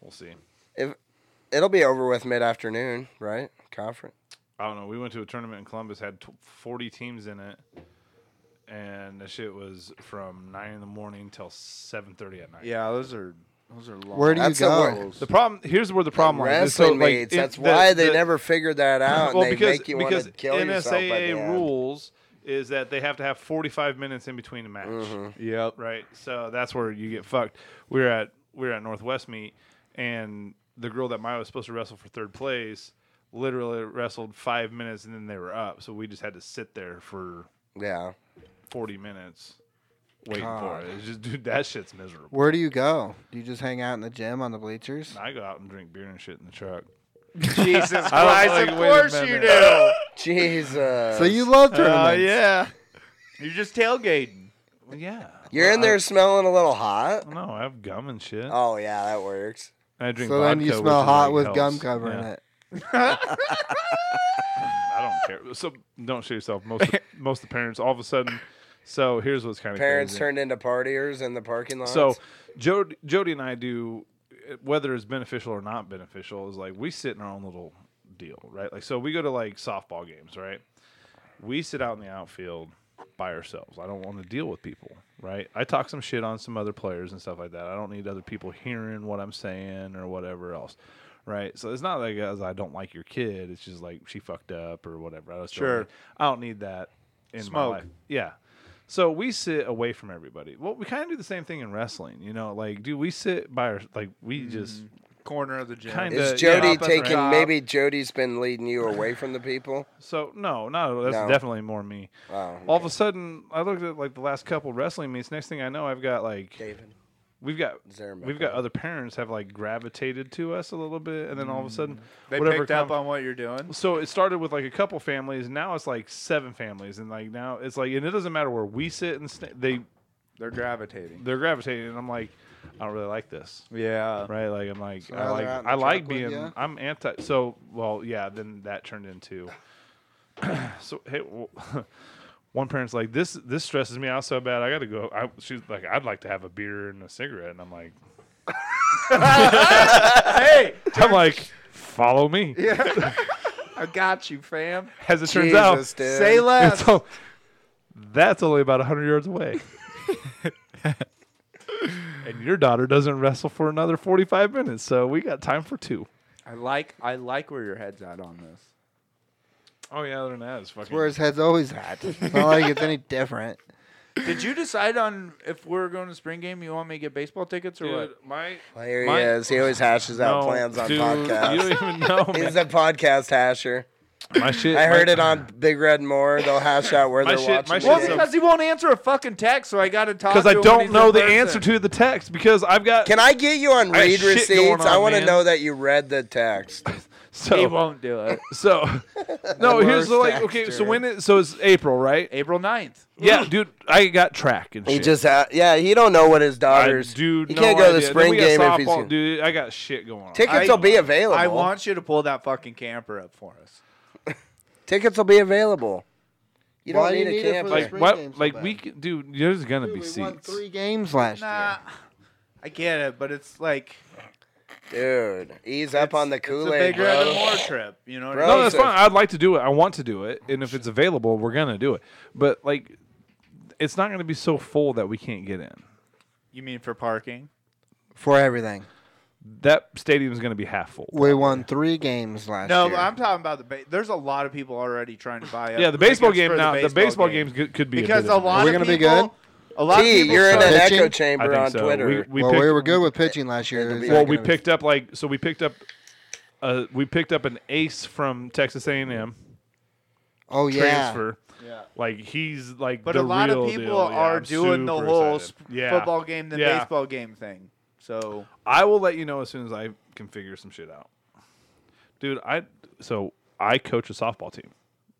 [SPEAKER 4] we'll see.
[SPEAKER 3] If it'll be over with mid afternoon, right? Conference.
[SPEAKER 4] I don't know. We went to a tournament in Columbus, had t- forty teams in it, and the shit was from nine in the morning till seven thirty at night.
[SPEAKER 5] Yeah, those are those are long.
[SPEAKER 2] Where do you
[SPEAKER 3] That's a wor-
[SPEAKER 2] go?
[SPEAKER 4] The problem here's where the problem lies. is, so,
[SPEAKER 3] Wrestling
[SPEAKER 4] like,
[SPEAKER 3] meets.
[SPEAKER 4] it-
[SPEAKER 3] That's
[SPEAKER 4] the-
[SPEAKER 3] why they
[SPEAKER 4] the-
[SPEAKER 3] never figured that out.
[SPEAKER 4] Well,
[SPEAKER 3] and they
[SPEAKER 4] because
[SPEAKER 3] make you want
[SPEAKER 4] because
[SPEAKER 3] to kill yourself. by the
[SPEAKER 4] NSAA
[SPEAKER 3] end.
[SPEAKER 4] rules is that they have to have forty five minutes in between a match.
[SPEAKER 3] Mm-hmm.
[SPEAKER 5] Yep.
[SPEAKER 4] right? So that's where you get fucked. We were at we were at Northwest meet, and the girl that Maya was supposed to wrestle for third place literally wrestled five minutes, and then they were up. So we just had to sit there for
[SPEAKER 3] Yeah.
[SPEAKER 4] forty minutes waiting for it. It's just dude, that shit's miserable.
[SPEAKER 2] Where do you go? Do you just hang out in the gym on the bleachers?
[SPEAKER 4] I go out and drink beer and shit in the truck.
[SPEAKER 5] Jesus
[SPEAKER 4] I
[SPEAKER 5] Christ!
[SPEAKER 4] don't
[SPEAKER 5] of
[SPEAKER 4] like- wait a
[SPEAKER 5] course you
[SPEAKER 4] minute.
[SPEAKER 5] do.
[SPEAKER 3] Jesus.
[SPEAKER 2] So you love
[SPEAKER 5] Oh
[SPEAKER 2] tournaments.
[SPEAKER 5] yeah. You're just tailgating.
[SPEAKER 4] Yeah,
[SPEAKER 3] You're in there
[SPEAKER 2] Uh,
[SPEAKER 3] smelling a little hot.
[SPEAKER 4] no, I have gum and shit. And
[SPEAKER 3] Oh yeah, that works.
[SPEAKER 4] I drink.
[SPEAKER 2] So then you
[SPEAKER 4] vodka,
[SPEAKER 2] smell
[SPEAKER 4] which is
[SPEAKER 2] hot
[SPEAKER 4] like
[SPEAKER 2] with
[SPEAKER 4] helps.
[SPEAKER 2] gum covering
[SPEAKER 4] Yeah.
[SPEAKER 2] it.
[SPEAKER 4] I don't care. So don't shoot yourself. Most most of the parents all of a sudden. So here's what's kind of
[SPEAKER 3] Parents
[SPEAKER 4] crazy.
[SPEAKER 3] turned into partiers in the parking lot.
[SPEAKER 4] So, Jody, Jody and I do, whether it's beneficial or not beneficial, is like we sit in our own little deal, right? Like, so we go to like softball games, right? We sit out in the outfield by ourselves. I don't want to deal with people, right? I talk some shit on some other players and stuff like that. I don't need other people hearing what I'm saying or whatever else. Right, so it's not like as I don't like your kid. It's just like she fucked up or whatever. I just don't
[SPEAKER 5] Sure.
[SPEAKER 4] need- I don't need that in
[SPEAKER 5] Smoke.
[SPEAKER 4] my life. Yeah, so we sit away from everybody. Well, we kind of do the same thing in wrestling, you know. Like, do we sit by our like we just
[SPEAKER 5] Corner of the gym.
[SPEAKER 4] Kinda.
[SPEAKER 3] is
[SPEAKER 4] the-
[SPEAKER 3] Jody
[SPEAKER 4] yeah, up at the
[SPEAKER 3] taking?
[SPEAKER 4] top.
[SPEAKER 3] Maybe Jody's been leading you away from the people.
[SPEAKER 4] so no, no, that's
[SPEAKER 3] No.
[SPEAKER 4] definitely more me.
[SPEAKER 3] Wow.
[SPEAKER 4] All of a sudden, I looked at like the last couple wrestling meets. Next thing I know, I've got like
[SPEAKER 3] David.
[SPEAKER 4] we've got
[SPEAKER 3] Zermatt.
[SPEAKER 4] we've got other parents have like gravitated to us a little bit, and then all of a sudden,
[SPEAKER 5] Mm-hmm. They
[SPEAKER 4] whatever
[SPEAKER 5] picked up
[SPEAKER 4] com-
[SPEAKER 5] on what you're doing.
[SPEAKER 4] so it started with like a couple families. Now it's like seven families, and like now it's like, and it doesn't matter where we sit and sta they
[SPEAKER 5] They're gravitating.
[SPEAKER 4] they're gravitating, and I'm like, I don't really like this.
[SPEAKER 5] Yeah.
[SPEAKER 4] right? Like I'm like I
[SPEAKER 2] rather
[SPEAKER 4] like
[SPEAKER 2] out in
[SPEAKER 4] I
[SPEAKER 2] the
[SPEAKER 4] like
[SPEAKER 2] truck with
[SPEAKER 4] being
[SPEAKER 2] ya?
[SPEAKER 4] I'm anti. So well, yeah. Then that turned into so hey. Well, One parent's like this. This stresses me out so bad. I got to go. I, she's like, I'd like to have a beer and a cigarette, and I'm like,
[SPEAKER 5] Hey,
[SPEAKER 4] I'm like, follow me.
[SPEAKER 5] I got you, fam.
[SPEAKER 4] As it turns
[SPEAKER 3] Jesus,
[SPEAKER 4] out,
[SPEAKER 3] dude.
[SPEAKER 5] Say less.
[SPEAKER 4] it's o- that's only about hundred yards away. and your daughter doesn't wrestle for another forty-five minutes, so we got time for two.
[SPEAKER 5] I like I like where your head's at on this.
[SPEAKER 4] Oh yeah, other than that, it's fucking.
[SPEAKER 2] Where his head's always at. It's not like it's any different.
[SPEAKER 5] Did you decide on if we're going to spring game? You want me to get baseball tickets or
[SPEAKER 4] Dude,
[SPEAKER 5] what?
[SPEAKER 4] my
[SPEAKER 3] Well, here
[SPEAKER 4] My-
[SPEAKER 3] he is. He always hashes out plans on
[SPEAKER 4] dude, You
[SPEAKER 3] podcasts.
[SPEAKER 4] don't even know.
[SPEAKER 3] He's
[SPEAKER 4] Man.
[SPEAKER 3] a podcast hasher.
[SPEAKER 4] My shit.
[SPEAKER 3] I heard
[SPEAKER 4] my,
[SPEAKER 3] it on Big Red More. They'll hash out where
[SPEAKER 4] My
[SPEAKER 3] they're
[SPEAKER 4] shit- my
[SPEAKER 3] watching.
[SPEAKER 4] shit's
[SPEAKER 5] Well,
[SPEAKER 3] the game.
[SPEAKER 4] so-
[SPEAKER 5] because he won't answer a fucking text, so I got to talk.
[SPEAKER 4] because I don't know the answer to the text because I've got.
[SPEAKER 3] Can I get you on
[SPEAKER 4] I got
[SPEAKER 3] read
[SPEAKER 4] shit going
[SPEAKER 3] receipts? I
[SPEAKER 4] on,
[SPEAKER 3] want to
[SPEAKER 4] man.
[SPEAKER 3] know that you read the text.
[SPEAKER 5] He
[SPEAKER 4] so
[SPEAKER 5] won't do it.
[SPEAKER 4] so. No, here's the
[SPEAKER 3] worst
[SPEAKER 4] like. Okay, so
[SPEAKER 3] actor.
[SPEAKER 4] when it so it's April, right?
[SPEAKER 5] April 9th.
[SPEAKER 4] Yeah, dude, I got track and shit.
[SPEAKER 3] He just, ha- yeah, he don't know what his
[SPEAKER 4] I,
[SPEAKER 3] daughter's.
[SPEAKER 4] dude,
[SPEAKER 3] he
[SPEAKER 4] no
[SPEAKER 3] can't go to the
[SPEAKER 4] idea. Then
[SPEAKER 3] spring
[SPEAKER 4] we got
[SPEAKER 3] game if he's.
[SPEAKER 4] softball, dude. I got shit going on.
[SPEAKER 3] Tickets will be available.
[SPEAKER 5] I want you to pull that fucking camper up for us.
[SPEAKER 3] tickets will be available. You don't
[SPEAKER 2] Why do
[SPEAKER 3] need,
[SPEAKER 2] you need it
[SPEAKER 3] a
[SPEAKER 2] for
[SPEAKER 3] camper.
[SPEAKER 2] the
[SPEAKER 4] like
[SPEAKER 2] spring
[SPEAKER 4] what?
[SPEAKER 2] game's so
[SPEAKER 4] Like
[SPEAKER 2] bad.
[SPEAKER 4] we, can, dude. There's gonna be
[SPEAKER 2] We won
[SPEAKER 4] seats.
[SPEAKER 2] three games last
[SPEAKER 5] Nah,
[SPEAKER 2] year.
[SPEAKER 5] I get it, but it's like
[SPEAKER 3] dude, ease up on the Kool
[SPEAKER 5] It's a
[SPEAKER 3] Aid,
[SPEAKER 5] big red and
[SPEAKER 3] bro.
[SPEAKER 5] more trip. You know. What
[SPEAKER 3] Bro.
[SPEAKER 5] I
[SPEAKER 4] No,
[SPEAKER 5] mean?
[SPEAKER 4] that's
[SPEAKER 3] so-
[SPEAKER 4] fine. I'd like to do it. I want to do it, and if it's available, we're gonna do it. But like, it's not gonna be so full that we can't get in.
[SPEAKER 5] You mean for parking?
[SPEAKER 2] For everything.
[SPEAKER 4] That stadium's gonna be half full.
[SPEAKER 2] We won three games last
[SPEAKER 5] No,
[SPEAKER 2] year.
[SPEAKER 5] but I'm talking about the. Ba- there's a lot of people already trying to buy. Up
[SPEAKER 4] Yeah, the baseball game
[SPEAKER 5] tickets for
[SPEAKER 4] now. The baseball, games could, could be
[SPEAKER 5] because
[SPEAKER 4] a, bit
[SPEAKER 5] a
[SPEAKER 4] of-
[SPEAKER 5] lot
[SPEAKER 2] Are we
[SPEAKER 5] of
[SPEAKER 2] gonna be
[SPEAKER 5] people. A lot of
[SPEAKER 3] T,
[SPEAKER 5] people.
[SPEAKER 3] you're in an
[SPEAKER 5] started-
[SPEAKER 2] Pitching?
[SPEAKER 3] echo
[SPEAKER 4] I
[SPEAKER 3] chamber
[SPEAKER 4] think
[SPEAKER 3] on
[SPEAKER 4] so.
[SPEAKER 3] Twitter.
[SPEAKER 4] We, we
[SPEAKER 2] well,
[SPEAKER 4] picked,
[SPEAKER 2] we were good with pitching last year.
[SPEAKER 3] It'll
[SPEAKER 2] It's
[SPEAKER 3] be-
[SPEAKER 2] not
[SPEAKER 4] well, we
[SPEAKER 2] gonna be-
[SPEAKER 4] picked up like so. We picked up, uh, we picked up an ace from Texas A and M
[SPEAKER 2] Oh yeah.
[SPEAKER 4] transfer.
[SPEAKER 5] Yeah.
[SPEAKER 4] Like he's like,
[SPEAKER 5] But
[SPEAKER 4] the
[SPEAKER 5] a lot of
[SPEAKER 4] real
[SPEAKER 5] people
[SPEAKER 4] deal. Yeah,
[SPEAKER 5] are
[SPEAKER 4] I'm
[SPEAKER 5] doing the
[SPEAKER 4] super
[SPEAKER 5] whole
[SPEAKER 4] excited.
[SPEAKER 5] sp-
[SPEAKER 4] yeah.
[SPEAKER 5] football game, the
[SPEAKER 4] Yeah.
[SPEAKER 5] baseball game thing. So
[SPEAKER 4] I will let you know as soon as I can figure some shit out. Dude, I so I coach a softball team,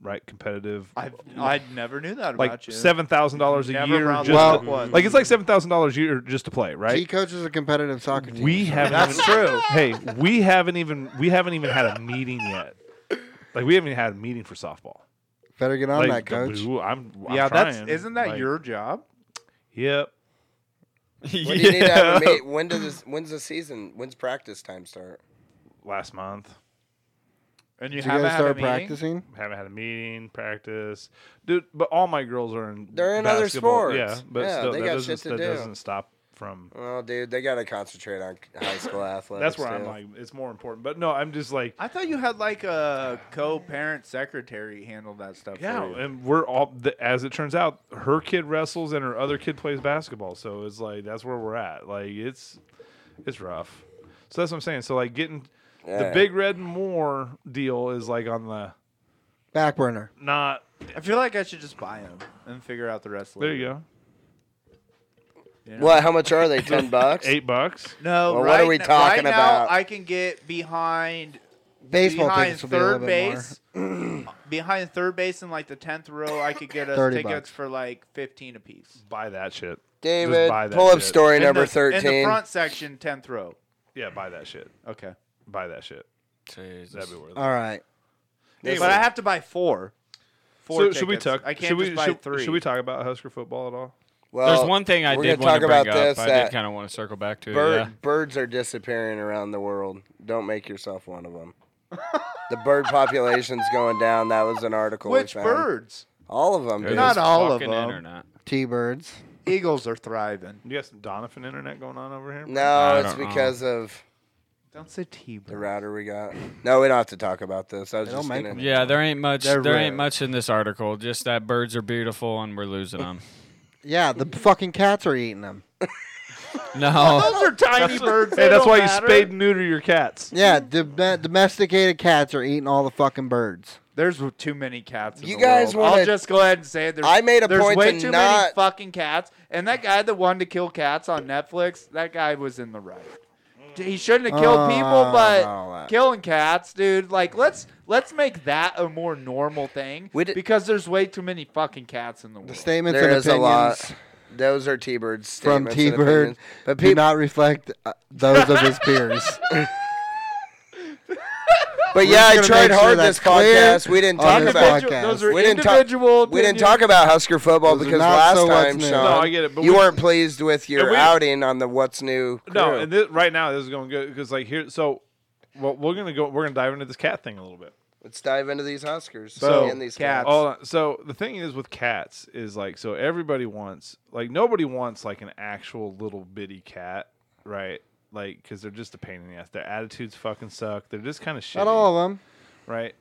[SPEAKER 4] right? Competitive.
[SPEAKER 5] I I never knew that about
[SPEAKER 4] like
[SPEAKER 5] you.
[SPEAKER 4] seven thousand dollars a
[SPEAKER 5] Never
[SPEAKER 4] year,
[SPEAKER 5] round
[SPEAKER 4] just
[SPEAKER 5] up
[SPEAKER 4] to-
[SPEAKER 5] one.
[SPEAKER 4] like it's like seven thousand dollars a year just to play,
[SPEAKER 2] He
[SPEAKER 4] right?
[SPEAKER 2] coaches a competitive soccer team.
[SPEAKER 4] We haven't.
[SPEAKER 5] That's
[SPEAKER 4] even-
[SPEAKER 5] true.
[SPEAKER 4] Hey, we haven't even we haven't even had a meeting yet. Like we haven't even had a meeting for softball.
[SPEAKER 2] Better get on
[SPEAKER 4] Like,
[SPEAKER 2] that, coach.
[SPEAKER 4] ooh, I'm, I'm
[SPEAKER 5] yeah,
[SPEAKER 4] trying.
[SPEAKER 5] that's isn't that
[SPEAKER 4] Like,
[SPEAKER 5] your job?
[SPEAKER 4] Yep.
[SPEAKER 3] When do you need to have a meet? When does this, when's the season? When's practice time start?
[SPEAKER 4] Last month,
[SPEAKER 5] And you
[SPEAKER 2] Did you
[SPEAKER 5] haven't
[SPEAKER 2] guys
[SPEAKER 5] had a
[SPEAKER 2] start
[SPEAKER 5] meeting?
[SPEAKER 2] practicing?
[SPEAKER 4] haven't had a meeting, practice, dude. But all my girls are in.
[SPEAKER 3] They're in other
[SPEAKER 4] basketball.
[SPEAKER 3] sports.
[SPEAKER 4] Yeah, but
[SPEAKER 3] Yeah,
[SPEAKER 4] still,
[SPEAKER 3] they
[SPEAKER 4] that,
[SPEAKER 3] got
[SPEAKER 4] doesn't,
[SPEAKER 3] shit to
[SPEAKER 4] that
[SPEAKER 3] do.
[SPEAKER 4] doesn't stop from.
[SPEAKER 3] Well, dude, they gotta concentrate on high school athletics.
[SPEAKER 4] That's where I'm
[SPEAKER 3] too.
[SPEAKER 4] like, it's more important. But no, I'm just like,
[SPEAKER 5] I thought you had like a co-parent secretary handle that stuff.
[SPEAKER 4] Yeah,
[SPEAKER 5] for you.
[SPEAKER 4] and we're all th- as it turns out, her kid wrestles and her other kid plays basketball. So it's like that's where we're at. Like it's it's rough. So that's what I'm saying. So like getting the
[SPEAKER 3] Yeah.
[SPEAKER 4] big red and more deal is like on the
[SPEAKER 2] Back burner.
[SPEAKER 4] not.
[SPEAKER 5] I feel like I should just buy them and figure out the rest.
[SPEAKER 4] There
[SPEAKER 5] later.
[SPEAKER 4] you go.
[SPEAKER 3] What? How much are they? Ten bucks?
[SPEAKER 4] Eight bucks.
[SPEAKER 5] No,
[SPEAKER 3] Well,
[SPEAKER 5] right,
[SPEAKER 3] what are we
[SPEAKER 5] n-
[SPEAKER 3] talking
[SPEAKER 5] right now,
[SPEAKER 3] about?
[SPEAKER 5] I can get behind
[SPEAKER 2] Baseball
[SPEAKER 5] behind
[SPEAKER 2] tickets will be a
[SPEAKER 5] third
[SPEAKER 2] little bit more.
[SPEAKER 5] base. behind third base in like the tenth row, I could get us
[SPEAKER 2] 30
[SPEAKER 5] tickets
[SPEAKER 2] bucks.
[SPEAKER 5] for like fifteen apiece.
[SPEAKER 4] Buy that shit.
[SPEAKER 3] David,
[SPEAKER 4] buy that
[SPEAKER 3] pull up
[SPEAKER 4] shit.
[SPEAKER 3] story
[SPEAKER 5] In
[SPEAKER 3] number
[SPEAKER 5] the-
[SPEAKER 3] thirteen.
[SPEAKER 5] in the front section, tenth row.
[SPEAKER 4] Yeah, buy that shit.
[SPEAKER 5] Okay,
[SPEAKER 4] Buy that shit.
[SPEAKER 6] Jesus.
[SPEAKER 4] That'd be worth it.
[SPEAKER 2] All right.
[SPEAKER 5] but I have to buy four. Four
[SPEAKER 4] so should we
[SPEAKER 5] tickets.
[SPEAKER 4] talk?
[SPEAKER 5] I can't
[SPEAKER 4] should we,
[SPEAKER 5] just buy
[SPEAKER 4] should,
[SPEAKER 5] three.
[SPEAKER 4] Should we talk about Husker football at all?
[SPEAKER 3] well,
[SPEAKER 6] There's one thing I
[SPEAKER 3] we're
[SPEAKER 6] did
[SPEAKER 3] gonna
[SPEAKER 6] want
[SPEAKER 3] talk
[SPEAKER 6] to bring
[SPEAKER 3] about
[SPEAKER 6] up.
[SPEAKER 3] this.
[SPEAKER 6] I
[SPEAKER 3] that
[SPEAKER 6] did kind of want to circle back to. it,
[SPEAKER 3] bird,
[SPEAKER 6] yeah.
[SPEAKER 3] birds are disappearing around the world. Don't make yourself one of them. the bird population's going down. That was an article. we
[SPEAKER 5] Which
[SPEAKER 3] found.
[SPEAKER 5] birds?
[SPEAKER 3] All of them.
[SPEAKER 6] There's
[SPEAKER 5] Not all of
[SPEAKER 6] fucking
[SPEAKER 5] them.
[SPEAKER 6] Internet.
[SPEAKER 2] T Birds.
[SPEAKER 5] Eagles are thriving.
[SPEAKER 4] You got some Donovan internet going on over here?
[SPEAKER 3] No,
[SPEAKER 6] I
[SPEAKER 3] it's
[SPEAKER 6] don't know.
[SPEAKER 3] because of
[SPEAKER 5] Don't say T
[SPEAKER 3] the
[SPEAKER 5] bird.
[SPEAKER 3] router we got. No, we don't have to talk about this. I was
[SPEAKER 2] They don't
[SPEAKER 3] just
[SPEAKER 2] make
[SPEAKER 3] gonna.
[SPEAKER 2] them.
[SPEAKER 6] Yeah, there ain't much.
[SPEAKER 5] They're
[SPEAKER 6] there
[SPEAKER 5] rare.
[SPEAKER 6] ain't much in this article. Just that birds are beautiful and we're losing them.
[SPEAKER 2] Yeah, the fucking cats are eating them.
[SPEAKER 6] No,
[SPEAKER 5] Those are tiny birds.
[SPEAKER 4] Hey, that's why you spade and neuter your cats.
[SPEAKER 2] Yeah, dom- domesticated cats are eating all the fucking birds.
[SPEAKER 5] There's too many cats. In
[SPEAKER 3] You
[SPEAKER 5] the
[SPEAKER 3] guys
[SPEAKER 5] world.
[SPEAKER 3] wanna-
[SPEAKER 5] I'll just go ahead and say it. There's,
[SPEAKER 3] I made a
[SPEAKER 5] there's
[SPEAKER 3] point
[SPEAKER 5] way
[SPEAKER 3] to
[SPEAKER 5] too many
[SPEAKER 3] not-
[SPEAKER 5] fucking cats. And that guy that wanted to kill cats on Netflix, that guy was in the right. He shouldn't have killed
[SPEAKER 2] Oh,
[SPEAKER 5] people, but
[SPEAKER 2] no, that-
[SPEAKER 5] killing cats, dude. Like let's let's make that a more normal thing
[SPEAKER 3] We did-
[SPEAKER 5] because there's way too many fucking cats in the world.
[SPEAKER 2] The statements
[SPEAKER 3] There
[SPEAKER 2] and
[SPEAKER 3] is a
[SPEAKER 2] opinions
[SPEAKER 3] lot. Those are T-birds.
[SPEAKER 2] from
[SPEAKER 3] statements
[SPEAKER 2] T
[SPEAKER 3] and
[SPEAKER 2] Bird
[SPEAKER 3] opinions. but
[SPEAKER 2] do
[SPEAKER 3] people
[SPEAKER 2] not reflect uh, those of his peers.
[SPEAKER 3] But yeah, I
[SPEAKER 2] gonna
[SPEAKER 3] tried
[SPEAKER 2] make sure
[SPEAKER 3] hard
[SPEAKER 2] that's
[SPEAKER 3] this
[SPEAKER 2] clear
[SPEAKER 3] podcast. We didn't
[SPEAKER 2] on
[SPEAKER 3] talk
[SPEAKER 2] this
[SPEAKER 3] about
[SPEAKER 5] Individual-
[SPEAKER 2] podcast.
[SPEAKER 5] Those are
[SPEAKER 3] We didn't talk-
[SPEAKER 5] individual.
[SPEAKER 3] we didn't
[SPEAKER 5] opinions.
[SPEAKER 3] talk about Husker football
[SPEAKER 2] Those are
[SPEAKER 3] because
[SPEAKER 2] not
[SPEAKER 3] last
[SPEAKER 2] so what's
[SPEAKER 3] time,
[SPEAKER 2] new.
[SPEAKER 3] Sean,
[SPEAKER 4] No, I get it, but
[SPEAKER 3] you
[SPEAKER 4] we-
[SPEAKER 3] weren't pleased with your
[SPEAKER 4] And we-
[SPEAKER 3] outing on the what's new.
[SPEAKER 4] No,
[SPEAKER 3] crew.
[SPEAKER 4] and thi- right now this is going good because like here, so well, we're gonna go. We're gonna dive into this cat thing a little bit.
[SPEAKER 3] let's dive into these Huskers.
[SPEAKER 4] So,
[SPEAKER 3] and these
[SPEAKER 5] cats.
[SPEAKER 4] Hold on. So the thing is with cats is like so everybody wants like nobody wants like an actual little bitty cat, right? Like because they're just a pain in the ass. Their attitudes fucking suck. They're just kind of shit.
[SPEAKER 2] Not all of them.
[SPEAKER 4] right?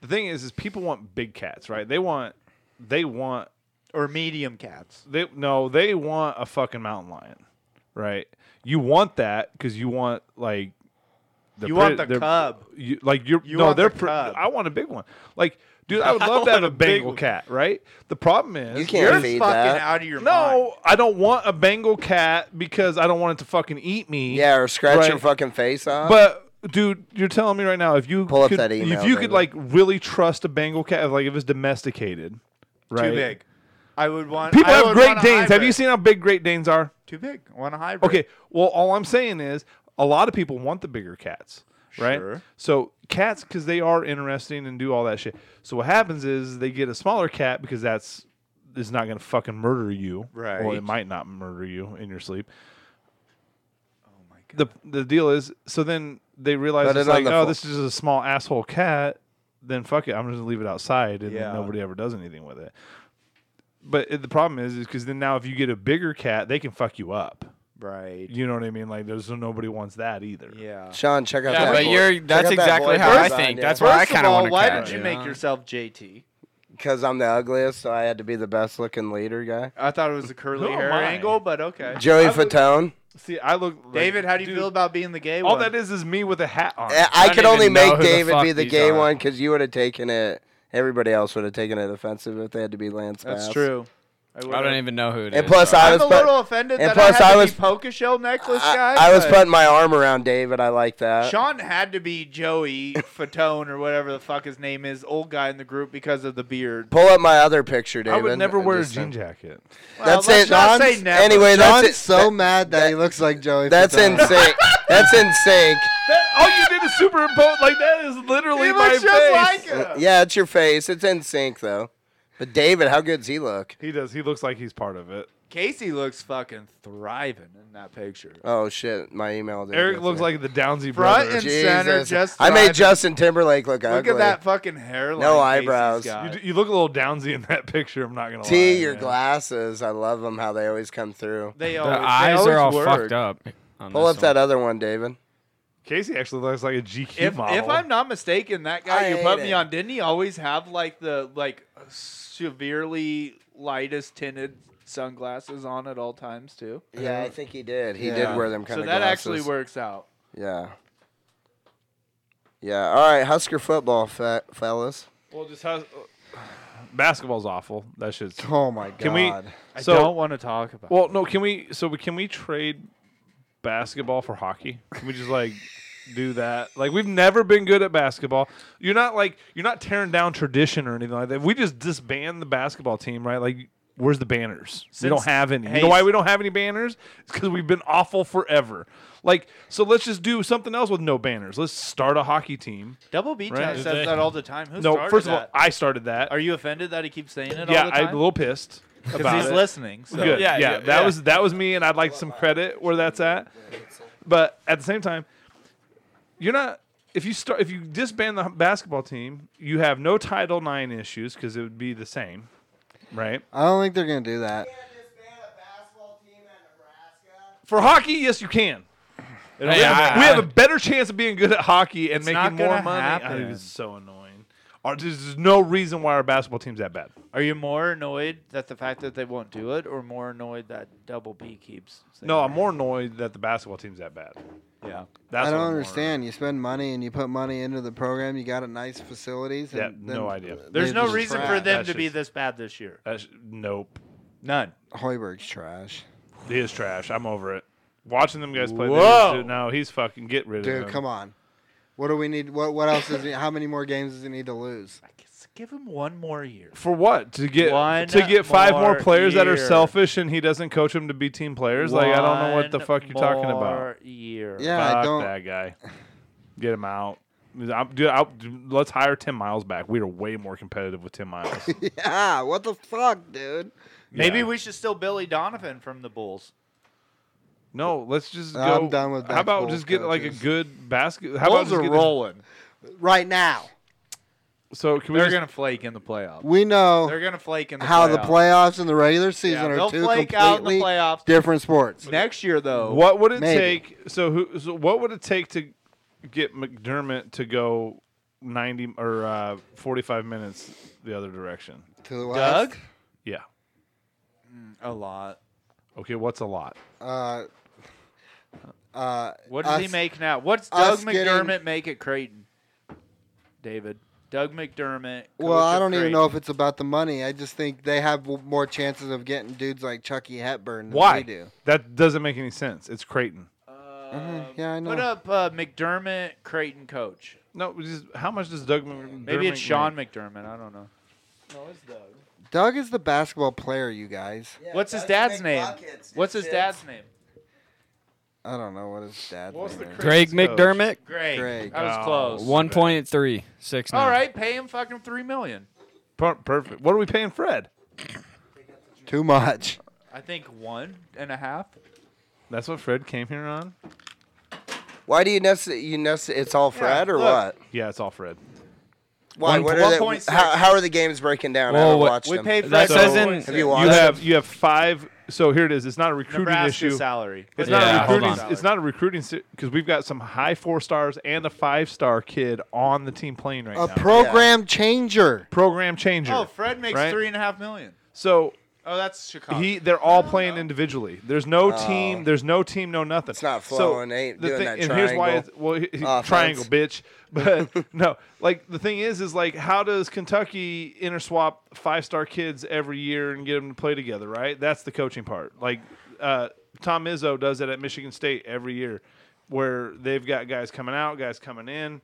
[SPEAKER 4] The thing is, is people want big cats, right? They want they want
[SPEAKER 5] or medium cats.
[SPEAKER 4] they no they want a fucking mountain lion, right? You want that because you want like they're
[SPEAKER 5] You want
[SPEAKER 4] pretty-
[SPEAKER 5] the
[SPEAKER 4] they're-
[SPEAKER 5] cub.
[SPEAKER 4] you like you're
[SPEAKER 5] You
[SPEAKER 4] no
[SPEAKER 5] want
[SPEAKER 4] they're
[SPEAKER 5] the
[SPEAKER 4] pre-
[SPEAKER 5] cub.
[SPEAKER 4] i want a big one like dude i would love to have a bengal cat right the problem is
[SPEAKER 3] You can't
[SPEAKER 5] You're
[SPEAKER 3] feed
[SPEAKER 5] fucking
[SPEAKER 3] that.
[SPEAKER 5] out of your mind.
[SPEAKER 4] no i don't want a bengal cat because i don't want it to fucking eat me
[SPEAKER 3] yeah, or scratch your
[SPEAKER 4] Right.
[SPEAKER 3] fucking face off.
[SPEAKER 4] but dude you're telling me right now if you
[SPEAKER 3] Pull up
[SPEAKER 4] could,
[SPEAKER 3] that email,
[SPEAKER 4] if you
[SPEAKER 3] David.
[SPEAKER 4] could like really trust a bengal cat like if it's domesticated right
[SPEAKER 5] Too big. I would want.
[SPEAKER 4] people
[SPEAKER 5] I
[SPEAKER 4] have
[SPEAKER 5] would
[SPEAKER 4] great
[SPEAKER 5] want a
[SPEAKER 4] danes have you
[SPEAKER 5] hybrid.
[SPEAKER 4] seen how big great danes are
[SPEAKER 5] Too big. I want a hybrid.
[SPEAKER 4] Okay. Well, all I'm saying is a lot of people want the bigger cats, right?
[SPEAKER 5] Sure.
[SPEAKER 4] So cats, because they are interesting and do all that shit. So what happens is they get a smaller cat because that's is not going to fucking murder you, Or
[SPEAKER 5] Right.
[SPEAKER 4] it might not murder you in your sleep. Oh my god. The the deal is so then they realize
[SPEAKER 3] But
[SPEAKER 4] it's
[SPEAKER 3] it on
[SPEAKER 4] like
[SPEAKER 3] the
[SPEAKER 4] oh
[SPEAKER 3] fo-
[SPEAKER 4] this is a small asshole cat. Then fuck it, I'm just gonna leave it outside and
[SPEAKER 5] Yeah.
[SPEAKER 4] then nobody ever does anything with it. But it, the problem is, is because then now if you get a bigger cat, they can fuck you up.
[SPEAKER 5] Right.
[SPEAKER 4] You know what I mean? Like, there's nobody wants that either.
[SPEAKER 5] Yeah.
[SPEAKER 3] Sean, check out
[SPEAKER 6] yeah,
[SPEAKER 3] that.
[SPEAKER 6] but
[SPEAKER 3] boy-
[SPEAKER 6] you're.
[SPEAKER 3] check out
[SPEAKER 6] That's
[SPEAKER 3] that
[SPEAKER 6] exactly
[SPEAKER 3] boy
[SPEAKER 6] how I
[SPEAKER 3] design,
[SPEAKER 6] think.
[SPEAKER 3] yeah.
[SPEAKER 6] That's
[SPEAKER 5] First
[SPEAKER 6] why I kind
[SPEAKER 5] of
[SPEAKER 6] of
[SPEAKER 5] all,
[SPEAKER 6] want to.
[SPEAKER 5] why did you make yourself JT?
[SPEAKER 3] because I'm the ugliest, so I had to be the best looking leader guy.
[SPEAKER 5] I thought it was a curly
[SPEAKER 4] Who am
[SPEAKER 5] hair
[SPEAKER 4] I?
[SPEAKER 5] angle, but okay.
[SPEAKER 3] Joey
[SPEAKER 4] would-
[SPEAKER 3] Fatone.
[SPEAKER 4] See, I look. like-
[SPEAKER 5] David, how do you
[SPEAKER 4] dude,
[SPEAKER 5] feel about being the gay
[SPEAKER 4] All
[SPEAKER 5] one?
[SPEAKER 4] that is is me with a hat on.
[SPEAKER 3] I, I
[SPEAKER 6] don't
[SPEAKER 3] could only
[SPEAKER 6] even know
[SPEAKER 3] make
[SPEAKER 6] who the
[SPEAKER 3] David
[SPEAKER 6] fuck
[SPEAKER 3] be the
[SPEAKER 6] these
[SPEAKER 3] gay
[SPEAKER 6] are.
[SPEAKER 3] one because you would have taken it. Everybody else would have taken it offensive if they had to be Lance.
[SPEAKER 5] That's
[SPEAKER 3] Bass.
[SPEAKER 5] true.
[SPEAKER 6] I don't even know who it is.
[SPEAKER 3] And plus, I
[SPEAKER 5] I'm
[SPEAKER 3] was
[SPEAKER 5] a
[SPEAKER 3] put-
[SPEAKER 5] little offended
[SPEAKER 3] and
[SPEAKER 5] that
[SPEAKER 3] plus
[SPEAKER 5] I had
[SPEAKER 3] I
[SPEAKER 5] to
[SPEAKER 3] was-
[SPEAKER 5] be poker shell necklace guy.
[SPEAKER 3] I, I was
[SPEAKER 5] but
[SPEAKER 3] putting my arm around David. I like that.
[SPEAKER 5] Sean had to be Joey Fatone or whatever the fuck his name is, old guy in the group because of the beard.
[SPEAKER 3] Pull up my other picture, David.
[SPEAKER 4] I would never
[SPEAKER 3] I
[SPEAKER 4] wear a
[SPEAKER 3] just-
[SPEAKER 4] jean jacket.
[SPEAKER 3] That's
[SPEAKER 5] let's
[SPEAKER 3] it.
[SPEAKER 5] not
[SPEAKER 3] John's-
[SPEAKER 5] say never.
[SPEAKER 3] Anyway,
[SPEAKER 2] John's
[SPEAKER 3] that's it.
[SPEAKER 2] so mad that, he looks like Joey.
[SPEAKER 3] That's in
[SPEAKER 2] Fatone.
[SPEAKER 3] sync. That's in sync.
[SPEAKER 4] That, all you did is superimpose. Like that is literally
[SPEAKER 5] He
[SPEAKER 4] my face.
[SPEAKER 5] looks just like him.
[SPEAKER 3] Yeah, it's your face. It's in sync though. But David, how good does he look?
[SPEAKER 4] he does. He looks like he's part of it.
[SPEAKER 5] Casey looks fucking thriving in that picture.
[SPEAKER 3] Oh shit, my email. didn't
[SPEAKER 4] Eric
[SPEAKER 3] get
[SPEAKER 4] looks
[SPEAKER 3] through.
[SPEAKER 4] like the Downsy
[SPEAKER 5] Front
[SPEAKER 4] brother.
[SPEAKER 5] and center,
[SPEAKER 3] Jesus.
[SPEAKER 5] just
[SPEAKER 3] I made
[SPEAKER 5] thriving.
[SPEAKER 3] Justin Timberlake look,
[SPEAKER 5] Look
[SPEAKER 3] ugly.
[SPEAKER 5] at that fucking hairline.
[SPEAKER 3] No
[SPEAKER 5] Casey's
[SPEAKER 3] eyebrows.
[SPEAKER 5] got.
[SPEAKER 4] You, d- you look a little Downsy in that picture. I'm not gonna lie.
[SPEAKER 3] T, your
[SPEAKER 4] man.
[SPEAKER 3] glasses. I love them. How they always come through.
[SPEAKER 5] They
[SPEAKER 6] The
[SPEAKER 5] always, they
[SPEAKER 6] eyes are all
[SPEAKER 5] always work.
[SPEAKER 6] fucked up. on
[SPEAKER 3] Pull
[SPEAKER 6] this
[SPEAKER 3] up that
[SPEAKER 6] one.
[SPEAKER 3] other one, David.
[SPEAKER 4] Casey actually looks like a GQ
[SPEAKER 5] If,
[SPEAKER 4] model.
[SPEAKER 5] if I'm not mistaken, that guy
[SPEAKER 3] I
[SPEAKER 5] you
[SPEAKER 3] hate
[SPEAKER 5] put me
[SPEAKER 3] it.
[SPEAKER 5] on didn't he always have like the like severely lightest tinted sunglasses on at all times too?
[SPEAKER 3] Yeah, I think he did. He
[SPEAKER 2] Yeah.
[SPEAKER 3] did wear them kind
[SPEAKER 5] So
[SPEAKER 3] of
[SPEAKER 5] that
[SPEAKER 3] glasses.
[SPEAKER 5] actually works out.
[SPEAKER 3] Yeah. Yeah. All right, Husker football, fe- fellas.
[SPEAKER 4] well, just how's, basketball's awful. That shit's.
[SPEAKER 2] Oh my god.
[SPEAKER 4] Can we?
[SPEAKER 5] I
[SPEAKER 4] So
[SPEAKER 5] don't want to talk about.
[SPEAKER 4] well, no. Can we? So we can we trade basketball for hockey? Can we just like do that? Like we've never been good at basketball. You're not like you're not tearing down tradition or anything like that. We just disband the basketball team, right? Like. Where's the banners? we don't
[SPEAKER 5] Since-
[SPEAKER 4] have any.
[SPEAKER 5] hey,
[SPEAKER 4] you know why
[SPEAKER 5] s-
[SPEAKER 4] we don't have any banners? It's because we've been awful forever. Like, so let's just do something else with no banners. Let's start a hockey team.
[SPEAKER 5] Double B
[SPEAKER 4] Right.
[SPEAKER 5] Town says
[SPEAKER 6] They-
[SPEAKER 5] that all the time. Who
[SPEAKER 4] No,
[SPEAKER 5] started
[SPEAKER 4] first of all,
[SPEAKER 5] that?
[SPEAKER 4] I started that.
[SPEAKER 5] are you offended that he keeps saying it
[SPEAKER 4] yeah,
[SPEAKER 5] all the
[SPEAKER 4] I'm a
[SPEAKER 5] time?
[SPEAKER 4] little pissed about
[SPEAKER 5] he's
[SPEAKER 4] it.
[SPEAKER 5] listening. So.
[SPEAKER 4] Good. Yeah,
[SPEAKER 6] Yeah,
[SPEAKER 4] yeah,
[SPEAKER 6] yeah,
[SPEAKER 4] That
[SPEAKER 6] yeah.
[SPEAKER 4] was that was me, and I'd like some credit where that's at. But at the same time, you're not. If you start, if you disband the basketball team, you have no Title IX issues because it would be the same, right?
[SPEAKER 2] I don't think they're gonna do that.
[SPEAKER 4] For hockey, yes, you can.
[SPEAKER 6] Hey,
[SPEAKER 4] we, have,
[SPEAKER 6] I-
[SPEAKER 4] we have
[SPEAKER 6] I-
[SPEAKER 4] a better chance of being good at hockey and
[SPEAKER 5] not
[SPEAKER 4] making more
[SPEAKER 5] gonna
[SPEAKER 4] money. I think
[SPEAKER 5] happen.
[SPEAKER 4] it's so annoying. Or There's there's no reason why our basketball team's that bad.
[SPEAKER 5] Are you more annoyed that the fact that they won't do it, or more annoyed that Double B keeps? Saying
[SPEAKER 4] No,
[SPEAKER 5] it?
[SPEAKER 4] I'm more annoyed that the basketball team's that bad.
[SPEAKER 5] yeah.
[SPEAKER 4] That's
[SPEAKER 2] I
[SPEAKER 4] what
[SPEAKER 2] don't
[SPEAKER 4] I'm more
[SPEAKER 2] understand. You spend money and you put money into the program. You got a nice facilities.
[SPEAKER 4] Yeah,
[SPEAKER 2] And then
[SPEAKER 4] no idea.
[SPEAKER 2] they're
[SPEAKER 5] There's no
[SPEAKER 2] just
[SPEAKER 5] reason
[SPEAKER 2] trash.
[SPEAKER 5] for them
[SPEAKER 4] That's
[SPEAKER 5] to be
[SPEAKER 4] just-
[SPEAKER 5] this bad this year.
[SPEAKER 4] That's, nope.
[SPEAKER 5] None.
[SPEAKER 2] Hoiberg's trash.
[SPEAKER 4] He is trash. I'm over it. Watching them guys play. they
[SPEAKER 5] Whoa.
[SPEAKER 4] just do- No, he's fucking get rid of
[SPEAKER 2] Dude,
[SPEAKER 4] him.
[SPEAKER 2] come on. What do we need? What what else is? He, how many more games does he need to lose?
[SPEAKER 5] I guess give him one more year.
[SPEAKER 4] For what? To get
[SPEAKER 5] One
[SPEAKER 4] to get five more
[SPEAKER 5] more
[SPEAKER 4] players that are
[SPEAKER 5] year.
[SPEAKER 4] selfish and he doesn't coach them to be team players? like I don't know what the
[SPEAKER 5] One
[SPEAKER 4] fuck you're talking about.
[SPEAKER 5] more Year.
[SPEAKER 2] Yeah, I
[SPEAKER 4] fuck
[SPEAKER 2] don't.
[SPEAKER 4] that guy. Get him out. I'm, dude, I'll, dude, let's hire Tim Miles back. We are way more competitive with Tim Miles.
[SPEAKER 2] Yeah, what the fuck, dude?
[SPEAKER 5] Maybe
[SPEAKER 4] Yeah.
[SPEAKER 5] we should still Billy Donovan from the Bulls.
[SPEAKER 4] no, let's just go.
[SPEAKER 2] I'm done with
[SPEAKER 4] How about
[SPEAKER 2] Bulls
[SPEAKER 4] just get like a
[SPEAKER 2] coaches.
[SPEAKER 4] good basket? How about
[SPEAKER 5] Bulls
[SPEAKER 4] just
[SPEAKER 5] are
[SPEAKER 4] get
[SPEAKER 5] rolling.
[SPEAKER 2] Right now,
[SPEAKER 4] this- so can we?
[SPEAKER 5] They're
[SPEAKER 4] just-
[SPEAKER 5] gonna flake in the playoffs.
[SPEAKER 2] we know
[SPEAKER 5] They're gonna flake in the
[SPEAKER 2] how the
[SPEAKER 5] playoffs.
[SPEAKER 2] playoffs and the regular season
[SPEAKER 5] Yeah,
[SPEAKER 2] are
[SPEAKER 5] they'll
[SPEAKER 2] two
[SPEAKER 5] flake out in the
[SPEAKER 2] completely
[SPEAKER 5] playoffs.
[SPEAKER 2] different sports.
[SPEAKER 5] Next year though,
[SPEAKER 4] What would it
[SPEAKER 2] Maybe.
[SPEAKER 4] take? So who? So what would it take to get McDermott to go ninety or uh, forty-five minutes the other direction?
[SPEAKER 2] To the
[SPEAKER 5] Doug?
[SPEAKER 2] West,
[SPEAKER 4] Yeah.
[SPEAKER 5] A lot.
[SPEAKER 4] Okay. What's a lot?
[SPEAKER 2] Uh, uh,
[SPEAKER 5] What does he
[SPEAKER 2] Us-
[SPEAKER 5] make now? What's Doug
[SPEAKER 2] us
[SPEAKER 5] McDermott make at Creighton? David. Doug McDermott.
[SPEAKER 2] well, I don't even know if it's about the money. I just think they have w- more chances of getting dudes like Chucky Hepburn than
[SPEAKER 4] Why?
[SPEAKER 2] we do.
[SPEAKER 4] That doesn't make any sense. It's Creighton.
[SPEAKER 5] Uh,
[SPEAKER 2] Mm-hmm. yeah, I know.
[SPEAKER 5] Put up uh, McDermott Creighton coach.
[SPEAKER 4] No. we Just, how much does Doug? McDermott
[SPEAKER 5] Maybe it's Sean
[SPEAKER 4] make?
[SPEAKER 5] McDermott. I don't know.
[SPEAKER 2] Doug is the basketball player, you guys.
[SPEAKER 5] What's his dad's name? What's his dad's name?
[SPEAKER 2] I don't know what his dad.
[SPEAKER 4] What's
[SPEAKER 2] name
[SPEAKER 4] the
[SPEAKER 2] is.
[SPEAKER 4] cra-
[SPEAKER 6] Greg
[SPEAKER 4] Coach.
[SPEAKER 6] McDermott,
[SPEAKER 5] Greg.
[SPEAKER 2] Greg.
[SPEAKER 5] I was
[SPEAKER 4] Oh,
[SPEAKER 5] close.
[SPEAKER 6] one point three six.
[SPEAKER 5] All right, pay him fucking three million.
[SPEAKER 4] Per- perfect. What are we paying Fred?
[SPEAKER 2] Too much.
[SPEAKER 5] I think one and a half.
[SPEAKER 4] That's what Fred came here on.
[SPEAKER 3] Why do you necessarily? You necess- It's all Fred or
[SPEAKER 5] look.
[SPEAKER 3] what?
[SPEAKER 4] Yeah, it's all Fred.
[SPEAKER 3] Why?
[SPEAKER 5] One-
[SPEAKER 3] what are they,
[SPEAKER 5] 1.6.
[SPEAKER 3] how, how are the games breaking down? I
[SPEAKER 6] Well,
[SPEAKER 3] haven't
[SPEAKER 6] what-
[SPEAKER 3] watched
[SPEAKER 5] We
[SPEAKER 3] them.
[SPEAKER 5] pay Fred.
[SPEAKER 6] That says in-
[SPEAKER 5] $1.6.
[SPEAKER 3] Have you
[SPEAKER 4] you
[SPEAKER 3] watched? them?
[SPEAKER 4] have you have five. So here it is. It's not a recruiting
[SPEAKER 5] Nebraska
[SPEAKER 4] issue.
[SPEAKER 5] salary.
[SPEAKER 4] It's
[SPEAKER 6] Yeah,
[SPEAKER 4] not a
[SPEAKER 6] hold
[SPEAKER 4] recruiting.
[SPEAKER 6] on.
[SPEAKER 4] It's not a recruiting because we've got some high four stars and a five star kid on the team playing right
[SPEAKER 2] A
[SPEAKER 4] now.
[SPEAKER 2] program changer.
[SPEAKER 4] Program changer.
[SPEAKER 5] Oh, Fred makes
[SPEAKER 4] Right?
[SPEAKER 5] three and a half million.
[SPEAKER 4] so
[SPEAKER 5] Oh, that's Chicago.
[SPEAKER 4] He, they're all playing individually. There's no team. There's no team. No nothing.
[SPEAKER 3] Oh. It's not
[SPEAKER 4] So,
[SPEAKER 3] flowing, ain't
[SPEAKER 4] the
[SPEAKER 3] doing
[SPEAKER 4] thing-
[SPEAKER 3] that
[SPEAKER 4] And here's why. It's,
[SPEAKER 3] triangle
[SPEAKER 4] well, he- he-
[SPEAKER 3] offense.
[SPEAKER 4] triangle, bitch. But no, like the thing is, is like how does Kentucky interswap five star kids every year and get them to play together? Right. That's the coaching part. Like uh, Tom Izzo does it at Michigan State every year, where they've got guys coming out, guys coming in.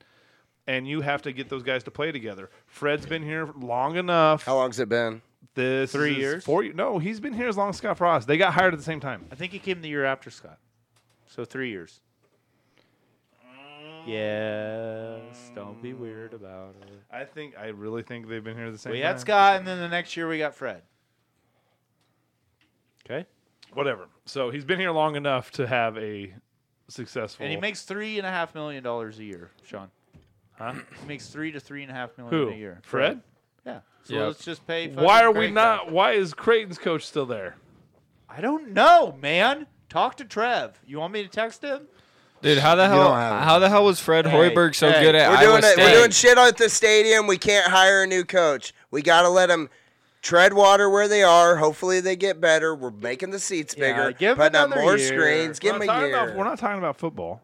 [SPEAKER 4] And you have to get those guys to play together. Fred's been here long enough.
[SPEAKER 3] How long's it been?
[SPEAKER 4] This
[SPEAKER 5] Three
[SPEAKER 4] is
[SPEAKER 5] years?
[SPEAKER 4] Four. No, he's been here as long as Scott Frost. They got hired at the same time.
[SPEAKER 5] I think he came the year after Scott, so three years. Yes, don't be weird about it.
[SPEAKER 4] I think. I really think they've been here the same.
[SPEAKER 5] We
[SPEAKER 4] time.
[SPEAKER 5] had Scott, and then the next year we got Fred. Okay,
[SPEAKER 4] Whatever. So he's been here long enough to have a successful.
[SPEAKER 5] and he makes three and a half million dollars a year, Sean. Huh? He makes three to three and a half million
[SPEAKER 4] who
[SPEAKER 5] a year.
[SPEAKER 4] Fred.
[SPEAKER 5] Yeah. So
[SPEAKER 6] Yep.
[SPEAKER 5] let's just pay.
[SPEAKER 4] Why
[SPEAKER 5] fucking
[SPEAKER 4] are we
[SPEAKER 5] Craig
[SPEAKER 4] not? Why is Creighton's coach still there?
[SPEAKER 5] I don't know, man. Talk to Trev. You want me to text him?
[SPEAKER 6] Dude, how the hell?
[SPEAKER 2] don't have it.
[SPEAKER 6] How the hell was Fred Hoiberg so
[SPEAKER 5] hey,
[SPEAKER 6] good at
[SPEAKER 3] We're
[SPEAKER 6] Iowa
[SPEAKER 3] doing it.
[SPEAKER 6] State?
[SPEAKER 3] We're doing shit at the stadium. We can't hire a new coach. We got to let them tread water where they are. Hopefully they get better. We're making the seats
[SPEAKER 5] Yeah,
[SPEAKER 3] bigger.
[SPEAKER 5] give 'em
[SPEAKER 3] putting up
[SPEAKER 5] another
[SPEAKER 3] more
[SPEAKER 5] year.
[SPEAKER 3] screens. Give
[SPEAKER 4] we're,
[SPEAKER 3] them
[SPEAKER 4] not
[SPEAKER 3] a
[SPEAKER 4] talking
[SPEAKER 3] year.
[SPEAKER 4] about, we're not talking about football.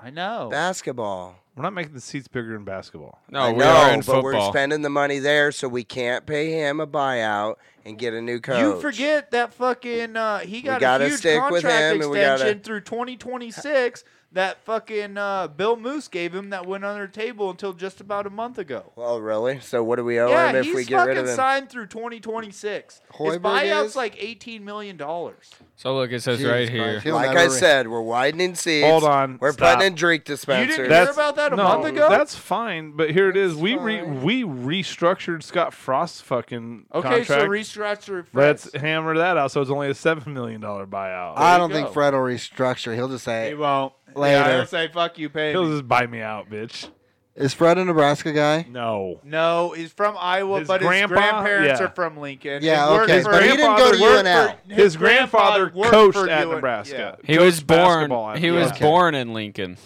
[SPEAKER 5] I know.
[SPEAKER 3] Basketball.
[SPEAKER 4] We're not making the seats bigger in basketball.
[SPEAKER 6] no,
[SPEAKER 3] I
[SPEAKER 6] we
[SPEAKER 3] know,
[SPEAKER 6] are in
[SPEAKER 3] but we're
[SPEAKER 6] football.
[SPEAKER 3] spending the money there, so we can't pay him a buyout and get a new coach.
[SPEAKER 5] You forget that fucking uh, he got
[SPEAKER 3] gotta
[SPEAKER 5] a huge
[SPEAKER 3] stick with
[SPEAKER 5] contract
[SPEAKER 3] him, and we gotta-
[SPEAKER 5] extension through 2026 that fucking uh, Bill Moose gave him that went under the table until just about a month ago.
[SPEAKER 3] Oh, really? So what do we owe
[SPEAKER 5] yeah,
[SPEAKER 3] him if
[SPEAKER 5] he's
[SPEAKER 3] we get
[SPEAKER 5] fucking
[SPEAKER 3] rid of him?
[SPEAKER 5] signed through 2026. His
[SPEAKER 2] Hoiberg
[SPEAKER 5] buyout's
[SPEAKER 2] is?
[SPEAKER 5] like 18 million dollars.
[SPEAKER 6] So look, it says
[SPEAKER 2] Jesus
[SPEAKER 6] right
[SPEAKER 2] Christ,
[SPEAKER 6] here.
[SPEAKER 2] he'll
[SPEAKER 3] like
[SPEAKER 2] never
[SPEAKER 3] I
[SPEAKER 2] re-
[SPEAKER 3] said, we're widening seats.
[SPEAKER 4] Hold on,
[SPEAKER 3] We're
[SPEAKER 4] stop.
[SPEAKER 3] putting in drink dispensers.
[SPEAKER 5] hear
[SPEAKER 4] That's-
[SPEAKER 5] about that a
[SPEAKER 4] no,
[SPEAKER 5] month ago?
[SPEAKER 4] That's fine, but here it is. We re, we restructured Scott Frost's fucking
[SPEAKER 5] Okay, so
[SPEAKER 4] contract.
[SPEAKER 5] restructure.
[SPEAKER 4] Let's hammer that out. So it's only a seven million dollar buyout.
[SPEAKER 2] I
[SPEAKER 5] you
[SPEAKER 2] don't
[SPEAKER 5] go.
[SPEAKER 2] think Fred will restructure. He'll just say,
[SPEAKER 5] won't.
[SPEAKER 2] Later.
[SPEAKER 5] he'll say fuck you, pay.
[SPEAKER 4] He'll
[SPEAKER 5] me."
[SPEAKER 4] just buy me out, bitch.
[SPEAKER 2] "Is Fred a Nebraska guy?"
[SPEAKER 4] No.
[SPEAKER 5] No, he's from Iowa,
[SPEAKER 4] His
[SPEAKER 5] but
[SPEAKER 4] grandpa-
[SPEAKER 5] his grandparents
[SPEAKER 4] yeah.
[SPEAKER 5] are from Lincoln.
[SPEAKER 2] Yeah,
[SPEAKER 5] He worked
[SPEAKER 2] okay,
[SPEAKER 5] for-
[SPEAKER 2] but he didn't go to
[SPEAKER 4] worked
[SPEAKER 2] UNL.
[SPEAKER 4] His, grandfather
[SPEAKER 5] worked
[SPEAKER 4] coached
[SPEAKER 5] for
[SPEAKER 4] at
[SPEAKER 5] UNL.
[SPEAKER 4] Nebraska.
[SPEAKER 5] Yeah.
[SPEAKER 6] He was
[SPEAKER 4] Coached basketball
[SPEAKER 6] born.
[SPEAKER 4] at
[SPEAKER 6] He was
[SPEAKER 4] Nebraska.
[SPEAKER 6] born in Lincoln.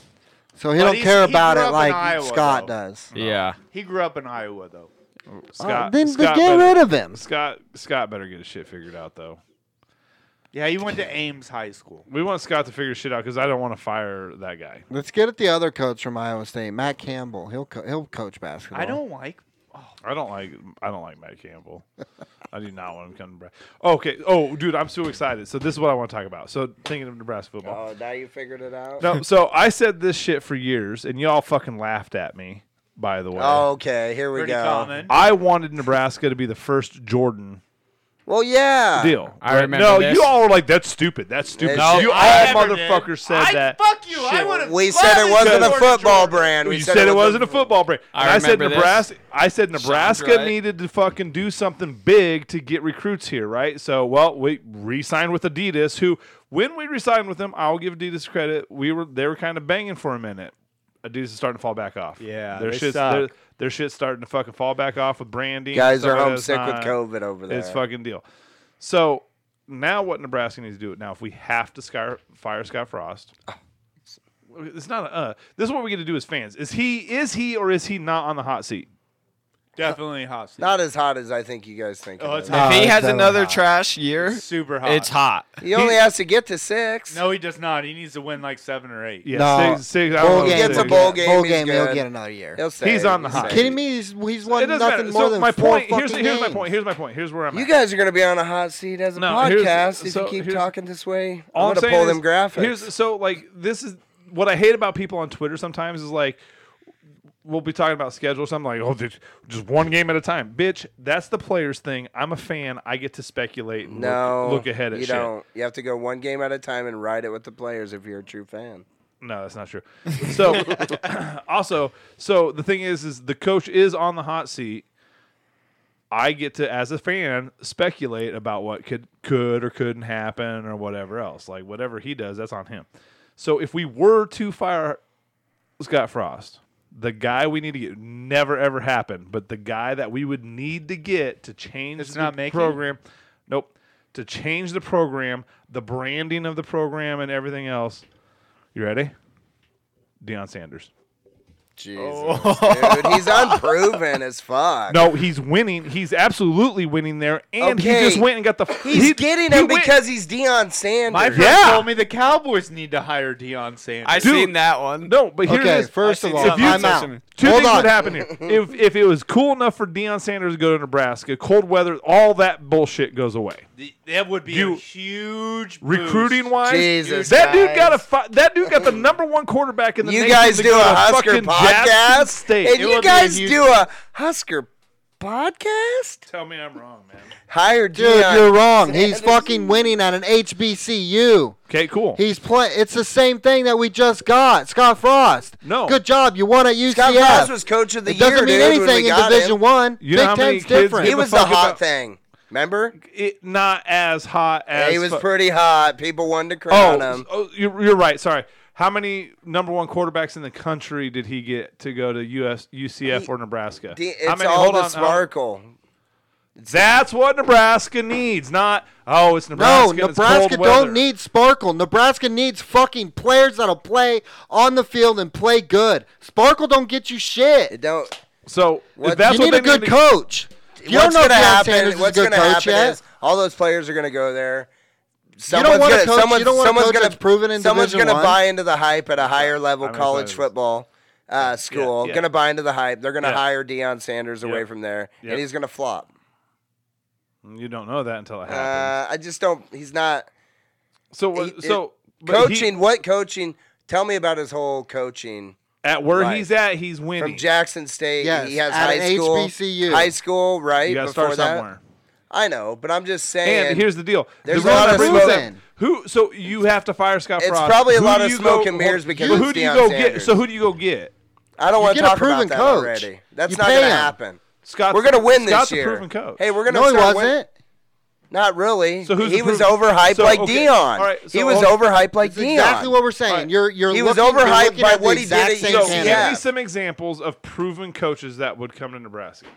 [SPEAKER 2] So he
[SPEAKER 5] But
[SPEAKER 2] don't
[SPEAKER 5] he's-
[SPEAKER 2] care
[SPEAKER 5] he
[SPEAKER 2] about
[SPEAKER 5] grew up
[SPEAKER 2] it
[SPEAKER 5] in
[SPEAKER 2] like
[SPEAKER 5] Iowa,
[SPEAKER 2] Scott
[SPEAKER 5] though.
[SPEAKER 2] does.
[SPEAKER 6] Yeah.
[SPEAKER 5] He grew up in Iowa, though.
[SPEAKER 4] Scott,
[SPEAKER 2] Oh, then just
[SPEAKER 4] Scott
[SPEAKER 2] get
[SPEAKER 4] better,
[SPEAKER 2] rid of him.
[SPEAKER 4] Scott Scott better get his shit figured out though.
[SPEAKER 5] Yeah, he went to Ames High School.
[SPEAKER 4] We want Scott to figure shit out because I don't want to fire that guy.
[SPEAKER 2] Let's get at the other coach from Iowa State, Matt Campbell. He'll co- he'll coach basketball.
[SPEAKER 5] I don't like.
[SPEAKER 4] I don't like I don't like Matt Campbell. I do not want him coming back. Okay. Oh, dude, I'm so excited. So this is what I want to talk about. So thinking of Nebraska football.
[SPEAKER 3] Oh, now you figured it out.
[SPEAKER 4] No, so I said this shit for years, and y'all fucking laughed at me. By the way,
[SPEAKER 3] Oh, Okay, here we
[SPEAKER 5] Pretty
[SPEAKER 3] go.
[SPEAKER 5] common.
[SPEAKER 4] I wanted Nebraska to be the first Jordan
[SPEAKER 3] Well, yeah.
[SPEAKER 4] deal.
[SPEAKER 6] I
[SPEAKER 4] Right?
[SPEAKER 6] remember
[SPEAKER 4] No,
[SPEAKER 6] this.
[SPEAKER 4] you all were like, "That's stupid. That's stupid."
[SPEAKER 3] No,
[SPEAKER 4] you all
[SPEAKER 3] I
[SPEAKER 5] never did.
[SPEAKER 4] motherfuckers said
[SPEAKER 5] I,
[SPEAKER 4] that.
[SPEAKER 5] Fuck you. I would have.
[SPEAKER 3] We said it wasn't a football brand. We
[SPEAKER 4] you said, it wasn't a football break.
[SPEAKER 6] I
[SPEAKER 4] And I, said
[SPEAKER 6] remember this.
[SPEAKER 4] Nebraska. I said Nebraska
[SPEAKER 6] right.
[SPEAKER 4] needed to fucking do something big to get recruits here, right? So, well, we re-signed with Adidas, who when we re-signed with them, I'll give Adidas credit. We were they were kind of banging for a minute. Adidas is starting to fall back off.
[SPEAKER 5] Yeah,
[SPEAKER 4] their
[SPEAKER 5] they
[SPEAKER 4] shit's
[SPEAKER 5] suck.
[SPEAKER 4] their, their shit's starting to fucking fall back off with branding.
[SPEAKER 3] Guys
[SPEAKER 4] Some
[SPEAKER 3] are
[SPEAKER 4] of it is
[SPEAKER 3] homesick with
[SPEAKER 4] not-
[SPEAKER 3] COVID over there.
[SPEAKER 4] It's fucking deal. So now what Nebraska needs to do it now if we have to scar- fire Scott Frost. It's not a, uh, this is what we get to do as fans. Is he is he or is he not on the hot seat?
[SPEAKER 5] Definitely hot.
[SPEAKER 3] Not as hot as I think you guys think.
[SPEAKER 5] Oh,
[SPEAKER 3] it
[SPEAKER 5] it's
[SPEAKER 3] is.
[SPEAKER 2] No,
[SPEAKER 6] if he
[SPEAKER 2] Ah, it's
[SPEAKER 6] has
[SPEAKER 2] totally
[SPEAKER 6] another
[SPEAKER 2] not.
[SPEAKER 6] trash year,
[SPEAKER 5] super hot.
[SPEAKER 6] it's hot.
[SPEAKER 3] He only has to get to six.
[SPEAKER 5] No, he does not. He needs to win like seven or eight.
[SPEAKER 4] Yeah,
[SPEAKER 2] No.
[SPEAKER 4] six, six, I don't
[SPEAKER 2] Bowl
[SPEAKER 4] know,
[SPEAKER 2] game,
[SPEAKER 3] gets
[SPEAKER 4] six.
[SPEAKER 3] a bowl game,
[SPEAKER 2] Bowl
[SPEAKER 3] he's
[SPEAKER 2] game,
[SPEAKER 3] good.
[SPEAKER 2] he'll get another year.
[SPEAKER 3] He'll stay.
[SPEAKER 4] He's on the
[SPEAKER 3] He's
[SPEAKER 4] hot
[SPEAKER 3] safe.
[SPEAKER 2] Kidding me? He's, he's
[SPEAKER 4] It
[SPEAKER 2] won
[SPEAKER 4] doesn't
[SPEAKER 2] nothing
[SPEAKER 4] matter.
[SPEAKER 2] more
[SPEAKER 4] so
[SPEAKER 2] than
[SPEAKER 4] my
[SPEAKER 2] four
[SPEAKER 4] point. Here's,
[SPEAKER 2] fucking
[SPEAKER 4] here's my
[SPEAKER 2] games.
[SPEAKER 4] point. Here's my point. Here's where I'm
[SPEAKER 3] You
[SPEAKER 4] at.
[SPEAKER 3] guys are gonna be on a hot seat as a
[SPEAKER 4] No, here's-
[SPEAKER 3] podcast if
[SPEAKER 4] so
[SPEAKER 3] you keep
[SPEAKER 4] here's-
[SPEAKER 3] talking this way.
[SPEAKER 4] All
[SPEAKER 3] I'm
[SPEAKER 4] I'm
[SPEAKER 3] gonna
[SPEAKER 4] saying
[SPEAKER 3] pull
[SPEAKER 4] is-
[SPEAKER 3] them graphics.
[SPEAKER 4] Here's so like this is what I hate about people on Twitter sometimes is like we'll be talking about schedule or something like oh dude, just one game at a time. Bitch, that's the players thing. I'm a fan. I get to speculate and
[SPEAKER 3] no,
[SPEAKER 4] look, look ahead at
[SPEAKER 3] you
[SPEAKER 4] shit.
[SPEAKER 3] don't. You have to go one game at a time and ride it with the players if you're a true fan.
[SPEAKER 4] No, that's not true. So also, so the thing is is the coach is on the hot seat. I get to as a fan speculate about what could could or couldn't happen or whatever else. Like whatever he does, that's on him. So if we were to fire Scott Frost, the guy we need to get never ever happened, but the guy that we would need to get to change
[SPEAKER 5] It's
[SPEAKER 4] the
[SPEAKER 5] not making?
[SPEAKER 4] program. Nope. To change the program, the branding of the program and everything else. You ready? Deion Sanders.
[SPEAKER 3] Jesus, dude, he's unproven as fuck.
[SPEAKER 4] Oh. No, he's winning. He's absolutely winning there, and
[SPEAKER 3] Okay.
[SPEAKER 4] he just went and got the.
[SPEAKER 3] he's
[SPEAKER 4] he-
[SPEAKER 3] getting
[SPEAKER 4] he
[SPEAKER 3] him
[SPEAKER 4] went-
[SPEAKER 3] because he's Deion Sanders.
[SPEAKER 8] My friend
[SPEAKER 4] Yeah.
[SPEAKER 8] told me the Cowboys need to hire Deion Sanders.
[SPEAKER 7] I
[SPEAKER 4] Dude.
[SPEAKER 7] seen that one.
[SPEAKER 4] No, but here
[SPEAKER 2] okay,
[SPEAKER 4] it is.
[SPEAKER 2] first
[SPEAKER 7] I
[SPEAKER 2] of
[SPEAKER 7] see
[SPEAKER 2] all,
[SPEAKER 4] something.
[SPEAKER 2] I'm out.
[SPEAKER 4] Two
[SPEAKER 2] Hold
[SPEAKER 4] things
[SPEAKER 2] on.
[SPEAKER 4] would happen here. If if it was cool enough for Deion Sanders to go to Nebraska, cold weather, all that bullshit goes away.
[SPEAKER 8] Th- that would be
[SPEAKER 4] You-
[SPEAKER 8] a huge boost.
[SPEAKER 4] Recruiting wise,
[SPEAKER 3] Jesus,
[SPEAKER 4] that dude
[SPEAKER 3] guys.
[SPEAKER 4] got a fi- that dude got the number one quarterback in the
[SPEAKER 3] you
[SPEAKER 4] nation
[SPEAKER 3] guys
[SPEAKER 4] to
[SPEAKER 3] do
[SPEAKER 4] go
[SPEAKER 3] a
[SPEAKER 4] to
[SPEAKER 3] Husker
[SPEAKER 4] fucking Jackson
[SPEAKER 3] podcast,
[SPEAKER 4] State.
[SPEAKER 3] and
[SPEAKER 4] It
[SPEAKER 3] you
[SPEAKER 4] would be a
[SPEAKER 3] guys
[SPEAKER 4] huge-
[SPEAKER 3] do a Husker podcast.
[SPEAKER 4] Tell me I'm wrong, man.
[SPEAKER 3] Hire Deion.
[SPEAKER 2] Dude, you're wrong.
[SPEAKER 3] Sanders.
[SPEAKER 2] He's fucking winning at an HBCU.
[SPEAKER 4] Okay, cool.
[SPEAKER 2] He's playing. It's the same thing that we just got. Scott Frost.
[SPEAKER 4] No.
[SPEAKER 2] Good job. You won at UCF.
[SPEAKER 3] Scott Frost was coach of the
[SPEAKER 2] it
[SPEAKER 3] year.
[SPEAKER 2] doesn't mean
[SPEAKER 3] dude, when we
[SPEAKER 2] anything in
[SPEAKER 3] got
[SPEAKER 2] Division
[SPEAKER 3] him.
[SPEAKER 2] One.
[SPEAKER 4] You know
[SPEAKER 2] Big
[SPEAKER 4] how many
[SPEAKER 2] Ten's
[SPEAKER 4] kids
[SPEAKER 2] different.
[SPEAKER 4] get
[SPEAKER 3] He was the
[SPEAKER 4] fuck
[SPEAKER 3] hot
[SPEAKER 4] about-
[SPEAKER 3] thing. Remember?
[SPEAKER 4] It, not as hot as
[SPEAKER 3] he was
[SPEAKER 4] fu-
[SPEAKER 3] pretty hot. People wanted to
[SPEAKER 4] Oh,
[SPEAKER 3] crown him.
[SPEAKER 4] oh, you're, you're right. Sorry. How many number one quarterbacks in the country did he get to go to US, UCF or Nebraska?
[SPEAKER 3] De-
[SPEAKER 4] How
[SPEAKER 3] It's
[SPEAKER 4] many-
[SPEAKER 3] all
[SPEAKER 4] hold
[SPEAKER 3] the
[SPEAKER 4] on, um, hold on.
[SPEAKER 3] sparkle.
[SPEAKER 4] That's what Nebraska needs. Not oh, it's
[SPEAKER 2] No,
[SPEAKER 4] Nebraska. and it's cold
[SPEAKER 2] Nebraska
[SPEAKER 4] weather."
[SPEAKER 2] don't need sparkle. Nebraska needs fucking players that'll play on the field and play good. Sparkle don't get you shit.
[SPEAKER 3] It don't.
[SPEAKER 4] So if
[SPEAKER 3] What-
[SPEAKER 4] that's
[SPEAKER 2] you
[SPEAKER 4] what
[SPEAKER 2] need a
[SPEAKER 4] they
[SPEAKER 2] good
[SPEAKER 4] need to-
[SPEAKER 2] coach. If You
[SPEAKER 3] what's
[SPEAKER 2] don't know
[SPEAKER 3] going to
[SPEAKER 2] Deion
[SPEAKER 3] happen?
[SPEAKER 2] Sanders is
[SPEAKER 3] what's
[SPEAKER 2] a good
[SPEAKER 3] gonna
[SPEAKER 2] coach
[SPEAKER 3] happen
[SPEAKER 2] yet.
[SPEAKER 3] is all those players are going to go there.
[SPEAKER 2] don't want a
[SPEAKER 3] gonna-
[SPEAKER 2] coach- you don't want a coach
[SPEAKER 3] gonna-
[SPEAKER 2] that's proven in
[SPEAKER 3] Someone's
[SPEAKER 2] Division
[SPEAKER 3] gonna
[SPEAKER 2] One.
[SPEAKER 3] buy into the hype at a higher level
[SPEAKER 4] I'm
[SPEAKER 3] college
[SPEAKER 4] excited.
[SPEAKER 3] football uh, school.
[SPEAKER 4] yeah.
[SPEAKER 3] Going to buy into the hype. They're going to
[SPEAKER 4] Yeah.
[SPEAKER 3] hire Deion Sanders away
[SPEAKER 4] Yep.
[SPEAKER 3] from there,
[SPEAKER 4] Yep.
[SPEAKER 3] and he's going to flop.
[SPEAKER 4] Mm, You don't know that until it happens.
[SPEAKER 3] Uh, I just don't. He's not
[SPEAKER 4] so what-
[SPEAKER 3] he-
[SPEAKER 4] so but he-
[SPEAKER 3] coaching. what coaching? Tell me about his whole coaching.
[SPEAKER 4] at where
[SPEAKER 3] Right.
[SPEAKER 4] he's at, he's
[SPEAKER 3] From
[SPEAKER 4] winning.
[SPEAKER 3] Jackson State,
[SPEAKER 2] Yes,
[SPEAKER 3] he has
[SPEAKER 2] at
[SPEAKER 3] high
[SPEAKER 2] an
[SPEAKER 3] school,
[SPEAKER 2] HBCU.
[SPEAKER 3] high school, right?
[SPEAKER 4] you got to
[SPEAKER 3] before
[SPEAKER 4] start
[SPEAKER 3] that.
[SPEAKER 4] somewhere.
[SPEAKER 3] I know, but I'm just saying.
[SPEAKER 4] And, here's the deal. The
[SPEAKER 3] there's
[SPEAKER 4] reason
[SPEAKER 3] a lot
[SPEAKER 4] I
[SPEAKER 3] of
[SPEAKER 4] bring this
[SPEAKER 3] smoke-
[SPEAKER 4] up- Who? So you have to fire Scott
[SPEAKER 3] It's
[SPEAKER 4] Frost.
[SPEAKER 3] probably a
[SPEAKER 4] Who
[SPEAKER 3] lot
[SPEAKER 4] do
[SPEAKER 3] of
[SPEAKER 4] you
[SPEAKER 3] smoke
[SPEAKER 4] go-
[SPEAKER 3] and mirrors
[SPEAKER 4] who-
[SPEAKER 3] because
[SPEAKER 4] who
[SPEAKER 3] it's
[SPEAKER 4] do you
[SPEAKER 3] Deion
[SPEAKER 4] go get?
[SPEAKER 3] Sanders.
[SPEAKER 4] So who do you go get?
[SPEAKER 3] I don't want to
[SPEAKER 2] get a
[SPEAKER 3] talk about
[SPEAKER 2] proven
[SPEAKER 3] that
[SPEAKER 2] coach.
[SPEAKER 3] already. That's
[SPEAKER 2] You
[SPEAKER 3] not
[SPEAKER 2] pay
[SPEAKER 3] going to
[SPEAKER 2] him.
[SPEAKER 3] happen.
[SPEAKER 4] Scott.
[SPEAKER 3] We're going to win
[SPEAKER 4] Scott's
[SPEAKER 3] this year.
[SPEAKER 4] a proven coach.
[SPEAKER 3] Hey, we're going to
[SPEAKER 2] No, he
[SPEAKER 3] start win-
[SPEAKER 2] wasn't.
[SPEAKER 3] Not really.
[SPEAKER 4] So who's
[SPEAKER 3] he
[SPEAKER 4] the
[SPEAKER 3] was
[SPEAKER 4] proven-
[SPEAKER 3] overhyped
[SPEAKER 4] So,
[SPEAKER 3] like
[SPEAKER 4] okay.
[SPEAKER 3] Dion.
[SPEAKER 4] All right,
[SPEAKER 3] he
[SPEAKER 4] so
[SPEAKER 3] was
[SPEAKER 4] hold-
[SPEAKER 3] overhyped like
[SPEAKER 2] That's
[SPEAKER 3] Dion.
[SPEAKER 2] exactly what we're saying.
[SPEAKER 4] Alright.
[SPEAKER 2] You're you're
[SPEAKER 3] He was
[SPEAKER 2] looking, you're
[SPEAKER 3] overhyped
[SPEAKER 2] looking
[SPEAKER 3] by
[SPEAKER 2] at the
[SPEAKER 3] what he did
[SPEAKER 2] exact
[SPEAKER 3] at
[SPEAKER 2] same
[SPEAKER 4] So
[SPEAKER 3] UCF.
[SPEAKER 2] candidate.
[SPEAKER 4] give
[SPEAKER 3] Yeah.
[SPEAKER 4] me some examples of proven coaches that would come to Nebraska.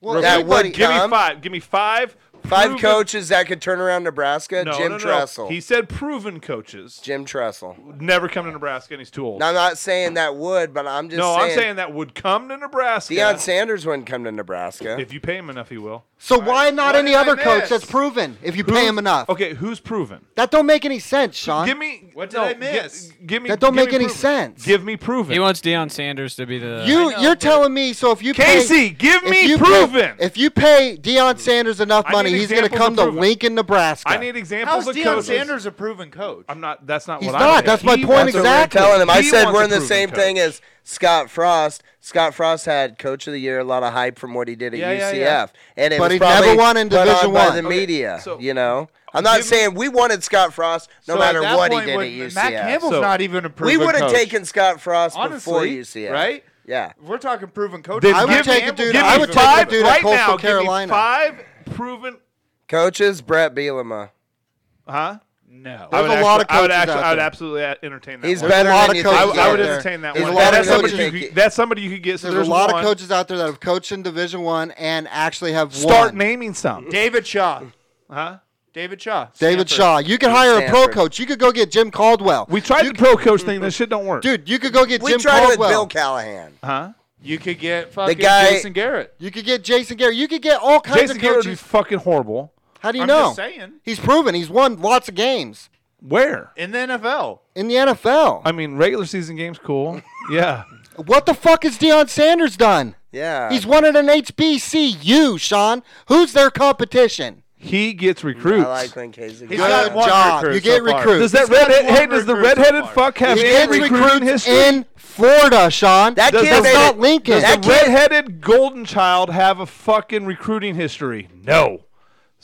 [SPEAKER 2] Well,
[SPEAKER 3] That
[SPEAKER 2] you-
[SPEAKER 3] would
[SPEAKER 2] but-
[SPEAKER 4] Give me
[SPEAKER 3] come.
[SPEAKER 4] five. Give me five.
[SPEAKER 3] Five
[SPEAKER 4] proven-
[SPEAKER 3] coaches that could turn around Nebraska.
[SPEAKER 4] No,
[SPEAKER 3] Jim
[SPEAKER 4] no, no.
[SPEAKER 3] Tressel.
[SPEAKER 4] He said proven coaches
[SPEAKER 3] Jim Tressel.
[SPEAKER 4] would never come to Nebraska, and he's too old.
[SPEAKER 3] Now, I'm not saying that would, but I'm just
[SPEAKER 4] no,
[SPEAKER 3] saying,
[SPEAKER 4] I'm saying that would come to Nebraska.
[SPEAKER 3] Deion Sanders wouldn't come to Nebraska.
[SPEAKER 4] If you pay him enough, he will.
[SPEAKER 2] So why not
[SPEAKER 8] What
[SPEAKER 2] any
[SPEAKER 8] did I
[SPEAKER 2] other coach
[SPEAKER 8] miss?
[SPEAKER 2] that's proven if you pay him enough?
[SPEAKER 4] Okay, who's proven?
[SPEAKER 2] That don't make any sense, Sean.
[SPEAKER 4] Give me.
[SPEAKER 8] What did
[SPEAKER 4] no,
[SPEAKER 8] I
[SPEAKER 4] gi-
[SPEAKER 8] miss?
[SPEAKER 4] give me.
[SPEAKER 2] That don't
[SPEAKER 4] give
[SPEAKER 2] make
[SPEAKER 4] me
[SPEAKER 2] any
[SPEAKER 4] proven.
[SPEAKER 2] sense.
[SPEAKER 4] Give me proven.
[SPEAKER 6] He wants Deion Sanders to be the.
[SPEAKER 2] you you're telling me so if you
[SPEAKER 4] Casey,
[SPEAKER 2] pay,
[SPEAKER 4] give
[SPEAKER 2] if
[SPEAKER 4] me
[SPEAKER 2] you pay-
[SPEAKER 4] proven.
[SPEAKER 2] if you pay Deion Sanders enough
[SPEAKER 4] I
[SPEAKER 2] money,
[SPEAKER 4] need
[SPEAKER 2] he's going to
[SPEAKER 4] examples
[SPEAKER 2] come
[SPEAKER 4] of
[SPEAKER 2] to
[SPEAKER 4] proven.
[SPEAKER 2] Lincoln, Nebraska.
[SPEAKER 4] I need examples
[SPEAKER 8] How's
[SPEAKER 4] of
[SPEAKER 8] Deion
[SPEAKER 4] coaches.
[SPEAKER 8] Sanders a proven coach?
[SPEAKER 4] I'm not. That's not
[SPEAKER 2] He's
[SPEAKER 4] what I'm.
[SPEAKER 2] not.
[SPEAKER 4] saying.
[SPEAKER 2] That's my
[SPEAKER 4] He
[SPEAKER 2] point
[SPEAKER 4] wants a-
[SPEAKER 2] exactly.
[SPEAKER 3] telling him. I
[SPEAKER 4] He
[SPEAKER 3] said
[SPEAKER 4] wants
[SPEAKER 3] we're
[SPEAKER 4] a
[SPEAKER 3] in the
[SPEAKER 4] proven
[SPEAKER 3] same
[SPEAKER 4] coach.
[SPEAKER 3] thing as Scott Frost. Scott Frost had Coach of the Year, a lot of hype from what he did at
[SPEAKER 4] Yeah, yeah,
[SPEAKER 3] UCF,
[SPEAKER 4] yeah.
[SPEAKER 3] and it
[SPEAKER 2] But
[SPEAKER 3] was
[SPEAKER 2] he
[SPEAKER 3] probably
[SPEAKER 2] never won in
[SPEAKER 3] put on
[SPEAKER 2] Division
[SPEAKER 3] by
[SPEAKER 2] One.
[SPEAKER 3] the
[SPEAKER 2] Okay,
[SPEAKER 3] media.
[SPEAKER 4] so
[SPEAKER 3] you know, I'm not
[SPEAKER 4] give me-
[SPEAKER 3] saying we wanted Scott Frost no
[SPEAKER 8] So
[SPEAKER 3] matter
[SPEAKER 8] at that
[SPEAKER 3] what he
[SPEAKER 8] point,
[SPEAKER 3] did at
[SPEAKER 8] when-
[SPEAKER 3] UCF.
[SPEAKER 8] Matt Campbell's
[SPEAKER 4] So-
[SPEAKER 8] not even a proven
[SPEAKER 3] we would have
[SPEAKER 8] coach.
[SPEAKER 3] taken Scott Frost before
[SPEAKER 8] honestly
[SPEAKER 3] UCF,
[SPEAKER 8] right?
[SPEAKER 3] Yeah.
[SPEAKER 8] We're talking proven coach.
[SPEAKER 4] Then
[SPEAKER 2] I would
[SPEAKER 4] give
[SPEAKER 2] take
[SPEAKER 4] me,
[SPEAKER 2] a dude-
[SPEAKER 4] Give
[SPEAKER 2] I
[SPEAKER 4] me
[SPEAKER 2] would take a
[SPEAKER 4] five
[SPEAKER 2] dude at
[SPEAKER 4] right
[SPEAKER 2] Coastal
[SPEAKER 4] now. Give me
[SPEAKER 2] Carolina.
[SPEAKER 4] five proven.
[SPEAKER 3] Coaches Brett Bielema.
[SPEAKER 4] Huh?
[SPEAKER 8] no.
[SPEAKER 4] I would
[SPEAKER 2] a lot of
[SPEAKER 4] actually- I would,
[SPEAKER 2] coaches
[SPEAKER 4] actually,
[SPEAKER 2] out
[SPEAKER 4] I would
[SPEAKER 2] there.
[SPEAKER 4] absolutely a- entertain that.
[SPEAKER 3] He's
[SPEAKER 4] one.
[SPEAKER 3] better
[SPEAKER 2] a lot
[SPEAKER 3] than
[SPEAKER 2] of
[SPEAKER 3] you
[SPEAKER 2] coaches
[SPEAKER 4] I,
[SPEAKER 3] think
[SPEAKER 4] would-
[SPEAKER 3] he
[SPEAKER 4] I
[SPEAKER 2] out
[SPEAKER 4] would
[SPEAKER 3] is.
[SPEAKER 2] there.
[SPEAKER 4] entertain that
[SPEAKER 2] There's
[SPEAKER 4] one.
[SPEAKER 2] a lot
[SPEAKER 4] That's
[SPEAKER 2] of
[SPEAKER 4] somebody, you
[SPEAKER 3] coaches-
[SPEAKER 4] could, that's somebody you could get. So
[SPEAKER 2] There's, a lot
[SPEAKER 4] one.
[SPEAKER 2] of coaches out there that have coached in Division One and actually have
[SPEAKER 4] Start
[SPEAKER 2] won.
[SPEAKER 4] naming some.
[SPEAKER 8] David Shaw.
[SPEAKER 4] Huh?
[SPEAKER 8] David Shaw.
[SPEAKER 2] David
[SPEAKER 8] Stanford.
[SPEAKER 2] Shaw. You could hire a pro
[SPEAKER 3] Stanford.
[SPEAKER 2] coach. You could go get Jim Caldwell.
[SPEAKER 4] We tried the pro coach thing. That shit don't work.
[SPEAKER 2] dude, you could go get
[SPEAKER 3] We
[SPEAKER 2] Jim
[SPEAKER 3] tried with
[SPEAKER 2] Caldwell.
[SPEAKER 3] Bill Callahan.
[SPEAKER 4] Huh?
[SPEAKER 8] You could get fucking
[SPEAKER 3] guy-
[SPEAKER 8] Jason Garrett.
[SPEAKER 2] you could get Jason Garrett. You could get all kinds
[SPEAKER 4] Jason
[SPEAKER 2] of
[SPEAKER 4] Garrett would be
[SPEAKER 2] coaches.
[SPEAKER 4] fucking horrible.
[SPEAKER 2] How do you
[SPEAKER 8] I'm
[SPEAKER 2] know?
[SPEAKER 8] just saying.
[SPEAKER 2] He's proven. He's won lots of games
[SPEAKER 4] Where?
[SPEAKER 8] In the NFL.
[SPEAKER 2] in the NFL.
[SPEAKER 4] I mean, regular season games cool. Yeah.
[SPEAKER 2] what the fuck has Deion Sanders done?
[SPEAKER 3] Yeah.
[SPEAKER 2] He's won at an HBCU, Sean. Who's their competition?
[SPEAKER 4] He gets recruits.
[SPEAKER 3] I like when Casey.
[SPEAKER 8] He's
[SPEAKER 2] Good
[SPEAKER 8] got one
[SPEAKER 2] job.
[SPEAKER 8] recruit
[SPEAKER 2] You get
[SPEAKER 8] so far.
[SPEAKER 2] recruits.
[SPEAKER 4] does that
[SPEAKER 8] got
[SPEAKER 4] red
[SPEAKER 8] one
[SPEAKER 4] hey does the
[SPEAKER 8] recruit so
[SPEAKER 4] redhead
[SPEAKER 8] far.
[SPEAKER 4] fuck have
[SPEAKER 2] he
[SPEAKER 4] any
[SPEAKER 2] gets
[SPEAKER 4] recruiting
[SPEAKER 2] recruits
[SPEAKER 4] history?
[SPEAKER 2] in Florida, Sean.
[SPEAKER 3] That
[SPEAKER 2] Does-
[SPEAKER 3] kid
[SPEAKER 2] that's
[SPEAKER 3] made
[SPEAKER 2] not
[SPEAKER 3] it-
[SPEAKER 2] Lincoln.
[SPEAKER 3] that
[SPEAKER 4] the redheaded golden child have a fucking recruiting history? No.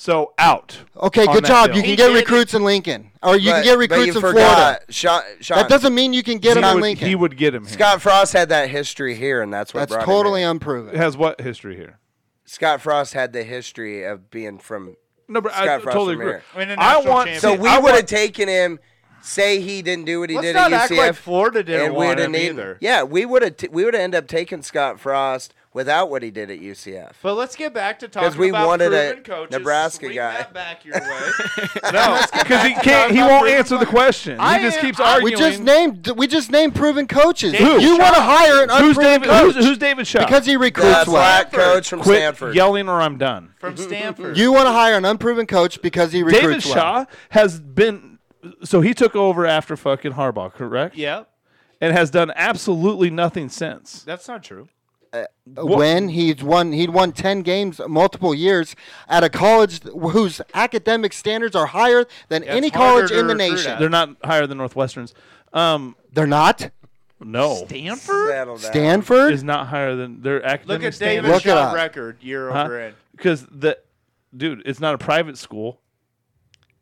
[SPEAKER 4] So out.
[SPEAKER 2] okay,
[SPEAKER 4] on
[SPEAKER 2] good
[SPEAKER 4] that
[SPEAKER 2] job.
[SPEAKER 4] bill.
[SPEAKER 2] You can
[SPEAKER 8] He
[SPEAKER 2] get
[SPEAKER 8] did-
[SPEAKER 2] recruits in Lincoln, or you can
[SPEAKER 3] But-
[SPEAKER 2] get
[SPEAKER 3] but
[SPEAKER 2] recruits
[SPEAKER 3] you
[SPEAKER 2] in Florida.
[SPEAKER 3] forgot. Sean, Sean,
[SPEAKER 2] That doesn't mean you can get
[SPEAKER 4] He
[SPEAKER 2] them on
[SPEAKER 4] would-
[SPEAKER 2] Lincoln.
[SPEAKER 4] He would get him. Here.
[SPEAKER 3] Scott Frost had that history here, and that's what
[SPEAKER 2] that's
[SPEAKER 3] brought
[SPEAKER 2] totally
[SPEAKER 3] him in.
[SPEAKER 2] unproven.
[SPEAKER 4] has what history here?
[SPEAKER 3] Scott Frost had the history of being from.
[SPEAKER 4] No, but I
[SPEAKER 3] Scott Frost
[SPEAKER 4] totally
[SPEAKER 3] from
[SPEAKER 4] agree.
[SPEAKER 3] here.
[SPEAKER 8] Win a
[SPEAKER 4] I
[SPEAKER 8] national
[SPEAKER 4] want
[SPEAKER 8] champion.
[SPEAKER 3] So
[SPEAKER 4] see,
[SPEAKER 3] we
[SPEAKER 4] I
[SPEAKER 3] would have
[SPEAKER 4] want-
[SPEAKER 3] taken him. Say he didn't do what he
[SPEAKER 8] Let's
[SPEAKER 3] did
[SPEAKER 8] not
[SPEAKER 3] at
[SPEAKER 8] act
[SPEAKER 3] UCF.
[SPEAKER 8] like Florida didn't
[SPEAKER 3] and we
[SPEAKER 8] want
[SPEAKER 3] would've
[SPEAKER 8] him
[SPEAKER 3] need-
[SPEAKER 8] either.
[SPEAKER 3] Yeah, we would have. T- we would have ended up taking Scott Frost without what he did at UCF.
[SPEAKER 8] But let's get back to talking
[SPEAKER 3] we
[SPEAKER 8] about
[SPEAKER 3] wanted a
[SPEAKER 8] proven coaches.
[SPEAKER 3] Nebraska
[SPEAKER 8] Swing
[SPEAKER 3] guy.
[SPEAKER 8] That back your way.
[SPEAKER 4] No, because he can't. He won't answer the question. He
[SPEAKER 8] I
[SPEAKER 4] just
[SPEAKER 8] am-
[SPEAKER 4] keeps
[SPEAKER 8] I-
[SPEAKER 4] arguing.
[SPEAKER 2] We just named we just named proven coaches.
[SPEAKER 4] uh, Who?
[SPEAKER 2] You want to hire an
[SPEAKER 4] who's
[SPEAKER 2] unproven
[SPEAKER 4] David?
[SPEAKER 2] coach
[SPEAKER 4] Who's, who's David Shaw?
[SPEAKER 2] because he
[SPEAKER 3] The
[SPEAKER 2] recruits well.
[SPEAKER 3] black coach from
[SPEAKER 4] quit
[SPEAKER 3] Stanford.
[SPEAKER 4] yelling, or I'm done.
[SPEAKER 8] From Stanford.
[SPEAKER 2] You want to hire an unproven coach because he recruits
[SPEAKER 4] David Shaw has been. So he took over after fucking Harbaugh, correct?
[SPEAKER 8] Yep.
[SPEAKER 4] And has done absolutely nothing since.
[SPEAKER 8] That's not true.
[SPEAKER 2] well. When he's won, he'd won ten games multiple years at a college th- whose academic standards are higher than any
[SPEAKER 8] it's harder
[SPEAKER 2] college in
[SPEAKER 8] to
[SPEAKER 2] the
[SPEAKER 8] recruit
[SPEAKER 2] nation.
[SPEAKER 8] at.
[SPEAKER 4] They're not higher than Northwestern's. Um,
[SPEAKER 2] They're not.
[SPEAKER 4] no,
[SPEAKER 8] Stanford?
[SPEAKER 3] Settle down.
[SPEAKER 4] is
[SPEAKER 2] Stanford.
[SPEAKER 4] not higher than their academic
[SPEAKER 8] Look at
[SPEAKER 4] standards.
[SPEAKER 8] David
[SPEAKER 2] Look it
[SPEAKER 8] Shaw's
[SPEAKER 2] up.
[SPEAKER 8] record year over in.
[SPEAKER 4] because the dude, it's not a private school.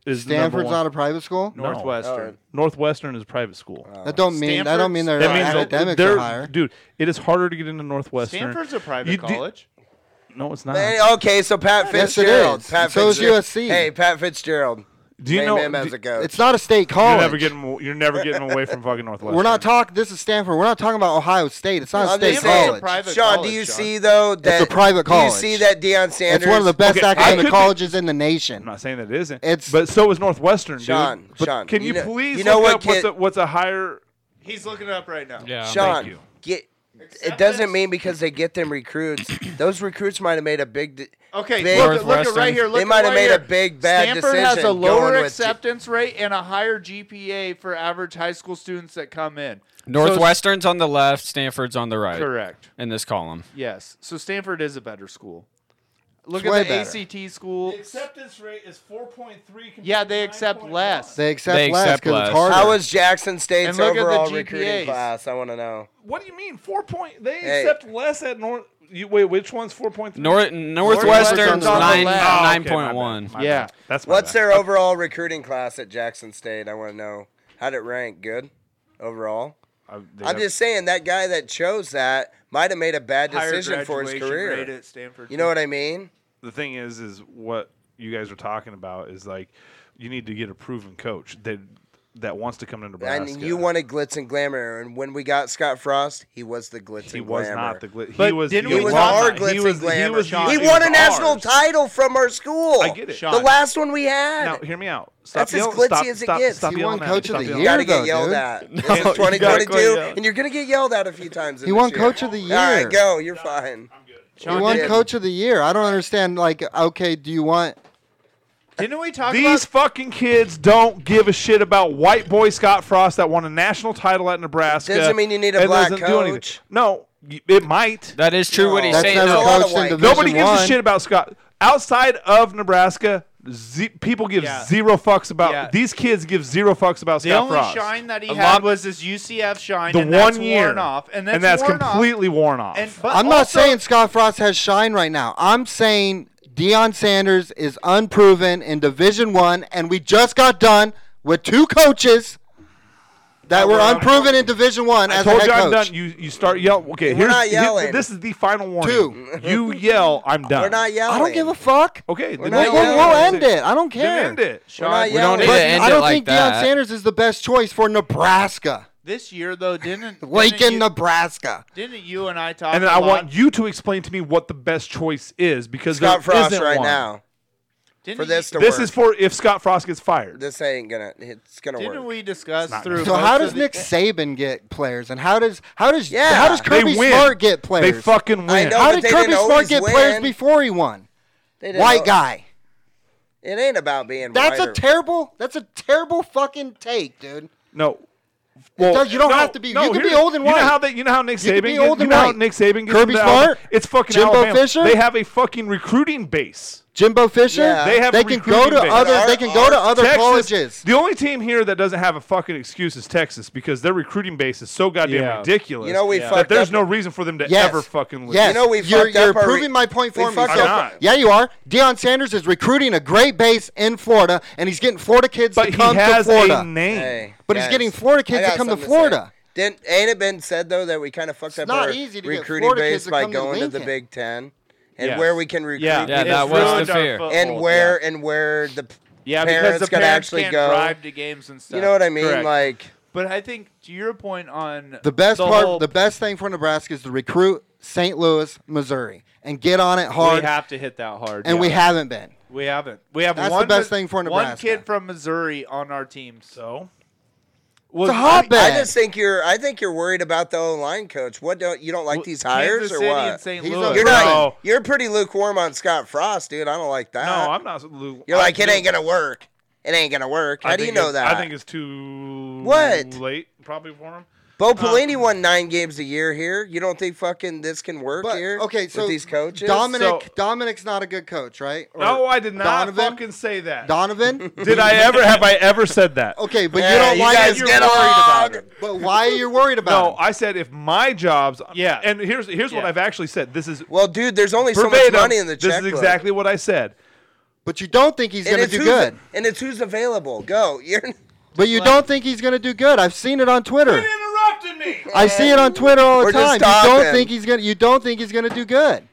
[SPEAKER 4] Is the number
[SPEAKER 2] Stanford's
[SPEAKER 4] one.
[SPEAKER 2] not a private school.
[SPEAKER 4] No.
[SPEAKER 8] Northwestern.
[SPEAKER 4] Northwestern is a private school.
[SPEAKER 2] That don't mean I don't mean their
[SPEAKER 4] that means
[SPEAKER 2] Uh, academics
[SPEAKER 4] they're,
[SPEAKER 2] are higher.
[SPEAKER 4] dude. It is harder to get into Northwestern.
[SPEAKER 8] Stanford's a private
[SPEAKER 4] You do-
[SPEAKER 8] college.
[SPEAKER 4] no, it's not.
[SPEAKER 3] Hey, Okay, so Pat
[SPEAKER 2] Yes, it is.
[SPEAKER 3] Fitzgerald. Pat
[SPEAKER 2] So is
[SPEAKER 3] Fitzgerald.
[SPEAKER 2] USC.
[SPEAKER 3] Hey, Pat Fitzgerald.
[SPEAKER 4] do you
[SPEAKER 3] Name
[SPEAKER 4] know?
[SPEAKER 3] him
[SPEAKER 4] do-
[SPEAKER 3] as a coach.
[SPEAKER 2] It's not a state
[SPEAKER 4] you're
[SPEAKER 2] college.
[SPEAKER 4] never getting. You're never getting away from fucking Northwestern.
[SPEAKER 2] We're not talking. This is Stanford. We're not talking about Ohio State. It's not a
[SPEAKER 3] I'm
[SPEAKER 2] state
[SPEAKER 3] just
[SPEAKER 8] saying
[SPEAKER 2] college.
[SPEAKER 8] private
[SPEAKER 3] Sean,
[SPEAKER 8] college,
[SPEAKER 3] do you
[SPEAKER 8] Sean.
[SPEAKER 3] see though that
[SPEAKER 2] a private
[SPEAKER 3] Do you
[SPEAKER 2] college.
[SPEAKER 3] see that Deion Sanders?
[SPEAKER 2] It's one of the best
[SPEAKER 4] Okay, I could
[SPEAKER 2] academic
[SPEAKER 4] be-
[SPEAKER 2] colleges in the
[SPEAKER 4] I'm
[SPEAKER 2] nation.
[SPEAKER 4] not saying that it isn't.
[SPEAKER 2] It's-
[SPEAKER 4] but so is Northwestern, dude.
[SPEAKER 3] Sean,
[SPEAKER 4] But
[SPEAKER 3] Sean,
[SPEAKER 4] can you,
[SPEAKER 3] you know-
[SPEAKER 4] please
[SPEAKER 3] you know
[SPEAKER 4] look
[SPEAKER 3] what
[SPEAKER 4] up what's
[SPEAKER 3] kid-
[SPEAKER 4] a, what's a higher?
[SPEAKER 8] He's looking it up right now.
[SPEAKER 6] Yeah.
[SPEAKER 3] Sean,
[SPEAKER 4] you.
[SPEAKER 3] get. It doesn't mean because they get them recruits. Those recruits might have made a big. De-
[SPEAKER 8] Okay,
[SPEAKER 3] Big-
[SPEAKER 8] look, at- look at right here. Look
[SPEAKER 3] They
[SPEAKER 8] at
[SPEAKER 3] might have
[SPEAKER 8] right
[SPEAKER 3] made
[SPEAKER 8] here.
[SPEAKER 3] a big, bad
[SPEAKER 8] Stanford has a
[SPEAKER 3] decision
[SPEAKER 8] lower
[SPEAKER 3] going with-
[SPEAKER 8] acceptance rate and a higher GPA for average high school students that come in.
[SPEAKER 6] Northwestern's on the left, Stanford's on the right.
[SPEAKER 8] Correct.
[SPEAKER 6] In this column.
[SPEAKER 8] Yes. So Stanford is a better school. Look
[SPEAKER 2] It's way
[SPEAKER 8] at the
[SPEAKER 2] better.
[SPEAKER 8] ACT school.
[SPEAKER 4] acceptance rate is 4.3.
[SPEAKER 8] Yeah, they accept less.
[SPEAKER 2] They accept
[SPEAKER 6] They
[SPEAKER 2] less
[SPEAKER 6] accept
[SPEAKER 2] because it's
[SPEAKER 6] less.
[SPEAKER 2] harder.
[SPEAKER 3] How is Jackson State's
[SPEAKER 8] And look at the
[SPEAKER 3] overall
[SPEAKER 8] GPAs.
[SPEAKER 3] recruiting class? I want to know.
[SPEAKER 4] What do you mean four point? They
[SPEAKER 3] Hey.
[SPEAKER 4] accept less at North. You, wait, which one's 4.3?
[SPEAKER 6] North
[SPEAKER 8] Northwestern's
[SPEAKER 6] Northwestern's
[SPEAKER 8] on the
[SPEAKER 6] nine
[SPEAKER 8] left.
[SPEAKER 4] Oh, okay,
[SPEAKER 6] nine
[SPEAKER 4] my
[SPEAKER 6] point
[SPEAKER 4] bad,
[SPEAKER 6] one.
[SPEAKER 4] my
[SPEAKER 8] Yeah.
[SPEAKER 4] bad. that's my
[SPEAKER 3] What's
[SPEAKER 4] bad.
[SPEAKER 3] their overall recruiting class at Jackson State? I want to know. How'd it rank? Good overall.
[SPEAKER 4] I'm,
[SPEAKER 3] I'm just saying that guy that chose that might have made a bad
[SPEAKER 8] Higher
[SPEAKER 3] decision for his
[SPEAKER 8] graduation rate
[SPEAKER 3] career.
[SPEAKER 8] at Stanford.
[SPEAKER 3] You know what I mean?
[SPEAKER 4] the thing is is what you guys are talking about is like you need to get a proven coach that that wants to come into Nebraska.
[SPEAKER 3] And you wanted glitz and glamour, and when we got Scott Frost, he was the glitz
[SPEAKER 4] he
[SPEAKER 3] and
[SPEAKER 4] was
[SPEAKER 3] glamour.
[SPEAKER 4] not the glitz. He
[SPEAKER 8] But
[SPEAKER 4] was
[SPEAKER 8] didn't
[SPEAKER 4] he
[SPEAKER 3] He
[SPEAKER 8] we
[SPEAKER 3] was
[SPEAKER 8] talk
[SPEAKER 4] not-
[SPEAKER 3] our
[SPEAKER 8] about-
[SPEAKER 4] he
[SPEAKER 3] glitz
[SPEAKER 4] was-
[SPEAKER 3] and glamour.
[SPEAKER 4] He, was,
[SPEAKER 8] Sean.
[SPEAKER 3] He
[SPEAKER 4] he
[SPEAKER 3] won
[SPEAKER 4] was
[SPEAKER 3] a national
[SPEAKER 4] ours.
[SPEAKER 3] title from our school.
[SPEAKER 4] I get it.
[SPEAKER 3] The last one we had.
[SPEAKER 4] Now hear me out. Stop
[SPEAKER 3] That's as
[SPEAKER 4] yelling-
[SPEAKER 3] glitzy
[SPEAKER 4] stop,
[SPEAKER 3] as it
[SPEAKER 4] stop,
[SPEAKER 3] gets.
[SPEAKER 4] Stop
[SPEAKER 2] He
[SPEAKER 4] yelling
[SPEAKER 2] won
[SPEAKER 4] at me.
[SPEAKER 2] coach of
[SPEAKER 4] Stop
[SPEAKER 2] the
[SPEAKER 4] yelling
[SPEAKER 3] You
[SPEAKER 2] year.
[SPEAKER 4] at me.
[SPEAKER 3] gotta get
[SPEAKER 2] though,
[SPEAKER 3] yelled
[SPEAKER 2] dude.
[SPEAKER 3] at. This
[SPEAKER 6] No,
[SPEAKER 3] is
[SPEAKER 6] you gotta
[SPEAKER 3] 2022,
[SPEAKER 6] quit yelling.
[SPEAKER 3] and you're gonna get yelled at a few times. in
[SPEAKER 2] He
[SPEAKER 3] this
[SPEAKER 2] won
[SPEAKER 3] year.
[SPEAKER 2] coach of the year.
[SPEAKER 3] All right, go. You're fine.
[SPEAKER 2] he won
[SPEAKER 3] did.
[SPEAKER 2] coach of the year. I don't understand. Like, okay, do you want?
[SPEAKER 8] Didn't we talk
[SPEAKER 4] These
[SPEAKER 8] about
[SPEAKER 4] fucking kids don't give a shit about white boy Scott Frost that won a national title at Nebraska.
[SPEAKER 3] Doesn't mean you need a
[SPEAKER 4] and
[SPEAKER 3] black
[SPEAKER 4] doesn't do anything.
[SPEAKER 3] coach.
[SPEAKER 4] No, y- it might.
[SPEAKER 6] That is true what he's
[SPEAKER 2] That's
[SPEAKER 6] saying
[SPEAKER 2] never
[SPEAKER 6] though.
[SPEAKER 3] a lot of
[SPEAKER 2] coached in
[SPEAKER 3] white-
[SPEAKER 2] Division
[SPEAKER 4] Nobody gives
[SPEAKER 2] one.
[SPEAKER 4] a shit about Scott. Outside of Nebraska, ze- people give
[SPEAKER 8] Yeah.
[SPEAKER 4] zero fucks about
[SPEAKER 8] Yeah.
[SPEAKER 4] these kids. Give zero fucks about
[SPEAKER 8] the
[SPEAKER 4] Scott
[SPEAKER 8] only
[SPEAKER 4] Frost.
[SPEAKER 8] shine that he
[SPEAKER 6] A
[SPEAKER 8] had
[SPEAKER 6] lot-
[SPEAKER 8] was his UCF shine?
[SPEAKER 4] the
[SPEAKER 8] and that's
[SPEAKER 4] one year
[SPEAKER 8] worn off, and that's,
[SPEAKER 4] and that's
[SPEAKER 8] worn off.
[SPEAKER 4] completely worn off.
[SPEAKER 8] And, but
[SPEAKER 2] I'm not
[SPEAKER 8] also-
[SPEAKER 2] saying Scott Frost has shine right now. I'm saying Deion Sanders is unproven in Division One, and we just got done with two coaches that were unproven in Division One
[SPEAKER 4] I
[SPEAKER 2] as a
[SPEAKER 4] told
[SPEAKER 2] head
[SPEAKER 4] you I'm
[SPEAKER 2] coach.
[SPEAKER 4] done. You you start yelling. Okay, here's
[SPEAKER 3] not
[SPEAKER 4] here-
[SPEAKER 3] yelling.
[SPEAKER 4] this is the final warning. You yell, I'm done.
[SPEAKER 3] We're not yelling.
[SPEAKER 2] I don't give a fuck.
[SPEAKER 4] Okay, then
[SPEAKER 2] We'll,
[SPEAKER 3] not
[SPEAKER 4] then
[SPEAKER 2] we'll-
[SPEAKER 3] yelling.
[SPEAKER 2] we'll
[SPEAKER 4] yell.
[SPEAKER 2] end it. I don't
[SPEAKER 4] Then
[SPEAKER 2] care.
[SPEAKER 4] end it.
[SPEAKER 3] We're not
[SPEAKER 8] Sean,
[SPEAKER 6] We don't
[SPEAKER 3] yelling.
[SPEAKER 6] need
[SPEAKER 2] But
[SPEAKER 6] to end
[SPEAKER 2] I
[SPEAKER 6] it
[SPEAKER 2] don't
[SPEAKER 6] like
[SPEAKER 2] think Deion
[SPEAKER 6] that.
[SPEAKER 2] Sanders is the best choice for Nebraska,
[SPEAKER 8] this year though, didn't
[SPEAKER 2] Lincoln,
[SPEAKER 8] didn't you,
[SPEAKER 2] Nebraska.
[SPEAKER 8] didn't you and I talk?
[SPEAKER 4] And then
[SPEAKER 8] a
[SPEAKER 4] I
[SPEAKER 8] lot-
[SPEAKER 4] want you to explain to me what the best choice is because
[SPEAKER 3] Scott
[SPEAKER 4] there
[SPEAKER 3] Frost
[SPEAKER 4] isn't
[SPEAKER 3] right
[SPEAKER 4] one.
[SPEAKER 3] now
[SPEAKER 8] didn't
[SPEAKER 3] for
[SPEAKER 8] you-
[SPEAKER 3] this to
[SPEAKER 4] This
[SPEAKER 3] work.
[SPEAKER 4] is for if Scott Frost gets fired.
[SPEAKER 3] this ain't gonna. It's gonna
[SPEAKER 8] Didn't
[SPEAKER 3] work.
[SPEAKER 8] we discuss
[SPEAKER 4] not
[SPEAKER 8] through?
[SPEAKER 4] gonna
[SPEAKER 2] So
[SPEAKER 8] most
[SPEAKER 2] how
[SPEAKER 8] of
[SPEAKER 2] does
[SPEAKER 8] the-
[SPEAKER 2] Nick Saban get players, and how does how does
[SPEAKER 3] Yeah.
[SPEAKER 2] how does
[SPEAKER 4] They
[SPEAKER 2] Kirby
[SPEAKER 4] win.
[SPEAKER 2] Smart get players?
[SPEAKER 4] They fucking win.
[SPEAKER 3] I know.
[SPEAKER 2] how
[SPEAKER 3] but
[SPEAKER 2] did
[SPEAKER 3] they
[SPEAKER 2] Kirby
[SPEAKER 3] didn't
[SPEAKER 2] Smart
[SPEAKER 3] always
[SPEAKER 2] get players
[SPEAKER 3] win.
[SPEAKER 2] before he won?
[SPEAKER 3] They didn't
[SPEAKER 2] White
[SPEAKER 3] al-
[SPEAKER 2] guy.
[SPEAKER 3] It ain't about being
[SPEAKER 2] That's
[SPEAKER 3] white
[SPEAKER 2] a
[SPEAKER 3] or-
[SPEAKER 2] terrible. That's a terrible fucking take, dude.
[SPEAKER 4] No. Well,
[SPEAKER 2] does- you don't have to be- you can be
[SPEAKER 4] here-
[SPEAKER 2] old and
[SPEAKER 4] You
[SPEAKER 2] white.
[SPEAKER 4] know how they, you know how Nick
[SPEAKER 2] You
[SPEAKER 4] Saban
[SPEAKER 2] can be old
[SPEAKER 4] gets- you
[SPEAKER 2] and
[SPEAKER 4] know how
[SPEAKER 2] white.
[SPEAKER 4] Nick Saban gets
[SPEAKER 2] Kirby
[SPEAKER 4] into
[SPEAKER 2] Smart?
[SPEAKER 4] Alabama? It's fucking
[SPEAKER 2] Jimbo
[SPEAKER 4] Alabama.
[SPEAKER 2] Fisher?
[SPEAKER 4] They have a fucking recruiting base.
[SPEAKER 2] Jimbo Fisher.
[SPEAKER 3] Yeah.
[SPEAKER 4] They have a
[SPEAKER 2] can go
[SPEAKER 4] recruiting
[SPEAKER 2] to
[SPEAKER 4] base.
[SPEAKER 2] other.
[SPEAKER 3] Our-
[SPEAKER 2] they can go to
[SPEAKER 3] our
[SPEAKER 2] other
[SPEAKER 4] Texas,
[SPEAKER 2] colleges.
[SPEAKER 4] The only team here that doesn't have a fucking excuse is Texas because their recruiting base is so goddamn
[SPEAKER 5] Yeah.
[SPEAKER 4] ridiculous.
[SPEAKER 3] You know we
[SPEAKER 4] that
[SPEAKER 3] fucked
[SPEAKER 4] there's
[SPEAKER 3] up-
[SPEAKER 4] no reason for them to
[SPEAKER 2] Yes.
[SPEAKER 4] ever fucking lose.
[SPEAKER 2] Yes.
[SPEAKER 3] You know we
[SPEAKER 2] you're,
[SPEAKER 3] fucked
[SPEAKER 2] you're
[SPEAKER 3] up our
[SPEAKER 2] proving
[SPEAKER 3] re-
[SPEAKER 2] my point
[SPEAKER 3] we
[SPEAKER 2] for me.
[SPEAKER 3] fucked
[SPEAKER 2] So-
[SPEAKER 4] up-
[SPEAKER 2] Yeah, you are. Deion Sanders is recruiting a great base in Florida, and he's getting Florida kids
[SPEAKER 4] but
[SPEAKER 2] to
[SPEAKER 4] he
[SPEAKER 2] come
[SPEAKER 4] has
[SPEAKER 2] to Florida.
[SPEAKER 4] a name.
[SPEAKER 3] Hey,
[SPEAKER 2] But he's
[SPEAKER 3] guys,
[SPEAKER 2] getting Florida kids
[SPEAKER 3] I
[SPEAKER 2] to
[SPEAKER 3] got
[SPEAKER 2] come to
[SPEAKER 3] something say.
[SPEAKER 2] Florida.
[SPEAKER 3] Didn't ain't it been said though that we kind of fucked up
[SPEAKER 2] not
[SPEAKER 3] our
[SPEAKER 2] easy to get
[SPEAKER 3] recruiting
[SPEAKER 2] Florida kids
[SPEAKER 3] base
[SPEAKER 2] to
[SPEAKER 3] by
[SPEAKER 2] come to
[SPEAKER 3] going to, the
[SPEAKER 2] Lincoln.
[SPEAKER 3] Big Ten and
[SPEAKER 5] Yes.
[SPEAKER 3] where we can recruit
[SPEAKER 5] Yeah,
[SPEAKER 6] Yeah,
[SPEAKER 3] people
[SPEAKER 6] that
[SPEAKER 8] It's
[SPEAKER 6] was
[SPEAKER 8] ruined
[SPEAKER 6] the
[SPEAKER 8] our
[SPEAKER 6] fear.
[SPEAKER 8] foothold,
[SPEAKER 3] and where and where the p-
[SPEAKER 5] Yeah, because
[SPEAKER 3] parents
[SPEAKER 5] the
[SPEAKER 3] could
[SPEAKER 5] parents
[SPEAKER 3] actually
[SPEAKER 8] can't
[SPEAKER 3] go.
[SPEAKER 8] drive to games and stuff.
[SPEAKER 3] You know what I mean?
[SPEAKER 5] Correct.
[SPEAKER 3] Like
[SPEAKER 8] But I think to your point on
[SPEAKER 2] The best part,
[SPEAKER 8] whole-
[SPEAKER 2] the best thing for Nebraska is to recruit St. Louis, Missouri, and get on it hard.
[SPEAKER 5] We have to hit that hard.
[SPEAKER 2] and we
[SPEAKER 5] yeah.
[SPEAKER 2] haven't been.
[SPEAKER 5] we haven't. We have
[SPEAKER 2] That's the
[SPEAKER 5] one
[SPEAKER 2] best
[SPEAKER 5] Mis-
[SPEAKER 2] thing for
[SPEAKER 5] One
[SPEAKER 2] Nebraska.
[SPEAKER 5] kid from Missouri on our team. So
[SPEAKER 4] So
[SPEAKER 2] It's a
[SPEAKER 3] I
[SPEAKER 2] hotbed.
[SPEAKER 3] just think you're. I think you're worried about the O line coach. What don't you don't like these hires
[SPEAKER 5] Kansas
[SPEAKER 3] or
[SPEAKER 5] City
[SPEAKER 3] what?
[SPEAKER 5] and St.
[SPEAKER 2] He's
[SPEAKER 5] Louis.
[SPEAKER 2] a-
[SPEAKER 3] You're
[SPEAKER 4] No.
[SPEAKER 3] not. You're pretty lukewarm on Scott Frost, dude. I don't like that.
[SPEAKER 4] no, Oh, I'm not. Lou,
[SPEAKER 3] You're
[SPEAKER 4] I
[SPEAKER 3] like it
[SPEAKER 4] do-
[SPEAKER 3] ain't gonna work. It ain't gonna work. How
[SPEAKER 4] I
[SPEAKER 3] do you
[SPEAKER 4] think
[SPEAKER 3] know
[SPEAKER 4] it's-
[SPEAKER 3] that?
[SPEAKER 4] I think it's too
[SPEAKER 3] What?
[SPEAKER 4] late, probably for him.
[SPEAKER 3] Bo
[SPEAKER 2] Um,
[SPEAKER 3] Pelini won nine games a year here. You don't think fucking this can work
[SPEAKER 2] But,
[SPEAKER 3] here?
[SPEAKER 2] okay, so
[SPEAKER 3] with these coaches,
[SPEAKER 2] Dominic
[SPEAKER 4] So-
[SPEAKER 2] Dominic's not a good coach, right? Or
[SPEAKER 4] No, I did not
[SPEAKER 2] Donovan?
[SPEAKER 4] fucking say that.
[SPEAKER 2] Donovan.
[SPEAKER 4] did I ever? Have I ever said that?
[SPEAKER 2] Okay, but you
[SPEAKER 3] Yeah,
[SPEAKER 2] don't
[SPEAKER 3] you
[SPEAKER 2] like
[SPEAKER 3] guys
[SPEAKER 2] it.
[SPEAKER 3] get on.
[SPEAKER 2] But why are you worried about
[SPEAKER 4] No, I said if my job's
[SPEAKER 5] Yeah.
[SPEAKER 4] and here's here's what
[SPEAKER 5] Yeah.
[SPEAKER 4] I've actually said. This is
[SPEAKER 3] Well, dude, there's only so much
[SPEAKER 4] verbatim.
[SPEAKER 3] money in the
[SPEAKER 4] this
[SPEAKER 3] checkbook.
[SPEAKER 4] is exactly what I said.
[SPEAKER 2] it? But you don't think he's
[SPEAKER 3] and
[SPEAKER 2] going to
[SPEAKER 3] it's
[SPEAKER 2] do
[SPEAKER 3] who's-
[SPEAKER 2] good.
[SPEAKER 3] And it's who's available. Go. You're
[SPEAKER 2] But you don't think he's going to do good. I've seen it on Twitter.
[SPEAKER 4] Interrupted me.
[SPEAKER 2] I see it on Twitter all the
[SPEAKER 3] We're
[SPEAKER 2] time.
[SPEAKER 3] just
[SPEAKER 2] You don't
[SPEAKER 3] talking.
[SPEAKER 2] think he's going to you don't think he's going to do good.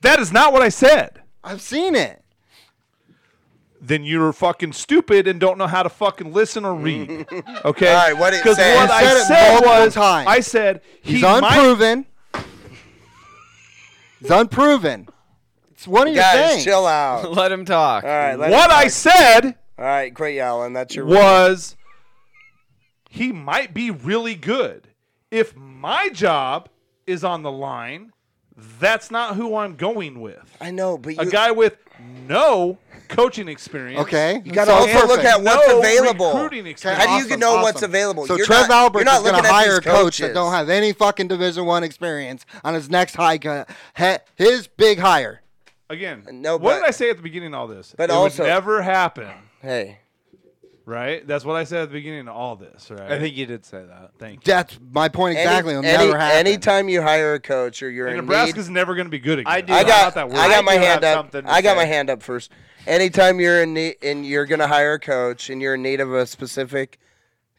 [SPEAKER 4] That is not what I said.
[SPEAKER 2] I've seen it.
[SPEAKER 4] Then you're fucking stupid and don't know how to fucking listen or read. Okay.
[SPEAKER 3] All right, what it
[SPEAKER 4] Because
[SPEAKER 3] said.
[SPEAKER 4] what
[SPEAKER 3] You
[SPEAKER 4] I
[SPEAKER 2] said it
[SPEAKER 4] said
[SPEAKER 2] multiple
[SPEAKER 4] was
[SPEAKER 2] times.
[SPEAKER 4] I said he
[SPEAKER 2] He's
[SPEAKER 4] might-
[SPEAKER 2] unproven. he's unproven. It's one of your
[SPEAKER 3] guys,
[SPEAKER 2] things.
[SPEAKER 3] chill out. All
[SPEAKER 6] Let him talk.
[SPEAKER 3] right, let
[SPEAKER 4] What I said
[SPEAKER 3] All right, quit yelling. That's your.
[SPEAKER 4] was he might be really good. If my job is on the line, that's not who I'm going with.
[SPEAKER 3] I know, but you,
[SPEAKER 4] A guy with no coaching experience.
[SPEAKER 2] Okay.
[SPEAKER 3] you gotta
[SPEAKER 2] So
[SPEAKER 3] also look
[SPEAKER 2] perfect.
[SPEAKER 3] at what's
[SPEAKER 4] No
[SPEAKER 3] available.
[SPEAKER 4] recruiting experience.
[SPEAKER 3] How do you
[SPEAKER 2] Awesome,
[SPEAKER 3] know what's
[SPEAKER 2] awesome.
[SPEAKER 3] available?
[SPEAKER 2] So
[SPEAKER 3] You're
[SPEAKER 2] Trev
[SPEAKER 3] not-
[SPEAKER 2] Albert
[SPEAKER 3] you're not
[SPEAKER 2] is going
[SPEAKER 3] looking
[SPEAKER 2] to
[SPEAKER 3] at these
[SPEAKER 2] hire a coach
[SPEAKER 3] coaches.
[SPEAKER 2] that don't have any fucking Division One experience on his next high, co- he- his big hire.
[SPEAKER 4] Again,
[SPEAKER 3] Uh, No,
[SPEAKER 4] what
[SPEAKER 3] but-
[SPEAKER 4] did I say at the beginning of all this?
[SPEAKER 3] But
[SPEAKER 4] it
[SPEAKER 3] also-
[SPEAKER 4] would never happen,
[SPEAKER 3] Hey,
[SPEAKER 4] right? That's what I said at the beginning of all this, right?
[SPEAKER 9] I think you did say that.
[SPEAKER 4] Thank you.
[SPEAKER 2] That's my point
[SPEAKER 3] any-
[SPEAKER 2] exactly. It'll
[SPEAKER 3] any-
[SPEAKER 2] never happen.
[SPEAKER 3] Anytime you hire a coach or you're
[SPEAKER 4] And
[SPEAKER 3] in need,
[SPEAKER 4] Nebraska's never going to be good again.
[SPEAKER 5] I do.
[SPEAKER 3] I
[SPEAKER 4] I'm
[SPEAKER 3] got,
[SPEAKER 4] not that worried.
[SPEAKER 3] I got my
[SPEAKER 5] do have
[SPEAKER 3] hand up.
[SPEAKER 5] something to
[SPEAKER 3] I got my
[SPEAKER 5] say.
[SPEAKER 3] hand up first. Anytime you're in need and you're gonna hire a coach and you're in need of a specific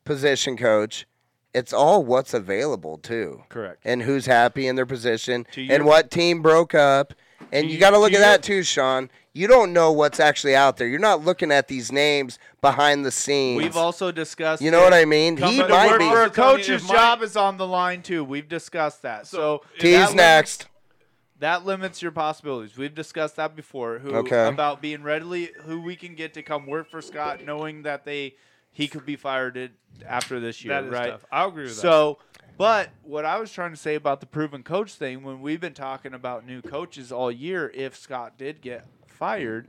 [SPEAKER 3] position coach, it's all what's available too.
[SPEAKER 5] Correct.
[SPEAKER 3] And who's happy in their position
[SPEAKER 5] your-
[SPEAKER 3] and what team broke up. And you,
[SPEAKER 5] you-
[SPEAKER 3] got to look
[SPEAKER 5] to
[SPEAKER 3] at
[SPEAKER 5] your-
[SPEAKER 3] that too, Sean. You don't know what's actually out there. You're not looking at these names behind the scenes.
[SPEAKER 5] We've also discussed.
[SPEAKER 3] you know what
[SPEAKER 5] it.
[SPEAKER 3] I mean? He
[SPEAKER 4] up to
[SPEAKER 3] might
[SPEAKER 4] work
[SPEAKER 3] be.
[SPEAKER 4] for-
[SPEAKER 5] Our
[SPEAKER 4] I'm telling you,
[SPEAKER 5] coach's
[SPEAKER 4] if my-
[SPEAKER 5] job is on the line too. We've discussed that. So,
[SPEAKER 3] T's
[SPEAKER 5] that
[SPEAKER 3] next.
[SPEAKER 5] that limits your possibilities. We've discussed that before. Who
[SPEAKER 3] Okay.
[SPEAKER 5] about being readily who we can get to come work for Scott, knowing that they he could be fired it after this year,
[SPEAKER 4] That is
[SPEAKER 5] right?
[SPEAKER 4] tough. I agree with that.
[SPEAKER 5] So, but what I was trying to say about the proven coach thing, when we've been talking about new coaches all year, if Scott did get fired,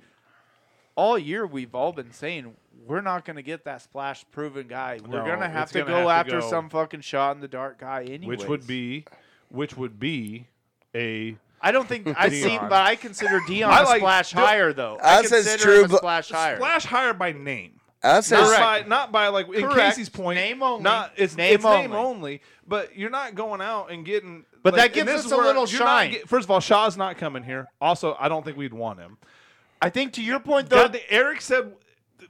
[SPEAKER 5] all year we've all been saying we're not going to get that splash proven guy. We're
[SPEAKER 4] No,
[SPEAKER 5] going to have
[SPEAKER 4] it's
[SPEAKER 5] to
[SPEAKER 4] gonna
[SPEAKER 5] go
[SPEAKER 4] have to
[SPEAKER 5] after
[SPEAKER 4] go-
[SPEAKER 5] some fucking shot in the dark guy anyway.
[SPEAKER 4] Which would be, which would be a
[SPEAKER 5] I don't think I see,
[SPEAKER 4] Dion.
[SPEAKER 5] but I consider Dion
[SPEAKER 4] I
[SPEAKER 5] a
[SPEAKER 4] like-
[SPEAKER 5] splash
[SPEAKER 4] Dion-
[SPEAKER 5] higher though. I
[SPEAKER 3] Us is
[SPEAKER 5] consider
[SPEAKER 3] true,
[SPEAKER 5] him a
[SPEAKER 3] but-
[SPEAKER 5] splash higher.
[SPEAKER 4] splash higher by name.
[SPEAKER 3] Us
[SPEAKER 4] Not
[SPEAKER 3] is
[SPEAKER 4] by not by like in
[SPEAKER 5] Correct.
[SPEAKER 4] Casey's point.
[SPEAKER 5] Name only.
[SPEAKER 4] Not it's
[SPEAKER 5] Name
[SPEAKER 4] it's name
[SPEAKER 5] only.
[SPEAKER 4] only. But you're not going out and getting.
[SPEAKER 5] But
[SPEAKER 4] like,
[SPEAKER 5] that gives
[SPEAKER 4] and this
[SPEAKER 5] us
[SPEAKER 4] is
[SPEAKER 5] a
[SPEAKER 4] where
[SPEAKER 5] little
[SPEAKER 4] you're not
[SPEAKER 5] shine.
[SPEAKER 4] get- first of all, Shaw's not coming here. Also, I don't think we'd want him.
[SPEAKER 5] I think to your point though,
[SPEAKER 4] God, Eric said,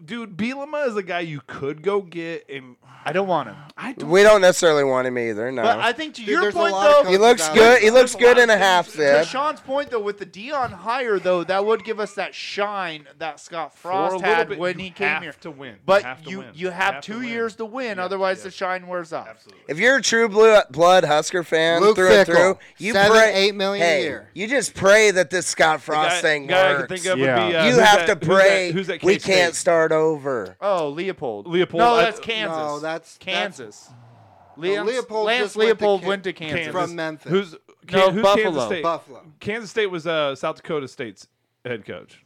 [SPEAKER 4] "Dude, Bielema is a guy you could go get." And
[SPEAKER 5] I don't want him.
[SPEAKER 4] I don't.
[SPEAKER 3] we don't necessarily want him either. No.
[SPEAKER 5] But I think to
[SPEAKER 2] Dude,
[SPEAKER 5] your
[SPEAKER 2] there's a
[SPEAKER 5] point
[SPEAKER 2] lot of
[SPEAKER 5] though,
[SPEAKER 3] he looks
[SPEAKER 2] There's
[SPEAKER 3] good. He looks
[SPEAKER 4] a
[SPEAKER 3] good
[SPEAKER 4] lot
[SPEAKER 3] in a
[SPEAKER 4] of
[SPEAKER 3] half
[SPEAKER 5] To
[SPEAKER 3] zip.
[SPEAKER 5] Sean's point, though, with the Dion hire, though, that would give us that shine that Scott
[SPEAKER 4] a
[SPEAKER 5] Frost
[SPEAKER 4] little
[SPEAKER 5] had
[SPEAKER 4] bit,
[SPEAKER 5] when
[SPEAKER 4] you
[SPEAKER 5] he came
[SPEAKER 4] have
[SPEAKER 5] here.
[SPEAKER 4] to win. You
[SPEAKER 5] But
[SPEAKER 4] have to
[SPEAKER 5] you,
[SPEAKER 4] win.
[SPEAKER 5] you
[SPEAKER 4] You
[SPEAKER 5] have,
[SPEAKER 4] have to
[SPEAKER 5] two
[SPEAKER 4] win.
[SPEAKER 5] years to win,
[SPEAKER 4] Yes,
[SPEAKER 5] otherwise
[SPEAKER 4] yes.
[SPEAKER 5] the shine wears off.
[SPEAKER 4] Absolutely.
[SPEAKER 3] If you're a true blue, blood Husker fan
[SPEAKER 2] Luke
[SPEAKER 3] through
[SPEAKER 2] Fickle,
[SPEAKER 3] and through, you
[SPEAKER 2] seven,
[SPEAKER 3] pray
[SPEAKER 2] eight million a
[SPEAKER 3] hey,
[SPEAKER 2] year.
[SPEAKER 3] You just pray that this Scott
[SPEAKER 4] guy-
[SPEAKER 3] Frost thing
[SPEAKER 4] guy I
[SPEAKER 3] works.
[SPEAKER 4] can think of
[SPEAKER 9] Yeah.
[SPEAKER 4] would be, uh,
[SPEAKER 3] you
[SPEAKER 4] who's
[SPEAKER 3] have
[SPEAKER 4] that-
[SPEAKER 3] to
[SPEAKER 4] who's that-
[SPEAKER 3] pray.
[SPEAKER 4] Who's that?
[SPEAKER 3] we
[SPEAKER 4] K-State?
[SPEAKER 3] can't start over.
[SPEAKER 5] Oh, Leopold.
[SPEAKER 4] Leopold,
[SPEAKER 5] No,
[SPEAKER 4] I-
[SPEAKER 5] that's Kansas.
[SPEAKER 2] No, that's-
[SPEAKER 5] Kansas.
[SPEAKER 2] No, Leopold
[SPEAKER 5] Lance
[SPEAKER 2] just went to
[SPEAKER 5] Leopold
[SPEAKER 2] Kan-
[SPEAKER 5] went to Kansas.
[SPEAKER 4] Kansas.
[SPEAKER 2] From Memphis.
[SPEAKER 4] Who's
[SPEAKER 5] No,
[SPEAKER 4] Can- who's
[SPEAKER 5] Buffalo.
[SPEAKER 4] Kansas State?
[SPEAKER 2] Buffalo.
[SPEAKER 4] Kansas State was uh, South Dakota State's head coach.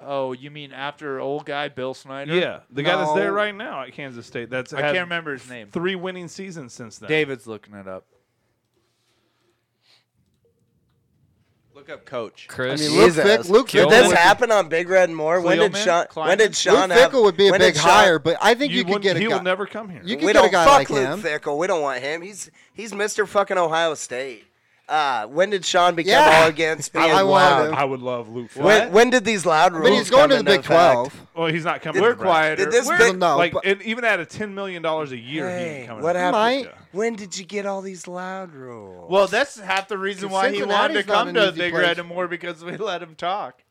[SPEAKER 5] Oh, you mean after old guy Bill Snyder?
[SPEAKER 4] Yeah, the guy that's there
[SPEAKER 2] No.
[SPEAKER 4] right now at Kansas State. That's
[SPEAKER 5] I
[SPEAKER 4] had
[SPEAKER 5] can't remember his name.
[SPEAKER 4] Three winning seasons since then.
[SPEAKER 5] David's looking it up. Look up coach.
[SPEAKER 6] Chris.
[SPEAKER 2] I mean, Luke,
[SPEAKER 3] Jesus.
[SPEAKER 2] Fick, Luke
[SPEAKER 3] Did
[SPEAKER 2] Fickle,
[SPEAKER 6] Kill Kilman?
[SPEAKER 3] this
[SPEAKER 6] him.
[SPEAKER 2] would,
[SPEAKER 3] happen on Big Red Moore? When did
[SPEAKER 5] Kleeman?
[SPEAKER 3] Sean? When did
[SPEAKER 5] Kleeman?
[SPEAKER 3] Sean
[SPEAKER 2] Luke
[SPEAKER 3] have?
[SPEAKER 2] Fickle would be a
[SPEAKER 3] when
[SPEAKER 2] big
[SPEAKER 3] did Sean-
[SPEAKER 2] hire, but I think you, could
[SPEAKER 4] wouldn't-
[SPEAKER 2] get a
[SPEAKER 4] he
[SPEAKER 2] guy.
[SPEAKER 4] will never come here.
[SPEAKER 2] You could
[SPEAKER 3] We
[SPEAKER 2] get a
[SPEAKER 3] don't
[SPEAKER 2] guy
[SPEAKER 3] fuck
[SPEAKER 2] like
[SPEAKER 3] Luke
[SPEAKER 2] him.
[SPEAKER 3] Fickle. We don't want him. He's he's Mr. fucking Ohio State. Uh, when did Sean become
[SPEAKER 2] Yeah.
[SPEAKER 3] all against being
[SPEAKER 2] I wanted
[SPEAKER 3] loud?
[SPEAKER 2] him.
[SPEAKER 4] I would love Luke. Fickle.
[SPEAKER 3] When, when did these loud rules?
[SPEAKER 2] but he's going
[SPEAKER 3] come
[SPEAKER 2] to the
[SPEAKER 3] into
[SPEAKER 2] Big
[SPEAKER 3] effect?
[SPEAKER 2] Twelve.
[SPEAKER 4] Well, he's not coming.
[SPEAKER 5] We're
[SPEAKER 4] to Nebraska.
[SPEAKER 5] quieter.
[SPEAKER 3] Did this
[SPEAKER 5] We're-
[SPEAKER 3] Big,
[SPEAKER 2] No,
[SPEAKER 4] Like
[SPEAKER 2] but-
[SPEAKER 4] and even at a ten million dollars a year, he
[SPEAKER 3] Hey,
[SPEAKER 4] ain't coming.
[SPEAKER 3] what
[SPEAKER 4] to
[SPEAKER 3] happened?
[SPEAKER 4] Nebraska.
[SPEAKER 3] When did you get all these loud rules?
[SPEAKER 5] Well, that's half the reason why he wanted to
[SPEAKER 2] Cincinnati's not
[SPEAKER 5] come
[SPEAKER 2] an
[SPEAKER 5] to
[SPEAKER 2] easy
[SPEAKER 5] Big
[SPEAKER 2] place.
[SPEAKER 5] Red and More because we let him talk.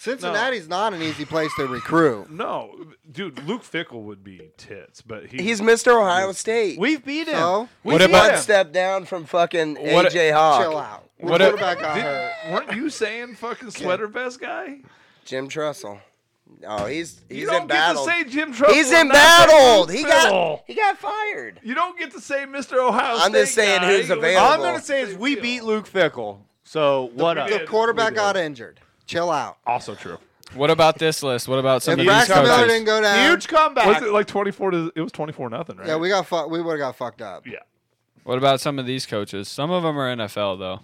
[SPEAKER 2] Cincinnati's not an easy place to recruit.
[SPEAKER 4] No, dude, Luke Fickle would be tits, but he,
[SPEAKER 3] He's Mr. Ohio State.
[SPEAKER 8] We've beat him.
[SPEAKER 2] So
[SPEAKER 8] We
[SPEAKER 3] He's
[SPEAKER 8] beat
[SPEAKER 3] one
[SPEAKER 8] him.
[SPEAKER 3] step down from fucking
[SPEAKER 6] What a-
[SPEAKER 3] AJ Hawk.
[SPEAKER 2] chill out.
[SPEAKER 6] What a-
[SPEAKER 2] quarterback got
[SPEAKER 4] Did-
[SPEAKER 2] hurt.
[SPEAKER 4] weren't you saying fucking sweater vest guy?
[SPEAKER 3] Jim Trussell. Oh, he's he's
[SPEAKER 4] you don't
[SPEAKER 3] in
[SPEAKER 4] get
[SPEAKER 3] battle.
[SPEAKER 4] to say Jim Trump.
[SPEAKER 3] he's embattled. He got he got fired.
[SPEAKER 4] You don't get to say Mr. Ohio
[SPEAKER 3] I'm just
[SPEAKER 4] State
[SPEAKER 3] saying
[SPEAKER 4] guy.
[SPEAKER 3] who's
[SPEAKER 4] You-
[SPEAKER 3] available.
[SPEAKER 8] All I'm gonna say is we beat Luke Fickle. So what up?
[SPEAKER 2] The quarterback got injured. Chill out.
[SPEAKER 4] Also true.
[SPEAKER 6] What about this list? What about some
[SPEAKER 2] If
[SPEAKER 6] of these
[SPEAKER 2] Braxton Miller
[SPEAKER 6] coaches?
[SPEAKER 2] didn't go down,
[SPEAKER 8] Huge comeback.
[SPEAKER 4] Was it like 24 to it was 24 nothing, right?
[SPEAKER 2] yeah, we got fu- we would have got fucked up.
[SPEAKER 4] Yeah.
[SPEAKER 6] What about some of these coaches? Some of them are NFL though.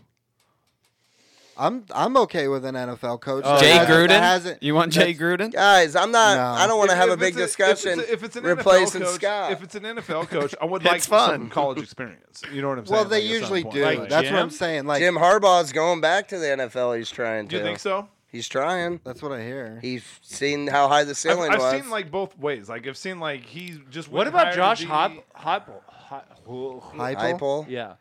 [SPEAKER 2] I'm I'm okay with an NFL coach.
[SPEAKER 6] Oh,
[SPEAKER 2] Oh,
[SPEAKER 6] Jay
[SPEAKER 2] That hasn't-
[SPEAKER 6] Gruden.
[SPEAKER 2] that hasn't-
[SPEAKER 6] you want Jay Gruden?
[SPEAKER 3] Guys, I'm not.
[SPEAKER 2] No.
[SPEAKER 3] I don't want to
[SPEAKER 4] If-
[SPEAKER 3] have a
[SPEAKER 4] if
[SPEAKER 3] big
[SPEAKER 4] it's if it's
[SPEAKER 3] discussion
[SPEAKER 4] a- if it's an
[SPEAKER 3] replacing
[SPEAKER 4] NFL coach,
[SPEAKER 3] Scott.
[SPEAKER 4] If it's an NFL coach, I would like some college experience. You know what I'm saying?
[SPEAKER 2] Well, they
[SPEAKER 4] Like, at some
[SPEAKER 2] usually
[SPEAKER 4] point.
[SPEAKER 2] do.
[SPEAKER 4] Like,
[SPEAKER 2] that's what
[SPEAKER 8] Jim?
[SPEAKER 2] I'm saying. Like
[SPEAKER 3] Jim Harbaugh's going back to the NFL. He's trying
[SPEAKER 4] do
[SPEAKER 3] to.
[SPEAKER 4] you think so?
[SPEAKER 3] He's trying.
[SPEAKER 2] that's what I hear.
[SPEAKER 3] He's seen how high the
[SPEAKER 4] I've,
[SPEAKER 3] ceiling
[SPEAKER 4] I've
[SPEAKER 3] was.
[SPEAKER 4] seen like both ways. Like I've seen like he just.
[SPEAKER 8] What
[SPEAKER 4] went and
[SPEAKER 8] about
[SPEAKER 4] hired
[SPEAKER 8] Josh
[SPEAKER 4] the-
[SPEAKER 8] Hop? Hop? Hop?
[SPEAKER 2] Hypo?
[SPEAKER 3] Hypel.
[SPEAKER 8] Yeah.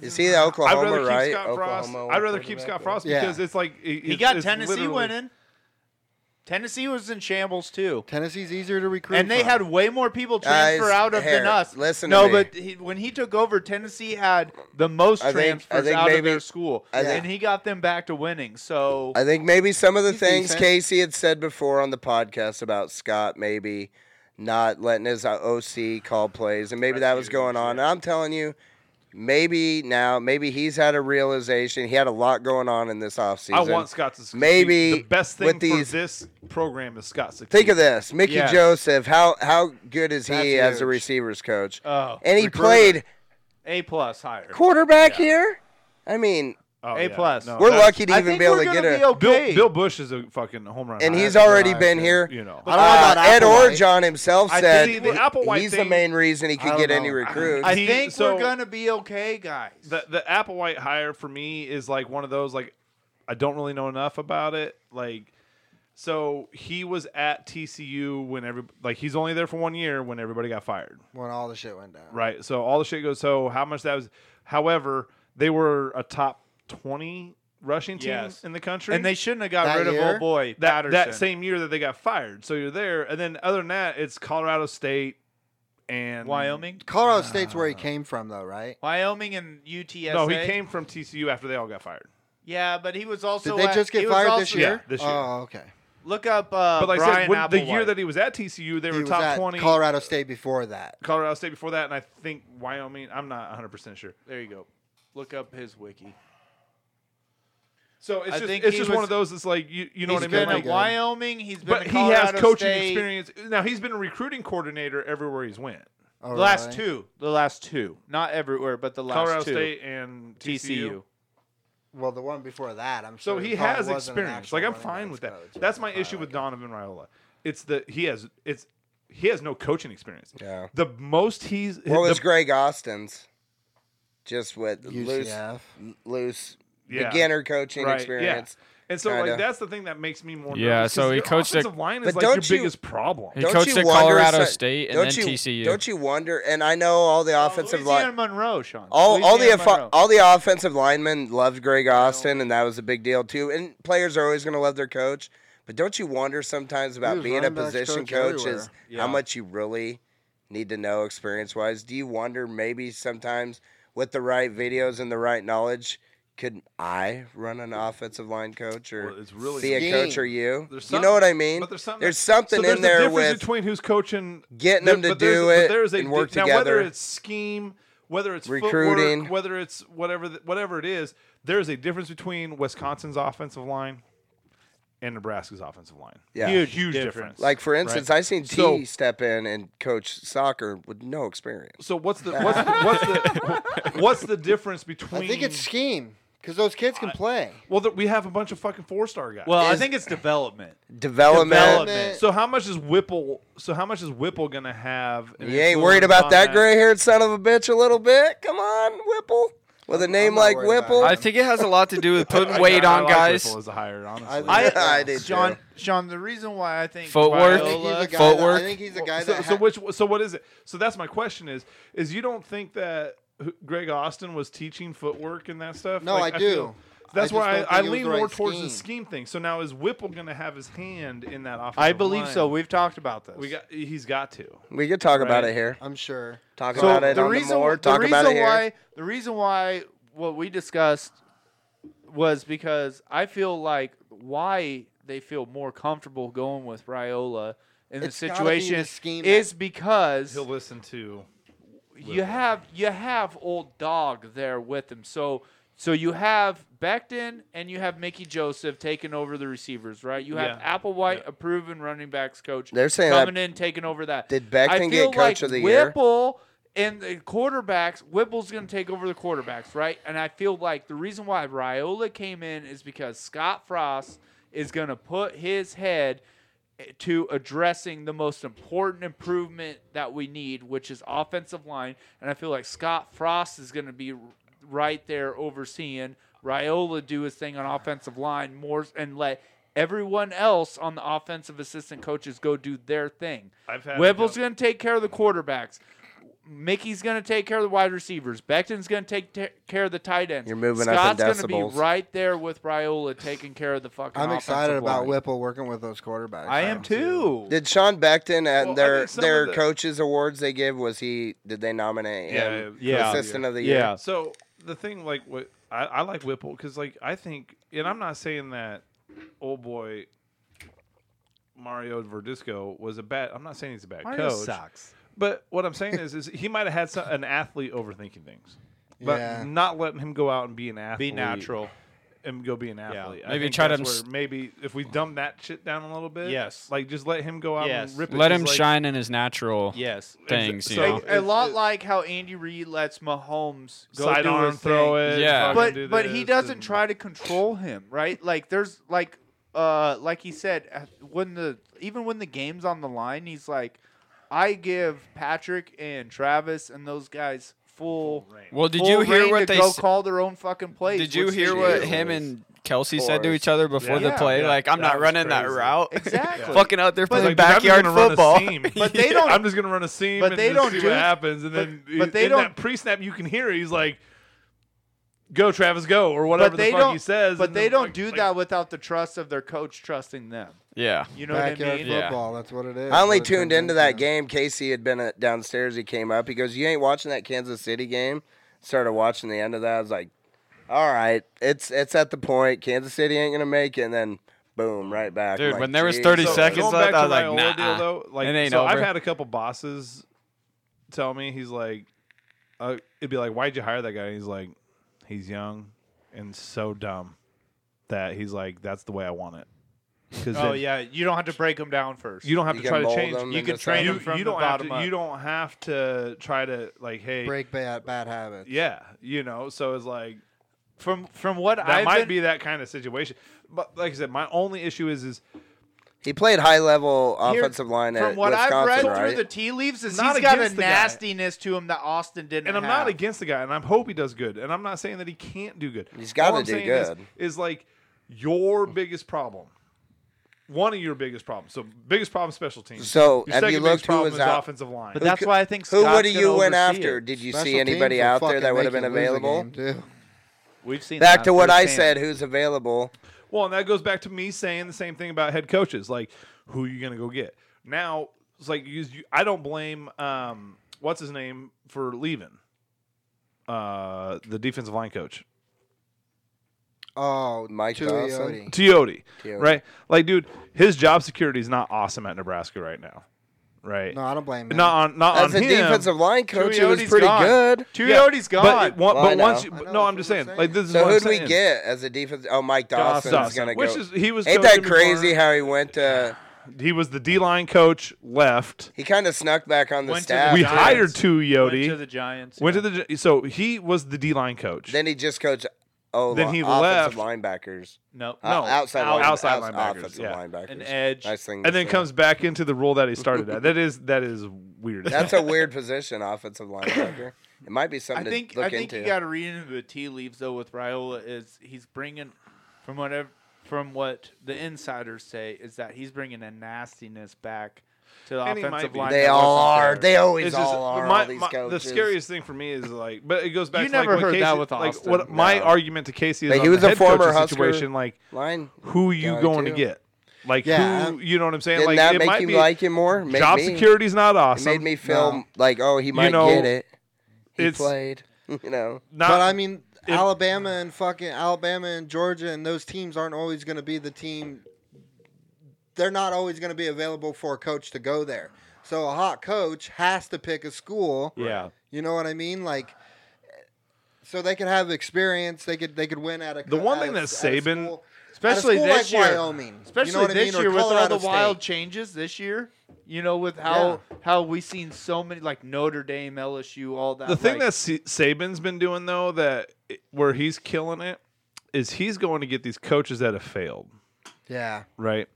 [SPEAKER 3] Is he the Oklahoma
[SPEAKER 4] I'd rather keep
[SPEAKER 3] right?
[SPEAKER 4] Scott Frost.
[SPEAKER 3] Oklahoma
[SPEAKER 4] I'd rather keep Scott
[SPEAKER 3] quarterback.
[SPEAKER 4] Frost
[SPEAKER 2] Yeah.
[SPEAKER 4] because it's like it-
[SPEAKER 8] He
[SPEAKER 4] it's-
[SPEAKER 8] got
[SPEAKER 4] it's
[SPEAKER 8] Tennessee
[SPEAKER 4] literally-
[SPEAKER 8] winning. Tennessee was in shambles too.
[SPEAKER 2] Tennessee's easier to recruit.
[SPEAKER 8] And they
[SPEAKER 2] from.
[SPEAKER 8] had way more people transfer
[SPEAKER 3] Guys,
[SPEAKER 8] out of
[SPEAKER 3] here,
[SPEAKER 8] than us.
[SPEAKER 3] listen to
[SPEAKER 8] no,
[SPEAKER 3] me.
[SPEAKER 8] but he, when he took over, Tennessee had the most
[SPEAKER 3] I think-
[SPEAKER 8] transfers
[SPEAKER 3] I think
[SPEAKER 8] out of
[SPEAKER 3] maybe-
[SPEAKER 8] their school,
[SPEAKER 3] I
[SPEAKER 8] and he got them back to winning. So
[SPEAKER 3] I think maybe some of the
[SPEAKER 2] He's
[SPEAKER 3] things
[SPEAKER 2] decent.
[SPEAKER 3] Casey had said before on the podcast about Scott maybe not letting his OC call plays, and maybe that was going on. And I'm telling you, maybe now, maybe he's had a realization. He had a lot going on in this offseason.
[SPEAKER 4] I want Scott to succeed.
[SPEAKER 3] Maybe
[SPEAKER 4] the best thing
[SPEAKER 3] with these-
[SPEAKER 4] for this program is Scott succeed.
[SPEAKER 3] Think of this, Mickey
[SPEAKER 8] Yes.
[SPEAKER 3] Joseph. How how good is he
[SPEAKER 2] That's
[SPEAKER 3] as a
[SPEAKER 2] huge.
[SPEAKER 3] receivers coach?
[SPEAKER 8] Oh,
[SPEAKER 3] and he
[SPEAKER 2] recruiter.
[SPEAKER 3] played
[SPEAKER 8] A plus higher.
[SPEAKER 3] quarterback here. I mean,
[SPEAKER 4] Oh,
[SPEAKER 8] A plus.
[SPEAKER 4] No,
[SPEAKER 3] we're
[SPEAKER 4] that's-
[SPEAKER 3] lucky to
[SPEAKER 8] I
[SPEAKER 3] even
[SPEAKER 8] think
[SPEAKER 3] be able
[SPEAKER 8] we're
[SPEAKER 3] to
[SPEAKER 8] gonna
[SPEAKER 3] get a.
[SPEAKER 8] be okay.
[SPEAKER 4] Bill, Bill Bush is a fucking home run.
[SPEAKER 3] and
[SPEAKER 4] high.
[SPEAKER 3] he's already
[SPEAKER 2] guy,
[SPEAKER 3] been
[SPEAKER 2] yeah.
[SPEAKER 3] here.
[SPEAKER 4] you know.
[SPEAKER 2] I don't know about
[SPEAKER 3] Uh, Ed
[SPEAKER 2] Applewhite.
[SPEAKER 3] Orgeon himself
[SPEAKER 4] I-
[SPEAKER 3] said
[SPEAKER 4] see, the Applewhite
[SPEAKER 3] he's the
[SPEAKER 4] thing-
[SPEAKER 3] main reason he
[SPEAKER 2] I
[SPEAKER 3] could
[SPEAKER 2] don't
[SPEAKER 3] get any
[SPEAKER 2] know.
[SPEAKER 3] recruits.
[SPEAKER 8] I
[SPEAKER 4] He-
[SPEAKER 8] think
[SPEAKER 4] so-
[SPEAKER 8] we're gonna be okay, guys.
[SPEAKER 4] the the Applewhite hire for me is like one of those like I don't really know enough about it. Like so he was at TCU when every like he's only there for one year when everybody got fired.
[SPEAKER 2] when all the shit went down.
[SPEAKER 4] Right. So all the shit goes so how much that was however, they were a top twenty rushing team
[SPEAKER 8] Yes.
[SPEAKER 4] in the country.
[SPEAKER 8] and they shouldn't have got
[SPEAKER 2] That
[SPEAKER 8] rid of
[SPEAKER 2] year?
[SPEAKER 8] old boy
[SPEAKER 4] that,
[SPEAKER 8] Patterson.
[SPEAKER 4] that same year that they got fired. So you're there. And then other than that, it's Colorado State and
[SPEAKER 8] Wyoming,
[SPEAKER 2] Colorado State's where he came from, though, right?
[SPEAKER 8] Wyoming, and UTSA.
[SPEAKER 4] No, he came from TCU after they all got fired.
[SPEAKER 8] Yeah, but he was also.
[SPEAKER 2] Did they
[SPEAKER 8] at-
[SPEAKER 2] just
[SPEAKER 8] he
[SPEAKER 2] get
[SPEAKER 8] was
[SPEAKER 2] fired
[SPEAKER 8] also-
[SPEAKER 2] this year?
[SPEAKER 4] Yeah, this year.
[SPEAKER 2] Oh, okay.
[SPEAKER 8] Look up. Uh,
[SPEAKER 4] But like I
[SPEAKER 8] Brian
[SPEAKER 4] said, when, the
[SPEAKER 8] Applewhite.
[SPEAKER 4] year that he was at TCU, they
[SPEAKER 2] He
[SPEAKER 4] were
[SPEAKER 2] was
[SPEAKER 4] top
[SPEAKER 2] at
[SPEAKER 4] twenty.
[SPEAKER 2] Colorado State before that.
[SPEAKER 4] Colorado State before that, and I think Wyoming. I'm not 100 percent sure.
[SPEAKER 8] there you go. Look up his wiki.
[SPEAKER 4] So it's
[SPEAKER 8] I
[SPEAKER 4] just
[SPEAKER 8] think
[SPEAKER 4] it's
[SPEAKER 8] he
[SPEAKER 4] just one
[SPEAKER 8] was-
[SPEAKER 4] of those. It's like you you know
[SPEAKER 2] He's
[SPEAKER 4] what I mean.
[SPEAKER 8] been
[SPEAKER 2] really
[SPEAKER 8] at
[SPEAKER 4] Like,
[SPEAKER 2] good.
[SPEAKER 8] Wyoming. He's been
[SPEAKER 4] but
[SPEAKER 8] at
[SPEAKER 4] he has
[SPEAKER 8] Colorado
[SPEAKER 4] coaching
[SPEAKER 8] State.
[SPEAKER 4] experience. Now he's been a recruiting coordinator everywhere he's went.
[SPEAKER 2] Oh,
[SPEAKER 8] The last
[SPEAKER 2] really?
[SPEAKER 8] two. The last two. Not everywhere, but the last
[SPEAKER 4] Colorado
[SPEAKER 8] two.
[SPEAKER 4] State and TCU.
[SPEAKER 8] TCU.
[SPEAKER 2] Well, the one before that, I'm
[SPEAKER 4] So
[SPEAKER 2] sure.
[SPEAKER 4] he
[SPEAKER 2] probably
[SPEAKER 4] has
[SPEAKER 2] wasn't an
[SPEAKER 4] experience.
[SPEAKER 2] actual
[SPEAKER 4] Like I'm
[SPEAKER 2] running
[SPEAKER 4] fine
[SPEAKER 2] backs
[SPEAKER 4] with that.
[SPEAKER 2] coach.
[SPEAKER 4] That's
[SPEAKER 3] Oh,
[SPEAKER 4] my issue with Donovan Raiola. It's the he has it's he has no coaching experience.
[SPEAKER 3] Yeah.
[SPEAKER 4] The most he's
[SPEAKER 3] What was
[SPEAKER 4] the,
[SPEAKER 3] Greg Austin's? Just with loose,
[SPEAKER 2] UCF.
[SPEAKER 3] loose
[SPEAKER 4] Yeah.
[SPEAKER 3] beginner coaching
[SPEAKER 4] right,
[SPEAKER 3] experience.
[SPEAKER 4] Yeah. And so
[SPEAKER 3] Kinda.
[SPEAKER 4] like that's the thing that makes me more
[SPEAKER 6] Yeah,
[SPEAKER 4] nervous,
[SPEAKER 6] so
[SPEAKER 4] 'cause
[SPEAKER 6] he
[SPEAKER 4] your
[SPEAKER 6] coached at-
[SPEAKER 4] offensive line is
[SPEAKER 3] But
[SPEAKER 4] like your
[SPEAKER 3] don't you-
[SPEAKER 4] biggest problem.
[SPEAKER 6] He
[SPEAKER 3] Don't
[SPEAKER 6] coached
[SPEAKER 3] you
[SPEAKER 6] at
[SPEAKER 3] wonder
[SPEAKER 6] Colorado
[SPEAKER 3] some-
[SPEAKER 6] State and
[SPEAKER 3] don't
[SPEAKER 6] then
[SPEAKER 3] you,
[SPEAKER 6] TCU.
[SPEAKER 3] Don't you wonder? And I know all
[SPEAKER 4] Oh,
[SPEAKER 3] the offensive
[SPEAKER 8] Louisiana
[SPEAKER 3] line,
[SPEAKER 8] Monroe, Sean.
[SPEAKER 3] all, all the
[SPEAKER 8] Louisiana
[SPEAKER 3] offo-
[SPEAKER 8] Monroe.
[SPEAKER 3] all the offensive linemen loved Greg Austin, and that was a big deal too. And players are always going to love their coach, but don't you wonder sometimes about
[SPEAKER 2] was
[SPEAKER 3] being a
[SPEAKER 2] running backs
[SPEAKER 3] position
[SPEAKER 2] coach
[SPEAKER 3] coach is
[SPEAKER 2] everywhere.
[SPEAKER 3] how much you really need to know experience wise? Do you wonder maybe sometimes with the right videos and the right knowledge? Could I run an offensive line coach or
[SPEAKER 4] Well, it's really
[SPEAKER 3] be a
[SPEAKER 2] Scheme.
[SPEAKER 3] coach or you?
[SPEAKER 4] There's
[SPEAKER 3] You know what I
[SPEAKER 4] something-
[SPEAKER 3] mean?
[SPEAKER 4] But there's something.
[SPEAKER 3] something
[SPEAKER 4] so there's
[SPEAKER 3] in
[SPEAKER 4] the
[SPEAKER 3] there
[SPEAKER 4] difference
[SPEAKER 3] with
[SPEAKER 4] between who's coaching,
[SPEAKER 3] getting them to
[SPEAKER 4] but there's
[SPEAKER 3] do
[SPEAKER 4] a-
[SPEAKER 3] it
[SPEAKER 4] but there's a
[SPEAKER 3] and work
[SPEAKER 4] di- Now, whether
[SPEAKER 3] together.
[SPEAKER 4] it's scheme, whether it's
[SPEAKER 3] Recruiting.
[SPEAKER 4] footwork, whether it's whatever th- whatever it is, there's a difference between Wisconsin's offensive line and Nebraska's offensive line.
[SPEAKER 3] Yeah.
[SPEAKER 4] huge, huge difference.
[SPEAKER 3] Like for instance, I seen T
[SPEAKER 4] So-
[SPEAKER 3] step in and coach soccer with no experience.
[SPEAKER 4] so what's the what's the, what's the what's the difference between?
[SPEAKER 2] I think it's scheme because those kids can play.
[SPEAKER 4] well, th- we have a bunch of fucking four star guys.
[SPEAKER 8] well, I
[SPEAKER 3] is-
[SPEAKER 8] think it's development.
[SPEAKER 3] Development.
[SPEAKER 8] Development.
[SPEAKER 4] so how much is Whipple? So how much is Whipple gonna have? an
[SPEAKER 3] You ain't
[SPEAKER 4] influence
[SPEAKER 3] worried about
[SPEAKER 4] on
[SPEAKER 3] that gray haired son of a bitch a little bit? Come on, Whipple. With a name
[SPEAKER 2] not
[SPEAKER 3] like
[SPEAKER 2] worried about
[SPEAKER 3] Whipple.
[SPEAKER 7] I think it has a lot to do with putting
[SPEAKER 4] I-
[SPEAKER 7] weight
[SPEAKER 4] I
[SPEAKER 7] on
[SPEAKER 4] like
[SPEAKER 7] guys.
[SPEAKER 4] Whipple as a hire, honestly.
[SPEAKER 2] I-
[SPEAKER 3] Yeah, I did
[SPEAKER 8] Sean,
[SPEAKER 3] too.
[SPEAKER 8] Sean, the reason why I think
[SPEAKER 7] Footwork.
[SPEAKER 2] I think he's
[SPEAKER 8] Viola-
[SPEAKER 2] a guy.
[SPEAKER 7] Footwork.
[SPEAKER 2] That, I think he's a guy
[SPEAKER 4] so,
[SPEAKER 2] that.
[SPEAKER 4] so
[SPEAKER 2] ha-
[SPEAKER 4] which so what is it so that's my question is is you don't think that Greg Austin was teaching footwork and that stuff
[SPEAKER 2] No, I
[SPEAKER 4] feel-
[SPEAKER 2] do.
[SPEAKER 4] That's
[SPEAKER 2] just
[SPEAKER 4] why
[SPEAKER 2] don't
[SPEAKER 4] I, I
[SPEAKER 2] think it was
[SPEAKER 4] lean
[SPEAKER 2] the right
[SPEAKER 4] more towards the
[SPEAKER 2] scheme.
[SPEAKER 4] scheme thing. So now is Whipple going to have his hand in that offensive
[SPEAKER 5] I believe
[SPEAKER 4] line?
[SPEAKER 5] so. We've talked about this.
[SPEAKER 4] We got. He's got to.
[SPEAKER 3] We could talk about
[SPEAKER 4] Right.
[SPEAKER 3] it here.
[SPEAKER 2] I'm sure.
[SPEAKER 3] Talk
[SPEAKER 5] so
[SPEAKER 3] about it
[SPEAKER 5] the
[SPEAKER 3] on
[SPEAKER 5] reason
[SPEAKER 3] the more.
[SPEAKER 5] the
[SPEAKER 3] Talk
[SPEAKER 5] reason
[SPEAKER 3] about it here.
[SPEAKER 5] why the reason why what we discussed was because I feel like why they feel more comfortable going with Raiola in
[SPEAKER 2] It's
[SPEAKER 5] the
[SPEAKER 2] gotta be
[SPEAKER 5] situation
[SPEAKER 2] the scheme
[SPEAKER 5] is because
[SPEAKER 4] He'll listen to.
[SPEAKER 5] you have you have old dog there with him. So so you have Becton and you have Mickey Joseph taking over the receivers, right? You have
[SPEAKER 4] Yeah.
[SPEAKER 5] Applewhite, a proven running backs coach,
[SPEAKER 3] They're saying
[SPEAKER 5] coming in taking over that.
[SPEAKER 3] Did Becton
[SPEAKER 5] I
[SPEAKER 3] get
[SPEAKER 5] feel
[SPEAKER 3] coach
[SPEAKER 5] like
[SPEAKER 3] of the year?
[SPEAKER 5] Whipple and the quarterbacks, Whipple's going to take over the quarterbacks, right? And I feel like the reason why Riola came in is because Scott Frost is going to put his head to addressing the most important improvement that we need, which is offensive line. And I feel like Scott Frost is going to be r- right there overseeing Raiola do his thing on offensive line more s- and let everyone else on the offensive assistant coaches go do their thing.
[SPEAKER 4] I've had enough.
[SPEAKER 5] Wibble's going to take care of the quarterbacks. Mickey's going to take care of the wide receivers. Beckton's going to take ta- care of the tight ends.
[SPEAKER 3] You're moving up in
[SPEAKER 5] Scott's gonna
[SPEAKER 3] decibels.
[SPEAKER 5] be right there with Raiola taking care of the fucking.
[SPEAKER 2] I'm excited
[SPEAKER 5] offensive
[SPEAKER 2] about
[SPEAKER 5] line.
[SPEAKER 2] Whipple working with those quarterbacks.
[SPEAKER 5] I am too.
[SPEAKER 3] Did Sean Becton at
[SPEAKER 4] Well, I
[SPEAKER 3] their
[SPEAKER 4] think some
[SPEAKER 3] their
[SPEAKER 4] of the-
[SPEAKER 3] coaches awards they give was he? Did they nominate him?
[SPEAKER 4] Yeah,
[SPEAKER 5] yeah.
[SPEAKER 3] assistant of the year.
[SPEAKER 5] Yeah.
[SPEAKER 4] So the thing, like, what I, I like Whipple because, like, I think, and I'm not saying that old boy Mario Verduzco was a bad. I'm not saying he's a bad
[SPEAKER 8] Mario
[SPEAKER 4] coach.
[SPEAKER 8] sucks.
[SPEAKER 4] But what I'm saying is, is he might have had some, an athlete overthinking things, but
[SPEAKER 2] Yeah.
[SPEAKER 4] not letting him go out and be an athlete,
[SPEAKER 5] Be natural.
[SPEAKER 4] and go be an athlete. I
[SPEAKER 6] Maybe
[SPEAKER 4] think
[SPEAKER 6] try to
[SPEAKER 4] that's
[SPEAKER 6] s-
[SPEAKER 4] where maybe if we dumb that shit down a little bit,
[SPEAKER 5] Yes.
[SPEAKER 4] like just let him go out
[SPEAKER 5] Yes.
[SPEAKER 4] and rip it.
[SPEAKER 6] Let
[SPEAKER 4] 'cause,
[SPEAKER 6] him
[SPEAKER 4] like,
[SPEAKER 6] shine in his natural
[SPEAKER 5] Yes.
[SPEAKER 6] things. You
[SPEAKER 4] so-
[SPEAKER 6] know?
[SPEAKER 5] a
[SPEAKER 4] It's-
[SPEAKER 5] lot
[SPEAKER 4] it-
[SPEAKER 5] like how Andy Reid lets Mahomes go do
[SPEAKER 4] Sidearm
[SPEAKER 5] his
[SPEAKER 4] throw
[SPEAKER 5] thing.
[SPEAKER 4] it,
[SPEAKER 6] Yeah.
[SPEAKER 4] fucking
[SPEAKER 5] but
[SPEAKER 4] do
[SPEAKER 5] but he
[SPEAKER 4] this,
[SPEAKER 5] doesn't
[SPEAKER 4] and-
[SPEAKER 5] try to control him, right? Like there's like uh like he said uh, when the even when the game's on the line, he's like, I give Patrick and Travis and those guys full.
[SPEAKER 6] Well, did
[SPEAKER 5] full
[SPEAKER 6] you hear
[SPEAKER 5] reign
[SPEAKER 6] what
[SPEAKER 5] to
[SPEAKER 6] they
[SPEAKER 5] go
[SPEAKER 6] s-
[SPEAKER 5] call their own fucking plays?
[SPEAKER 6] Did you
[SPEAKER 5] which
[SPEAKER 6] hear
[SPEAKER 5] they
[SPEAKER 6] what
[SPEAKER 5] do.
[SPEAKER 6] him and Kelsey
[SPEAKER 3] Of
[SPEAKER 6] said to
[SPEAKER 3] course.
[SPEAKER 6] each other before
[SPEAKER 4] Yeah.
[SPEAKER 6] the play?
[SPEAKER 4] Yeah.
[SPEAKER 6] Like, I'm
[SPEAKER 4] That
[SPEAKER 6] not
[SPEAKER 4] was
[SPEAKER 6] running that
[SPEAKER 4] crazy.
[SPEAKER 6] route.
[SPEAKER 5] exactly?
[SPEAKER 6] Fucking out there
[SPEAKER 4] Like,
[SPEAKER 6] playing
[SPEAKER 4] dude, I'm just
[SPEAKER 6] backyard
[SPEAKER 4] gonna run a
[SPEAKER 6] football.
[SPEAKER 4] seam.
[SPEAKER 5] But they don't-
[SPEAKER 4] I'm just gonna run a seam.
[SPEAKER 5] but
[SPEAKER 4] and
[SPEAKER 5] they
[SPEAKER 4] then
[SPEAKER 5] don't
[SPEAKER 4] see
[SPEAKER 5] do-
[SPEAKER 4] what happens, and then
[SPEAKER 5] but they
[SPEAKER 4] in
[SPEAKER 5] don't-
[SPEAKER 4] That pre-snap, you can hear he's like, "Go, Travis, go," or whatever
[SPEAKER 5] But they
[SPEAKER 4] the fuck
[SPEAKER 5] don't.
[SPEAKER 4] he says.
[SPEAKER 5] but
[SPEAKER 4] and
[SPEAKER 5] they
[SPEAKER 4] then,
[SPEAKER 5] don't
[SPEAKER 4] like-
[SPEAKER 5] do
[SPEAKER 4] like,
[SPEAKER 5] that without the trust of their coach trusting them.
[SPEAKER 6] Yeah.
[SPEAKER 5] You know what I
[SPEAKER 2] Backyard
[SPEAKER 5] mean?
[SPEAKER 6] Yeah.
[SPEAKER 2] football. That's what it is.
[SPEAKER 3] I only
[SPEAKER 2] That's what it
[SPEAKER 3] tuned
[SPEAKER 2] turns
[SPEAKER 3] into that game. Casey had been uh, downstairs. He came up. He goes, "You ain't watching that Kansas City game." Started watching the end of that. I was like, "All right, it's it's at the point. Kansas City ain't gonna make it." And then, boom, right back.
[SPEAKER 6] Dude,
[SPEAKER 3] I'm
[SPEAKER 6] when
[SPEAKER 3] like,
[SPEAKER 6] there was
[SPEAKER 3] "Jeez."
[SPEAKER 6] 30
[SPEAKER 4] So,
[SPEAKER 6] seconds
[SPEAKER 4] going
[SPEAKER 6] left,
[SPEAKER 4] back to
[SPEAKER 6] I was like,
[SPEAKER 4] my old
[SPEAKER 6] nah,
[SPEAKER 4] deal, though, like,
[SPEAKER 6] it ain't
[SPEAKER 4] so I've
[SPEAKER 6] over.
[SPEAKER 4] had a couple bosses tell me he's like, uh, it'd be like, "Why'd you hire that guy?" And he's like, "He's young and so dumb that he's like, that's the way I want it." Because
[SPEAKER 5] Oh yeah, you don't have to break them down first.
[SPEAKER 4] you don't have
[SPEAKER 3] You
[SPEAKER 4] to try
[SPEAKER 3] can
[SPEAKER 4] to
[SPEAKER 3] mold
[SPEAKER 4] change.
[SPEAKER 3] them
[SPEAKER 5] You
[SPEAKER 3] and
[SPEAKER 5] can
[SPEAKER 3] decide.
[SPEAKER 5] train
[SPEAKER 4] You,
[SPEAKER 5] them from
[SPEAKER 4] you
[SPEAKER 5] the
[SPEAKER 4] don't have
[SPEAKER 5] bottom
[SPEAKER 4] to,
[SPEAKER 5] up.
[SPEAKER 4] you don't have to try to like hey
[SPEAKER 2] Break bad, bad habits.
[SPEAKER 4] yeah you know so it's like
[SPEAKER 5] from from what
[SPEAKER 4] that
[SPEAKER 5] I've
[SPEAKER 4] might
[SPEAKER 5] been,
[SPEAKER 4] be that kind of situation but like i said my only issue is is
[SPEAKER 3] He played high level
[SPEAKER 5] Here-
[SPEAKER 3] offensive line
[SPEAKER 5] from
[SPEAKER 3] at
[SPEAKER 5] what
[SPEAKER 3] Wisconsin,
[SPEAKER 5] I've read
[SPEAKER 3] right?
[SPEAKER 5] through the tea leaves is
[SPEAKER 4] Not
[SPEAKER 5] he's got a
[SPEAKER 4] against the guy.
[SPEAKER 5] nastiness to him that Austin didn't.
[SPEAKER 4] and i'm
[SPEAKER 5] have.
[SPEAKER 4] not against the guy and i hope he does good and i'm not saying that he can't do good
[SPEAKER 3] He's gotta
[SPEAKER 4] All I'm
[SPEAKER 3] do
[SPEAKER 4] saying is-
[SPEAKER 3] good.
[SPEAKER 4] is like your biggest problem one of your biggest problems so biggest problem special teams
[SPEAKER 3] So,
[SPEAKER 4] your
[SPEAKER 3] have
[SPEAKER 4] second
[SPEAKER 3] you
[SPEAKER 4] biggest
[SPEAKER 3] looked who
[SPEAKER 4] problem
[SPEAKER 3] was
[SPEAKER 4] is
[SPEAKER 3] out?
[SPEAKER 4] offensive line
[SPEAKER 5] But that's
[SPEAKER 3] could-
[SPEAKER 5] why I think
[SPEAKER 3] Who
[SPEAKER 5] Scott's
[SPEAKER 3] would you
[SPEAKER 5] gonna
[SPEAKER 3] went
[SPEAKER 5] oversee
[SPEAKER 3] after?
[SPEAKER 5] it.
[SPEAKER 3] Did you
[SPEAKER 2] Special
[SPEAKER 3] see anybody
[SPEAKER 2] teams will
[SPEAKER 3] out there
[SPEAKER 2] fucking
[SPEAKER 3] that would have
[SPEAKER 2] make
[SPEAKER 3] been
[SPEAKER 2] you lose a
[SPEAKER 3] available?
[SPEAKER 2] game, too.
[SPEAKER 5] We've seen
[SPEAKER 3] Back
[SPEAKER 5] that
[SPEAKER 3] to what I
[SPEAKER 5] firsthand.
[SPEAKER 3] said. Who's available?
[SPEAKER 4] Well, and that goes back to me saying the same thing about head coaches. Like, who are you going to go get? Now, it's like, you, you, I don't blame, um, what's his name, for leaving uh, the defensive line coach,
[SPEAKER 2] Oh,
[SPEAKER 3] Mike
[SPEAKER 2] Tuioti.
[SPEAKER 3] Dawson?
[SPEAKER 4] Teote,
[SPEAKER 3] Teote.
[SPEAKER 4] right? Like, dude, his job security is not awesome at Nebraska right now, right?
[SPEAKER 2] No, I don't blame him.
[SPEAKER 4] Not on, not
[SPEAKER 3] As a
[SPEAKER 4] on him.
[SPEAKER 3] defensive line coach, he was
[SPEAKER 5] Tuioti's
[SPEAKER 3] pretty
[SPEAKER 5] gone.
[SPEAKER 3] good.
[SPEAKER 5] Tuiuti's
[SPEAKER 4] Yeah,
[SPEAKER 5] gone.
[SPEAKER 4] But, it, wa-
[SPEAKER 3] Well, I
[SPEAKER 4] but
[SPEAKER 3] know.
[SPEAKER 4] once, you,
[SPEAKER 2] I know,
[SPEAKER 4] no, I'm
[SPEAKER 2] that's
[SPEAKER 4] just
[SPEAKER 2] what I'm
[SPEAKER 4] saying,
[SPEAKER 2] saying.
[SPEAKER 4] like this is
[SPEAKER 3] So
[SPEAKER 4] what I'm
[SPEAKER 3] who'd we
[SPEAKER 4] saying.
[SPEAKER 3] get as a defense? Oh, Mike Dawson's
[SPEAKER 4] Dawson,
[SPEAKER 3] gonna
[SPEAKER 4] which
[SPEAKER 3] go.
[SPEAKER 4] is he was
[SPEAKER 3] Ain't
[SPEAKER 4] coaching
[SPEAKER 3] that crazy
[SPEAKER 4] before.
[SPEAKER 3] how he went to?
[SPEAKER 4] He was the D line coach, left.
[SPEAKER 3] He kind of snuck back on the
[SPEAKER 5] Went to
[SPEAKER 3] staff.
[SPEAKER 5] the
[SPEAKER 4] we
[SPEAKER 5] Giants.
[SPEAKER 4] hired two
[SPEAKER 5] Went
[SPEAKER 4] Yodi.
[SPEAKER 5] to the Giants.
[SPEAKER 4] Went to the Gi- so he was the D line coach.
[SPEAKER 3] then he just coached. Oh,
[SPEAKER 4] Then he left.
[SPEAKER 3] offensive linebackers.
[SPEAKER 5] no,
[SPEAKER 3] Uh, outside,
[SPEAKER 4] out-
[SPEAKER 3] linebackers.
[SPEAKER 4] outside
[SPEAKER 3] outs-
[SPEAKER 4] linebackers,
[SPEAKER 3] offensive
[SPEAKER 4] yeah.
[SPEAKER 3] linebackers,
[SPEAKER 5] An edge.
[SPEAKER 3] Nice thing. to
[SPEAKER 4] and then
[SPEAKER 3] say.
[SPEAKER 4] comes back into the rule that he started at. That is that is weird. as
[SPEAKER 3] That's
[SPEAKER 4] hell.
[SPEAKER 3] a weird position, offensive linebacker. It might be
[SPEAKER 5] I
[SPEAKER 3] something
[SPEAKER 5] think
[SPEAKER 3] to look
[SPEAKER 5] I think
[SPEAKER 3] into.
[SPEAKER 5] you got to read into the tea leaves though with Raiola is he's bringing from whatever from what the insiders say is that he's bringing a nastiness back to the
[SPEAKER 4] And he might
[SPEAKER 5] offensive
[SPEAKER 4] be.
[SPEAKER 5] line.
[SPEAKER 3] They
[SPEAKER 5] that
[SPEAKER 3] all
[SPEAKER 5] wasn't
[SPEAKER 3] are.
[SPEAKER 5] there.
[SPEAKER 3] They always
[SPEAKER 4] It's just-
[SPEAKER 3] all are.
[SPEAKER 4] my-
[SPEAKER 3] all these
[SPEAKER 4] my- the
[SPEAKER 3] coaches.
[SPEAKER 4] scariest thing for me is like, but it goes back
[SPEAKER 5] You
[SPEAKER 4] to like
[SPEAKER 5] never
[SPEAKER 4] what
[SPEAKER 5] heard that
[SPEAKER 4] Casey-
[SPEAKER 5] with
[SPEAKER 4] like what
[SPEAKER 5] Austin.
[SPEAKER 4] my
[SPEAKER 5] No.
[SPEAKER 4] argument to Casey is
[SPEAKER 3] But
[SPEAKER 4] on
[SPEAKER 3] he was
[SPEAKER 4] the
[SPEAKER 3] a
[SPEAKER 4] head
[SPEAKER 3] former
[SPEAKER 4] coaching
[SPEAKER 3] Husker.
[SPEAKER 4] situation. Like,
[SPEAKER 3] line.
[SPEAKER 4] who you
[SPEAKER 3] guy,
[SPEAKER 4] going
[SPEAKER 3] too.
[SPEAKER 4] to get? Like,
[SPEAKER 2] Yeah.
[SPEAKER 4] who you know what I'm saying?
[SPEAKER 3] Didn't
[SPEAKER 4] like,
[SPEAKER 3] that
[SPEAKER 4] it
[SPEAKER 3] make
[SPEAKER 4] might
[SPEAKER 3] you
[SPEAKER 4] be
[SPEAKER 3] like him more? Made
[SPEAKER 4] job
[SPEAKER 3] me.
[SPEAKER 4] security's not
[SPEAKER 3] It
[SPEAKER 4] awesome.
[SPEAKER 3] made me feel
[SPEAKER 2] No.
[SPEAKER 3] like, oh, he might
[SPEAKER 4] know,
[SPEAKER 3] get it. He
[SPEAKER 4] it's
[SPEAKER 3] played. You know,
[SPEAKER 4] not.
[SPEAKER 2] but I mean,
[SPEAKER 4] it-
[SPEAKER 2] Alabama and fucking Alabama and Georgia and those teams aren't always going to be the team. They're not always going to be available for a coach to go there. So a hot coach has to pick a school.
[SPEAKER 5] Yeah.
[SPEAKER 2] You know what I mean? Like, so they could have experience. They could they could win at a.
[SPEAKER 4] The one
[SPEAKER 2] at
[SPEAKER 4] thing
[SPEAKER 2] a-
[SPEAKER 4] that
[SPEAKER 2] at a
[SPEAKER 4] Saban-
[SPEAKER 2] school-
[SPEAKER 5] especially
[SPEAKER 2] at a school
[SPEAKER 5] this
[SPEAKER 2] like
[SPEAKER 5] year.
[SPEAKER 2] Wyoming,
[SPEAKER 5] Especially
[SPEAKER 2] you know what I
[SPEAKER 5] this
[SPEAKER 2] mean? Or
[SPEAKER 5] year with all
[SPEAKER 2] Colorado
[SPEAKER 5] the wild
[SPEAKER 2] State.
[SPEAKER 5] changes this year. You know, with how how we seen so many like Notre Dame, LSU, all that.
[SPEAKER 4] the thing
[SPEAKER 5] like,
[SPEAKER 4] that S- Saban's been doing though that where he's killing it is he's going to get these coaches that have failed,
[SPEAKER 2] Yeah,
[SPEAKER 4] right?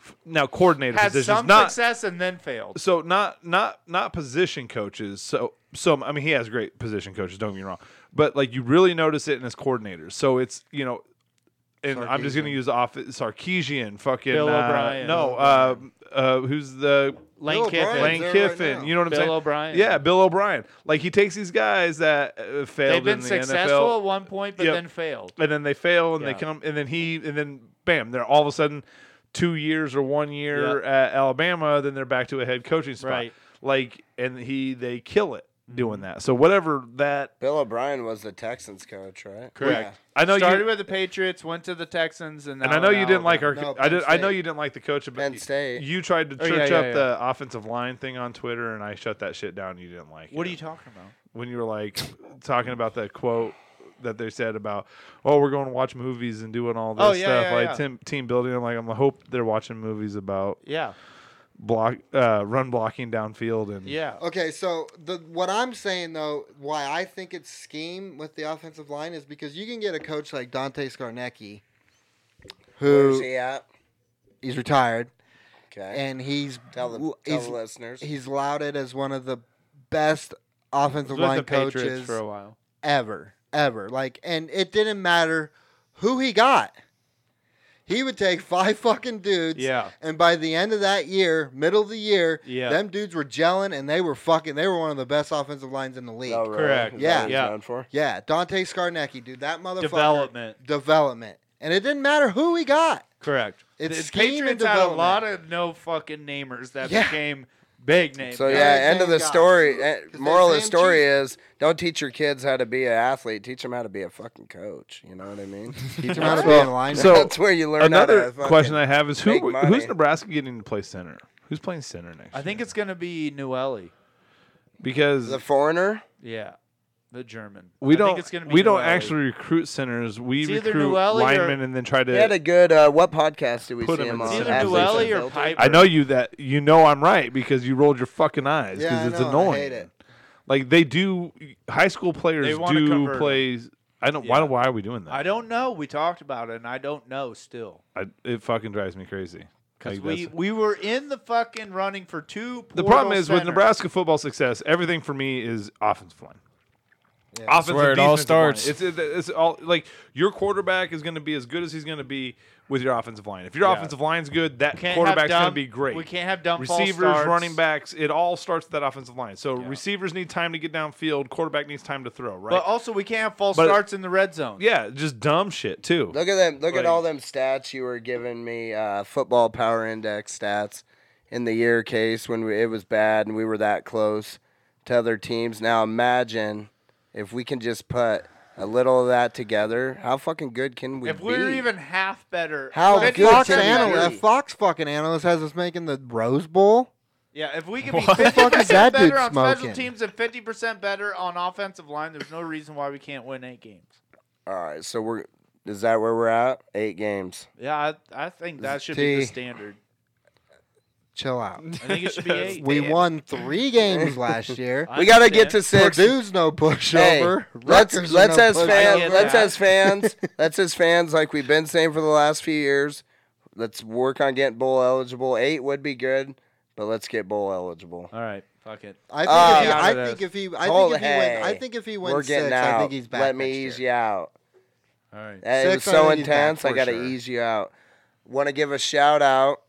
[SPEAKER 4] F- Now coordinator
[SPEAKER 5] had
[SPEAKER 4] positions,
[SPEAKER 5] some
[SPEAKER 4] not
[SPEAKER 5] success and then failed.
[SPEAKER 4] so not not not position coaches. So so I mean he has great position coaches. Don't get me wrong, but like you really notice it in his coordinators. So it's you know, and I'm just gonna use off Sarkeesian, fucking
[SPEAKER 5] Bill
[SPEAKER 4] uh,
[SPEAKER 5] O'Brien.
[SPEAKER 4] No, uh, uh, who's the
[SPEAKER 5] Lane
[SPEAKER 2] Bill
[SPEAKER 5] Kiffin.
[SPEAKER 2] O'Brien's
[SPEAKER 4] Lane
[SPEAKER 2] there right
[SPEAKER 4] Kiffin?
[SPEAKER 2] now.
[SPEAKER 4] you know what I'm
[SPEAKER 5] Bill
[SPEAKER 4] saying?
[SPEAKER 5] O'Brien.
[SPEAKER 4] Yeah, Bill O'Brien. Like he takes these guys that uh,
[SPEAKER 5] They've
[SPEAKER 4] failed
[SPEAKER 5] been
[SPEAKER 4] in the
[SPEAKER 5] successful
[SPEAKER 4] NFL
[SPEAKER 5] at one point, but
[SPEAKER 4] Yep.
[SPEAKER 5] then failed.
[SPEAKER 4] and then they fail and
[SPEAKER 5] Yeah.
[SPEAKER 4] they come and then he and then bam they're all of a sudden two years or one year at alabama then they're back to a head coaching spot
[SPEAKER 5] Right. Mm-hmm.
[SPEAKER 4] like and he they kill it doing that so whatever that
[SPEAKER 3] Bill O'Brien was the Texans coach, right?
[SPEAKER 5] Correct.
[SPEAKER 4] i know
[SPEAKER 5] Started
[SPEAKER 4] you
[SPEAKER 5] with the Patriots, went to the Texans, and,
[SPEAKER 4] and
[SPEAKER 5] now
[SPEAKER 4] i know
[SPEAKER 5] in
[SPEAKER 4] you didn't like
[SPEAKER 5] Alabama.
[SPEAKER 4] our
[SPEAKER 2] No,
[SPEAKER 4] i
[SPEAKER 2] Penn
[SPEAKER 4] did i know
[SPEAKER 2] State.
[SPEAKER 4] you didn't like the coach but
[SPEAKER 3] Penn State.
[SPEAKER 4] you tried to
[SPEAKER 5] Oh, yeah,
[SPEAKER 4] church
[SPEAKER 5] yeah,
[SPEAKER 4] up
[SPEAKER 5] yeah.
[SPEAKER 4] the offensive line thing on twitter and i shut that shit down you didn't like
[SPEAKER 5] What
[SPEAKER 4] it.
[SPEAKER 5] are you talking about?
[SPEAKER 4] when you were like talking about that quote that they said about oh we're going to watch movies and doing all this
[SPEAKER 5] Oh, yeah,
[SPEAKER 4] stuff
[SPEAKER 5] yeah,
[SPEAKER 4] like
[SPEAKER 5] yeah.
[SPEAKER 4] team, team building i'm like i'm hope they're watching movies about
[SPEAKER 5] Yeah,
[SPEAKER 4] block uh, run blocking downfield
[SPEAKER 2] Mm.
[SPEAKER 4] and
[SPEAKER 5] yeah.
[SPEAKER 2] Okay, so the what I'm saying though, why I think it's scheme with the offensive line is because you can get a coach like Dante Scarnecki,
[SPEAKER 3] Where's
[SPEAKER 2] who
[SPEAKER 3] he at?
[SPEAKER 2] he's retired
[SPEAKER 3] Okay.
[SPEAKER 2] and he's
[SPEAKER 3] tell the,
[SPEAKER 2] w-
[SPEAKER 3] tell
[SPEAKER 2] he's,
[SPEAKER 3] the listeners.
[SPEAKER 2] he's lauded as one of the best offensive
[SPEAKER 5] Was with
[SPEAKER 2] line
[SPEAKER 5] the Patriots
[SPEAKER 2] coaches
[SPEAKER 5] for a while.
[SPEAKER 2] ever, ever. Like, and it didn't matter who he got. He would take five fucking dudes.
[SPEAKER 5] Yeah.
[SPEAKER 2] And by the end of that year, middle of the year,
[SPEAKER 5] Yeah.
[SPEAKER 2] them dudes were gelling and they were fucking, they were one of the best offensive lines in the league.
[SPEAKER 3] Oh, really?
[SPEAKER 5] Correct.
[SPEAKER 3] Is that what he's
[SPEAKER 5] Yeah.
[SPEAKER 3] known for?
[SPEAKER 2] Yeah. Dante Scarnecki, dude. That motherfucker.
[SPEAKER 5] Development.
[SPEAKER 2] Development. And it didn't matter who he got.
[SPEAKER 5] Correct.
[SPEAKER 2] It's
[SPEAKER 5] the
[SPEAKER 2] scheme and
[SPEAKER 5] Patriots had a
[SPEAKER 2] development.
[SPEAKER 5] lot of no fucking namers that
[SPEAKER 2] Yeah.
[SPEAKER 5] became big names.
[SPEAKER 3] So
[SPEAKER 2] Yeah,
[SPEAKER 3] yeah,
[SPEAKER 2] they
[SPEAKER 3] end of
[SPEAKER 2] pay
[SPEAKER 3] the
[SPEAKER 2] guys.
[SPEAKER 3] story. eh,
[SPEAKER 2] 'Cause they
[SPEAKER 3] Moral of
[SPEAKER 2] pay
[SPEAKER 3] the
[SPEAKER 2] 'em
[SPEAKER 3] story is don't teach your kids how to be an athlete. Teach them how to be a fucking coach. You know what I mean?
[SPEAKER 2] Teach him how to be a lineman.
[SPEAKER 4] so
[SPEAKER 3] That's where you learn. how
[SPEAKER 4] another
[SPEAKER 3] to fucking-
[SPEAKER 4] question i have is
[SPEAKER 3] make
[SPEAKER 4] who
[SPEAKER 3] money.
[SPEAKER 4] who's nebraska getting to play center who's playing center next
[SPEAKER 5] I think
[SPEAKER 4] year?
[SPEAKER 5] it's gonna be Newelli.
[SPEAKER 4] because
[SPEAKER 3] the foreigner.
[SPEAKER 5] Yeah, the German.
[SPEAKER 4] we
[SPEAKER 5] I
[SPEAKER 4] don't
[SPEAKER 5] Think it's gonna be
[SPEAKER 4] we don't
[SPEAKER 5] Newelli.
[SPEAKER 4] actually recruit centers we
[SPEAKER 5] It's either
[SPEAKER 4] recruit
[SPEAKER 5] Newelli or-
[SPEAKER 4] linemen and then try to
[SPEAKER 3] He had a good. Uh, what podcast did we
[SPEAKER 4] Put
[SPEAKER 3] see
[SPEAKER 4] him
[SPEAKER 3] him,
[SPEAKER 4] in
[SPEAKER 3] on?
[SPEAKER 5] It's either
[SPEAKER 3] Athletes
[SPEAKER 5] Newelli or
[SPEAKER 3] Unfiltered?
[SPEAKER 5] Piper.
[SPEAKER 4] I know you that you know I'm right because you rolled your fucking eyes because
[SPEAKER 2] Yeah, I
[SPEAKER 4] it's
[SPEAKER 2] know, and I
[SPEAKER 4] annoying.
[SPEAKER 2] hate it.
[SPEAKER 4] Like they do, high school players
[SPEAKER 5] They wanna
[SPEAKER 4] do
[SPEAKER 5] convert 'em.
[SPEAKER 4] play. I don't. Why? Why are we doing that?
[SPEAKER 5] I don't know. We talked about it, and I don't know still.
[SPEAKER 4] I, it fucking drives me crazy.
[SPEAKER 5] Because
[SPEAKER 4] Like,
[SPEAKER 5] we,
[SPEAKER 4] that's-
[SPEAKER 5] we were in the fucking running for two.
[SPEAKER 4] the
[SPEAKER 5] portal
[SPEAKER 4] problem is with
[SPEAKER 5] centers.
[SPEAKER 4] Nebraska football success. Everything for me is offensive line. Offensive
[SPEAKER 6] That's where it all
[SPEAKER 4] defensive line.
[SPEAKER 6] starts.
[SPEAKER 4] It's, it- it's all like your quarterback is going to be as good as he's going to be with your offensive line. If your offensive line's good, that
[SPEAKER 5] Can't have
[SPEAKER 4] quarterback's going to
[SPEAKER 5] dumb-
[SPEAKER 4] be great.
[SPEAKER 5] We can't have dumb false
[SPEAKER 4] receivers,
[SPEAKER 5] starts.
[SPEAKER 4] running backs. It all starts with that offensive line. So receivers need time to get downfield. Quarterback needs time to throw. Right.
[SPEAKER 5] But also, we can't have false
[SPEAKER 4] But-
[SPEAKER 5] starts in the red zone.
[SPEAKER 4] yeah, just dumb shit too.
[SPEAKER 3] Look at them. Look
[SPEAKER 4] Like-
[SPEAKER 3] at all them stats you were giving me. Uh, football power index stats in the year case when we, it was bad and we were that close to other teams. Now imagine if we can just put a little of that together. How fucking good can we
[SPEAKER 5] If we were
[SPEAKER 3] be?
[SPEAKER 5] even half better,
[SPEAKER 3] How
[SPEAKER 5] If
[SPEAKER 3] good
[SPEAKER 5] we
[SPEAKER 2] Fox
[SPEAKER 5] could be-
[SPEAKER 3] can
[SPEAKER 2] analyst,
[SPEAKER 3] analy-
[SPEAKER 2] that Fox fucking analyst has us making the Rose Bowl.
[SPEAKER 5] Yeah, if we could be
[SPEAKER 2] the
[SPEAKER 5] fifty
[SPEAKER 2] fuck is
[SPEAKER 5] percent
[SPEAKER 2] that dude
[SPEAKER 5] better on
[SPEAKER 2] smoking?
[SPEAKER 5] special teams and fifty percent better on offensive line, there's no reason why we can't win eight games.
[SPEAKER 3] all right, so we're. Is that where we're at? Eight games.
[SPEAKER 5] Yeah, I, I think that should be
[SPEAKER 2] T.
[SPEAKER 5] the standard.
[SPEAKER 2] Chill out.
[SPEAKER 5] I think it should be eight.
[SPEAKER 2] We won three games last year.
[SPEAKER 5] I
[SPEAKER 3] we gotta get to
[SPEAKER 5] understand.
[SPEAKER 3] six.
[SPEAKER 2] Purdue's no
[SPEAKER 3] Hey,
[SPEAKER 2] pushover.
[SPEAKER 3] let's
[SPEAKER 2] Rutgers is
[SPEAKER 3] let's
[SPEAKER 2] no
[SPEAKER 3] as
[SPEAKER 2] pushover.
[SPEAKER 5] I
[SPEAKER 3] fans
[SPEAKER 5] get
[SPEAKER 3] let's
[SPEAKER 5] that.
[SPEAKER 3] as fans let's as fans like we've been saying for the last few years. Let's work on getting bowl eligible. Eight would be good, but let's get bowl eligible.
[SPEAKER 5] All right, fuck it.
[SPEAKER 2] I think,
[SPEAKER 3] Uh,
[SPEAKER 2] if he,
[SPEAKER 5] Get out
[SPEAKER 2] I
[SPEAKER 5] of
[SPEAKER 2] think if he, I
[SPEAKER 3] Hold-
[SPEAKER 2] think if he wins, I
[SPEAKER 3] hey,
[SPEAKER 2] think if he
[SPEAKER 3] Ah, We're
[SPEAKER 2] wins
[SPEAKER 3] getting
[SPEAKER 2] six,
[SPEAKER 3] out.
[SPEAKER 2] I think he's back.
[SPEAKER 3] Let me
[SPEAKER 2] next
[SPEAKER 3] ease
[SPEAKER 2] year.
[SPEAKER 3] you out.
[SPEAKER 5] All
[SPEAKER 3] Uh,
[SPEAKER 5] right.
[SPEAKER 3] It was
[SPEAKER 2] Six, I
[SPEAKER 3] so
[SPEAKER 2] think he's back
[SPEAKER 3] intense. I
[SPEAKER 2] for
[SPEAKER 3] gotta
[SPEAKER 2] sure.
[SPEAKER 3] ease you out. Want to give a shout out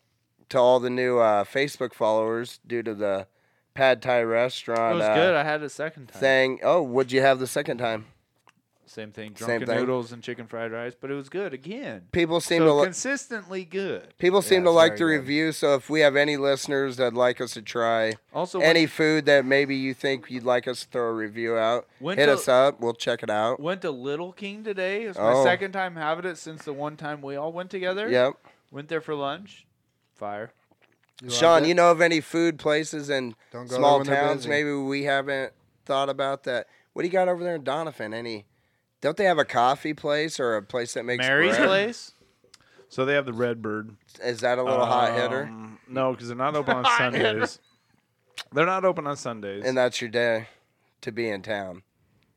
[SPEAKER 3] to all the new uh, Facebook followers due to the pad thai
[SPEAKER 5] It
[SPEAKER 3] restaurant
[SPEAKER 5] was
[SPEAKER 3] uh,
[SPEAKER 5] good. I had it a second time.
[SPEAKER 3] thing. Oh, would you have the second time?
[SPEAKER 5] Same thing.
[SPEAKER 3] Same
[SPEAKER 5] Drunken
[SPEAKER 3] thing.
[SPEAKER 5] noodles and chicken fried rice, but it was good again.
[SPEAKER 3] People seem to
[SPEAKER 5] So
[SPEAKER 3] li-
[SPEAKER 5] consistently good.
[SPEAKER 3] people seem to it's like the very good. review. So if we have any listeners that'd like us to try
[SPEAKER 5] Also,
[SPEAKER 3] any food that maybe you think you'd like us to throw a review out,
[SPEAKER 5] Went
[SPEAKER 3] hit
[SPEAKER 5] to-
[SPEAKER 3] us up. We'll check it out.
[SPEAKER 5] went to Little King today. It's my
[SPEAKER 3] Oh.
[SPEAKER 5] second time having it since the one time we all went together.
[SPEAKER 3] Yep.
[SPEAKER 5] Went there for lunch. Fire.
[SPEAKER 3] Sean, you know of any food places in
[SPEAKER 2] Don't go
[SPEAKER 3] small
[SPEAKER 2] there when they're
[SPEAKER 3] towns
[SPEAKER 2] busy.
[SPEAKER 3] maybe we haven't thought about that? What do you got over there in Donovan? Any? Don't they have a coffee place or a place that makes
[SPEAKER 5] Mary's
[SPEAKER 3] bread?
[SPEAKER 5] place.
[SPEAKER 4] So they have the Redbird.
[SPEAKER 3] Is that a little hot hitter?
[SPEAKER 4] Um, No, because they're not open on Sundays. They're not open on Sundays.
[SPEAKER 3] And that's your day to be in town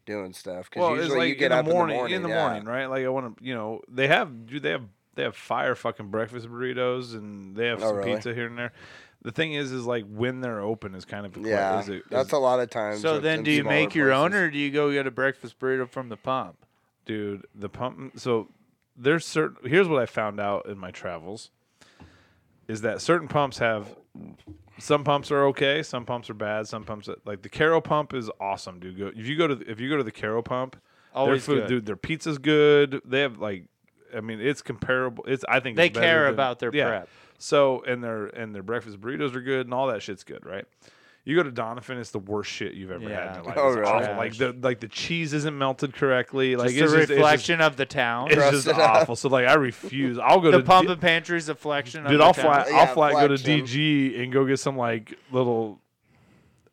[SPEAKER 3] doing stuff because
[SPEAKER 4] well, it's
[SPEAKER 3] usually
[SPEAKER 4] like
[SPEAKER 3] you get
[SPEAKER 4] in
[SPEAKER 3] up
[SPEAKER 4] the morning,
[SPEAKER 3] in the morning.
[SPEAKER 4] in the
[SPEAKER 3] yeah.
[SPEAKER 4] morning, right? Like I want to, you know, they have, dude, they have, they have fire fucking breakfast burritos, and they have
[SPEAKER 3] Oh,
[SPEAKER 4] some
[SPEAKER 3] really?
[SPEAKER 4] pizza here and there. The thing is, is like when they're open is kind of a que-
[SPEAKER 3] Yeah,
[SPEAKER 4] is a- is-
[SPEAKER 3] that's a lot of times.
[SPEAKER 5] So
[SPEAKER 3] with
[SPEAKER 5] then,
[SPEAKER 3] them
[SPEAKER 5] do you
[SPEAKER 3] smaller
[SPEAKER 5] make your own,
[SPEAKER 3] places.
[SPEAKER 5] or do you go get a breakfast burrito from the pump?
[SPEAKER 4] dude. The pump. So there's certain. Here's what I found out in my travels: is that certain pumps have. Some pumps are okay. Some pumps are bad. Some pumps like the Carol pump is awesome, dude. Go, if you go to if you go to the Carol pump,
[SPEAKER 5] Always
[SPEAKER 4] their food,
[SPEAKER 5] good.
[SPEAKER 4] dude. Their pizza's good. They have like, I mean, it's comparable. It's I think
[SPEAKER 5] They
[SPEAKER 4] it's better
[SPEAKER 5] care
[SPEAKER 4] than-
[SPEAKER 5] about their prep.
[SPEAKER 4] So and their and their breakfast burritos are good and all that shit's good, right? You go to Donovan, it's the worst shit you've ever had in
[SPEAKER 5] Yeah.
[SPEAKER 4] your life.
[SPEAKER 3] Oh,
[SPEAKER 4] it's
[SPEAKER 3] really?
[SPEAKER 4] awful. Like the like the cheese isn't melted correctly. Like
[SPEAKER 5] Like
[SPEAKER 4] it's
[SPEAKER 5] a
[SPEAKER 4] just- it's just-
[SPEAKER 5] reflection of the town.
[SPEAKER 4] it's
[SPEAKER 3] Crust
[SPEAKER 4] just
[SPEAKER 3] it up.
[SPEAKER 4] awful. So like I refuse. I'll go
[SPEAKER 5] the
[SPEAKER 4] to
[SPEAKER 5] pump
[SPEAKER 4] D-
[SPEAKER 5] and pantry's a reflection of
[SPEAKER 4] dude.
[SPEAKER 5] the
[SPEAKER 4] I'll
[SPEAKER 5] town.
[SPEAKER 4] fly.
[SPEAKER 3] town.
[SPEAKER 4] I'll
[SPEAKER 3] Yeah,
[SPEAKER 4] fly. Go to
[SPEAKER 3] flexion.
[SPEAKER 4] DG and go get some like little,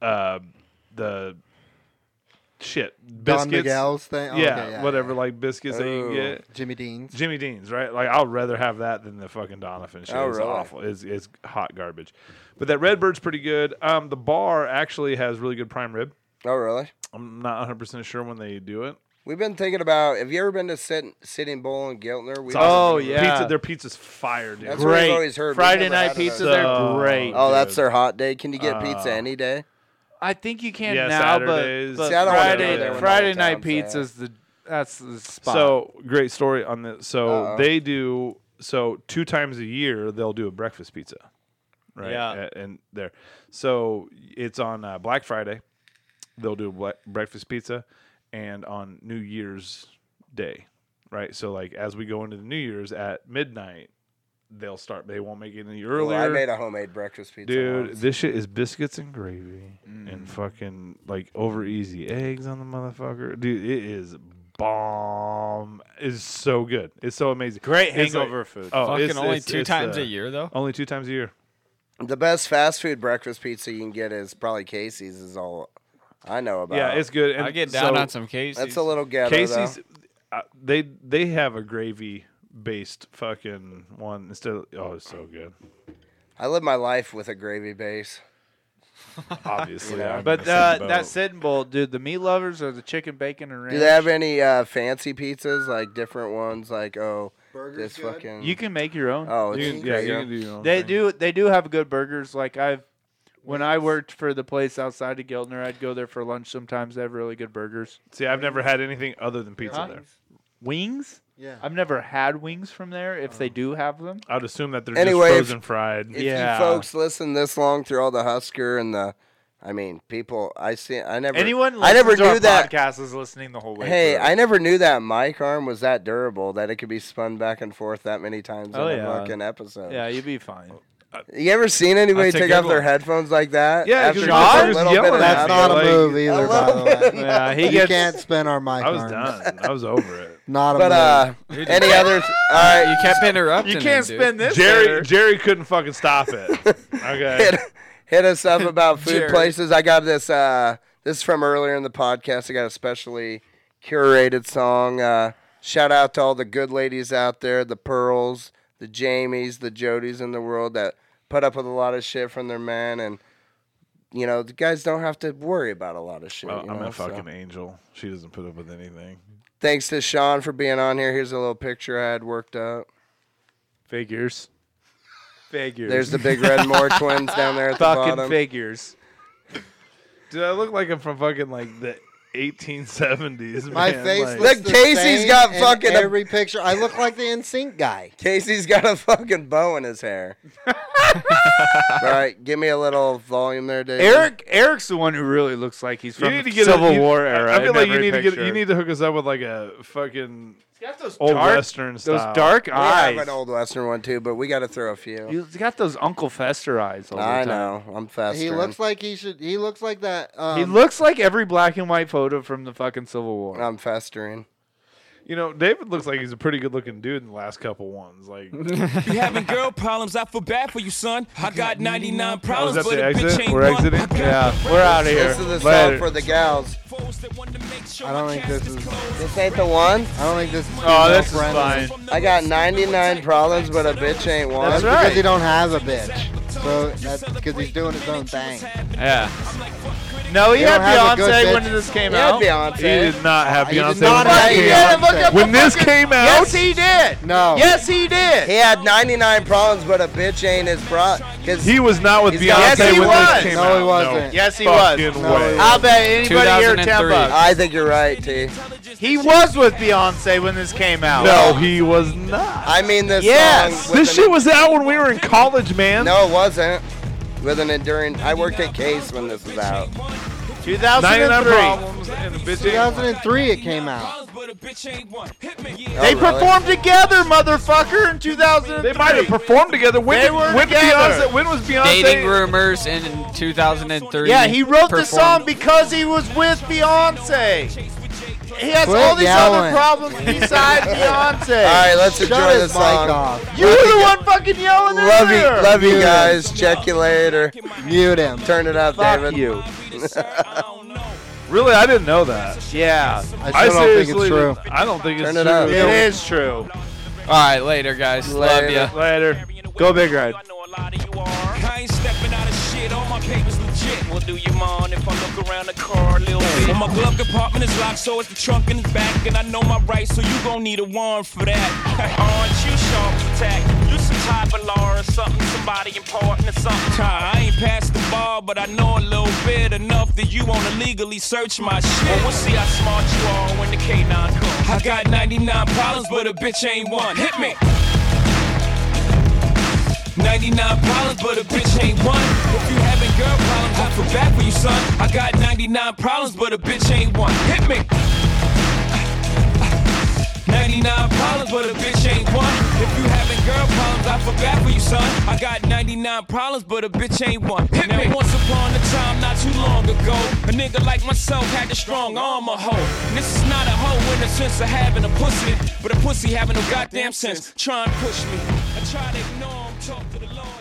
[SPEAKER 4] uh, the shit
[SPEAKER 2] Don
[SPEAKER 4] biscuits.
[SPEAKER 2] Miguel's thing. Oh,
[SPEAKER 4] yeah,
[SPEAKER 2] okay, Oh.
[SPEAKER 4] whatever. Like biscuits that you can
[SPEAKER 3] Ooh.
[SPEAKER 4] get.
[SPEAKER 2] Jimmy Dean's.
[SPEAKER 4] Jimmy Dean's, right? Like I'd rather have that than the fucking Donovan shit.
[SPEAKER 3] Oh,
[SPEAKER 4] it's
[SPEAKER 3] really?
[SPEAKER 4] awful. It's, it's hot garbage. But that Redbird's pretty good. Um, the bar actually has really good prime rib.
[SPEAKER 3] Oh, really?
[SPEAKER 4] I'm not 100 percent sure when they do it.
[SPEAKER 3] We've been thinking about. Have you ever been to Sitting, sitting Bull in Giltner? We
[SPEAKER 4] It's awesome.
[SPEAKER 5] Oh, yeah.
[SPEAKER 4] pizza. Their pizza's fire, dude.
[SPEAKER 3] That's
[SPEAKER 4] Great.
[SPEAKER 3] what
[SPEAKER 5] Great.
[SPEAKER 3] we've always heard. We've
[SPEAKER 5] Friday
[SPEAKER 3] never
[SPEAKER 5] night
[SPEAKER 3] had it
[SPEAKER 5] pizza,
[SPEAKER 3] ourselves.
[SPEAKER 5] they're
[SPEAKER 4] So-
[SPEAKER 5] great.
[SPEAKER 3] Oh, that's
[SPEAKER 4] Dude.
[SPEAKER 3] their hot day. Can you get pizza
[SPEAKER 4] Uh,
[SPEAKER 3] any day?
[SPEAKER 5] I think you can
[SPEAKER 4] Yeah,
[SPEAKER 5] now,
[SPEAKER 4] Saturdays.
[SPEAKER 5] but,
[SPEAKER 4] See,
[SPEAKER 5] but
[SPEAKER 4] I don't wanna go there
[SPEAKER 5] Friday
[SPEAKER 4] when the
[SPEAKER 5] Friday
[SPEAKER 3] whole
[SPEAKER 5] night
[SPEAKER 3] town's there.
[SPEAKER 5] pizza's the that's the spot.
[SPEAKER 4] So great story on this. So
[SPEAKER 3] Uh-oh.
[SPEAKER 4] they do so two times a year they'll do a breakfast pizza, right?
[SPEAKER 5] Yeah.
[SPEAKER 4] A- and there, so it's on uh, Black Friday. They'll do a black breakfast pizza, and on New Year's Day, right? So like as we go into the New Year's at midnight, they'll start. They won't make it any earlier.
[SPEAKER 3] Well, I made a homemade breakfast pizza.
[SPEAKER 4] Dude,
[SPEAKER 3] once.
[SPEAKER 4] this shit is biscuits and gravy and fucking like over easy eggs on the motherfucker. Dude, it is bomb. It's so good. It's so amazing.
[SPEAKER 5] Great
[SPEAKER 4] It's like-
[SPEAKER 5] hangover food.
[SPEAKER 4] Oh,
[SPEAKER 6] Fucking
[SPEAKER 4] it's-
[SPEAKER 6] only
[SPEAKER 4] it's-
[SPEAKER 6] two
[SPEAKER 4] it's,
[SPEAKER 6] times
[SPEAKER 4] uh,
[SPEAKER 6] a year though.
[SPEAKER 4] Only two times a year.
[SPEAKER 3] The best fast food breakfast pizza you can get is probably Casey's. Is all I know about.
[SPEAKER 4] Yeah, it's good. And
[SPEAKER 6] I get down
[SPEAKER 4] so
[SPEAKER 6] on some cases.
[SPEAKER 3] that's a little ghetto.
[SPEAKER 4] Casey's.
[SPEAKER 3] though.
[SPEAKER 4] Uh, they they have a gravy based fucking one instead. Of, oh, it's so good.
[SPEAKER 3] I live my life with a gravy base.
[SPEAKER 4] Obviously, I'm
[SPEAKER 5] but
[SPEAKER 4] in the same
[SPEAKER 5] uh, that
[SPEAKER 4] boat.
[SPEAKER 5] sitting bowl, dude, the meat lovers or the chicken bacon and ranch.
[SPEAKER 3] Do they have any uh, fancy pizzas like different ones? Like oh,
[SPEAKER 2] Burgers
[SPEAKER 3] this
[SPEAKER 2] good?
[SPEAKER 3] fucking
[SPEAKER 5] you can make your own.
[SPEAKER 3] oh, it's
[SPEAKER 4] You can- yeah,
[SPEAKER 3] crazy.
[SPEAKER 4] you can do your own
[SPEAKER 5] They
[SPEAKER 4] thing.
[SPEAKER 5] do. They do have good burgers. Like I've, when I worked for the place outside of Giltner, I'd go there for lunch. Sometimes they have really good burgers.
[SPEAKER 4] See, I've never had anything other than pizza
[SPEAKER 5] Huh?
[SPEAKER 4] there.
[SPEAKER 5] Wings?
[SPEAKER 2] Yeah.
[SPEAKER 5] I've never had wings from there. If they do have them,
[SPEAKER 4] I'd assume that they're
[SPEAKER 3] Anyway, if-
[SPEAKER 4] just frozen fried.
[SPEAKER 3] If
[SPEAKER 5] Yeah.
[SPEAKER 3] you folks listen this long through all the Husker and the, I mean, people I see. I never.
[SPEAKER 5] anyone.
[SPEAKER 3] I never
[SPEAKER 5] listens to
[SPEAKER 3] knew
[SPEAKER 5] our
[SPEAKER 3] that.
[SPEAKER 5] podcast is listening the whole way.
[SPEAKER 3] Hey,
[SPEAKER 5] through.
[SPEAKER 3] I never knew that mic arm was that durable that it could be spun back and forth that many times
[SPEAKER 5] Oh,
[SPEAKER 3] in
[SPEAKER 5] yeah.
[SPEAKER 3] a fucking episode.
[SPEAKER 5] yeah, you'd be fine.
[SPEAKER 3] You ever seen anybody
[SPEAKER 4] That's a
[SPEAKER 3] take
[SPEAKER 4] good
[SPEAKER 3] off their
[SPEAKER 4] one.
[SPEAKER 3] headphones like that?
[SPEAKER 4] Yeah, 'cause
[SPEAKER 3] after just
[SPEAKER 5] Sean
[SPEAKER 3] a
[SPEAKER 4] was
[SPEAKER 3] little bit
[SPEAKER 4] yelling
[SPEAKER 3] of
[SPEAKER 4] at
[SPEAKER 2] That's
[SPEAKER 4] me.
[SPEAKER 2] not
[SPEAKER 3] happy-
[SPEAKER 2] a
[SPEAKER 4] like-
[SPEAKER 2] move either, by the way.
[SPEAKER 5] Yeah, he
[SPEAKER 2] you
[SPEAKER 5] gets.
[SPEAKER 2] can't spin our mic.
[SPEAKER 4] I
[SPEAKER 2] arms.
[SPEAKER 4] was done. I was over it.
[SPEAKER 2] Not a
[SPEAKER 3] But uh,
[SPEAKER 6] Dude,
[SPEAKER 3] any others? All
[SPEAKER 6] you
[SPEAKER 3] right,
[SPEAKER 6] kept interrupting.
[SPEAKER 5] You can't
[SPEAKER 6] him, dude.
[SPEAKER 5] spin this.
[SPEAKER 4] Jerry
[SPEAKER 5] later.
[SPEAKER 4] Jerry couldn't fucking stop it. Okay.
[SPEAKER 3] hit, hit us up about food
[SPEAKER 6] Jared.
[SPEAKER 3] places. I got this. Uh, this is from earlier in the podcast. I got a specially curated song. Uh, shout out to all the good ladies out there, the Pearls, the Jamies, the Jodies in the world that put up with a lot of shit from their men, and you know the guys don't have to worry about a lot of shit.
[SPEAKER 4] Well,
[SPEAKER 3] you
[SPEAKER 4] I'm
[SPEAKER 3] know,
[SPEAKER 4] a
[SPEAKER 3] so.
[SPEAKER 4] fucking angel. She doesn't put up with anything.
[SPEAKER 3] Thanks to Sean for being on here. Here's a little picture I had worked up.
[SPEAKER 5] Figures. Figures.
[SPEAKER 3] There's the big red Moore twins down there at the
[SPEAKER 5] fucking
[SPEAKER 3] bottom.
[SPEAKER 5] figures.
[SPEAKER 4] Dude, I look like I'm from fucking like the 1870s.
[SPEAKER 2] My
[SPEAKER 4] man.
[SPEAKER 2] face.
[SPEAKER 4] Like,
[SPEAKER 3] look-
[SPEAKER 2] looks the
[SPEAKER 3] Casey's
[SPEAKER 2] same
[SPEAKER 3] got
[SPEAKER 2] in
[SPEAKER 3] fucking a-
[SPEAKER 2] every picture. I look like the NSYNC guy.
[SPEAKER 3] Casey's got a fucking bow in his hair. All right, give me a little volume there, Dave.
[SPEAKER 5] Eric Eric's the one who really looks like he's
[SPEAKER 4] You
[SPEAKER 5] from
[SPEAKER 4] need to
[SPEAKER 5] the
[SPEAKER 4] get a-
[SPEAKER 5] Civil
[SPEAKER 4] you-
[SPEAKER 5] War
[SPEAKER 4] I-
[SPEAKER 5] era.
[SPEAKER 4] I feel
[SPEAKER 5] in
[SPEAKER 4] like you
[SPEAKER 5] every
[SPEAKER 4] need to get
[SPEAKER 5] picture.
[SPEAKER 4] you need to hook us up with like a fucking
[SPEAKER 5] He's got those
[SPEAKER 4] old
[SPEAKER 5] dark,
[SPEAKER 4] western style.
[SPEAKER 5] those dark
[SPEAKER 3] we have
[SPEAKER 5] eyes.
[SPEAKER 3] an old western one too, but we got to throw a few.
[SPEAKER 5] He's got those Uncle Fester eyes. All
[SPEAKER 3] I
[SPEAKER 5] the time.
[SPEAKER 3] know. I'm fast.
[SPEAKER 2] He looks like he should. He looks like that. Um,
[SPEAKER 5] He looks like every black and white photo from the fucking Civil War.
[SPEAKER 3] I'm festering.
[SPEAKER 4] You know, David looks like he's a pretty good looking dude in the last couple ones. Like,
[SPEAKER 10] You having girl problems, I feel bad for you, son. I got 99
[SPEAKER 4] oh, is
[SPEAKER 10] problems,
[SPEAKER 4] that
[SPEAKER 10] but
[SPEAKER 4] the
[SPEAKER 10] a bitch
[SPEAKER 4] exit?
[SPEAKER 10] ain't
[SPEAKER 4] We're
[SPEAKER 10] one.
[SPEAKER 4] exiting. Yeah,
[SPEAKER 5] We're out of here.
[SPEAKER 3] This is the
[SPEAKER 4] Later.
[SPEAKER 3] song for the gals.
[SPEAKER 2] I don't think this is.
[SPEAKER 3] This ain't the one.
[SPEAKER 2] I don't think this. Is
[SPEAKER 5] Oh, this is
[SPEAKER 2] friendly.
[SPEAKER 5] fine.
[SPEAKER 3] I got 99 problems, but a bitch ain't one.
[SPEAKER 2] That's
[SPEAKER 5] right.
[SPEAKER 2] because he don't have a bitch. So that's because he's doing his own thing.
[SPEAKER 6] Yeah.
[SPEAKER 5] No, he
[SPEAKER 2] They
[SPEAKER 5] had
[SPEAKER 2] don't have a good
[SPEAKER 5] Beyonce when
[SPEAKER 2] bitch.
[SPEAKER 5] this came
[SPEAKER 3] Yeah,
[SPEAKER 5] out.
[SPEAKER 4] he
[SPEAKER 3] Beyonce.
[SPEAKER 4] did not have
[SPEAKER 2] He did
[SPEAKER 4] Beyonce.
[SPEAKER 2] not have
[SPEAKER 4] when, this
[SPEAKER 3] Hey,
[SPEAKER 4] came
[SPEAKER 3] yeah,
[SPEAKER 4] out.
[SPEAKER 2] Beyonce.
[SPEAKER 3] look up
[SPEAKER 4] When this came out,
[SPEAKER 5] Yes, he did.
[SPEAKER 2] No.
[SPEAKER 5] Yes, he did.
[SPEAKER 3] He had 99 problems, but a bitch ain't his bro. Cause
[SPEAKER 4] he was not with Beyonce
[SPEAKER 3] He's got- Yes,
[SPEAKER 4] when
[SPEAKER 3] he
[SPEAKER 4] this
[SPEAKER 3] was.
[SPEAKER 4] came out.
[SPEAKER 2] No, he wasn't.
[SPEAKER 5] Yes, he was.
[SPEAKER 4] fucking
[SPEAKER 2] No,
[SPEAKER 4] way.
[SPEAKER 2] he
[SPEAKER 5] I'll bet anybody here 10
[SPEAKER 6] 2003.
[SPEAKER 5] bucks.
[SPEAKER 3] I think you're right, T.
[SPEAKER 5] He was with Beyonce when this came out.
[SPEAKER 4] No, he was not.
[SPEAKER 3] I mean this
[SPEAKER 5] Yes.
[SPEAKER 3] song. with
[SPEAKER 4] this
[SPEAKER 3] an-
[SPEAKER 4] shit was out when we were in college, man.
[SPEAKER 3] No, it wasn't. With an enduring. I worked at Case when this was out. Oh,
[SPEAKER 4] 99
[SPEAKER 5] 2003.
[SPEAKER 4] problems and a bitch ain't one.
[SPEAKER 2] 2003 it came out.
[SPEAKER 5] They
[SPEAKER 3] Oh, really?
[SPEAKER 5] performed together, motherfucker, in 2000.
[SPEAKER 4] They might have performed together. When,
[SPEAKER 5] They
[SPEAKER 4] did-
[SPEAKER 5] were
[SPEAKER 4] when did
[SPEAKER 5] together.
[SPEAKER 4] Beyonce? When was Beyonce?
[SPEAKER 6] Dating rumors in 2003.
[SPEAKER 5] Yeah, he wrote the
[SPEAKER 6] performed-
[SPEAKER 5] song because he was with Beyonce. He has
[SPEAKER 2] Quit
[SPEAKER 5] all these other
[SPEAKER 2] yelling.
[SPEAKER 5] problems besides Beyonce.
[SPEAKER 3] All right, let's enjoy um,
[SPEAKER 2] Shut
[SPEAKER 3] the
[SPEAKER 2] his mic
[SPEAKER 3] song.
[SPEAKER 2] off.
[SPEAKER 5] You were the one fucking yelling
[SPEAKER 3] Love you,
[SPEAKER 5] earlier.
[SPEAKER 3] love you guys. Check you later.
[SPEAKER 2] Mute him.
[SPEAKER 3] Turn it up,
[SPEAKER 5] Fuck
[SPEAKER 3] David.
[SPEAKER 5] you.
[SPEAKER 4] Really, I didn't know that.
[SPEAKER 2] I
[SPEAKER 5] Yeah,
[SPEAKER 2] still don't think it's
[SPEAKER 4] seriously-
[SPEAKER 2] true.
[SPEAKER 4] I don't think it's
[SPEAKER 3] Turn it
[SPEAKER 4] true.
[SPEAKER 3] up.
[SPEAKER 5] it is true.
[SPEAKER 6] All right, later, guys. Love
[SPEAKER 3] Later.
[SPEAKER 6] ya.
[SPEAKER 4] Later.
[SPEAKER 5] Go Big Red.
[SPEAKER 10] I ain't stepping out of shit, all my papers legit. Well, do you mind if I look around the car a little bit? Well, my glove compartment is locked, so is the trunk in the back. And I know my rights, so you gon' need a warrant for that. Aren't you sharp to tack? You some type of law or something, somebody important or something. Huh, I ain't past the ball, but I know a little bit enough that you wanna legally search my shit. Well, we'll see how smart you are when the K9 comes. I got 99 problems, but a bitch ain't one. Hit me! 99 problems, but a bitch ain't one. If you having girl problems, I feel bad for you, son. I got 99 problems, but a bitch ain't one. Hit me. 99 problems, but a bitch ain't one. If you having girl problems, I feel bad for you, son. I got 99 problems, but a bitch ain't one. Hit now, me. Once upon a time, not too long ago, a nigga like myself had a strong arm, a hoe. And This is not a hoe in the sense of having a pussy, but a pussy having no goddamn sense. Try and push me. I try to ignore him, talk to the Lord.